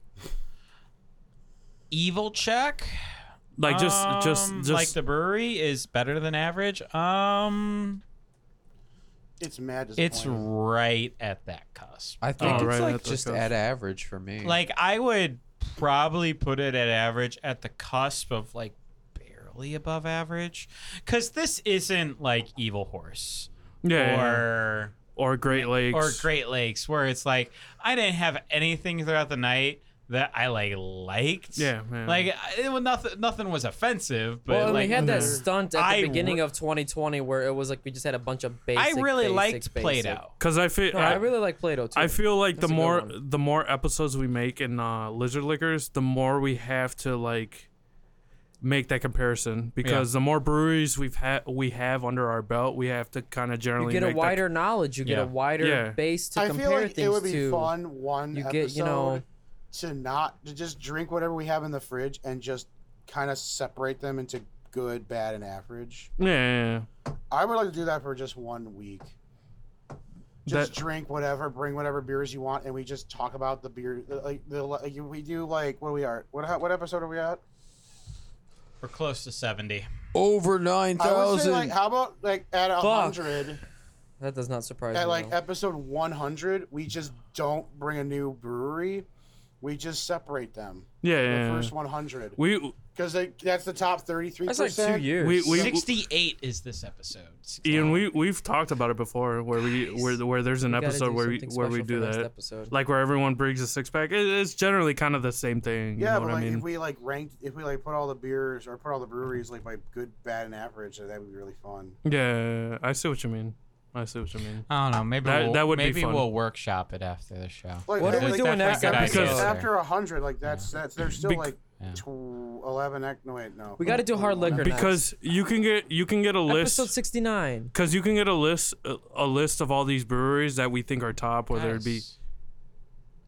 Speaker 5: Evil check.
Speaker 1: Like just just
Speaker 5: Um,
Speaker 1: just
Speaker 5: like the brewery is better than average. Um,
Speaker 4: It's mad.
Speaker 5: it's right at that cusp.
Speaker 2: I think
Speaker 1: Oh,
Speaker 2: it's
Speaker 1: right,
Speaker 2: like
Speaker 1: that's
Speaker 2: just
Speaker 1: okay.
Speaker 2: at average for me.
Speaker 3: Hmm.
Speaker 5: Like I would probably put it at average at the cusp of like barely above average, because this isn't like Evil Horse
Speaker 1: yeah, yeah, yeah.
Speaker 5: or
Speaker 1: or Great Lakes.
Speaker 5: or Great Lakes, where it's like I didn't have anything throughout the night that I like liked.
Speaker 1: Yeah, man.
Speaker 5: Like I- it was nothing. Nothing was offensive, but
Speaker 3: Well, and
Speaker 5: like
Speaker 3: we had that
Speaker 1: Mhm.
Speaker 3: stunt at the
Speaker 5: I
Speaker 3: beginning
Speaker 5: re-
Speaker 3: of 2020 where it was like we just had a bunch of basic.
Speaker 5: I really
Speaker 3: basic,
Speaker 5: liked
Speaker 3: basic.
Speaker 5: Play-Doh.
Speaker 1: Cause I feel
Speaker 3: No, I,
Speaker 1: I,
Speaker 3: really like Play-Doh too.
Speaker 1: I feel like
Speaker 3: That's
Speaker 1: the
Speaker 3: a good
Speaker 1: more
Speaker 3: one.
Speaker 1: the more episodes we make in uh, Lizard Liquors, the more we have to like make that comparison because the more breweries we've had we have under our belt, we have to kind of
Speaker 3: you
Speaker 1: generally
Speaker 3: get a
Speaker 1: make that-
Speaker 3: wider knowledge. You get
Speaker 5: Yeah.
Speaker 3: a wider
Speaker 1: Yeah.
Speaker 3: base to
Speaker 4: I
Speaker 3: compare
Speaker 4: feel like
Speaker 3: things
Speaker 4: it would be
Speaker 3: to.
Speaker 4: fun one
Speaker 3: You
Speaker 4: episode
Speaker 3: get, you know-
Speaker 4: to not to just drink whatever we have in the fridge and just kind of separate them into good, bad, and average.
Speaker 1: yeah, yeah, yeah.
Speaker 4: I would like to do that for just one week. Just
Speaker 1: That-
Speaker 4: drink whatever, bring whatever beers you want, and we just talk about the beer. Like the like, we do like what we are. What what episode are we at?
Speaker 5: we're close to seventy.
Speaker 2: Over
Speaker 4: I would say
Speaker 2: 9,000.
Speaker 4: like how about like at a
Speaker 3: Fuck.
Speaker 4: hundred.
Speaker 3: That does not surprise me.
Speaker 4: at like
Speaker 3: though.
Speaker 4: episode 100 we just don't bring a new brewery we just separate them
Speaker 1: yeah,
Speaker 4: the
Speaker 1: yeah, yeah.
Speaker 4: first 100
Speaker 1: We
Speaker 4: because that's the top 33
Speaker 3: That's like two
Speaker 4: percent
Speaker 3: years.
Speaker 1: we we
Speaker 5: Sixty-eight is this episode.
Speaker 1: Ian, we we've talked about it before, where we where where there's an
Speaker 3: We gotta
Speaker 1: episode
Speaker 3: do
Speaker 1: where we
Speaker 3: something
Speaker 1: where we
Speaker 3: special for
Speaker 1: do
Speaker 3: next
Speaker 1: that,
Speaker 3: Episode.
Speaker 1: like where everyone brings a six pack. It, it's generally kind of the same thing. you know
Speaker 4: yeah but
Speaker 1: what
Speaker 4: like
Speaker 1: I mean?
Speaker 4: if we like ranked if we like put all the beers or put all the breweries like by good bad and average that would be really fun
Speaker 1: yeah, I see what you mean. I see what you mean.
Speaker 5: I don't know. Maybe
Speaker 1: That-
Speaker 5: we'll,
Speaker 1: that would be
Speaker 5: maybe
Speaker 1: fun.
Speaker 5: we'll workshop it after the show.
Speaker 4: like,
Speaker 3: What are
Speaker 4: like,
Speaker 3: we
Speaker 4: like,
Speaker 3: doing
Speaker 5: definitely
Speaker 3: next
Speaker 5: a good
Speaker 1: episode?
Speaker 5: idea.
Speaker 1: Because-
Speaker 4: after 100 like that's that's there's still
Speaker 1: Bec-
Speaker 4: like
Speaker 5: Yeah.
Speaker 4: tw- 11 ec- no wait no
Speaker 3: We gotta do hard liquor next.
Speaker 1: Because you can get you can get a list
Speaker 3: Episode 69.
Speaker 1: because you can get a list a, a list of all these breweries that we think are top, whether it be
Speaker 5: Guys,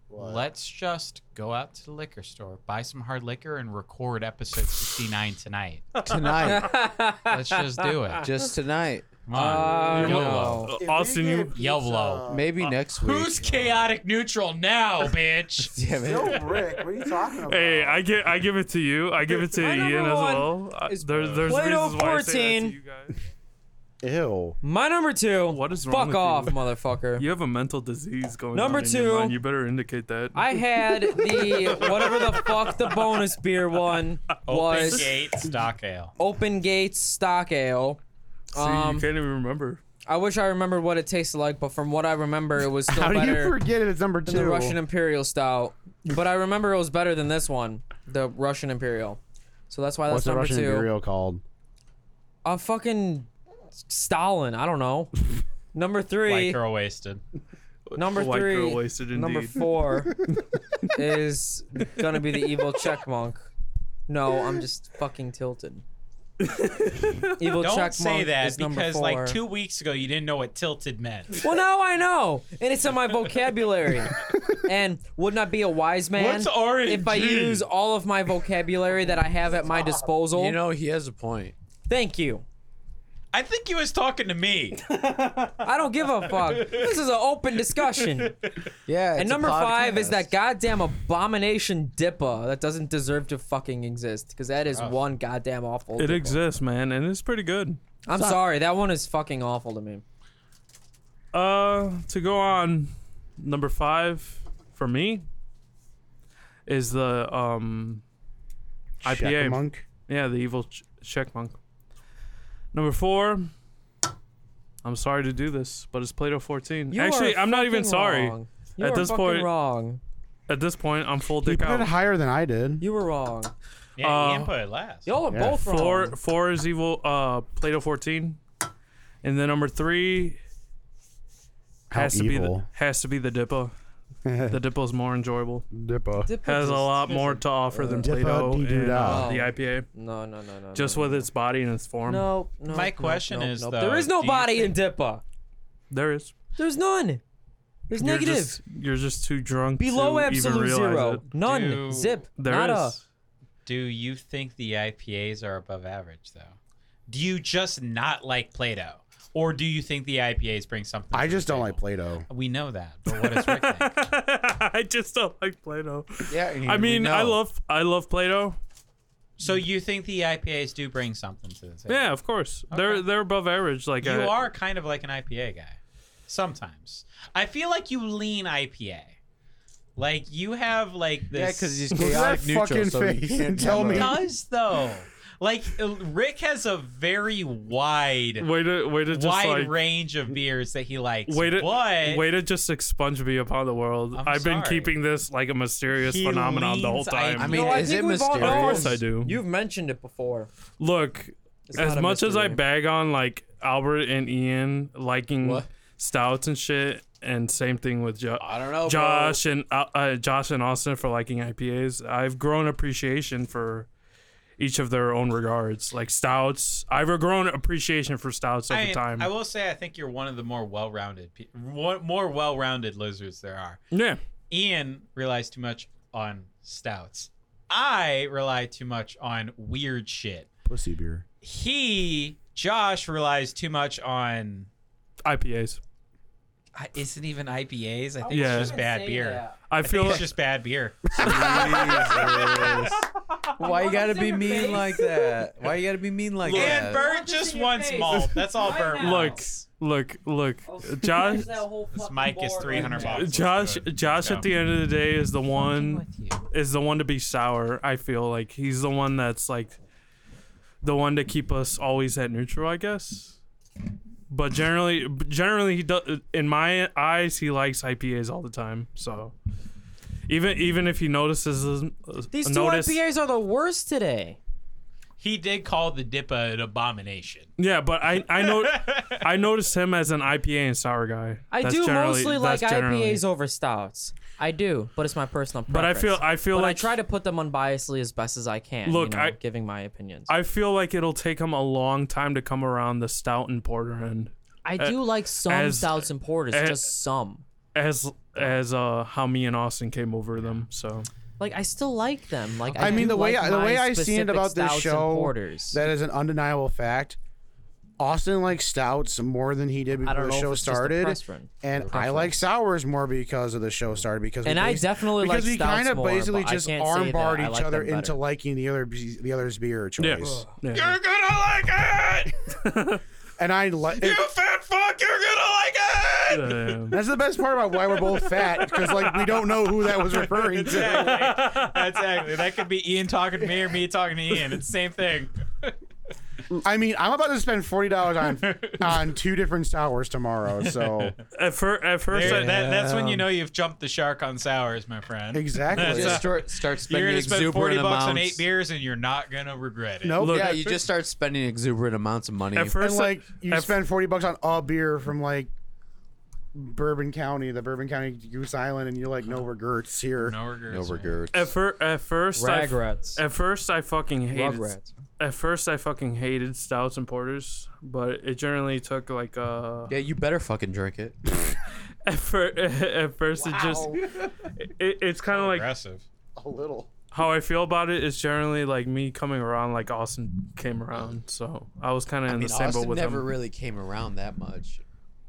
Speaker 4: What?
Speaker 5: Let's just go out to the liquor store, buy some hard liquor, and record episode 69 tonight.
Speaker 2: tonight.
Speaker 5: Let's just do it.
Speaker 2: just tonight.
Speaker 5: Come on.
Speaker 3: Uh,
Speaker 5: YOLO.
Speaker 1: Uh,
Speaker 4: If we
Speaker 1: Austin.
Speaker 4: get
Speaker 1: You
Speaker 5: Yellow.
Speaker 4: pizza-
Speaker 2: Maybe next week.
Speaker 5: Who's chaotic neutral now, bitch?
Speaker 2: Damn it.
Speaker 4: Yo, Rick, what are you talking about?
Speaker 1: hey, I give I give it to you. I give it to
Speaker 3: My number
Speaker 1: Ian as
Speaker 3: one
Speaker 1: well. I-
Speaker 3: is
Speaker 1: There, there's
Speaker 3: Play-Doh
Speaker 1: reasons why I say that
Speaker 3: 14.
Speaker 1: to you guys.
Speaker 4: Ew.
Speaker 3: My number two.
Speaker 1: What is wrong
Speaker 3: Fuck
Speaker 1: with you?
Speaker 3: off, motherfucker.
Speaker 1: You have a mental disease going
Speaker 3: Number
Speaker 1: on. in your
Speaker 3: two.
Speaker 1: mind. You better indicate that.
Speaker 3: I had the whatever the fuck the bonus beer one
Speaker 5: Open
Speaker 3: was.
Speaker 5: gate stock ale.
Speaker 3: Open Gates Stock Ale.
Speaker 1: See,
Speaker 3: Um,
Speaker 1: you can't even remember.
Speaker 3: I wish I remembered what it tasted like, but from what I remember, it was still
Speaker 4: How do you
Speaker 3: better
Speaker 4: forget it? It's number two.
Speaker 3: than the Russian Imperial Stout. But I remember it was better than this one, the Russian Imperial. So that's why that's
Speaker 4: What's the
Speaker 3: number
Speaker 4: Russian
Speaker 3: two.
Speaker 4: Imperial called?
Speaker 3: A fucking Stalin. I don't know. number three.
Speaker 5: Like girl wasted.
Speaker 3: Number
Speaker 1: White
Speaker 3: three.
Speaker 1: girl wasted indeed.
Speaker 3: Number four is gonna be the evil check monk. No, I'm just fucking tilted. evil
Speaker 5: Don't
Speaker 3: check
Speaker 5: say
Speaker 3: monk
Speaker 5: that
Speaker 3: is number
Speaker 5: because
Speaker 3: four.
Speaker 5: like two weeks ago you didn't know what tilted meant.
Speaker 3: Well, now I know, and it's in my vocabulary. and would not be a wise man
Speaker 5: What's orange?
Speaker 3: if I use all of my vocabulary that I have at my disposal.
Speaker 2: You know, he has a point.
Speaker 3: Thank you.
Speaker 5: I think he was talking to me.
Speaker 3: I don't give a fuck. This is an open discussion.
Speaker 2: Yeah.
Speaker 3: And number five is that goddamn abomination Dippa that doesn't deserve to fucking exist because that is one goddamn awful.
Speaker 1: It
Speaker 3: Dippa.
Speaker 1: exists, man, and it's pretty good.
Speaker 3: I'm sorry, that one is fucking awful to me.
Speaker 1: Uh, to go on, number five for me is the um IPA.
Speaker 4: Monk.
Speaker 1: Yeah, the evil ch- check monk. Number four. I'm sorry to do this, but it's Plato 14.
Speaker 3: You
Speaker 1: Actually,
Speaker 3: are
Speaker 1: I'm not even
Speaker 3: fucking
Speaker 1: sorry.
Speaker 3: wrong. You
Speaker 1: At
Speaker 3: are
Speaker 1: this
Speaker 3: fucking
Speaker 1: point-
Speaker 3: wrong.
Speaker 1: At this point, I'm full
Speaker 4: You
Speaker 1: dick
Speaker 4: put it
Speaker 1: out.
Speaker 4: higher than I did.
Speaker 3: You were wrong.
Speaker 5: Yeah,
Speaker 1: Uh,
Speaker 5: Ian put it last.
Speaker 3: Y'all are
Speaker 4: Yeah.
Speaker 3: both wrong.
Speaker 1: Four, four is evil. Uh, Plato 14. And then number three
Speaker 4: How
Speaker 1: has to be the
Speaker 4: evil.
Speaker 1: has to be the Dippo. The Dippo's more enjoyable.
Speaker 4: Dippa.
Speaker 3: Dippa
Speaker 1: Has a
Speaker 3: just-
Speaker 1: lot more to offer than
Speaker 4: Dippa
Speaker 1: Plato
Speaker 4: dee doo
Speaker 1: and uh,
Speaker 4: da.
Speaker 1: the IPA.
Speaker 3: No, no, no, no.
Speaker 1: Just
Speaker 3: no,
Speaker 1: with its body and its form.
Speaker 3: No, no.
Speaker 5: My
Speaker 3: no,
Speaker 5: question
Speaker 3: no,
Speaker 5: is,
Speaker 3: no.
Speaker 5: though,
Speaker 3: there is
Speaker 5: do
Speaker 3: no
Speaker 5: you
Speaker 3: body in Dippa.
Speaker 1: There is.
Speaker 3: There's none. There's
Speaker 1: You're
Speaker 3: negative.
Speaker 1: just, you're just too drunk.
Speaker 3: Below
Speaker 1: to even
Speaker 3: absolute
Speaker 1: realize
Speaker 3: zero.
Speaker 1: It.
Speaker 3: None.
Speaker 5: Dude.
Speaker 3: Zip.
Speaker 1: There
Speaker 3: Not a.
Speaker 1: is.
Speaker 5: Do you think the IPAs are above average though? Do you just not like Play-Doh, or do you think the IPAs bring something?
Speaker 4: I
Speaker 5: to the
Speaker 4: just don't
Speaker 5: table?
Speaker 4: like Play-Doh.
Speaker 5: We know that, but what does Rick think?
Speaker 1: I just don't like Play-Doh.
Speaker 2: Yeah.
Speaker 1: I mean, I love I love Play-Doh.
Speaker 5: So you think the IPAs do bring something to the table?
Speaker 1: Yeah, of course. They're
Speaker 5: Okay.
Speaker 1: they're above average. Like uh,
Speaker 5: You
Speaker 1: I-
Speaker 5: are kind of like an IPA guy. Sometimes. I feel like you lean IPA. Like you have like this
Speaker 2: Yeah, because he's
Speaker 4: Look at
Speaker 2: chaotic
Speaker 4: that
Speaker 2: neutral.
Speaker 4: fucking
Speaker 2: so he
Speaker 4: face
Speaker 2: can't
Speaker 4: and tell
Speaker 2: have a-
Speaker 4: me-
Speaker 5: does though. Like Rick has a very wide
Speaker 1: Way to way to just
Speaker 5: wide
Speaker 1: like
Speaker 5: range of beers that he likes.
Speaker 1: way to
Speaker 5: but
Speaker 1: way to just expunge me upon the world.
Speaker 5: I'm
Speaker 1: have been
Speaker 5: sorry.
Speaker 1: keeping this like a mysterious
Speaker 5: He
Speaker 1: phenomenon the whole
Speaker 5: leans- I-
Speaker 1: time.
Speaker 2: I mean,
Speaker 6: I
Speaker 2: is
Speaker 6: think
Speaker 2: it
Speaker 6: we've all
Speaker 2: mysterious?
Speaker 6: known.
Speaker 1: of course I do.
Speaker 6: You've mentioned it before.
Speaker 1: Look,
Speaker 6: It's
Speaker 1: as
Speaker 6: not a
Speaker 1: much as I
Speaker 6: mystery.
Speaker 1: bag on like Albert and Ian liking
Speaker 2: What?
Speaker 1: stouts and shit, and same thing with jo-
Speaker 2: I don't know, bro.
Speaker 1: Josh and uh, uh, Josh and Austin for liking IPAs. I've grown appreciation for each of their own regards, like stouts. I've grown appreciation for stouts over
Speaker 5: I,
Speaker 1: time.
Speaker 5: I will say I think you're one of the more well-rounded, pe- one- more well-rounded lizards there are.
Speaker 1: yeah,
Speaker 5: Ian relies too much on stouts. I rely too much on weird shit.
Speaker 4: Pussy beer.
Speaker 5: He, Josh, relies too much on.
Speaker 1: IPAs.
Speaker 5: I- Isn't even IPAs. I think
Speaker 1: Yeah.
Speaker 5: it's just bad beer.
Speaker 1: I
Speaker 5: I think
Speaker 1: feel
Speaker 5: it's just bad beer.
Speaker 2: Why you gotta be
Speaker 6: your
Speaker 2: mean
Speaker 6: face?
Speaker 2: like that? Why you gogotta be mean like
Speaker 5: and
Speaker 2: that?
Speaker 5: Bert
Speaker 6: What's
Speaker 5: just
Speaker 6: in your
Speaker 5: wants
Speaker 6: face?
Speaker 5: malt. That's all
Speaker 6: Why
Speaker 5: Bert
Speaker 6: now?
Speaker 1: look,
Speaker 5: wants.
Speaker 1: look, look.
Speaker 3: Oh,
Speaker 1: Josh,
Speaker 6: Josh,
Speaker 5: This mic is 300 bucks.
Speaker 1: Josh,
Speaker 5: Let's go.
Speaker 1: Josh. At the end of the day, is the one is the one to be sour. I feel like he's the one that's like the one to keep us always at neutral, I guess. But generally, but generally he does. In my eyes, he likes IPAs all the time. So even even if he notices them- uh,
Speaker 3: These two
Speaker 1: notice,
Speaker 3: IPAs are the worst today.
Speaker 5: He did call the Dippa an abomination.
Speaker 1: yeah. But I I know I notice him as an IPA and sour guy.
Speaker 3: I
Speaker 1: That's
Speaker 3: do
Speaker 1: generally-
Speaker 3: mostly like
Speaker 1: that's generally-
Speaker 3: IPAs over stouts. I do, but it's my personal
Speaker 1: But I
Speaker 3: preference.
Speaker 1: feel I feel
Speaker 3: But
Speaker 1: like
Speaker 3: I try to put them unbiasedly as best as I can.
Speaker 1: Look,
Speaker 3: you know,
Speaker 1: I-
Speaker 3: giving my opinions. I,
Speaker 1: I feel like it'll take him a long time to come around the stout and porter end.
Speaker 3: do like some
Speaker 1: uh, as-
Speaker 3: stouts and porters,
Speaker 1: eh,
Speaker 3: just some.
Speaker 1: as as uh how me and Austin came over them. So
Speaker 3: Like I still like them. Like I,
Speaker 4: I mean,
Speaker 3: do
Speaker 4: the way
Speaker 3: like
Speaker 4: I- the way
Speaker 3: my
Speaker 4: I seen
Speaker 3: specific
Speaker 4: it about this
Speaker 3: stouts and
Speaker 4: show,
Speaker 3: porters.
Speaker 4: That is an undeniable fact. Austin likes stouts more than he did
Speaker 3: I
Speaker 4: before
Speaker 3: don't
Speaker 4: the
Speaker 3: know if
Speaker 4: show
Speaker 3: it's just a
Speaker 4: started,
Speaker 3: preference.
Speaker 4: and I like sours more because of the show started. Because we
Speaker 3: And I
Speaker 4: basi-
Speaker 3: definitely
Speaker 4: because
Speaker 3: like
Speaker 4: we
Speaker 3: stouts
Speaker 4: kind of
Speaker 3: more,
Speaker 4: basically
Speaker 3: but I
Speaker 4: just
Speaker 3: can't say that
Speaker 4: armbarred
Speaker 3: I
Speaker 4: each
Speaker 3: like
Speaker 4: other
Speaker 3: them better.
Speaker 4: into liking the other the other's beer choice.
Speaker 1: yeah.
Speaker 5: gonna like it!
Speaker 4: And I like
Speaker 5: fat fuck, you're gonna like it!
Speaker 1: Yeah.
Speaker 4: that's the best part about why we're both fat because like we don't know who that was referring to.
Speaker 5: Exactly. exactly. That could be Ian talking to me or me talking to Ian. It's the same thing.
Speaker 4: I mean, I'm about to spend forty dollars on on two different sours tomorrow. So
Speaker 1: At, fir- at first,
Speaker 5: There-
Speaker 1: I,
Speaker 5: that- that's when you know you've jumped the shark on sours, my friend.
Speaker 4: exactly.
Speaker 5: That's
Speaker 2: Just
Speaker 5: a-
Speaker 2: start, start
Speaker 5: You're
Speaker 2: spending
Speaker 5: gonna spend
Speaker 2: exuberant
Speaker 5: forty bucks on
Speaker 2: amounts.
Speaker 5: eight beers, and you're not gonna regret it.
Speaker 4: Nope.
Speaker 1: Look,
Speaker 2: Yeah, you just start spending exuberant amounts of money.
Speaker 1: at first
Speaker 4: and like
Speaker 1: I,
Speaker 4: you
Speaker 1: at-
Speaker 4: spend forty bucks on a beer from like Bourbon County, the Bourbon County Goose Island, and you're like, no regrets here.
Speaker 5: No regrets.
Speaker 2: no
Speaker 5: man.
Speaker 2: regrets.
Speaker 1: At, fir- at first, I, f- at first I fucking hated.
Speaker 6: Rugrats.
Speaker 1: At first, I fucking hated stouts and porters, but it generally took like uh.
Speaker 2: yeah, you better fucking drink it.
Speaker 1: At, fir- at first, it just it, it's
Speaker 2: Oh,
Speaker 1: kind of like
Speaker 5: Aggressive.
Speaker 4: A little.
Speaker 1: how I feel about it is generally like me coming around, like Austin came around. So I was kind of in
Speaker 2: I mean,
Speaker 1: the same
Speaker 2: Austin
Speaker 1: boat with
Speaker 2: never
Speaker 1: him.
Speaker 2: really came around that much.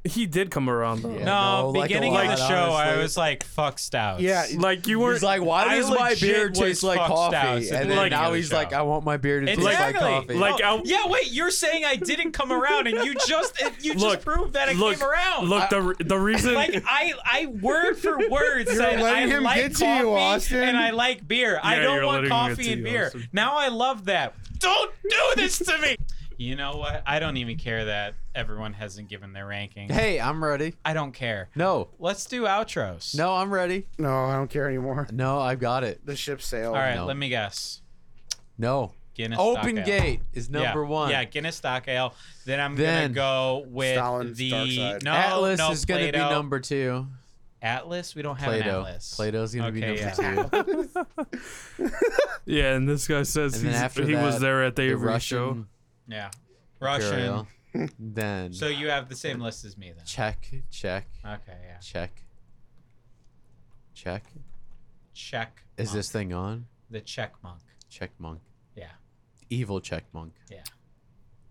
Speaker 1: he did come around though.
Speaker 2: Yeah.
Speaker 5: No,
Speaker 2: No, like a
Speaker 5: beginning
Speaker 2: lot,
Speaker 5: of the show, I
Speaker 2: honestly.
Speaker 5: was like, "Fuck stouts."
Speaker 4: Yeah.
Speaker 1: Like you were
Speaker 2: He's like, why
Speaker 5: I
Speaker 2: does my
Speaker 5: legit
Speaker 2: beer
Speaker 5: was
Speaker 2: taste like
Speaker 5: fucked
Speaker 2: coffee?
Speaker 5: out since
Speaker 2: And
Speaker 5: the
Speaker 2: then
Speaker 5: beginning of
Speaker 2: now
Speaker 5: the
Speaker 2: he's
Speaker 5: show.
Speaker 2: like, I want my beer to taste like
Speaker 5: Exactly.
Speaker 2: coffee.
Speaker 1: Like,
Speaker 5: No,
Speaker 1: I'll-
Speaker 5: yeah, wait, you're saying I didn't come around, and you just it- you just
Speaker 1: Look,
Speaker 5: proved that I
Speaker 1: look,
Speaker 5: came around.
Speaker 1: Look, the re- the reason
Speaker 5: like I, I word for word said I
Speaker 4: letting him
Speaker 5: like
Speaker 4: get to
Speaker 5: coffee
Speaker 4: you, Austin.
Speaker 5: and I like beer. I
Speaker 1: Yeah,
Speaker 5: don't
Speaker 1: you're
Speaker 5: want
Speaker 1: letting him get
Speaker 5: coffee
Speaker 1: to
Speaker 5: and
Speaker 1: you,
Speaker 5: beer.
Speaker 1: Austin.
Speaker 5: Now I love that. Don't do this to me. You know what? I don't even care that everyone hasn't given their ranking.
Speaker 2: hey, I'm ready.
Speaker 5: I don't care.
Speaker 2: No,
Speaker 5: Let's do outros.
Speaker 2: no, I'm ready.
Speaker 4: No, I don't care anymore.
Speaker 2: No, I've got it.
Speaker 4: The ship sailed.
Speaker 5: All right,
Speaker 2: No.
Speaker 5: let me guess.
Speaker 2: No.
Speaker 5: Guinness
Speaker 2: Open
Speaker 5: Stock Ale.
Speaker 2: Gate is number
Speaker 5: yeah.
Speaker 2: one.
Speaker 5: Yeah, Guinness Stock Ale. Then I'm
Speaker 2: Then-
Speaker 5: gonna go with
Speaker 4: Stalin's
Speaker 5: the
Speaker 4: Dark Side.
Speaker 5: no
Speaker 2: Atlas
Speaker 5: no,
Speaker 2: is going to be
Speaker 5: Plato.
Speaker 2: number two.
Speaker 5: Atlas. We don't have an
Speaker 2: Plato.
Speaker 5: Atlas.
Speaker 2: Plato's going to
Speaker 5: Okay,
Speaker 2: be
Speaker 5: yeah.
Speaker 2: number two.
Speaker 1: Yeah, and this guy says
Speaker 2: And then
Speaker 1: he's,
Speaker 2: after
Speaker 1: he was
Speaker 2: that,
Speaker 1: there at the,
Speaker 2: The
Speaker 1: Avery show.
Speaker 2: Russian
Speaker 5: Yeah, Russian.
Speaker 2: Imperial. Then
Speaker 5: So you have the same list as me then.
Speaker 2: check, check,
Speaker 5: Okay, yeah.
Speaker 2: check, check.
Speaker 5: Check.
Speaker 2: Is
Speaker 5: monk.
Speaker 2: this thing on?
Speaker 5: the check monk?
Speaker 2: Check monk.
Speaker 5: Yeah,
Speaker 2: Evil check monk.
Speaker 5: yeah.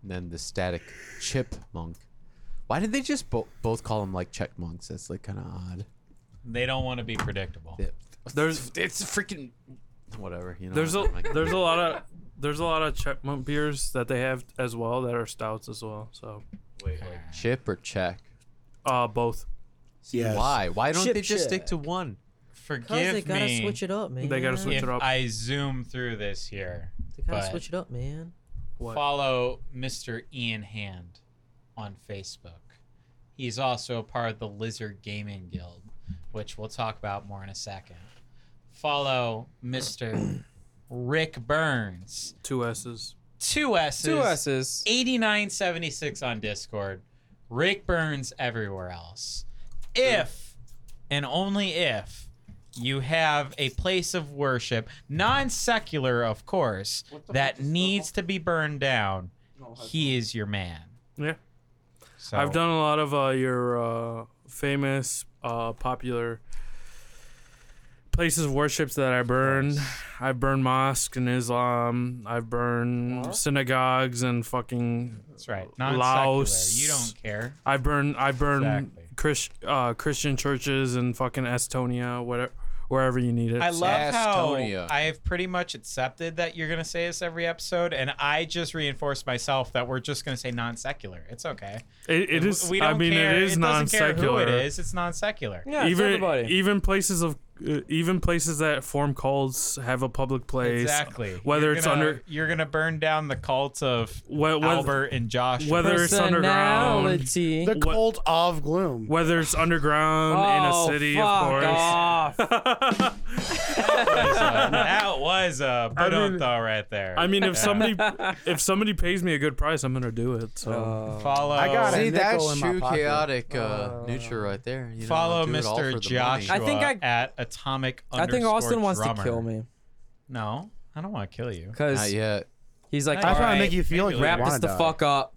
Speaker 2: And then the static chip monk. Why did they just bo- both call them like check monks? That's like kind of odd.
Speaker 5: They don't want to be predictable.
Speaker 2: It-
Speaker 1: There's-
Speaker 2: it's freaking whatever. You know.
Speaker 1: There's
Speaker 2: I
Speaker 1: a
Speaker 2: don't like-
Speaker 1: there's a lot of there's a lot of checkmont beers that they have as well that are stouts as well. So
Speaker 2: chip or check.
Speaker 1: uh both.
Speaker 4: Yes.
Speaker 2: Why? Why don't
Speaker 3: Chip
Speaker 2: they just stick to one?
Speaker 3: Cause
Speaker 5: Forgive
Speaker 3: they gotta
Speaker 5: me
Speaker 3: switch it up, man.
Speaker 1: They gotta switch
Speaker 5: if
Speaker 1: it up.
Speaker 5: I zoom through this here.
Speaker 3: They gotta
Speaker 5: but-
Speaker 3: switch it up, man.
Speaker 1: What?
Speaker 5: follow Mr. Ian Hand on Facebook. He's also a part of the Lizard Gaming Guild, which we'll talk about more in a second. Follow Mr. Rick Burns,
Speaker 1: Two S's.
Speaker 5: two S's,
Speaker 6: Two S's.
Speaker 5: 8976 on Discord, Rick Burns everywhere else. If and only if you have a place of worship, non secular, of course, that needs to be burned down, he is your man.
Speaker 1: Yeah.
Speaker 5: So
Speaker 1: I've done a lot of uh, your uh, famous, uh, popular places of worships that I burn. I've burned mosques and Islam. I've burned synagogues and fucking.
Speaker 5: That's right. Non
Speaker 1: Laos.
Speaker 5: secular. You don't care.
Speaker 1: I've burned. I've burned
Speaker 5: Exactly.
Speaker 1: Chris, uh, Christian churches and fucking Estonia, whatever, wherever you need it.
Speaker 5: I
Speaker 1: So-
Speaker 5: love
Speaker 2: Estonia.
Speaker 5: how I have pretty much accepted that you're going to say this every episode, and I just reinforced myself that we're just going to say non secular. It's okay.
Speaker 1: It, it is.
Speaker 5: We
Speaker 1: I
Speaker 5: don't
Speaker 1: mean,
Speaker 5: care.
Speaker 1: it is non
Speaker 5: doesn't care who
Speaker 1: secular.
Speaker 5: it is. It's non secular.
Speaker 6: Yeah, it's
Speaker 1: even
Speaker 6: everybody.
Speaker 1: even places of uh, even places that form cults have a public place.
Speaker 5: Exactly.
Speaker 1: Whether
Speaker 5: You're
Speaker 1: it's
Speaker 5: gonna-
Speaker 1: under-
Speaker 5: you're gonna burn down the cult of
Speaker 1: Wh- whether-
Speaker 5: Albert and Josh.
Speaker 1: whether it's underground,
Speaker 6: Personality.
Speaker 4: The
Speaker 1: What-
Speaker 4: cult of gloom.
Speaker 1: whether it's underground
Speaker 6: Oh,
Speaker 1: in a city,
Speaker 6: fuck
Speaker 1: of course.
Speaker 6: off.
Speaker 5: that was a
Speaker 1: I mean-
Speaker 5: badunta right there.
Speaker 1: I mean, if somebody if somebody pays me a good price, I'm gonna do it. So
Speaker 5: follow.
Speaker 4: I got it.
Speaker 2: See,
Speaker 4: nickel
Speaker 2: that's
Speaker 4: in my
Speaker 2: true
Speaker 4: pocket.
Speaker 2: chaotic uh, neutral right there. You know,
Speaker 5: Follow
Speaker 2: do it all for
Speaker 5: Mr.
Speaker 2: the
Speaker 5: Joshua
Speaker 2: money.
Speaker 6: I think I-
Speaker 5: at atomic.
Speaker 6: I think
Speaker 5: underscore
Speaker 6: Austin wants
Speaker 5: drummer.
Speaker 6: to kill me
Speaker 5: No, I don't want to kill you.
Speaker 2: Not
Speaker 6: because
Speaker 2: yet.
Speaker 6: he's like,
Speaker 5: All
Speaker 4: That's trying
Speaker 5: right,
Speaker 4: to make you feel like
Speaker 5: maybe
Speaker 4: you
Speaker 6: wrap
Speaker 5: later.
Speaker 6: this
Speaker 4: wanna
Speaker 6: the
Speaker 4: die.
Speaker 6: fuck up.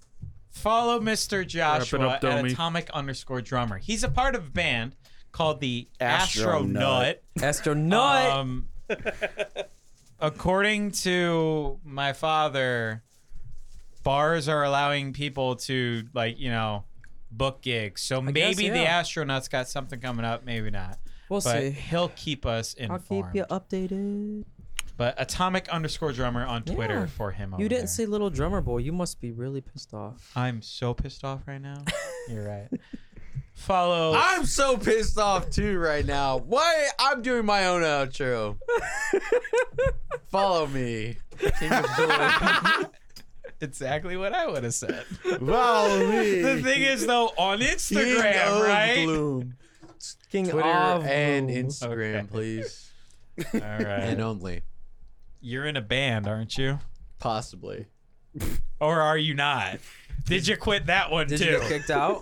Speaker 5: Follow Mr. Joshua
Speaker 1: up,
Speaker 5: at
Speaker 1: dummy.
Speaker 5: atomic underscore drummer. He's a part of a band called the
Speaker 4: Astronaut.
Speaker 5: Astronaut.
Speaker 6: Astronaut.
Speaker 5: Um, according to my father, bars are allowing people to like you know book gigs. So
Speaker 6: guess,
Speaker 5: maybe
Speaker 6: yeah.
Speaker 5: the astronauts got something coming up. Maybe not.
Speaker 6: we'll
Speaker 5: But
Speaker 6: see.
Speaker 5: he'll keep us
Speaker 6: I'll
Speaker 5: informed.
Speaker 6: keep you updated.
Speaker 5: But atomic underscore drummer on Twitter
Speaker 6: Yeah.
Speaker 5: for him. Over
Speaker 6: You
Speaker 5: there.
Speaker 6: didn't say little drummer boy. You must be really pissed off.
Speaker 5: I'm so pissed off right now. You're right. Follow.
Speaker 6: Ah!
Speaker 2: I'm so pissed off too right now. Why I'm doing my own outro. Follow me. King of Glory.
Speaker 5: exactly what I would have said.
Speaker 4: Follow me.
Speaker 5: the thing is, though, on
Speaker 2: King
Speaker 5: Instagram,
Speaker 2: of
Speaker 5: right?
Speaker 2: Gloom.
Speaker 6: King
Speaker 2: Twitter
Speaker 6: of
Speaker 2: and
Speaker 6: Gloom.
Speaker 2: Instagram,
Speaker 5: Okay.
Speaker 2: please.
Speaker 5: All right.
Speaker 2: And only.
Speaker 5: You're in a band, aren't you?
Speaker 2: Possibly.
Speaker 5: Or are you not? Did you quit that one
Speaker 6: Did you
Speaker 5: too?
Speaker 6: get kicked out?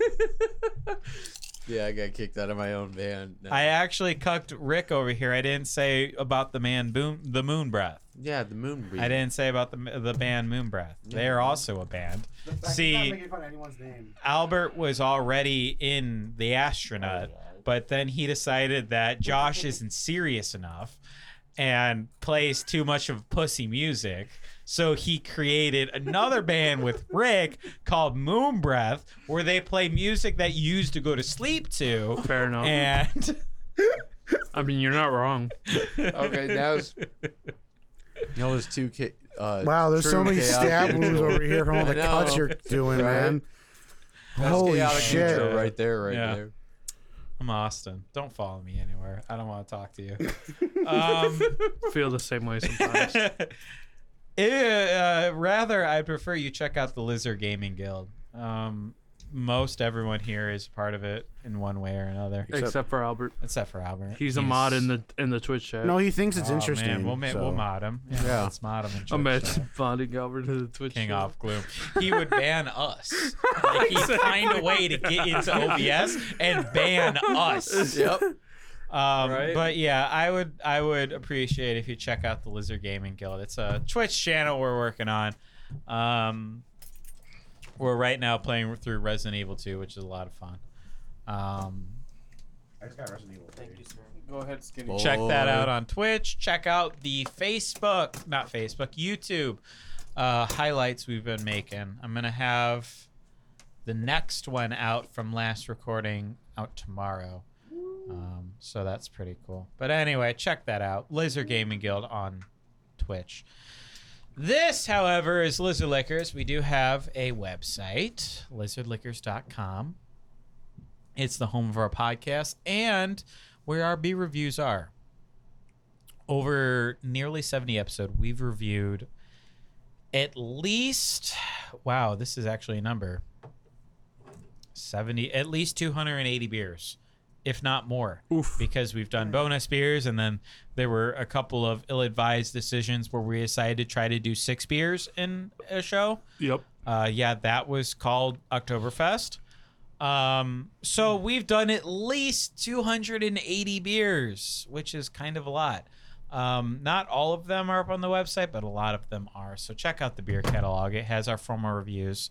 Speaker 2: Yeah, I got kicked out of my own band. No.
Speaker 5: I actually cucked Rick over here. I didn't say about the man boom, the Moon Breath.
Speaker 2: yeah, the moon breed.
Speaker 5: I didn't say about the the band Moon Breath. They are also a band. See, Albert was already in the astronaut,
Speaker 1: Oh,
Speaker 5: but then he decided that Josh isn't serious enough and plays too much of pussy music. So he created another band with Rick called Moon Breath, where they play music that you used to go to sleep to.
Speaker 1: fair enough.
Speaker 5: And
Speaker 1: I mean, you're not wrong.
Speaker 2: Okay, now it's. Now there's two. Ki- uh,
Speaker 4: Wow, there's so
Speaker 2: true
Speaker 4: many
Speaker 2: chaotic
Speaker 4: stab wounds
Speaker 2: neutral.
Speaker 4: over here from all the
Speaker 2: I know.
Speaker 4: cuts you're doing,
Speaker 2: Right?
Speaker 4: man.
Speaker 2: That's
Speaker 4: Holy
Speaker 2: chaotic
Speaker 4: shit.
Speaker 2: neutral right there, right
Speaker 5: Yeah.
Speaker 2: there.
Speaker 5: I'm Austin. Don't follow me anywhere. I don't want to talk to you. Um,
Speaker 1: Feel the same way sometimes.
Speaker 5: Eh, uh, rather, I prefer you check out the Lizard Gaming Guild. Um, most everyone here is part of it in one way or another,
Speaker 1: Except for Albert,
Speaker 5: except for Albert.
Speaker 1: he's a mod in the in the Twitch chat.
Speaker 4: No, he thinks it's
Speaker 5: Oh,
Speaker 4: interesting.
Speaker 5: Man, we'll, ma-
Speaker 4: so.
Speaker 5: we'll mod him. Yeah,
Speaker 2: Yeah.
Speaker 5: let's mod him. and check it out.
Speaker 1: Imagine bonding Albert to the Twitch.
Speaker 5: King
Speaker 1: chat.
Speaker 5: off gloom. He would ban us. Like, he'd find a way to get into OBS and ban us.
Speaker 2: Yep.
Speaker 5: Um,
Speaker 6: Right?
Speaker 5: But yeah, I would I would appreciate if you check out the Lizard Gaming Guild. It's a Twitch channel we're working on. Um, we're right now playing through Resident Evil 2, which is a lot of fun. Um,
Speaker 1: Go ahead, skinny.
Speaker 5: check that
Speaker 2: Boy.
Speaker 5: out on Twitch. Check out the Facebook, not Facebook, YouTube uh, highlights we've been making. I'm gonna have the next one out from last recording out tomorrow. Um, so that's pretty cool. But anyway, check that out. Lizard Gaming Guild on Twitch. This, however, is Lizard Liquors. We do have a website, lizardliquors.com. It's the home of our podcast and where our B reviews are. Over nearly 70 episode, we've reviewed at least wow this is actually a number 70 at least 280 beers if not more
Speaker 1: Oof.
Speaker 5: because we've done bonus beers and then there were a couple of ill-advised decisions where we decided to try to do six beers in a show
Speaker 1: Yep.
Speaker 5: uh, yeah, that was called Oktoberfest. Um, so we've done at least 280 beers, which is kind of a lot. Um, not all of them are up on the website, but a lot of them are. So check out the beer catalog. It has our formal reviews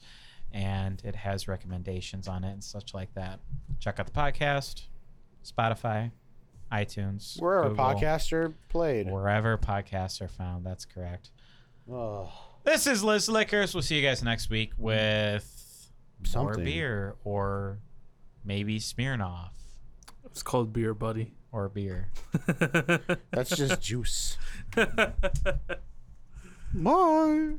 Speaker 5: and it has recommendations on it and such like that. Check out the podcast, Spotify, iTunes.
Speaker 4: Where our
Speaker 5: Google,
Speaker 4: podcaster played.
Speaker 5: Wherever podcasts are found. That's correct.
Speaker 4: Oh.
Speaker 5: This is Liz Liquors. We'll see you guys next week with more
Speaker 4: Something.
Speaker 5: beer or maybe Smirnoff
Speaker 1: It's called beer, buddy.
Speaker 5: or beer.
Speaker 4: That's just juice. Bye.